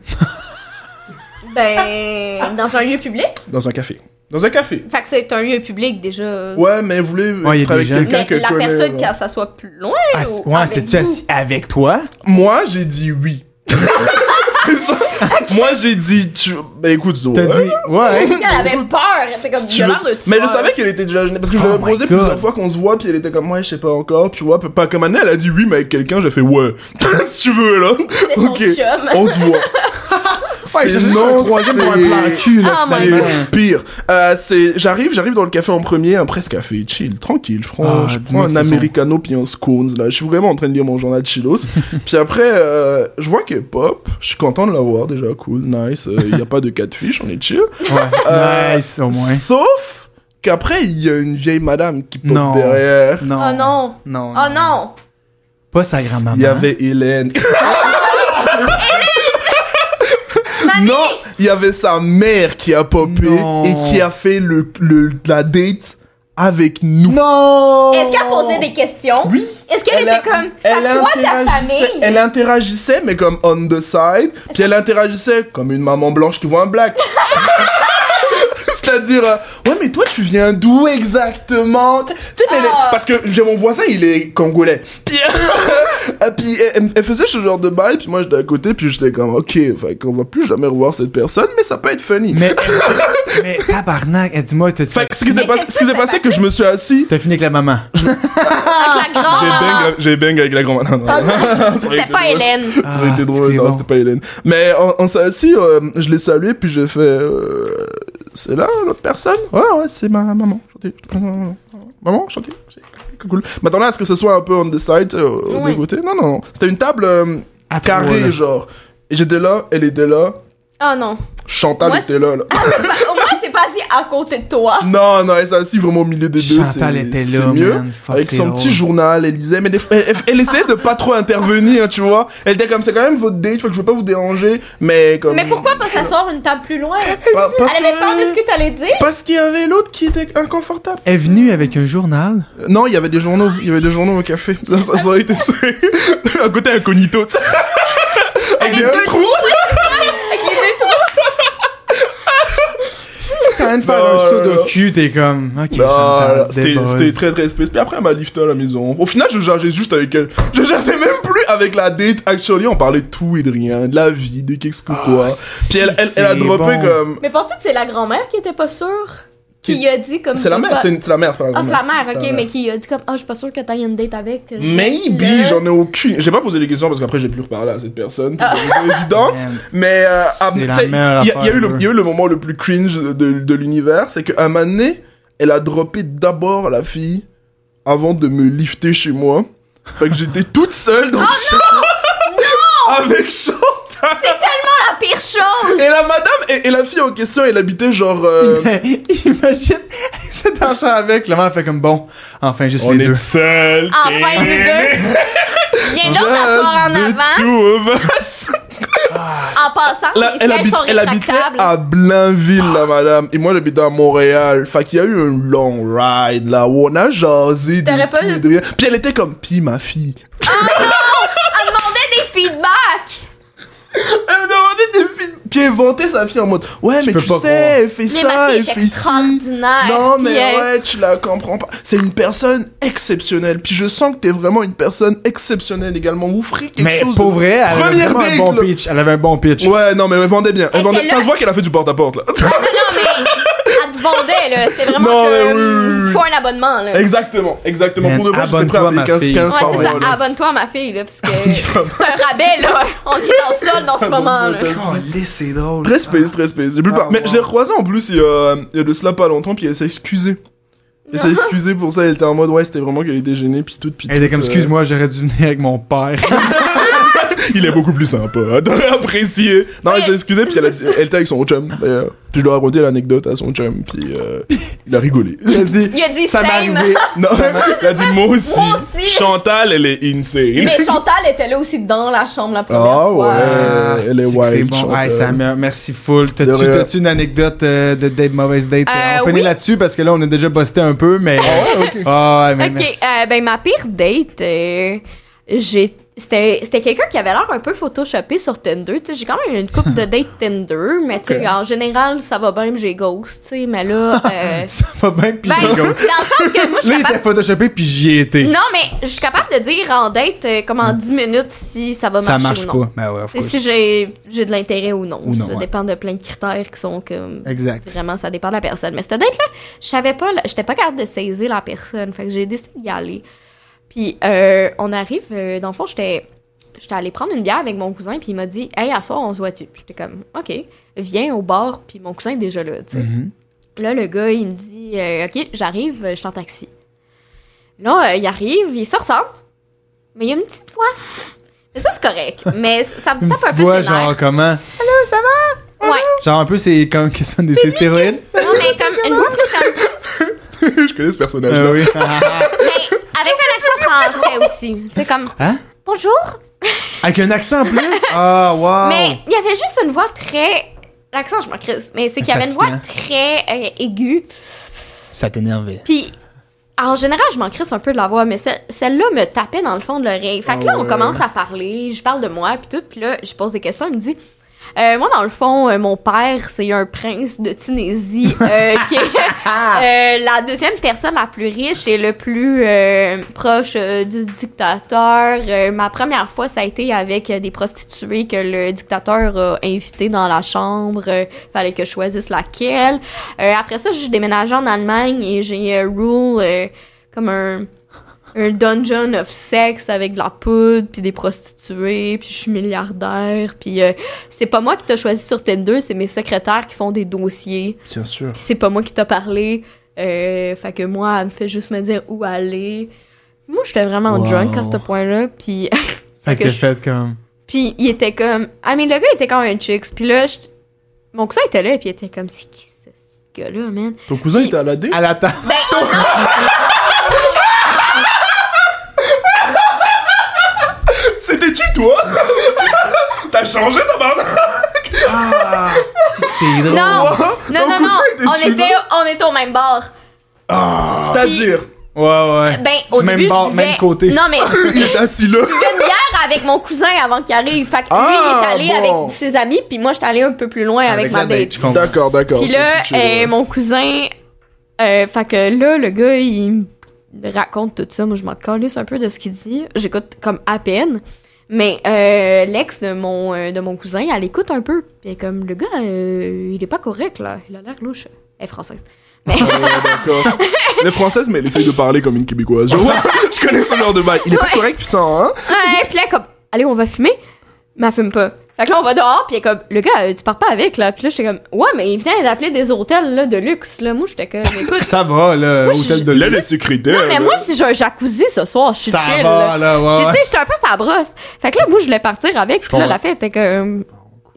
[SPEAKER 3] Ben, dans un lieu public.
[SPEAKER 2] Dans un café. Dans un café.
[SPEAKER 3] Fait que c'est un lieu public déjà.
[SPEAKER 2] Ouais, mais vous voulez
[SPEAKER 1] Ouais, y a
[SPEAKER 2] être
[SPEAKER 1] des
[SPEAKER 2] avec
[SPEAKER 1] gens.
[SPEAKER 2] quelqu'un
[SPEAKER 3] Mais
[SPEAKER 2] que euh,
[SPEAKER 3] la
[SPEAKER 2] connaît,
[SPEAKER 3] personne
[SPEAKER 2] là.
[SPEAKER 3] qui ça soit plus loin.
[SPEAKER 1] Ah,
[SPEAKER 3] ou
[SPEAKER 1] c'est- ouais,
[SPEAKER 3] avec
[SPEAKER 1] c'est-tu
[SPEAKER 3] vous.
[SPEAKER 1] assis avec toi?
[SPEAKER 2] Moi, j'ai dit oui. C'est ça. Moi, j'ai dit tu. Bah écoute, Zo.
[SPEAKER 1] T'as
[SPEAKER 2] hein.
[SPEAKER 1] dit, ouais.
[SPEAKER 3] Elle avait peur. C'est comme
[SPEAKER 2] Si tu veux.
[SPEAKER 3] violent de tueur.
[SPEAKER 2] Mais je savais qu'elle était déjà gênée parce que je
[SPEAKER 1] Oh
[SPEAKER 2] l'avais
[SPEAKER 1] my
[SPEAKER 2] proposé
[SPEAKER 1] God.
[SPEAKER 2] plusieurs fois qu'on se voit, puis elle était comme, ouais, je sais pas encore, tu vois, pas comme Anna, elle a dit oui, mais avec quelqu'un, j'ai fait ouais. si tu veux, là.
[SPEAKER 3] C'était son
[SPEAKER 2] Ok.
[SPEAKER 3] chum.
[SPEAKER 2] On se voit.
[SPEAKER 1] Ouais, j'ai
[SPEAKER 2] C'est
[SPEAKER 1] juste un
[SPEAKER 2] non,
[SPEAKER 1] troisième pour un
[SPEAKER 2] c'est-
[SPEAKER 1] plan cul, là.
[SPEAKER 3] Ah,
[SPEAKER 1] c'est-
[SPEAKER 2] C'est pire. Euh, c'est, j'arrive, j'arrive dans le café en premier, un presse café, chill, tranquille. Je prends,
[SPEAKER 1] Ah,
[SPEAKER 2] je
[SPEAKER 1] dis-moi
[SPEAKER 2] prends
[SPEAKER 1] que
[SPEAKER 2] un
[SPEAKER 1] c'est son.
[SPEAKER 2] americano puis un scones là. Je suis vraiment en train de lire mon journal chillos. puis après, euh, je vois que pop. Je suis content de l'avoir déjà, cool, nice. euh, Il n'y a pas de cas de fiche, on est chill.
[SPEAKER 1] Ouais,
[SPEAKER 2] Euh,
[SPEAKER 1] nice, au moins.
[SPEAKER 2] Sauf qu'après il y a une vieille madame qui pop
[SPEAKER 1] Non.
[SPEAKER 2] derrière.
[SPEAKER 1] Non.
[SPEAKER 3] Oh non.
[SPEAKER 1] Non.
[SPEAKER 3] Oh non.
[SPEAKER 1] Pas sa grand-maman.
[SPEAKER 2] Il y avait Hélène. non, il y avait sa mère qui a popé
[SPEAKER 1] Non.
[SPEAKER 2] et qui a fait le, le- la date avec nous.
[SPEAKER 1] Non!
[SPEAKER 3] Est-ce qu'elle posait des questions?
[SPEAKER 2] Oui.
[SPEAKER 3] Est-ce qu'elle
[SPEAKER 2] a-
[SPEAKER 3] était comme,
[SPEAKER 2] elle
[SPEAKER 3] à toi, ta
[SPEAKER 2] interagissait-
[SPEAKER 3] famille?
[SPEAKER 2] Elle interagissait, mais comme on the side. Puis elle interagissait comme une maman blanche qui voit un black. C'est-à-dire, euh, ouais, mais toi, tu viens d'où exactement Tu sais, mais elle est-
[SPEAKER 3] Ah.
[SPEAKER 2] Parce que j'ai mon voisin, il est congolais. Puis, euh, puis elle, elle- elle faisait ce genre de bail, puis moi, j'étais à côté, puis j'étais comme, ok, enfin, qu'on va plus jamais revoir cette personne, mais ça peut être funny.
[SPEAKER 1] Mais, mais tabarnak, eh, dis-moi, t'as
[SPEAKER 2] Fait que ce qui s'est
[SPEAKER 3] Mais
[SPEAKER 2] passé,
[SPEAKER 3] qu'est-ce
[SPEAKER 2] ce qui
[SPEAKER 3] que
[SPEAKER 2] s'est
[SPEAKER 3] ça
[SPEAKER 2] passé,
[SPEAKER 3] t'a
[SPEAKER 2] que je me suis assis.
[SPEAKER 1] T'as fini avec la maman.
[SPEAKER 3] Avec la
[SPEAKER 2] J'ai bang,
[SPEAKER 3] grande.
[SPEAKER 2] j'ai bang avec la grand Non, non, non. Ça aurait
[SPEAKER 3] Ah. C'était
[SPEAKER 2] été
[SPEAKER 3] pas
[SPEAKER 2] drôle.
[SPEAKER 3] Hélène.
[SPEAKER 2] Ça aurait
[SPEAKER 1] Ah,
[SPEAKER 2] été
[SPEAKER 1] c'est que
[SPEAKER 2] drôle,
[SPEAKER 1] c'est
[SPEAKER 2] non,
[SPEAKER 1] bon.
[SPEAKER 2] c'était pas Hélène. Mais on, on s'est assis, euh, je l'ai salué, puis j'ai fait. euh, c'est là l'autre personne Ouais, ouais, c'est ma maman. Chantez. Maman, maman, chantez. C'est Cool. Maintenant, à ce que ce soit un peu on the side, euh, aux
[SPEAKER 3] Ouais.
[SPEAKER 2] deux côtés Non, non, non. C'était une table euh,
[SPEAKER 1] À trois,
[SPEAKER 2] carrée,
[SPEAKER 1] là.
[SPEAKER 2] genre. Et j'étais là, elle était là,
[SPEAKER 3] Oh non.
[SPEAKER 2] Chantal
[SPEAKER 3] Moi,
[SPEAKER 2] était là. là.
[SPEAKER 3] Bah, Au moins, c'est pas assis à côté de toi.
[SPEAKER 2] Non, non, elle s'est assise vraiment au milieu des deux.
[SPEAKER 1] Chantal
[SPEAKER 2] c'est-
[SPEAKER 1] était
[SPEAKER 2] c'est
[SPEAKER 1] là,
[SPEAKER 2] mieux.
[SPEAKER 1] man. Fuck,
[SPEAKER 2] Avec
[SPEAKER 1] c'est
[SPEAKER 2] son
[SPEAKER 1] drôle.
[SPEAKER 2] petit journal, elle lisait, mais des fois, elle, elle- elle essayait de pas trop intervenir, tu vois. Elle était comme, c'est quand même votre date, faut que je veux pas vous déranger, mais comme.
[SPEAKER 3] Mais pourquoi pas s'asseoir une table plus loin? Elle
[SPEAKER 2] Pa- parce
[SPEAKER 3] avait
[SPEAKER 2] que-
[SPEAKER 3] peur de ce que t'allais dire.
[SPEAKER 2] Parce qu'il y avait l'autre qui était inconfortable.
[SPEAKER 1] Est venue avec un journal.
[SPEAKER 2] Euh, Non, il y avait des journaux, il y avait des journaux au café. Ça, ça, ça aurait été ça. Un côté incognito, tu sais. Avec des
[SPEAKER 3] deux
[SPEAKER 2] trous.
[SPEAKER 3] Avec les deux trous.
[SPEAKER 1] T'es en train de faire
[SPEAKER 2] Non,
[SPEAKER 1] un saut
[SPEAKER 2] non, non.
[SPEAKER 1] de Bah, euh, cul, t'es comme. Ok,
[SPEAKER 2] Non,
[SPEAKER 1] Chantal,
[SPEAKER 2] Bah, Ah, c'était
[SPEAKER 1] des
[SPEAKER 2] c'était
[SPEAKER 1] buzz.
[SPEAKER 2] très très spécial. Puis après, elle m'a lifté à la maison. Au final, je jasais juste avec elle. Je jasais même plus avec la date. Actually, on parlait de tout et de rien, de la vie, de qu'est-ce que quoi.
[SPEAKER 1] Ah, c'est-
[SPEAKER 2] hein. Puis elle, elle, elle a
[SPEAKER 1] c'est
[SPEAKER 2] droppé
[SPEAKER 1] bon.
[SPEAKER 2] comme.
[SPEAKER 3] Mais penses-tu que c'est la grand-mère qui était pas sûre? Qui
[SPEAKER 2] Qui-
[SPEAKER 3] a dit comme.
[SPEAKER 2] C'est la mère, c'est une- c'est la mère.
[SPEAKER 3] Ah, c'est la mère,
[SPEAKER 2] C'est
[SPEAKER 3] ok, mais qui a dit comme. Ah, je suis pas sûre que t'ailles une date avec. euh,
[SPEAKER 2] Maybe,
[SPEAKER 3] là.
[SPEAKER 2] j'en ai aucune. J'ai pas posé les questions parce qu'après j'ai plus reparlé à cette personne.
[SPEAKER 3] Ah.
[SPEAKER 2] pour des raisons évidentes.
[SPEAKER 1] Man.
[SPEAKER 2] Mais euh, ah,
[SPEAKER 1] C'est la
[SPEAKER 2] t'sais,
[SPEAKER 1] meilleure
[SPEAKER 2] il y, a- il y a
[SPEAKER 1] affaire,
[SPEAKER 2] eu le-
[SPEAKER 1] là.
[SPEAKER 2] il y a eu le moment le plus cringe de, de l'univers, c'est qu'à un moment donné, elle a droppé d'abord la fille avant de me lifter chez moi. Fait que j'étais toute seule
[SPEAKER 3] Oh
[SPEAKER 2] dans le champ avec Chantal.
[SPEAKER 3] C'est tellement la Ah, pire chose!
[SPEAKER 2] Et la madame et, et la fille en question, elle habitait genre. euh,
[SPEAKER 1] Imagine, c'est en chat avec, le mec fait comme bon. Enfin, juste les deux.
[SPEAKER 5] seul.
[SPEAKER 3] Enfin, nous deux. Viens donc t'asseoir en avant. En passant,
[SPEAKER 2] La-
[SPEAKER 3] les
[SPEAKER 2] elle,
[SPEAKER 3] sièges
[SPEAKER 2] habite-
[SPEAKER 3] sont
[SPEAKER 2] elle habitait
[SPEAKER 3] rétractables.
[SPEAKER 2] à Blainville, la madame. Et moi, j'habitais à Montréal. Fait qu'il y a eu un long ride, là, où on a jasé de
[SPEAKER 3] T'aurais pas
[SPEAKER 2] tout
[SPEAKER 3] eu-
[SPEAKER 2] et de rien. Puis elle était comme, pis ma fille.
[SPEAKER 3] Elle demandait des feedbacks!
[SPEAKER 2] Elle me demandait des filles. puis inventer sa fille en mode Ouais,
[SPEAKER 1] Je
[SPEAKER 2] mais
[SPEAKER 1] peux
[SPEAKER 2] tu
[SPEAKER 1] pas
[SPEAKER 2] sais, elle fait
[SPEAKER 3] Mais
[SPEAKER 2] ça,
[SPEAKER 3] ma fille
[SPEAKER 2] elle
[SPEAKER 3] est
[SPEAKER 2] fait ci.
[SPEAKER 3] extraordinaire.
[SPEAKER 2] Non, mais
[SPEAKER 3] puis, euh,
[SPEAKER 2] ouais, tu la comprends pas. C'est une personne exceptionnelle. Puis je sens que t'es vraiment une personne exceptionnelle également. Vous ferez quelque
[SPEAKER 1] Mais
[SPEAKER 2] chose.
[SPEAKER 1] pour
[SPEAKER 2] de-
[SPEAKER 1] vrai, elle avait
[SPEAKER 2] Première
[SPEAKER 1] vraiment un
[SPEAKER 2] date,
[SPEAKER 1] bon
[SPEAKER 2] là.
[SPEAKER 1] pitch. Elle avait un bon pitch.
[SPEAKER 2] Ouais, non, mais elle vendait bien. Elle
[SPEAKER 3] Elle
[SPEAKER 2] vendait-
[SPEAKER 3] était
[SPEAKER 2] Ça
[SPEAKER 3] là.
[SPEAKER 2] se voit qu'elle a fait du porte-à-porte, là.
[SPEAKER 3] Elle te vendait, là. C'était vraiment
[SPEAKER 2] Non, mais
[SPEAKER 3] comme.
[SPEAKER 2] oui, oui, oui.
[SPEAKER 3] Il te faut un abonnement, là.
[SPEAKER 2] exactement, exactement.
[SPEAKER 1] Man,
[SPEAKER 2] pour de vrai, j'étais prêt
[SPEAKER 1] abonne-toi,
[SPEAKER 2] à
[SPEAKER 1] ma
[SPEAKER 2] payer 15,
[SPEAKER 1] fille.
[SPEAKER 2] 15
[SPEAKER 3] Ouais,
[SPEAKER 2] par
[SPEAKER 3] c'est
[SPEAKER 2] mois,
[SPEAKER 3] ça.
[SPEAKER 2] là.
[SPEAKER 3] Abonne-toi à ma fille, là, parce que c'est un rabais, là. On est en solde en ce moment, là.
[SPEAKER 1] Calisse, c'est drôle.
[SPEAKER 2] Très space, très space. J'ai plus le
[SPEAKER 1] Ah,
[SPEAKER 2] par- Mais
[SPEAKER 1] wow.
[SPEAKER 2] je l'ai recroisé en plus il y, a, euh, il y a de cela pas longtemps, puis elle s'est excusée. Elle s'est excusée pour ça, elle était en mode ouais, c'était vraiment qu'elle était gênée, puis tout, puis
[SPEAKER 1] Elle était
[SPEAKER 2] tout,
[SPEAKER 1] comme,
[SPEAKER 2] euh,
[SPEAKER 1] excuse-moi, j'aurais dû venir avec mon père.
[SPEAKER 2] Il est beaucoup plus sympa, t'aurais apprécié. Non, elle s'est excusée, puis elle, a dit- elle était avec son chum d'ailleurs. Puis je lui ai raconté l'anecdote à son chum, puis euh, il a rigolé.
[SPEAKER 1] Il a dit,
[SPEAKER 3] Il a dit
[SPEAKER 1] ça m'est
[SPEAKER 3] same.
[SPEAKER 1] arrivé.
[SPEAKER 2] Non, il a dit moi aussi.
[SPEAKER 3] Moi aussi.
[SPEAKER 2] Chantal, elle est insane.
[SPEAKER 3] Mais Chantal était là aussi dans la chambre la première
[SPEAKER 2] Ah
[SPEAKER 3] fois.
[SPEAKER 2] ouais, elle est
[SPEAKER 1] c'est que C'est
[SPEAKER 2] wild.
[SPEAKER 1] bon.
[SPEAKER 2] Chantal.
[SPEAKER 1] Hey, ça me- merci full. T'as-tu
[SPEAKER 2] De rien.
[SPEAKER 1] t'as-tu une anecdote euh, de date, mauvaise date?
[SPEAKER 3] Euh,
[SPEAKER 1] on finit
[SPEAKER 3] oui.
[SPEAKER 1] là-dessus parce que là, on a déjà busté un peu, mais. Ah ouais, ok. mais
[SPEAKER 3] Ok,
[SPEAKER 1] merci.
[SPEAKER 3] euh, ben ma pire date, euh, j'ai c'était c'était quelqu'un qui avait l'air un peu photoshopé sur Tinder. Tu sais, j'ai quand même eu une coupe de date Tinder, mais tu sais, en général, ça va bien, j'ai ghost, tu sais, mais là... euh,
[SPEAKER 1] Ça va bien, puis
[SPEAKER 3] ben, dans
[SPEAKER 1] je
[SPEAKER 3] le
[SPEAKER 1] gosse.
[SPEAKER 3] sens que moi, je
[SPEAKER 1] Là, il
[SPEAKER 3] suis
[SPEAKER 1] était
[SPEAKER 3] capable...
[SPEAKER 1] photoshopé, puis j'y étais.
[SPEAKER 3] Non, mais je suis capable de dire en date, euh, comme en 10 minutes, si ça va
[SPEAKER 1] Mm. ça
[SPEAKER 3] marcher
[SPEAKER 1] marche
[SPEAKER 3] ou non.
[SPEAKER 1] pas. Ben ouais, of
[SPEAKER 3] Tu sais,
[SPEAKER 1] course.
[SPEAKER 3] Si j'ai j'ai de l'intérêt ou non.
[SPEAKER 1] Ou non,
[SPEAKER 3] ça
[SPEAKER 1] ouais.
[SPEAKER 3] dépend de plein de critères qui sont comme...
[SPEAKER 1] Exact.
[SPEAKER 3] Vraiment, ça dépend de la personne. Mais cette date-là, je savais pas, là, j'étais pas capable de saisir la personne. Fait que j'ai décidé d'y aller. Puis, euh, on arrive, euh, dans le fond, j'étais, j'étais allée prendre une bière avec mon cousin, puis il m'a dit, hey, à soir, on se voit-tu? Puis j'étais comme, OK, viens au bar, puis mon cousin est déjà là, tu sais.
[SPEAKER 1] Mhm.
[SPEAKER 3] Là, le gars, il me dit, euh, OK, j'arrive, euh, je suis en taxi. Là, euh, il arrive, il se ressemble, mais il y a une petite voix. Mais ça, c'est correct. Mais ça me
[SPEAKER 1] Une
[SPEAKER 3] tape un
[SPEAKER 1] petite
[SPEAKER 3] peu
[SPEAKER 1] voix,
[SPEAKER 3] ses nerfs.
[SPEAKER 1] genre, comment?
[SPEAKER 3] Ouais.
[SPEAKER 1] Genre, un peu, c'est comme qu'est-ce qu'on des stéroïdes?
[SPEAKER 3] Non, mais comme une voix plus comme-
[SPEAKER 2] Je connais ce personnage.
[SPEAKER 1] Euh, oui.
[SPEAKER 3] Mais avec un accent français aussi. Tu sais, comme.
[SPEAKER 1] Hein?
[SPEAKER 3] Bonjour!
[SPEAKER 1] Avec un accent en plus? Ah, wow!
[SPEAKER 3] Mais il y avait juste une voix très. L'accent, je m'en crisse. Mais c'est qu'il y avait une voix très euh, aiguë.
[SPEAKER 1] Ça t'énervait.
[SPEAKER 3] Puis, en général, je m'en crisse un peu de la voix, mais ce- celle-là me tapait dans le fond de l'oreille. Fait que là, on
[SPEAKER 2] ouais.
[SPEAKER 3] commence à parler, je parle de moi, puis tout. Puis là, je pose des questions, il me dit. Euh, moi, dans le fond, euh, mon père, c'est un prince de Tunisie euh, qui est euh, la deuxième personne la plus riche et le plus euh, proche euh, du dictateur. Euh, ma première fois, ça a été avec euh, des prostituées que le dictateur a invitées dans la chambre. Euh, fallait que je choisisse laquelle. Euh, après ça, je déménageais en Allemagne et j'ai euh, rule euh, comme un un dungeon of sex avec de la poudre, puis des prostituées, puis je suis milliardaire, puis euh, c'est pas moi qui t'as choisi sur Tinder, c'est mes secrétaires qui font des dossiers, puis
[SPEAKER 2] Bien sûr.
[SPEAKER 3] c'est pas moi qui t'a parlé, euh, fait que moi, elle me fait juste me dire où aller. Moi, j'étais vraiment
[SPEAKER 1] Wow.
[SPEAKER 3] drunk à ce point-là, puis
[SPEAKER 1] Fait
[SPEAKER 3] que
[SPEAKER 1] que
[SPEAKER 3] je-
[SPEAKER 1] fait comme.
[SPEAKER 3] puis il était comme. Ah, mais le gars était quand même chicks. Puis là, je- mon cousin était là, puis il était comme, c'est qui ce ce gars-là, man?
[SPEAKER 2] Ton cousin
[SPEAKER 3] Il-
[SPEAKER 2] était à la D
[SPEAKER 1] À la table.
[SPEAKER 2] C'était-tu toi T'as changé ta barbe
[SPEAKER 1] Ah, c'est que c'est drôle.
[SPEAKER 3] Non! Non,
[SPEAKER 2] Ton
[SPEAKER 3] non,
[SPEAKER 2] cousin
[SPEAKER 3] non!
[SPEAKER 2] était
[SPEAKER 3] On
[SPEAKER 2] dessus,
[SPEAKER 3] était, on était au même bar.
[SPEAKER 2] Ah. C'est-à-dire,
[SPEAKER 1] Ouais, ouais.
[SPEAKER 3] Ben, au
[SPEAKER 1] Même
[SPEAKER 3] début,
[SPEAKER 1] bar,
[SPEAKER 3] je buvais...
[SPEAKER 1] même côté.
[SPEAKER 3] Non, mais je
[SPEAKER 2] il était assis là.
[SPEAKER 3] buvais une bière avec mon cousin avant qu'il arrive. Fait que
[SPEAKER 2] Ah,
[SPEAKER 3] lui, il est allé
[SPEAKER 2] bon.
[SPEAKER 3] avec ses amis, puis moi, j'étais allée un peu plus loin avec, ma
[SPEAKER 1] la
[SPEAKER 3] date.
[SPEAKER 1] Je comprends.
[SPEAKER 2] D'accord, d'accord.
[SPEAKER 3] Puis
[SPEAKER 2] c'est
[SPEAKER 3] là,
[SPEAKER 2] plus chill,
[SPEAKER 3] euh,
[SPEAKER 2] ouais.
[SPEAKER 3] mon cousin... euh, fait que là, le gars, il me raconte tout ça. Moi, je m'en calisse un peu de ce qu'il dit. J'écoute comme à peine. Mais euh, l'ex de mon, euh, de mon cousin, elle écoute un peu. Puis elle est comme, le gars, euh, il est pas correct, là. Il a l'air louche. Elle est française.
[SPEAKER 2] Ouais, d'accord. Elle est française, mais elle essaye de parler comme une québécoise. Je, je connais ce genre de bail. Il est pas
[SPEAKER 3] Ouais.
[SPEAKER 2] correct, putain, hein
[SPEAKER 3] Ouais, puis là, comme, allez, on va fumer. Mais elle fume pas. Fait que là, on va dehors, puis elle est comme, le gars, euh, tu pars pas avec, là. Puis là, j'étais comme, ouais, mais il venait d'appeler des hôtels, là, de luxe, là. Moi, j'étais comme, écoute.
[SPEAKER 1] Ça va, là,
[SPEAKER 3] je-
[SPEAKER 1] hôtel de
[SPEAKER 2] Là,
[SPEAKER 1] luxe.
[SPEAKER 2] le secrétaire.
[SPEAKER 3] Non, mais moi, si j'ai un jacuzzi ce soir, je suis
[SPEAKER 1] Ça
[SPEAKER 3] chill.
[SPEAKER 1] va,
[SPEAKER 3] là.
[SPEAKER 1] là, ouais.
[SPEAKER 3] Puis,
[SPEAKER 1] ouais.
[SPEAKER 3] tu sais, j'étais un peu sa brosse. Fait que là, moi, je voulais partir avec. Puis là,
[SPEAKER 1] comprends.
[SPEAKER 3] la fête était comme.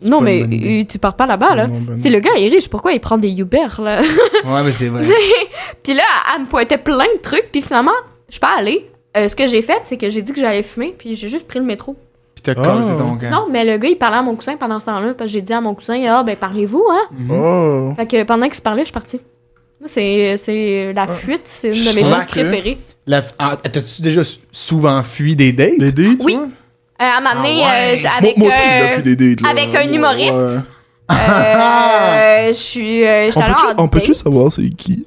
[SPEAKER 3] Non,
[SPEAKER 1] pas
[SPEAKER 3] mais
[SPEAKER 1] une bonne idée.
[SPEAKER 3] euh, tu pars pas là-bas, là.
[SPEAKER 2] Non, ben non.
[SPEAKER 3] C'est le gars, il est riche. Pourquoi il prend des Uber, là?
[SPEAKER 1] Ouais, mais c'est vrai.
[SPEAKER 3] puis là, elle me pointait plein de trucs. Puis finalement, je suis pas allée. Euh, ce que j'ai fait, c'est que j'ai dit que j'allais fumer. Puis j'ai juste pris le métro.
[SPEAKER 1] Puis t'as
[SPEAKER 2] Oh.
[SPEAKER 1] cassé ton camp.
[SPEAKER 3] Non, mais le gars, il parlait à mon cousin pendant ce temps-là. Parce que j'ai dit à mon cousin, ah, ben, parlez-vous, hein.
[SPEAKER 2] Oh.
[SPEAKER 3] Fait que pendant qu'il se parlait, je suis partie. Moi, c'est c'est la fuite. C'est une de mes choses
[SPEAKER 1] Slack, hein.
[SPEAKER 3] préférées.
[SPEAKER 1] La- ah, T'as-tu déjà s- souvent fui des dates?
[SPEAKER 2] Des dates
[SPEAKER 3] Oui.
[SPEAKER 2] toi
[SPEAKER 3] Euh, elle m'a amenée
[SPEAKER 1] Ah ouais.
[SPEAKER 3] euh, avec.
[SPEAKER 2] moi, moi aussi, j'ai
[SPEAKER 3] euh,
[SPEAKER 2] déjà fait des dates. là.
[SPEAKER 3] avec un humoriste. Euh, je suis. Euh, j'étais
[SPEAKER 2] Ah! On
[SPEAKER 3] allée
[SPEAKER 2] peut-tu-
[SPEAKER 3] en
[SPEAKER 2] On peut-tu
[SPEAKER 3] date.
[SPEAKER 2] savoir c'est qui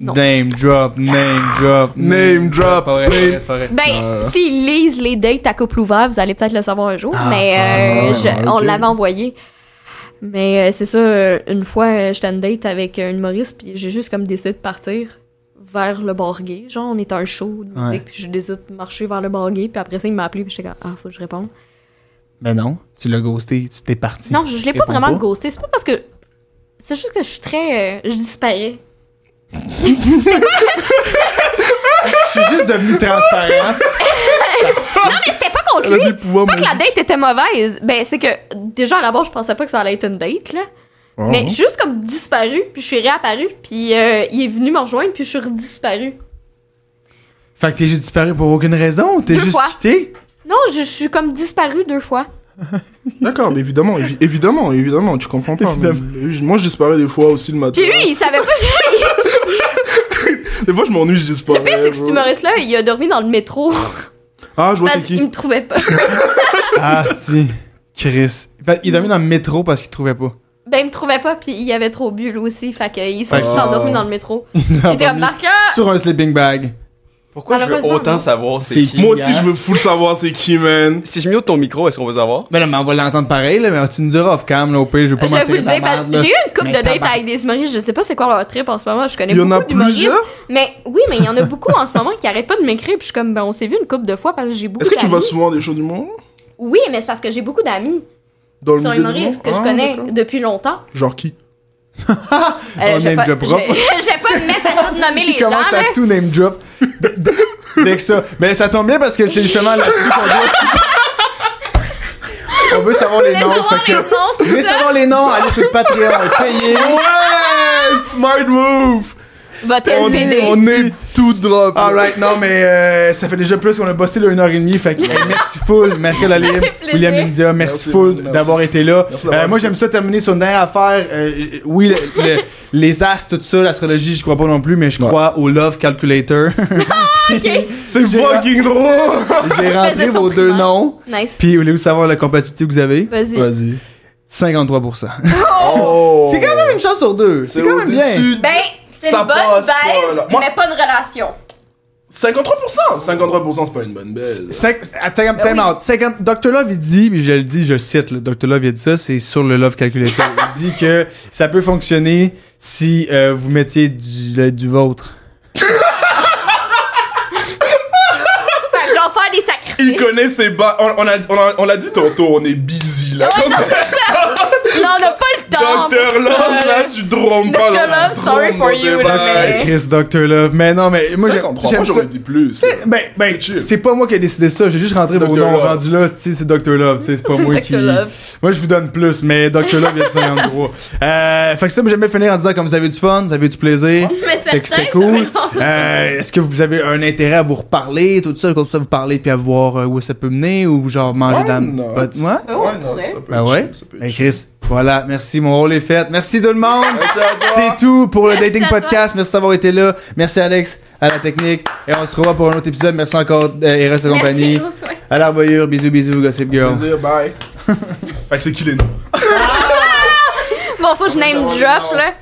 [SPEAKER 3] Non.
[SPEAKER 1] Name drop, name drop.
[SPEAKER 2] Name drop.
[SPEAKER 1] Pas vrai, c'est pas vrai.
[SPEAKER 3] Ben,
[SPEAKER 2] Euh.
[SPEAKER 3] s'ils lisent les dates à couple ouvert, vous allez peut-être le savoir un jour,
[SPEAKER 1] Ah,
[SPEAKER 3] mais euh,
[SPEAKER 2] fuck.
[SPEAKER 3] je-
[SPEAKER 2] Ah,
[SPEAKER 3] on
[SPEAKER 2] ok.
[SPEAKER 3] l'avait envoyé. Mais euh, c'est ça, euh, une fois, euh, j'étais en date avec euh, une humoriste, puis j'ai juste comme décidé de partir vers le bar gay. Genre, on était à un show de
[SPEAKER 1] Ouais.
[SPEAKER 3] musique, puis j'ai décidé de marcher vers le bar gay, puis après ça, il m'a appelé, puis j'étais comme, ah, faut que je réponde.
[SPEAKER 1] Mais Ben non, tu l'as ghosté, tu t'es parti.
[SPEAKER 3] Non, je l'ai pas
[SPEAKER 1] réponds
[SPEAKER 3] vraiment
[SPEAKER 1] pas.
[SPEAKER 3] ghosté. C'est pas parce que. C'est juste que je suis très. euh, je disparais. C'est pas-
[SPEAKER 1] Je suis juste devenu transparent.
[SPEAKER 3] non, mais c'était pas contre
[SPEAKER 2] Elle a
[SPEAKER 3] lui!
[SPEAKER 2] des pouvoirs
[SPEAKER 3] pas que la
[SPEAKER 2] magiques.
[SPEAKER 3] date était mauvaise. Ben, c'est que déjà à la base, je pensais pas que ça allait être une date, là.
[SPEAKER 2] Ah
[SPEAKER 3] Mais
[SPEAKER 1] Oh.
[SPEAKER 3] je suis juste comme disparue, puis je suis réapparue, puis euh, il est venu me rejoindre, puis je suis redisparue.
[SPEAKER 1] fait que t'es juste disparu pour aucune raison, t'es
[SPEAKER 3] Deux
[SPEAKER 1] juste
[SPEAKER 3] fois.
[SPEAKER 1] quitté.
[SPEAKER 3] Non, je, je suis comme disparue deux fois.
[SPEAKER 2] D'accord, mais évidemment, évi- évidemment, évidemment, tu comprends pas. mais- Moi, je disparais des fois aussi le matin.
[SPEAKER 3] Puis lui, il savait pas.
[SPEAKER 2] Des fois, je m'ennuie, je disparais.
[SPEAKER 3] Le pire, c'est que cet
[SPEAKER 2] bro.
[SPEAKER 3] humoriste-là, il a dormi dans le métro
[SPEAKER 2] Ah, je vois c'est
[SPEAKER 3] parce qu'il
[SPEAKER 2] qui.
[SPEAKER 3] me trouvait pas.
[SPEAKER 1] Ah, si. Chris. Fait- Il dormait dans le métro parce qu'il trouvait pas.
[SPEAKER 3] Ben, il me trouvait pas, puis il avait trop bu, lui aussi, fait qu'il s'est
[SPEAKER 1] Fait
[SPEAKER 3] juste
[SPEAKER 2] que-
[SPEAKER 3] endormi dans le métro.
[SPEAKER 1] Il
[SPEAKER 3] Il était comme ah! marqueur!
[SPEAKER 1] sur un sleeping bag.
[SPEAKER 4] Pourquoi je veux
[SPEAKER 3] Malheureusement, non.
[SPEAKER 4] autant savoir
[SPEAKER 1] C'est
[SPEAKER 4] c'est
[SPEAKER 1] qui?
[SPEAKER 4] qui?
[SPEAKER 2] Moi aussi, je veux full savoir c'est qui, man.
[SPEAKER 4] Si je mute ton micro, est-ce qu'on va savoir?
[SPEAKER 1] Ben là, mais on va l'entendre pareil, là, mais tu nous diras off cam, là, au pire, je vais
[SPEAKER 3] Je
[SPEAKER 1] pas
[SPEAKER 3] vais vous
[SPEAKER 1] mentir.
[SPEAKER 3] le dire, parce- j'ai eu une couple
[SPEAKER 1] Mais
[SPEAKER 3] de dates
[SPEAKER 1] tabarnak.
[SPEAKER 3] avec des humoristes, je sais pas c'est quoi leur trip en ce moment, je connais
[SPEAKER 2] Il y en a
[SPEAKER 3] beaucoup d'humoristes.
[SPEAKER 2] plusieurs.
[SPEAKER 3] Mais oui, mais il y en a beaucoup en ce moment qui arrêtent pas de m'écrire, puis je suis comme, ben on s'est vu une couple de fois parce que j'ai beaucoup
[SPEAKER 2] Est-ce que tu vas
[SPEAKER 3] d'amis.
[SPEAKER 2] souvent à des shows du monde
[SPEAKER 3] Oui, mais c'est parce que j'ai beaucoup d'amis
[SPEAKER 2] Dans le
[SPEAKER 3] qui sont
[SPEAKER 2] milieu du
[SPEAKER 3] humoristes
[SPEAKER 2] monde
[SPEAKER 3] que je
[SPEAKER 2] Ah,
[SPEAKER 3] connais
[SPEAKER 2] d'accord.
[SPEAKER 3] depuis longtemps.
[SPEAKER 2] Genre qui
[SPEAKER 3] Euh,
[SPEAKER 1] Oh,
[SPEAKER 3] je
[SPEAKER 1] name
[SPEAKER 3] vais pas,
[SPEAKER 1] drop
[SPEAKER 3] je
[SPEAKER 1] drop.
[SPEAKER 3] vais- je vais pas me mettre à tout nommer les hein.
[SPEAKER 1] Il
[SPEAKER 3] gens,
[SPEAKER 1] commence
[SPEAKER 3] là.
[SPEAKER 1] à tout name drop. D- d- Dès que ça. Mais ça tombe bien parce que c'est justement là-dessus qu'on doit. On veut savoir les
[SPEAKER 3] Mais
[SPEAKER 1] noms.
[SPEAKER 3] savoir
[SPEAKER 1] Fait
[SPEAKER 3] les
[SPEAKER 1] que...
[SPEAKER 3] noms,
[SPEAKER 1] Vous voulez
[SPEAKER 3] c'est ça.
[SPEAKER 1] savoir les noms, allez sur le Patreon, payez.
[SPEAKER 2] Ouais Smart move
[SPEAKER 3] Votre
[SPEAKER 2] On est,
[SPEAKER 3] LBD.
[SPEAKER 2] on est tout drop.
[SPEAKER 1] Alright, non, mais euh, ça fait déjà plus qu'on a bossé là, une heure et demie. Fait que ben, merci full, Merkel Alim,
[SPEAKER 3] plaisir.
[SPEAKER 1] William India, merci,
[SPEAKER 2] Merci,
[SPEAKER 1] full
[SPEAKER 2] merci.
[SPEAKER 1] d'avoir été là.
[SPEAKER 2] Merci d'avoir
[SPEAKER 1] Euh, moi,
[SPEAKER 2] été.
[SPEAKER 1] j'aime ça terminer sur une dernière affaire. Euh, oui, le- le- les astres, tout ça, l'astrologie, je crois pas non plus, mais je crois au Love Calculator.
[SPEAKER 2] C'est
[SPEAKER 1] J'ai-
[SPEAKER 2] fucking drôle
[SPEAKER 1] J'ai rentré
[SPEAKER 3] Ah, faisais
[SPEAKER 1] vos
[SPEAKER 3] son
[SPEAKER 1] deux
[SPEAKER 3] primaire.
[SPEAKER 1] noms.
[SPEAKER 3] Nice.
[SPEAKER 1] Puis, voulez-vous savoir la compatibilité que vous avez?
[SPEAKER 3] Vas-y.
[SPEAKER 2] Vas-y.
[SPEAKER 1] 53%.
[SPEAKER 2] Oh
[SPEAKER 1] C'est quand même une chance sur deux. C'est quand même bien.
[SPEAKER 2] au-dessus.
[SPEAKER 3] Ben, c'est
[SPEAKER 2] Ça
[SPEAKER 3] une bonne
[SPEAKER 2] passe pas,
[SPEAKER 3] baise,
[SPEAKER 2] là. Moi-
[SPEAKER 3] mais pas une relation.
[SPEAKER 2] 53% 53% c'est pas une bonne belle.
[SPEAKER 1] Cinq- Attends, time
[SPEAKER 3] Ben oui.
[SPEAKER 1] out. 50 Dr. Love, il dit, puis je le dis, je cite, le Dr. Love, il dit ça, c'est sur le Love Calculator. il dit que ça peut fonctionner si euh, vous mettiez du, le- du vôtre.
[SPEAKER 3] Fait que je vais faire des
[SPEAKER 2] Il
[SPEAKER 3] sacrifices.
[SPEAKER 2] connaît ses bas. On, on, a, on, a, on l'a dit tantôt, on est busy là.
[SPEAKER 3] Là, on n'a pas le temps.
[SPEAKER 2] Docteur
[SPEAKER 3] pour ça,
[SPEAKER 2] Love, là, tu drômes pas.
[SPEAKER 3] Dr.
[SPEAKER 2] là, tu
[SPEAKER 3] Love, sorry
[SPEAKER 2] drômes
[SPEAKER 3] for
[SPEAKER 2] dans
[SPEAKER 3] you,
[SPEAKER 2] tes
[SPEAKER 3] là,
[SPEAKER 2] bails.
[SPEAKER 3] mais-
[SPEAKER 1] Euh, Chris, Dr. Love. Mais non, mais moi, j'ai-
[SPEAKER 2] Ça, comprends
[SPEAKER 1] j'aime
[SPEAKER 2] pas,
[SPEAKER 1] ça.
[SPEAKER 2] j'aurais dit plus.
[SPEAKER 1] C'est- Ben, ben,
[SPEAKER 2] C'est chill.
[SPEAKER 1] c'est pas moi qui ai décidé ça, j'ai juste rentré
[SPEAKER 2] C'est
[SPEAKER 1] vos
[SPEAKER 2] Dr.
[SPEAKER 1] noms
[SPEAKER 2] Love.
[SPEAKER 1] rendu là, c'est c'est Dr. Love, tu sais, c'est pas
[SPEAKER 3] C'est
[SPEAKER 1] moi
[SPEAKER 3] Dr.
[SPEAKER 1] qui.
[SPEAKER 3] Love.
[SPEAKER 1] Moi, je vous donne plus, mais Dr. Love, il y a de 53. Euh, fait que ça, moi, j'aime bien finir en disant comme vous avez du fun, vous avez du plaisir.
[SPEAKER 3] Mais
[SPEAKER 1] C'est que
[SPEAKER 3] certain,
[SPEAKER 1] c'était cool.
[SPEAKER 3] ça va.
[SPEAKER 1] Euh, Est-ce que vous avez un intérêt à vous reparler, tout ça, qu'on se vous parler puis à voir euh, où ça peut mener ou genre manger
[SPEAKER 2] Why
[SPEAKER 1] dans
[SPEAKER 2] not?
[SPEAKER 1] pot- Ouais?
[SPEAKER 3] Oh,
[SPEAKER 2] Ouais, non,
[SPEAKER 3] ouais.
[SPEAKER 2] ça peut
[SPEAKER 1] Ben
[SPEAKER 2] être
[SPEAKER 1] ouais.
[SPEAKER 2] chill, ça peut être
[SPEAKER 1] Ben
[SPEAKER 2] chill.
[SPEAKER 1] Chris, voilà, merci, mon rôle est fait. Merci tout le monde.
[SPEAKER 2] Merci à toi.
[SPEAKER 1] C'est tout pour le
[SPEAKER 3] Merci
[SPEAKER 1] Dating
[SPEAKER 3] à toi.
[SPEAKER 1] Podcast. Merci d'avoir été là. Merci Alex à la technique. Et on se revoit pour un autre épisode. Merci encore, euh, RS et compagnie.
[SPEAKER 3] Merci, Rose, ouais.
[SPEAKER 1] À l'arboyure, bisous, bisous, Gossip Girl.
[SPEAKER 2] Plaisir, bye. fait que c'est qui les noms
[SPEAKER 3] Bon, faut que je name drop, là.